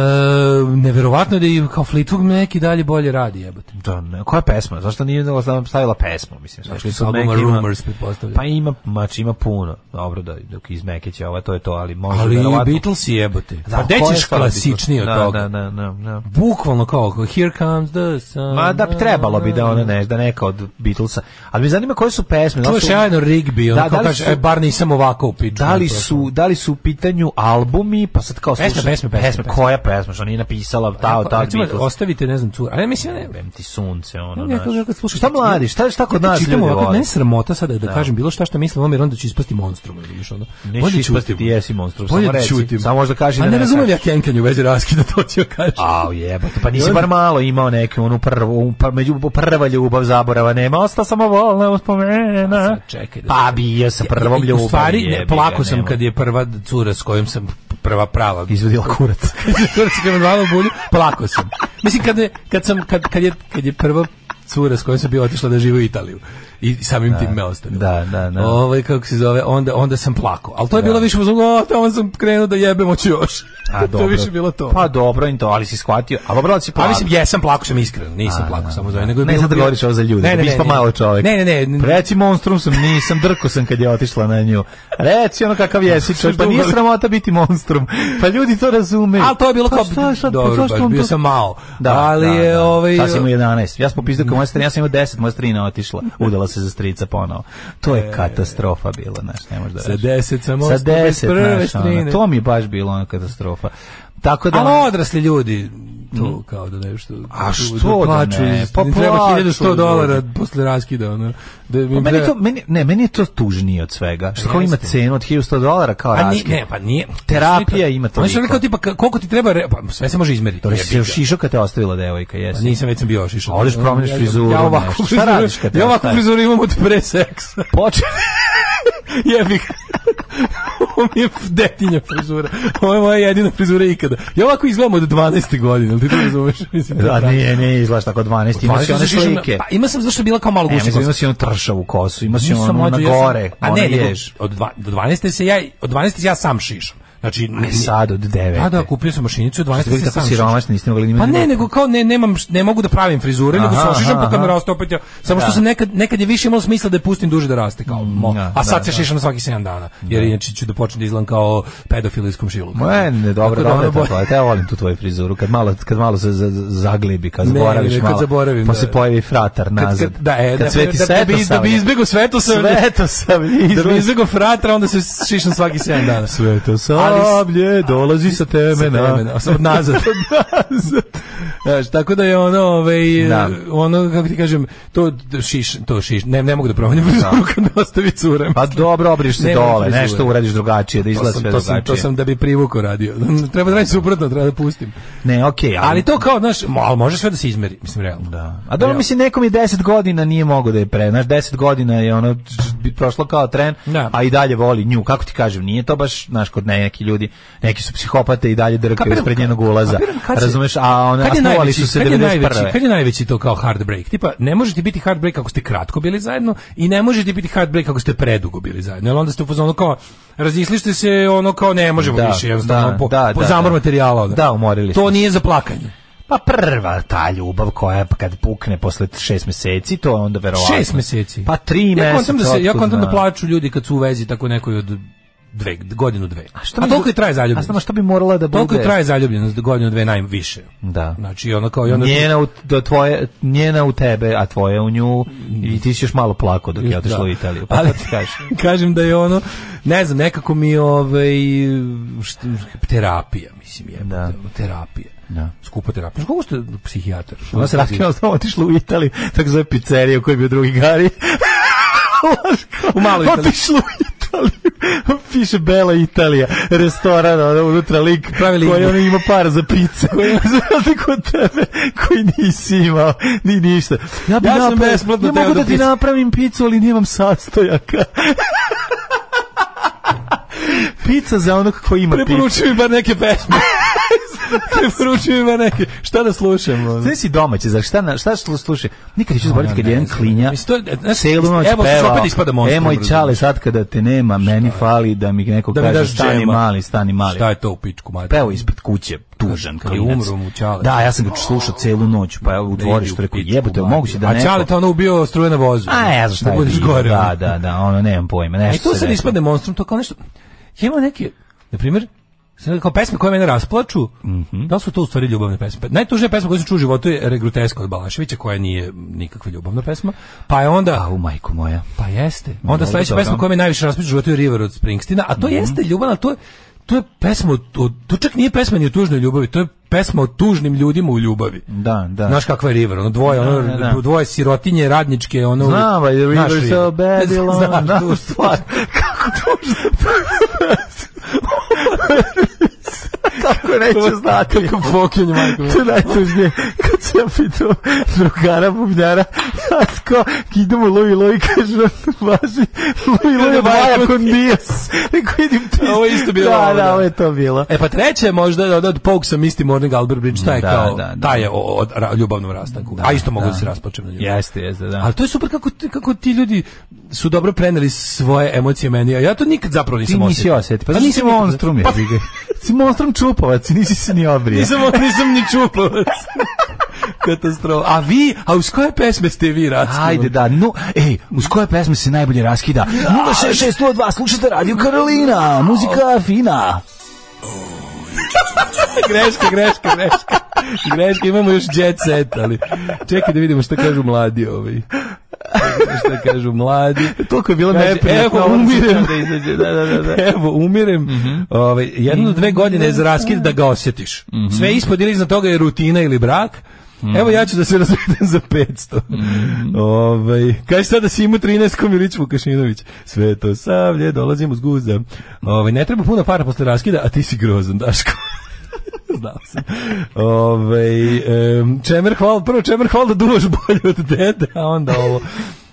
[SPEAKER 6] neverovatno je da i kao Fleetwood neki dalje bolje radi jebote.
[SPEAKER 7] Da, ne, koja pesma? Zašto nije stavila, stavila pesmu? Mislim,
[SPEAKER 6] Znači,
[SPEAKER 7] Fleetwood
[SPEAKER 6] s albuma
[SPEAKER 7] Mac ima-
[SPEAKER 6] Rumors, pretpostavljam.
[SPEAKER 7] Pa ima, mač, ima puno. Dobro, da, dok iz Mekića, ovo to je to, ali može
[SPEAKER 6] Ali i
[SPEAKER 7] verovatno-
[SPEAKER 6] Beatles i jebote.
[SPEAKER 7] Da,
[SPEAKER 6] Pa gde
[SPEAKER 7] koja je
[SPEAKER 6] ćeš
[SPEAKER 7] stvar Beatles?
[SPEAKER 6] klasičnije od
[SPEAKER 7] Da,
[SPEAKER 6] toga?
[SPEAKER 7] Da, da, da, da.
[SPEAKER 6] Bukvalno kao Here comes the sun.
[SPEAKER 7] Ma da trebalo bi da ona ne, da neka od Beatlesa. Ali me zanima koje su pesme. da li
[SPEAKER 6] Čuješ
[SPEAKER 7] su-
[SPEAKER 6] sjajno Rigby,
[SPEAKER 7] Da,
[SPEAKER 6] ono
[SPEAKER 7] da
[SPEAKER 6] kao
[SPEAKER 7] li
[SPEAKER 6] kaže,
[SPEAKER 7] su-
[SPEAKER 6] e, bar nisam ovako u ono, piču.
[SPEAKER 7] da li su da li su u pitanju albumi pa sad kao
[SPEAKER 6] Pesme,
[SPEAKER 7] slušam
[SPEAKER 6] pesme, pesme, pesme.
[SPEAKER 7] koja pesma što nije napisala ta ta
[SPEAKER 6] Pa, Recimo,
[SPEAKER 7] Beatles
[SPEAKER 6] ostavite, ne znam, cura. A ja mislim, ne,
[SPEAKER 7] Jebem ti sunce ono
[SPEAKER 6] Ne, kako-
[SPEAKER 7] znaš.
[SPEAKER 6] kako slušam-
[SPEAKER 7] šta mladi šta šta kod
[SPEAKER 6] Ja kad
[SPEAKER 7] nas
[SPEAKER 6] čitam
[SPEAKER 7] ljudi
[SPEAKER 6] ovako,
[SPEAKER 7] vole
[SPEAKER 6] mene je sramota sada da kažem bilo šta što mislim o jer onda ću ispasti monstrum, razumiješ ono.
[SPEAKER 7] Nećeš
[SPEAKER 6] Bolje
[SPEAKER 7] ispasti,
[SPEAKER 6] ćutim.
[SPEAKER 7] jesi monstrum,
[SPEAKER 6] Bolje
[SPEAKER 7] samo reci.
[SPEAKER 6] ćutim.
[SPEAKER 7] Samo možda kaži
[SPEAKER 6] A
[SPEAKER 7] da
[SPEAKER 6] ne
[SPEAKER 7] ne
[SPEAKER 6] razumem
[SPEAKER 7] kažeš.
[SPEAKER 6] ja Kenken u vezi raskida, to ću joj kažem.
[SPEAKER 7] Au jebote, pa nisi bar malo imao neke onu prvu, pa među prva ljubav zaborava nema, ostala samo volna uspomena.
[SPEAKER 6] Sad čekaj da-
[SPEAKER 7] Pa bio sa prvom
[SPEAKER 6] I- i
[SPEAKER 7] ljubavi.
[SPEAKER 6] U stvari,
[SPEAKER 7] jebi
[SPEAKER 6] ne,
[SPEAKER 7] ga,
[SPEAKER 6] plako sam
[SPEAKER 7] nema.
[SPEAKER 6] kad je prva cura s kojom sam prva prava.
[SPEAKER 7] izvodila
[SPEAKER 6] (laughs)
[SPEAKER 7] kurac.
[SPEAKER 6] Kad sam kad me malo bulju, plako sam. Mislim, kad, je, kad, sam, kad, kad, je, kad je prva cura s kojom sam bio otišla da živi u Italiju i samim tim me ostavila.
[SPEAKER 7] da, da, da.
[SPEAKER 6] Ovaj, kako se zove, onda, onda sam plako. Ali to je bilo više uzmog, o, tamo sam krenuo da jebem, oću još.
[SPEAKER 7] A,
[SPEAKER 6] (laughs) to je više bilo to.
[SPEAKER 7] Pa dobro, im to, ali si shvatio. A dobro, ali si
[SPEAKER 6] Pa
[SPEAKER 7] plako.
[SPEAKER 6] mislim jesam plako sam iskreno, nisam plako samo za ovaj, nego je
[SPEAKER 7] Ne,
[SPEAKER 6] bilo-
[SPEAKER 7] sad da govoriš ovo za ljude,
[SPEAKER 6] Ne, ne,
[SPEAKER 7] da biš
[SPEAKER 6] ne,
[SPEAKER 7] pa
[SPEAKER 6] ne.
[SPEAKER 7] malo čovjek.
[SPEAKER 6] Ne, ne, ne.
[SPEAKER 7] Reci monstrum sam, nisam, drko sam kad je otišla na nju. Reci ono kakav jesi čovjek, pa
[SPEAKER 6] Što
[SPEAKER 7] nije
[SPEAKER 6] uvali?
[SPEAKER 7] sramota biti monstrum. Pa ljudi to razumeju.
[SPEAKER 6] Al to je bilo
[SPEAKER 7] Pa
[SPEAKER 6] kao
[SPEAKER 7] šta je sad, pa
[SPEAKER 6] dobro,
[SPEAKER 7] zašto
[SPEAKER 6] baš
[SPEAKER 7] on
[SPEAKER 6] bio
[SPEAKER 7] to-
[SPEAKER 6] sam malo.
[SPEAKER 7] Da,
[SPEAKER 6] ali
[SPEAKER 7] da,
[SPEAKER 6] je
[SPEAKER 7] da.
[SPEAKER 6] ovaj
[SPEAKER 7] Sad si imao 11. Ja sam popizdao kao moja strina, ja sam imao 10, moja strina otišla.
[SPEAKER 6] (laughs)
[SPEAKER 7] Udala se za strica ponovo. To je katastrofa bila, znaš, ne možeš da
[SPEAKER 6] Sa
[SPEAKER 7] veruješ.
[SPEAKER 6] 10 E. sam
[SPEAKER 7] Sa
[SPEAKER 6] ostao bez
[SPEAKER 7] 10,
[SPEAKER 6] prve
[SPEAKER 7] znaš, ono,
[SPEAKER 6] strine.
[SPEAKER 7] to mi je baš bilo ona katastrofa. Tako da... ono- Mm.
[SPEAKER 6] ali odrasli ljudi to kao da nešto
[SPEAKER 7] A
[SPEAKER 6] tu-
[SPEAKER 7] što
[SPEAKER 6] tu
[SPEAKER 7] da
[SPEAKER 6] plaču
[SPEAKER 7] ne?
[SPEAKER 6] iz-
[SPEAKER 7] Pa
[SPEAKER 6] im treba
[SPEAKER 7] plaču
[SPEAKER 6] 1100 dolara
[SPEAKER 7] ljudi.
[SPEAKER 6] posle raskida ono da im
[SPEAKER 7] Pa meni je
[SPEAKER 6] treba-
[SPEAKER 7] to, meni, ne, meni je to tužnije od svega. Što
[SPEAKER 6] Pa
[SPEAKER 7] kao ima
[SPEAKER 6] jeste.
[SPEAKER 7] cenu od 1100 dolara kao
[SPEAKER 6] A ni,
[SPEAKER 7] raskid.
[SPEAKER 6] ne, pa nije.
[SPEAKER 7] Terapija ima
[SPEAKER 6] Oni su
[SPEAKER 7] toliko.
[SPEAKER 6] rekli kao tipa ka- koliko ti treba, re- pa sve se može izmeriti.
[SPEAKER 7] To je
[SPEAKER 6] jebi ga.
[SPEAKER 7] se šišo kad te ostavila devojka,
[SPEAKER 6] Pa
[SPEAKER 7] jesi.
[SPEAKER 6] Nisam, već sam bio ošišao.
[SPEAKER 7] A odeš promeniš
[SPEAKER 6] Ja-
[SPEAKER 7] frizuru,
[SPEAKER 6] Ja ovakvu
[SPEAKER 7] nešto. Šta Pa-
[SPEAKER 6] frizuru,
[SPEAKER 7] radiš kad te
[SPEAKER 6] ja ovakvu
[SPEAKER 7] ostane?
[SPEAKER 6] frizuru imam od pre seksa.
[SPEAKER 7] Počeo
[SPEAKER 6] (laughs) Jebi ga. (laughs) Ovo mi je detinja frizura. Ovo je moja jedina frizura ikada. Ja ovako izgledam od 12. godine, ali ti to razumeš? Mislim, to je
[SPEAKER 7] (laughs) Da,
[SPEAKER 6] tako.
[SPEAKER 7] nije, nije izlaš tako 12, imaš i
[SPEAKER 6] 12
[SPEAKER 7] one
[SPEAKER 6] sam zašao-
[SPEAKER 7] slike.
[SPEAKER 6] Pa ima sam zašto je bila kao malo
[SPEAKER 7] Ne,
[SPEAKER 6] gušća.
[SPEAKER 7] mislim, imaš i onu tršavu kosu, imaš i
[SPEAKER 6] Nisam
[SPEAKER 7] onu na
[SPEAKER 6] mlađo, ja sam-
[SPEAKER 7] gore, ono
[SPEAKER 6] A ne,
[SPEAKER 7] ona
[SPEAKER 6] nego,
[SPEAKER 7] ješ.
[SPEAKER 6] od dva- do 12. se ja, od 12. se ja sam šišam. Znači,
[SPEAKER 7] A
[SPEAKER 6] ni-
[SPEAKER 7] sad od 9.
[SPEAKER 6] Da, da, kupio sam mašinicu, 12
[SPEAKER 7] Ste bili
[SPEAKER 6] se
[SPEAKER 7] tako
[SPEAKER 6] sam
[SPEAKER 7] siromašni, niste mogli ni
[SPEAKER 6] Pa
[SPEAKER 7] imati
[SPEAKER 6] ne,
[SPEAKER 7] ruku.
[SPEAKER 6] nego kao ne, nemam, š- ne mogu da pravim frizure, nego se
[SPEAKER 7] Aha,
[SPEAKER 6] ošišam pa
[SPEAKER 7] aha,
[SPEAKER 6] kad mi
[SPEAKER 7] aha.
[SPEAKER 6] raste opet ja. Samo što
[SPEAKER 7] Da.
[SPEAKER 6] sam nekad, nekad je više imalo smisla da je pustim duže da raste kao. mo-
[SPEAKER 7] da,
[SPEAKER 6] a sad
[SPEAKER 7] da,
[SPEAKER 6] se
[SPEAKER 7] da.
[SPEAKER 6] šišam na svaki 7 dana, jer inače ću da počnem da izgledam kao pedofil iz komšiluka.
[SPEAKER 7] Ma, ne, dobro,
[SPEAKER 6] Tako da
[SPEAKER 7] dobro,
[SPEAKER 6] ono
[SPEAKER 7] da,
[SPEAKER 6] bolje-
[SPEAKER 7] to, ja volim tu tvoju frizuru, kad malo, kad malo se za- za- zaglibi, kad
[SPEAKER 6] Ne,
[SPEAKER 7] zaboraviš
[SPEAKER 6] ne, kad
[SPEAKER 7] malo,
[SPEAKER 6] zaboravim,
[SPEAKER 7] pa
[SPEAKER 6] da.
[SPEAKER 7] se pojavi fratar
[SPEAKER 6] Kad,
[SPEAKER 7] nazad,
[SPEAKER 6] kad, da, e, da,
[SPEAKER 7] kad sveti
[SPEAKER 6] da, da, bi- da bi
[SPEAKER 7] svetosavlje.
[SPEAKER 6] izbjegao svetosavlje.
[SPEAKER 7] Svetosavlje,
[SPEAKER 6] (laughs) Da bi
[SPEAKER 7] izlazi-
[SPEAKER 6] izbjegao fratra, onda se šišam svaki 7 dana.
[SPEAKER 7] Sveto
[SPEAKER 6] Ali s-
[SPEAKER 7] sablje dolazi sa temena.
[SPEAKER 6] Sa temena, sa- od nazad.
[SPEAKER 7] Od (laughs) nazad.
[SPEAKER 6] Znaš, tako da je ono, ovaj,
[SPEAKER 7] Da.
[SPEAKER 6] ono, kako ti kažem, to šiš, to šiš, ne, ne mogu (laughs) da promenim frizuru kad me ostavi curem.
[SPEAKER 7] Pa dobro, obriš se
[SPEAKER 6] Nema
[SPEAKER 7] dole,
[SPEAKER 6] frizure.
[SPEAKER 7] nešto uradiš drugačije, da izgleda
[SPEAKER 6] to sam,
[SPEAKER 7] sve
[SPEAKER 6] to sam, to
[SPEAKER 7] drugačije.
[SPEAKER 6] sam da bi privuko radio. (laughs) treba da radim suprotno, treba da pustim.
[SPEAKER 7] Ne, okej, ali,
[SPEAKER 6] Ali, to kao, znaš, mo- ali može sve da se izmeri, mislim, realno. Da.
[SPEAKER 7] A dobro, mislim, nekom je 10 godina nije mogo da je pre. Znaš, 10 godina je ono, č- bi prošlo kao tren, a i dalje voli nju. Kako ti kažem, nije to baš, znaš, kod neki ljudi, neki su psihopate i dalje drkaju
[SPEAKER 6] Kapiram,
[SPEAKER 7] ispred
[SPEAKER 6] ka-
[SPEAKER 7] njenog ulaza.
[SPEAKER 6] kapiram, kad se-
[SPEAKER 7] Razumeš, a ona,
[SPEAKER 6] Kad je
[SPEAKER 7] osnovali
[SPEAKER 6] najveći,
[SPEAKER 7] su se
[SPEAKER 6] kad je najveći,
[SPEAKER 7] 91.
[SPEAKER 6] kad je najveći to kao heartbreak? Tipa, ne može ti biti heartbreak ako ste kratko bili zajedno i ne može ti biti heartbreak ako ste predugo bili zajedno. Jer onda ste u fazonu kao, razišli ste se, ono kao, ne možemo
[SPEAKER 7] Da,
[SPEAKER 6] više, jednostavno, ono,
[SPEAKER 7] da,
[SPEAKER 6] po,
[SPEAKER 7] da,
[SPEAKER 6] po
[SPEAKER 7] da,
[SPEAKER 6] zamor
[SPEAKER 7] da.
[SPEAKER 6] materijala. ono.
[SPEAKER 7] Da, umorili
[SPEAKER 6] To
[SPEAKER 7] smo se.
[SPEAKER 6] nije za plakanje.
[SPEAKER 7] Pa prva ta ljubav koja kad pukne posle šest meseci, to je onda verovatno.
[SPEAKER 6] Šest meseci.
[SPEAKER 7] Pa tri
[SPEAKER 6] ja
[SPEAKER 7] meseca.
[SPEAKER 6] kontam da se, ja
[SPEAKER 7] otkud
[SPEAKER 6] kontam da
[SPEAKER 7] znam.
[SPEAKER 6] plaču ljudi kad su u vezi tako nekoj od dve, godinu dve. A,
[SPEAKER 7] Što mi-
[SPEAKER 6] toliko i traje
[SPEAKER 7] A
[SPEAKER 6] zaljubljenost.
[SPEAKER 7] samo što bi morala da bude?
[SPEAKER 6] Toliko i traje zaljubljenost, godinu dve najviše.
[SPEAKER 7] Da.
[SPEAKER 6] Znači, ono kao... I onda
[SPEAKER 7] njena u, do tvoje, njena u tebe, a tvoje u nju i ti si još malo plakao dok je otišla
[SPEAKER 6] Da.
[SPEAKER 7] u Italiju. Pa
[SPEAKER 6] Ali-
[SPEAKER 7] to ti kažeš.
[SPEAKER 6] (laughs) kažem da je ono, ne znam, nekako mi ovaj, št- terapija, mislim, je, terapija.
[SPEAKER 7] Da.
[SPEAKER 6] Skupa terapija. Znaš Koliko ste psihijatar?
[SPEAKER 7] (laughs)
[SPEAKER 6] Ono
[SPEAKER 7] Ona se raskinula, samo otišla u Italiju, tako zove pizzerija u kojoj je bio drugi Gari.
[SPEAKER 6] U
[SPEAKER 7] ono,
[SPEAKER 6] maloj Italiji.
[SPEAKER 7] Otišla u Italiju. (laughs) Piše Bela Italija, restoran, ono, unutra lik
[SPEAKER 6] Pravi
[SPEAKER 7] koji
[SPEAKER 6] lignje.
[SPEAKER 7] ono ima par za pice. (laughs) Za razliku od tebe, koji nisi imao ni ništa. Ja, bi
[SPEAKER 6] Ja sam
[SPEAKER 7] napravio-
[SPEAKER 6] besplatno
[SPEAKER 7] ja
[SPEAKER 6] teo
[SPEAKER 7] mogu
[SPEAKER 6] da
[SPEAKER 7] da ti
[SPEAKER 6] picu.
[SPEAKER 7] napravim picu, ali nemam (laughs) sastojaka. Pizza za onog koji ima picu.
[SPEAKER 6] Preporučuju mi bar neke
[SPEAKER 7] (laughs)
[SPEAKER 6] pesme. Preporučuju mi bar neke. Šta da slušam? ono?
[SPEAKER 7] Sve si domaće, za šta, na- šta slu- slušaj? Nikad ću zaboraviti kad je jedan klinja
[SPEAKER 6] Mislim, to je- znaš,
[SPEAKER 7] celu noć
[SPEAKER 6] evo, sad
[SPEAKER 7] pevao,
[SPEAKER 6] opet ispada monstrum,
[SPEAKER 7] E moj
[SPEAKER 6] razumeš?
[SPEAKER 7] čale, sad kada te nema, meni fali da mi neko
[SPEAKER 6] Da mi
[SPEAKER 7] kaže
[SPEAKER 6] daš
[SPEAKER 7] stani
[SPEAKER 6] džema."
[SPEAKER 7] mali, stani mali.
[SPEAKER 6] Šta je to u pičku, mati?
[SPEAKER 7] Peo ispred kuće, tužan
[SPEAKER 6] Kad je
[SPEAKER 7] klinac.
[SPEAKER 6] umro mu Ćale.
[SPEAKER 7] Da, ja sam ga slušao celu noć, pa evo u
[SPEAKER 6] Da ide u
[SPEAKER 7] dvorištu rekao,
[SPEAKER 6] pičku,
[SPEAKER 7] jebote,
[SPEAKER 6] mati.
[SPEAKER 7] moguće da
[SPEAKER 6] A
[SPEAKER 7] neko...
[SPEAKER 6] Čale te ono ubio struje na vozu. ono,
[SPEAKER 7] A ja znam šta
[SPEAKER 6] Da
[SPEAKER 7] je
[SPEAKER 6] budeš
[SPEAKER 7] bilo,
[SPEAKER 6] gore.
[SPEAKER 7] Da,
[SPEAKER 6] ono.
[SPEAKER 7] da, da, ono, nemam pojma,
[SPEAKER 6] E,
[SPEAKER 7] nešto se
[SPEAKER 6] to sad
[SPEAKER 7] desilo.
[SPEAKER 6] ispadne monstrum, to kao nešto... Ja imam neke, na primjer, sad kao pesme koje mene rasplaču,
[SPEAKER 7] Mhm.
[SPEAKER 6] da li su to u stvari ljubavne pesme? Pa Najtužnija pesma koju sam čuo u životu je Regruteska od Balaševića, koja nije nikakva ljubavna pesma, pa je onda...
[SPEAKER 7] Au, majko moja.
[SPEAKER 6] Pa jeste.
[SPEAKER 7] Dobro,
[SPEAKER 6] Onda sledeća
[SPEAKER 7] dobro. Mhm.
[SPEAKER 6] pesma koja me najviše rasplaču u životu je River od Springsteena, a to jeste ljubavna, to je, to je pesma, od- od- to čak nije pesma ni o tužnoj ljubavi, to je pesma o tužnim ljudima u ljubavi.
[SPEAKER 7] Da, da. (laughs)
[SPEAKER 6] Znaš kakva je River, ono dvoje, ono,
[SPEAKER 7] Da, da, da.
[SPEAKER 6] dvoje sirotinje, radničke, ono...
[SPEAKER 7] Znam, ali
[SPEAKER 6] znaš
[SPEAKER 7] River so Babylon,
[SPEAKER 6] (laughs) Znaš,
[SPEAKER 7] znaš
[SPEAKER 6] tu
[SPEAKER 7] stvar. Kako Kako neću znati.
[SPEAKER 6] Kako (laughs) pokinj, majko.
[SPEAKER 7] To je najtužnije. Kad se ja pitao drugara bubnjara, ja tako, idemo Luj Luj, kaže on, važi, Luj Luj, vaja kod nijas. Rekao, idem ti.
[SPEAKER 6] Ovo je isto bilo
[SPEAKER 7] Da,
[SPEAKER 6] ovo,
[SPEAKER 7] da,
[SPEAKER 6] da.
[SPEAKER 7] ovo je to bilo.
[SPEAKER 6] E pa treće je možda od, od Pogue sam isti Morning Albert Bridge, taj je
[SPEAKER 7] Da,
[SPEAKER 6] kao,
[SPEAKER 7] da, da.
[SPEAKER 6] taj je o, o ra- ljubavnom rastanku. A isto mogu da, se raspočem na ljubav.
[SPEAKER 7] Jeste, jeste, da.
[SPEAKER 6] Ali to je super kako, ti- kako ti ljudi su dobro preneli svoje emocije meni, a ja to nikad zapravo
[SPEAKER 7] Ti
[SPEAKER 6] nisam
[SPEAKER 7] nisi
[SPEAKER 6] osjetio.
[SPEAKER 7] osjetio. Pa
[SPEAKER 6] Pa
[SPEAKER 7] nisi
[SPEAKER 6] nisam nikad-
[SPEAKER 7] monstrum, je.
[SPEAKER 6] Pa-
[SPEAKER 7] Si monstrum čupovac, nisi se ni obrije.
[SPEAKER 6] (laughs) Nisam, nisam ni
[SPEAKER 7] (laughs)
[SPEAKER 6] čupavac. Katastrofa. A vi, a uz koje pesme ste vi raskinu?
[SPEAKER 7] Ajde da, no, ej, uz koje pesme se najbolje raskida? 06602, slušate Radio Karolina, muzika fina.
[SPEAKER 6] greška, greška, greška. Greška, imamo još jet set, ali čekaj da vidimo šta kažu mladi ovi. Šta kažu mladi.
[SPEAKER 7] Toliko je bilo
[SPEAKER 6] Kaže,
[SPEAKER 7] neprijatno.
[SPEAKER 6] evo,
[SPEAKER 7] ovo da se
[SPEAKER 6] umirem.
[SPEAKER 7] sada izađe, Da, da, da, Mhm. da.
[SPEAKER 6] Evo, umirem. Ovaj, jedno do dve godine je za raskid da ga osjetiš.
[SPEAKER 7] Mhm.
[SPEAKER 6] Sve ispod ili iznad toga je rutina ili brak. Evo ja ću da se (laughs) razvedem za 500.
[SPEAKER 7] Mhm.
[SPEAKER 6] Ovaj, kaži sad da si imao 13 Komilić Vukašinović. Sve to savlje, dolazim uz guza. Ovaj, ne treba puno para posle raskida, a ti si grozan, Daško. (laughs) Znao sam. Ovaj, em, čemer hval, prvo čemer hval da duvaš bolje od dede, a onda ovo.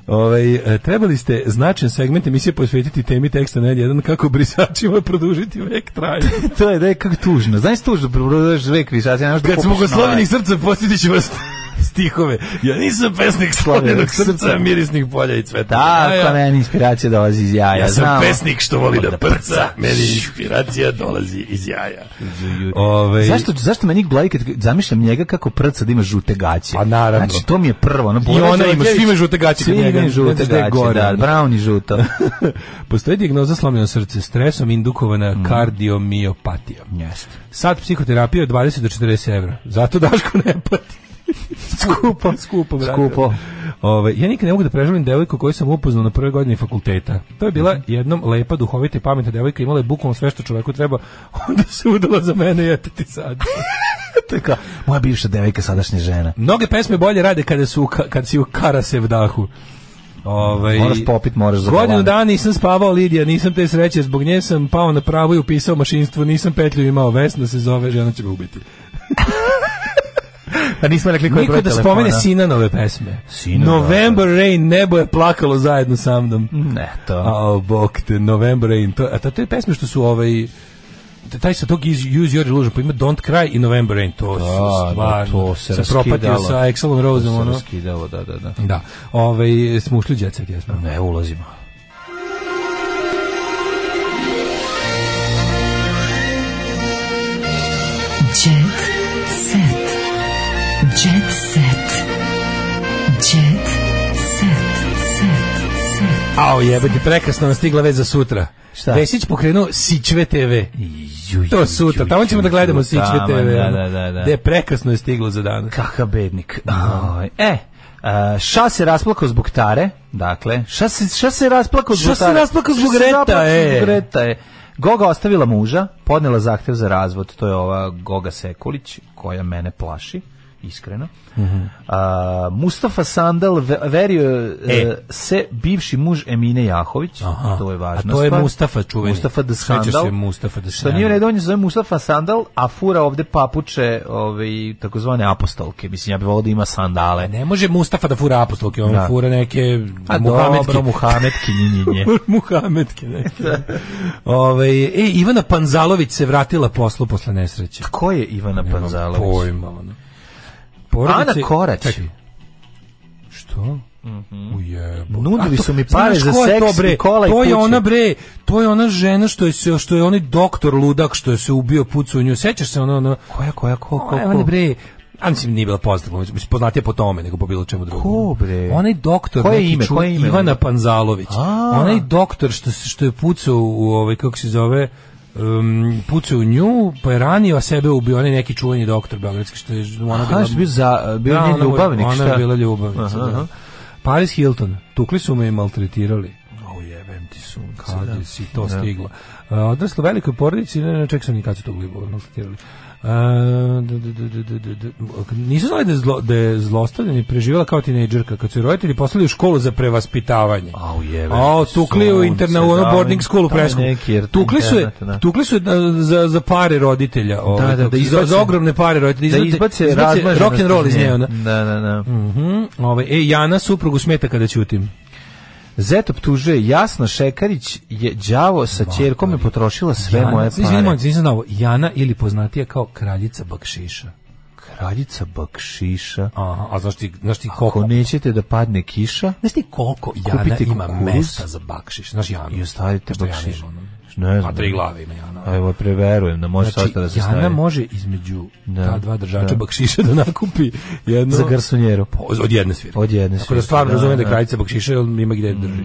[SPEAKER 6] Ovaj, e, trebali ste značajan segment emisije posvetiti temi teksta na N1 kako brisačima produžiti vek
[SPEAKER 7] (laughs)
[SPEAKER 6] trajanja.
[SPEAKER 7] To je da je kako tužno. Znaš tužno, prebrodaš dve križacije, nemaš da
[SPEAKER 6] Kad smo
[SPEAKER 7] kupiš
[SPEAKER 6] Jugoslavini
[SPEAKER 7] nove.
[SPEAKER 6] srca, posjetit ću vas stihove. Ja nisam pesnik slavljenog srca, mirisnih polja i cveta.
[SPEAKER 7] Da, pa
[SPEAKER 6] jaja.
[SPEAKER 7] meni inspiracija dolazi iz jaja.
[SPEAKER 6] Ja sam
[SPEAKER 7] znamo.
[SPEAKER 6] pesnik što voli da prca, meni inspiracija dolazi iz jaja. Ovaj,
[SPEAKER 7] Zašto, zašto meni glavi kad zamišljam njega kako prca da ima žute gaće?
[SPEAKER 6] Pa naravno.
[SPEAKER 7] Znači, to mi je prvo. ono,
[SPEAKER 6] I ona ima,
[SPEAKER 7] Đorđević-
[SPEAKER 6] svi imaju žute gaće
[SPEAKER 7] Svi
[SPEAKER 6] kod njega,
[SPEAKER 7] imaju
[SPEAKER 6] ne
[SPEAKER 7] žute
[SPEAKER 6] znaš da je
[SPEAKER 7] gaće,
[SPEAKER 6] gore,
[SPEAKER 7] da,
[SPEAKER 6] ono.
[SPEAKER 7] brown i
[SPEAKER 6] (laughs)
[SPEAKER 7] žuto.
[SPEAKER 6] Postoji dijagnoza slomljeno srce, stresom indukovana kardiomiopatija.
[SPEAKER 7] Mm. Jeste.
[SPEAKER 6] Sad psihoterapija od 20 do 40 evra. Zato Daško ne pati.
[SPEAKER 7] (laughs)
[SPEAKER 6] skupo, skupo, brate.
[SPEAKER 7] Skupo.
[SPEAKER 6] Ove, ja nikad ne mogu da prežalim devojku koju sam upoznao na prvoj godini fakulteta. To je bila
[SPEAKER 7] Mhm.
[SPEAKER 6] jednom lepa, duhovita i (laughs) pametna devojka, imala je bukvalno sve što čoveku treba, onda se udala za mene i eto ti sad.
[SPEAKER 7] to je kao, moja bivša devojka, sadašnja žena.
[SPEAKER 6] Mnoge pesme bolje rade kada su u ka- kad si u Karasev dahu. Ovaj
[SPEAKER 7] Moraš popit, moraš za
[SPEAKER 6] Godinu
[SPEAKER 7] balans.
[SPEAKER 6] dana nisam spavao Lidija, nisam te sreće, zbog nje sam pao na pravu i upisao mašinstvo, nisam petlju imao, Vesna se zove, žena će me ubiti. Pa
[SPEAKER 7] A nismo rekli koji je
[SPEAKER 6] Niko
[SPEAKER 7] broj
[SPEAKER 6] da
[SPEAKER 7] telefona.
[SPEAKER 6] spomene Sinanove pesme.
[SPEAKER 7] Sinanove.
[SPEAKER 6] November Rain, nebo je plakalo zajedno sa mnom.
[SPEAKER 7] Ne, to.
[SPEAKER 6] A, o, bog te, November Rain. To, a to, to je pesme što su ovaj... Taj sa tog Use Use Your Illusion, pa ima Don't Cry i November Rain. To
[SPEAKER 7] Da,
[SPEAKER 6] su stvarno.
[SPEAKER 7] da, to se
[SPEAKER 6] sam propatio
[SPEAKER 7] raskidalo.
[SPEAKER 6] sa Excelom Roseom.
[SPEAKER 7] To se
[SPEAKER 6] Ono.
[SPEAKER 7] raskidalo, da, da, da.
[SPEAKER 6] Da. Ovaj, smo ušli u Jet Set, jesmo.
[SPEAKER 7] Ne, ulazimo.
[SPEAKER 5] Jet set. Jet set. Jet set. Set. Set.
[SPEAKER 6] Ao, jebati, prekrasno nam stigla vez za sutra.
[SPEAKER 7] Šta?
[SPEAKER 6] Vesić pokrenuo Sićve TV. to sutra, tamo ćemo da gledamo
[SPEAKER 7] juj,
[SPEAKER 6] Sićve
[SPEAKER 7] tamo,
[SPEAKER 6] TV.
[SPEAKER 7] da,
[SPEAKER 6] ono,
[SPEAKER 7] da, da, da.
[SPEAKER 6] gde je prekrasno je stiglo za dan.
[SPEAKER 7] Kakav bednik. Aj, E, a, ša se rasplakao zbog tare, dakle, ša se, ša se rasplakao
[SPEAKER 6] Ša
[SPEAKER 7] zbog
[SPEAKER 6] se
[SPEAKER 7] tare.
[SPEAKER 6] rasplakao
[SPEAKER 7] Ša
[SPEAKER 6] zbog
[SPEAKER 7] se
[SPEAKER 6] Greta,
[SPEAKER 7] rasplakao
[SPEAKER 6] e.
[SPEAKER 7] zbog Greta, e. Goga ostavila muža, podnela zahtev za razvod, to je ova Goga Sekulić, koja mene plaši, iskreno.
[SPEAKER 6] Mhm.
[SPEAKER 7] A, Mustafa Sandal ve- verio e,
[SPEAKER 6] E.
[SPEAKER 7] se bivši muž Emine Jahović,
[SPEAKER 6] Aha.
[SPEAKER 7] to je važno.
[SPEAKER 6] A to je Mustafa čuveni.
[SPEAKER 7] Mustafa the
[SPEAKER 6] Sećaš se
[SPEAKER 7] Sandal.
[SPEAKER 6] Mustafa the
[SPEAKER 7] Što nije u redu, on je zove Mustafa Sandal, a fura ovde papuče ovaj, takozvane apostolke. Mislim, ja bih volao da ima sandale.
[SPEAKER 6] Ne može Mustafa da fura apostolke, on
[SPEAKER 7] Da.
[SPEAKER 6] fura neke
[SPEAKER 7] A
[SPEAKER 6] Muhamedke.
[SPEAKER 7] dobro, Muhamedki
[SPEAKER 6] (laughs)
[SPEAKER 7] njinjinje.
[SPEAKER 6] Muhamedke neke. Ove, e, Ivana Panzalović se vratila poslu posle nesreće.
[SPEAKER 7] Ko je Ivana
[SPEAKER 6] Nemam
[SPEAKER 7] Panzalović?
[SPEAKER 6] Pojma, ono. Porodice-
[SPEAKER 7] Ana Korać. Mhm.
[SPEAKER 6] Čekaj. Što? Ujebo.
[SPEAKER 7] Nudili
[SPEAKER 6] A to-
[SPEAKER 7] su mi
[SPEAKER 6] znaš
[SPEAKER 7] pare za
[SPEAKER 6] ko je
[SPEAKER 7] seks
[SPEAKER 6] to, bre?
[SPEAKER 7] i kola i
[SPEAKER 6] To je
[SPEAKER 7] kuće.
[SPEAKER 6] ona bre, to je ona žena što je se što je onaj doktor ludak što je se ubio pucu u nju. Sećaš se ono ono
[SPEAKER 7] Koja, koja, ko, ko,
[SPEAKER 6] Ona je ona
[SPEAKER 7] ko?
[SPEAKER 6] Ovaj, bre A mislim, nije bila poznata, glumica, mislim, poznatija po tome nego po bilo čemu drugom.
[SPEAKER 7] Ko, bre?
[SPEAKER 6] Onaj doktor,
[SPEAKER 7] Koje
[SPEAKER 6] neki
[SPEAKER 7] ime,
[SPEAKER 6] čuv-
[SPEAKER 7] koje ime?
[SPEAKER 6] Ivana Panzalović.
[SPEAKER 7] A.
[SPEAKER 6] Onaj doktor što, se- što je pucao u ovaj, kako se zove, um, pucao u nju, pa je ranio, a sebe ubio onaj neki čuveni doktor beogradski, što je ona
[SPEAKER 7] Aha, što je bio za- bio
[SPEAKER 6] Da,
[SPEAKER 7] njen
[SPEAKER 6] ona mu je-
[SPEAKER 7] ljubavnik,
[SPEAKER 6] Ona je
[SPEAKER 7] šta?
[SPEAKER 6] bila ljubavnica,
[SPEAKER 7] Aha,
[SPEAKER 6] da.
[SPEAKER 7] aha.
[SPEAKER 6] Paris Hilton, tukli su me i maltretirali.
[SPEAKER 7] O, jebem ti sunce.
[SPEAKER 6] Kad
[SPEAKER 7] da.
[SPEAKER 6] je si to stiglo? Uh, odraslo velikoj porodici, ne, ne, ček sam ni kad su to glibo maltretirali. Uh, da, da, da, da, da, da. Nisu znali da je, zlo, da je zlostavljena i preživjela kao tinejdžerka, kad su je roditelji poslali u školu za prevaspitavanje.
[SPEAKER 7] Au, jebe.
[SPEAKER 6] A, tukli u
[SPEAKER 7] Sunce,
[SPEAKER 6] interna, u ono
[SPEAKER 7] da,
[SPEAKER 6] boarding school u
[SPEAKER 7] tamo je
[SPEAKER 6] Presku.
[SPEAKER 7] neki jer-
[SPEAKER 6] Tukli su je,
[SPEAKER 7] internat, da.
[SPEAKER 6] tukli su je da, za, za pare roditelja. ovaj,
[SPEAKER 7] da,
[SPEAKER 6] kako
[SPEAKER 7] da
[SPEAKER 6] se- za,
[SPEAKER 7] izbace-
[SPEAKER 6] za ogromne pare roditelja.
[SPEAKER 7] Da
[SPEAKER 6] Izbate-
[SPEAKER 7] izbace
[SPEAKER 6] izbace
[SPEAKER 7] razmaženost
[SPEAKER 6] rock and roll iz nje. ono. Ona.
[SPEAKER 7] Da, da, da.
[SPEAKER 6] Mhm, ovaj, e, Jana suprugu smeta kada ćutim.
[SPEAKER 7] Zet optužuje Jasna Šekarić je đavo sa ćerkom je potrošila sve
[SPEAKER 6] Jana,
[SPEAKER 7] moje
[SPEAKER 6] Izvini,
[SPEAKER 7] pare.
[SPEAKER 6] molim te, nisam znao ovo. Jana ili poznatija kao kraljica bakšiša.
[SPEAKER 7] Kraljica bakšiša.
[SPEAKER 6] A, a znaš ti, znaš ti koliko,
[SPEAKER 7] Ako nećete da padne kiša,
[SPEAKER 6] znaš ti koliko Jana
[SPEAKER 7] Kupite
[SPEAKER 6] ima
[SPEAKER 7] kukuruz
[SPEAKER 6] mesta za bakšiš? Znaš Janu?
[SPEAKER 7] I ostavite
[SPEAKER 6] Znaš
[SPEAKER 7] bakšiš.
[SPEAKER 6] Jana ima, ono?
[SPEAKER 7] Ne
[SPEAKER 6] A
[SPEAKER 7] znam.
[SPEAKER 6] tri glave ima Jana.
[SPEAKER 7] A evo preverujem da može
[SPEAKER 6] Znači,
[SPEAKER 7] sastaviti da se
[SPEAKER 6] Jana
[SPEAKER 7] stavi.
[SPEAKER 6] može između
[SPEAKER 7] Da,
[SPEAKER 6] ta dva držača
[SPEAKER 7] da.
[SPEAKER 6] bakšiša da nakupi jedno...
[SPEAKER 7] Za garsonjeru.
[SPEAKER 6] Po- Od jedne svirke.
[SPEAKER 7] Od jedne
[SPEAKER 6] Tako da
[SPEAKER 7] svirke,
[SPEAKER 6] stvarno
[SPEAKER 7] da,
[SPEAKER 6] razumijem da,
[SPEAKER 7] da. Mhm.
[SPEAKER 6] kraljica bakšiša jer ima gde drži.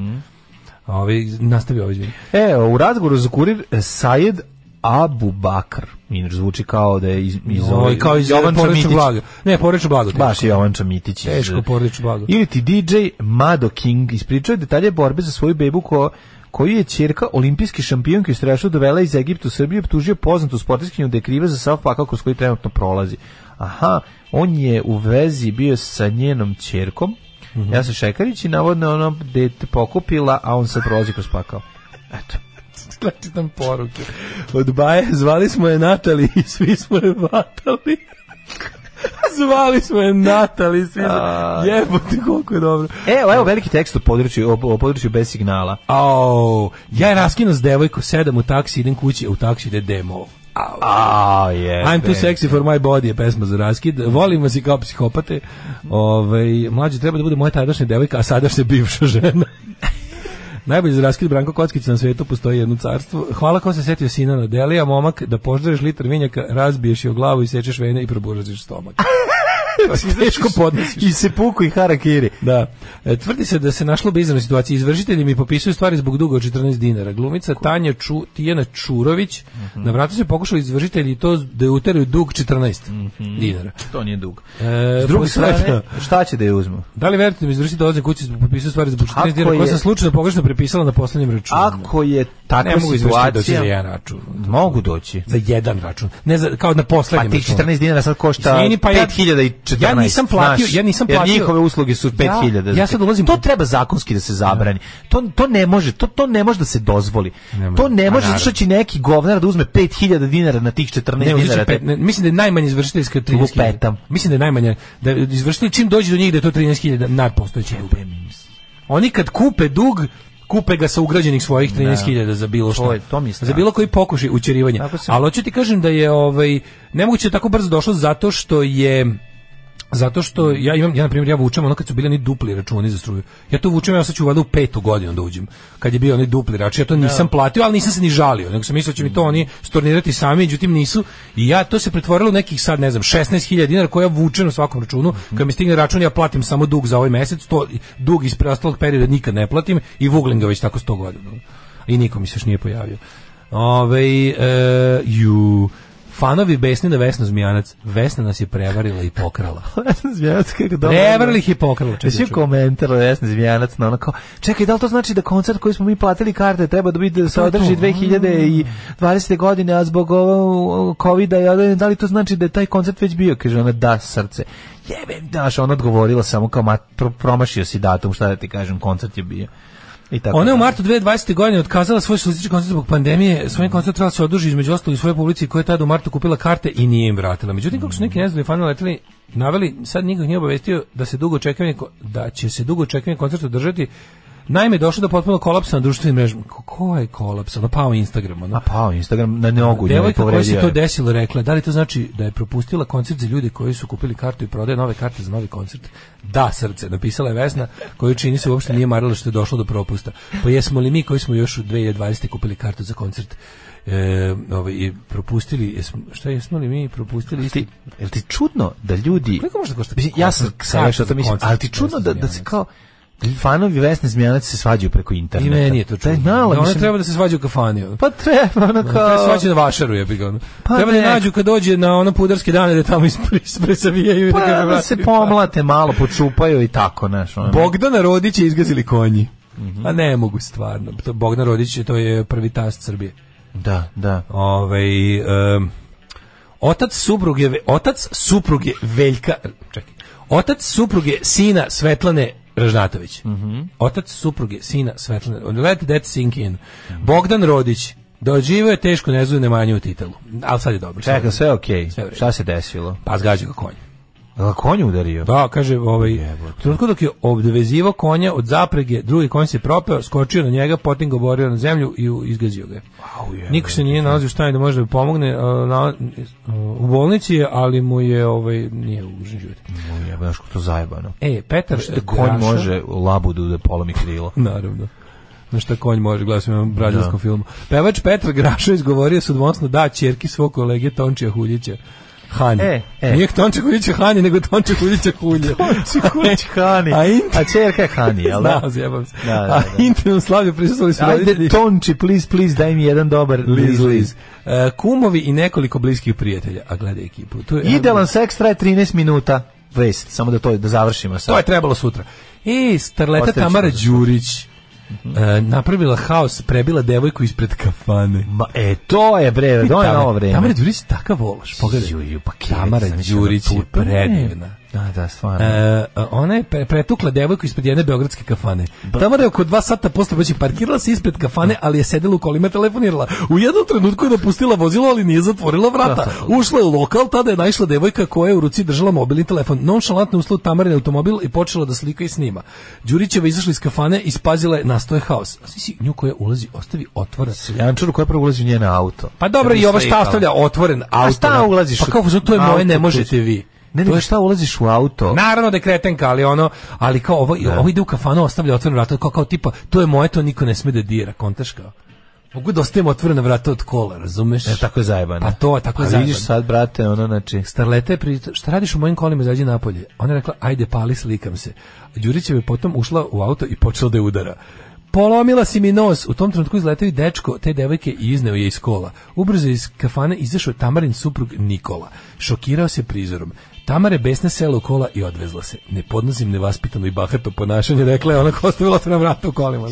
[SPEAKER 6] Ovi, nastavi ovo, izvini.
[SPEAKER 7] E, u razgovoru za kurir e, Sajed Abu Bakr. Inače zvuči kao da je iz, iz,
[SPEAKER 6] Ovo,
[SPEAKER 7] ove-
[SPEAKER 6] Ovaj, kao iz
[SPEAKER 7] Jovan
[SPEAKER 6] porodičnog
[SPEAKER 7] Čamitić.
[SPEAKER 6] blaga. Ne, porodično blago. teško.
[SPEAKER 7] Baš Jovan Čamitić. iz-
[SPEAKER 6] Teško porodično blago.
[SPEAKER 7] Ili ti DJ Mado King ispričao je detalje borbe za svoju bebu ko, koju je ćerka olimpijski šampionka iz Trešu dovela iz Egipta u Srbiju i optužio poznatu sportiskinju da je kriva za sav pakao kroz koji trenutno prolazi. Aha, on je u vezi bio sa njenom ćerkom,
[SPEAKER 6] Mhm.
[SPEAKER 7] ja sam Šekarić i navodno ono dete pokupila, a on se prolazi kroz pakao. Eto.
[SPEAKER 6] čitam poruke. Od Baje, zvali smo je Natali i svi smo je vatali. (laughs) zvali smo je Natali, svi smo...
[SPEAKER 7] Aj.
[SPEAKER 6] Jebote, koliko je dobro.
[SPEAKER 7] Evo, evo veliki tekst o području, o, o području bez signala.
[SPEAKER 6] Au, ja je raskinu s devojko, sedam u taksi, idem kući, a u taksi ide demo. Au.
[SPEAKER 7] A, je.
[SPEAKER 6] I'm too sexy for my body je pesma za raskid. Volim vas i kao psihopate. Ovaj mlađe treba da bude moja tadašnja devojka, a sadašnja bivša žena. (laughs) Najbolji za raskid Branko Kockić na svetu postoji jedno carstvo. Hvala ko se setio sina na Delija, momak, da poždreš litar vinjaka, razbiješ je o glavu i sečeš vene i probužaš stomak. Teško podnosiš.
[SPEAKER 7] I se puku i harakiri.
[SPEAKER 6] Da. E, Tvrdi se da se našlo bezizravne situacije. Izvršitelji mi popisuju stvari zbog duga od 14 dinara. Glumica Tanja Ču, Tijena Čurović,
[SPEAKER 7] Mhm.
[SPEAKER 6] na vratu se pokušali izvršitelji i to da je uteraju dug 14 dinara.
[SPEAKER 7] To nije dug.
[SPEAKER 6] E,
[SPEAKER 7] Mhm. S druge
[SPEAKER 6] po strani-
[SPEAKER 7] strane, šta će da je uzmu?
[SPEAKER 6] (laughs) Da li verujete da mi izvršitelj dolazi kući zbog popisuju stvari zbog 14
[SPEAKER 7] Ako
[SPEAKER 6] dinara koje
[SPEAKER 7] je-
[SPEAKER 6] sam slučajno pogrešno prepisala na poslednjem računu?
[SPEAKER 7] Ako je
[SPEAKER 6] ne
[SPEAKER 7] takva
[SPEAKER 6] mogu izvršiti doći za
[SPEAKER 7] situacija...
[SPEAKER 6] jedan račun.
[SPEAKER 7] Mogu doći.
[SPEAKER 6] Za jedan račun. Ne za, kao na
[SPEAKER 7] Pa
[SPEAKER 6] poslednjem
[SPEAKER 7] ti
[SPEAKER 6] računu.
[SPEAKER 7] 14 dinara sad košta
[SPEAKER 6] Izvini, pa ja-
[SPEAKER 7] 5014.
[SPEAKER 6] ja nisam platio-
[SPEAKER 7] znaš,
[SPEAKER 6] ja nisam
[SPEAKER 7] jer
[SPEAKER 6] platio-
[SPEAKER 7] njihove usluge su 5000.
[SPEAKER 6] Ja- ja sad ulazim-
[SPEAKER 7] To treba zakonski da se zabrani. To, to ne može, to, to ne može da se dozvoli.
[SPEAKER 6] može.
[SPEAKER 7] to ne može
[SPEAKER 6] Pa
[SPEAKER 7] zato
[SPEAKER 6] naravno.
[SPEAKER 7] što će neki govnar da uzme 5000 dinara na tih 14
[SPEAKER 6] Ne, uzet će
[SPEAKER 7] dinara.
[SPEAKER 6] pet- ne, mislim da je najmanje izvršiteljska 13.000.
[SPEAKER 7] Lupetam.
[SPEAKER 6] Mislim da je najmanje da izvršitelj čim dođe do njih da je to 13.000 nadpostojeći dug. Oni kad kupe dug, kupe ga sa ugrađenih svojih 13.000 za bilo
[SPEAKER 7] To
[SPEAKER 6] što.
[SPEAKER 7] je- to mi je
[SPEAKER 6] za
[SPEAKER 7] strah.
[SPEAKER 6] bilo koji pokušaj učerivanja.
[SPEAKER 7] Tako sam-
[SPEAKER 6] Ali hoću ti kažem da je ovaj nemoguće je tako brzo došlo zato što je Zato što ja imam, ja na primjer, ja vučem ono kad su bili oni dupli računi za struju. Ja to vučem, ja sad ću valjda u petu godinu da uđem. Kad je bio onaj dupli račun, ja to nisam platio, ali nisam se ni žalio. Nego sam mislio da će mi to oni stornirati sami, međutim nisu. I ja to se pretvorilo u nekih sad, ne znam, 16.000 dinara koja ja vučem na svakom računu. Kad mi stigne račun, ja platim samo dug za ovaj mesec, to dug iz preostalog perioda nikad ne platim i vuglim ga već tako 100 godina. ono. I niko mi se još nije pojavio. Ove, e, ju, Fanovi besni na Vesnu Zmijanac. Vesna nas je prevarila i pokrala.
[SPEAKER 7] (laughs) Vesna Zmijanac, kako dobro.
[SPEAKER 6] Prevarili ih i pokrali.
[SPEAKER 7] Jesi joj komentar Vesna Zmijanac na ono kao, čekaj, da li to znači da koncert koji smo mi platili karte treba da, biti, da se
[SPEAKER 6] Pa To je to.
[SPEAKER 7] održi 2020. godine, a zbog ovo COVID-a, i ovo, da li to znači da je taj koncert već bio? Kaže ona, da, srce. Jebem, daš, ona odgovorila samo kao, ma, pro- promašio si datum, šta da ti kažem, koncert je bio. I tako
[SPEAKER 6] Ona je u
[SPEAKER 7] dalje.
[SPEAKER 6] martu 2020. godine otkazala svoj solistički koncert zbog pandemije. Svojim koncertom trebala se odruži između ostalog i svoje publici koja je tada u martu kupila karte i nije im vratila. Međutim, kako su neki nezadovoljni fanovi leteli, naveli, sad nikog nije obavestio da se dugo očekivani ko- da će se dugo očekivani koncert održati Naime, došlo do potpuno kolapsa na društvenim mrežama. Ko- Ko je kolaps? Ono, pao Instagram. Ono.
[SPEAKER 7] A pao Instagram na nogu, njoj je
[SPEAKER 6] Devojka koja se
[SPEAKER 7] povredio.
[SPEAKER 6] to
[SPEAKER 7] je.
[SPEAKER 6] desilo rekla, da li to znači da je propustila koncert za ljude koji su kupili kartu i prodaje nove karte za novi koncert? Da, srce, napisala je Vesna, koju čini se uopšte nije marila što je došlo do propusta. Pa jesmo li mi koji smo još u 2020. kupili kartu za koncert e, ovaj, i propustili, jesmo, šta jesmo li mi propustili isti?
[SPEAKER 7] ti, jel ti čudno da ljudi...
[SPEAKER 6] Koliko može da košta
[SPEAKER 7] Mislim, ja sam
[SPEAKER 6] koncert?
[SPEAKER 7] sam nešto
[SPEAKER 6] Koncert,
[SPEAKER 7] to mislim, ali ti
[SPEAKER 6] koncert,
[SPEAKER 7] čudno da, da
[SPEAKER 6] Vesna
[SPEAKER 7] se kao da fanovi Vesne Zmijanac se svađaju preko
[SPEAKER 6] I
[SPEAKER 7] interneta.
[SPEAKER 6] meni je to čudno.
[SPEAKER 7] Da, je malo,
[SPEAKER 6] Da, ona
[SPEAKER 7] mislim,
[SPEAKER 6] treba da se svađa u kafani. ono.
[SPEAKER 7] Pa treba, ono
[SPEAKER 6] Treba
[SPEAKER 7] kao...
[SPEAKER 6] svađa na vašaru, jebi ga. ono.
[SPEAKER 7] Pa
[SPEAKER 6] treba da
[SPEAKER 7] ne.
[SPEAKER 6] nađu kad dođe na ono pudarske dane da tamo ispre- ispresavijaju. i
[SPEAKER 7] Pa
[SPEAKER 6] da ga
[SPEAKER 7] da se
[SPEAKER 6] vrati.
[SPEAKER 7] pomlate malo, počupaju i tako, znaš. Ono.
[SPEAKER 6] Bogdana Rodić je izgazili konji. A ne mogu stvarno. To Bogdan Rodić je- to je prvi tast Srbije.
[SPEAKER 7] Da, da.
[SPEAKER 6] Ovaj em, otac supruge otac supruge Veljka, čekaj. Otac supruge sina Svetlane Ražnatović. Otac supruge sina Svetlane. Let that sink in. Bogdan Rodić doživio je tešku nezu nemanje u titelu. Ali sad je dobro. sad je
[SPEAKER 7] Čekaj,
[SPEAKER 6] dobro.
[SPEAKER 7] sve je okej.
[SPEAKER 6] Sve u redu.
[SPEAKER 7] Šta se desilo?
[SPEAKER 6] Pa zgađa ga konj.
[SPEAKER 7] Jel ga konj udario?
[SPEAKER 6] Da, kaže, ovaj, u trenutku dok je obvezivao konja od zaprege, drugi konj se propeo, skočio na njega, potim ga oborio na zemlju i u- izgazio ga je. Niko se nije nalazio šta je da može da pomogne, a, na- a, u bolnici je, ali mu je, ovaj, nije ugrožen život.
[SPEAKER 7] O, jebe, znaš kako to zajebano.
[SPEAKER 6] E, Petar
[SPEAKER 7] Da konj
[SPEAKER 6] Graša-
[SPEAKER 7] može labudu da polomi
[SPEAKER 6] (laughs)
[SPEAKER 7] krilo.
[SPEAKER 6] Naravno. Na šta konj može, gledao sam u jednom brazilskom filmu. Pevač Petar Graša izgovorio sudmosno da čerki svog kolege Tončija Huljića. Hani.
[SPEAKER 7] E, e.
[SPEAKER 6] Nije Tončija Huljića Hani, nego Tončija Huljića
[SPEAKER 7] (laughs)
[SPEAKER 6] Hulja. Tončija
[SPEAKER 7] Kuć Hani.
[SPEAKER 6] A in-
[SPEAKER 7] A čerka je Hani, jel da?
[SPEAKER 6] Znao, zjebam se.
[SPEAKER 7] Da, da, da.
[SPEAKER 6] A intimnom slavlju prisustvovali su
[SPEAKER 7] Ajde,
[SPEAKER 6] roditelji.
[SPEAKER 7] Tonči, please, please, daj mi jedan dobar liz, liz.
[SPEAKER 6] E, kumovi i nekoliko bliskih prijatelja. A gledaj ekipu. Tu je,
[SPEAKER 7] Idealan seks traje 13 minuta. Vest, samo da to da završimo sad.
[SPEAKER 6] To je trebalo sutra. E, starleta
[SPEAKER 7] Ostavit ću
[SPEAKER 6] Tamara
[SPEAKER 7] to za
[SPEAKER 6] Đurić e, napravila haos, prebila devojku ispred kafane.
[SPEAKER 7] Ma, e, to je bre, to je
[SPEAKER 6] Tamara-
[SPEAKER 7] novo vreme.
[SPEAKER 6] Tamara Đurić je takav vološ, pogledaj.
[SPEAKER 7] Ju, ju, pa kje,
[SPEAKER 6] Tamara
[SPEAKER 7] sam mislio da
[SPEAKER 6] Đurić je
[SPEAKER 7] putem.
[SPEAKER 6] predivna.
[SPEAKER 7] Da, da, stvarno.
[SPEAKER 6] E, ona je pre- pretukla devojku ispred jedne beogradske kafane. Tamara je oko dva sata posle već parkirala se ispred kafane, ali je sedela u kolima i telefonirala. U jednom trenutku je napustila vozilo, ali nije zatvorila vrata. Ušla je u lokal, tada je naišla devojka koja je u ruci držala mobilni telefon. Nonšalantno uslu Tamarin automobil i počela da slika i snima. Đurićeva je izašla iz kafane i spazila je nastoje haos. A svi si nju koja ulazi, ostavi otvora
[SPEAKER 7] Jančuru koja prvo ulazi u njen auto.
[SPEAKER 6] pa dobro,
[SPEAKER 7] Da bi
[SPEAKER 6] i ovo šta
[SPEAKER 7] slikala.
[SPEAKER 6] ostavlja otvoren auto.
[SPEAKER 7] A šta
[SPEAKER 6] na-
[SPEAKER 7] ulaziš?
[SPEAKER 6] Pa
[SPEAKER 7] u-
[SPEAKER 6] kao, to je moje,
[SPEAKER 7] auto
[SPEAKER 6] ne
[SPEAKER 7] tuđe?
[SPEAKER 6] možete vi.
[SPEAKER 7] Ne,
[SPEAKER 6] To
[SPEAKER 7] nego
[SPEAKER 6] je-
[SPEAKER 7] šta ulaziš u auto?
[SPEAKER 6] Naravno da je kretenka, ali ono, ali kao ovo, ovo ide u kafanu, ostavlja otvorenu vrata, kao, kao tipa, to je moje, to niko ne sme da dira, kontaš kao. Mogu da ostavimo otvorena vrata od kola, razumeš?
[SPEAKER 9] E, tako je zajebano.
[SPEAKER 6] Pa to, tako je
[SPEAKER 9] A
[SPEAKER 6] zajebano.
[SPEAKER 9] vidiš sad, brate, ono, znači...
[SPEAKER 6] Starleta je pri... šta radiš u mojim kolima, izađi napolje. Ona je rekla, ajde pali, slikam se. Đurićeva je potom ušla u auto i počela da je udara. Polomila si mi nos. U tom trenutku izletao i dečko te devojke i izneo je iz kola. Ubrzo je iz kafane izašao je Tamarin suprug Nikola. Šokirao se prizorom. Tamara je besna sela u kola i odvezla se. Ne podnosim nevaspitano i bahato ponašanje, rekla je ona koja ostavila otvorena vrata u kolima.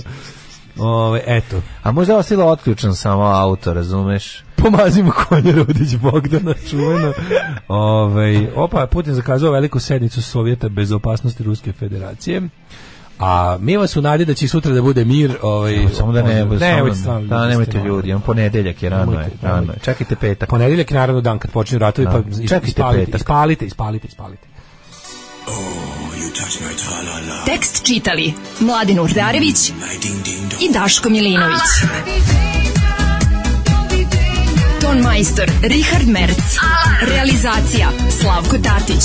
[SPEAKER 6] Ove, eto.
[SPEAKER 9] A možda je ostila otključan samo auto, razumeš?
[SPEAKER 6] Pomazimo konja Rudić Bogdana, čuveno. Ovaj, opa, Putin zakazao veliku sednicu Sovjeta bez opasnosti Ruske federacije. A mi vas u nadi da će i sutra da bude mir. Ovaj,
[SPEAKER 9] Samo da ne,
[SPEAKER 6] ovaj,
[SPEAKER 9] samo
[SPEAKER 6] nemojte stvarno,
[SPEAKER 9] da, nemojte ljudi, on ponedeljak je rano, je,
[SPEAKER 6] Nemojte,
[SPEAKER 9] rano je.
[SPEAKER 6] nemojte.
[SPEAKER 9] Čekajte petak.
[SPEAKER 6] Ponedeljak je naravno dan kad počinju ratovi,
[SPEAKER 9] Da.
[SPEAKER 6] pa
[SPEAKER 9] Čekajte
[SPEAKER 6] Čekajte ispalite,
[SPEAKER 9] petak.
[SPEAKER 6] ispalite, ispalite, ispalite.
[SPEAKER 5] Tekst čitali Mladin Urdarević i Daško Milinović. Ton majstor Richard Merc. Realizacija Slavko Tatić.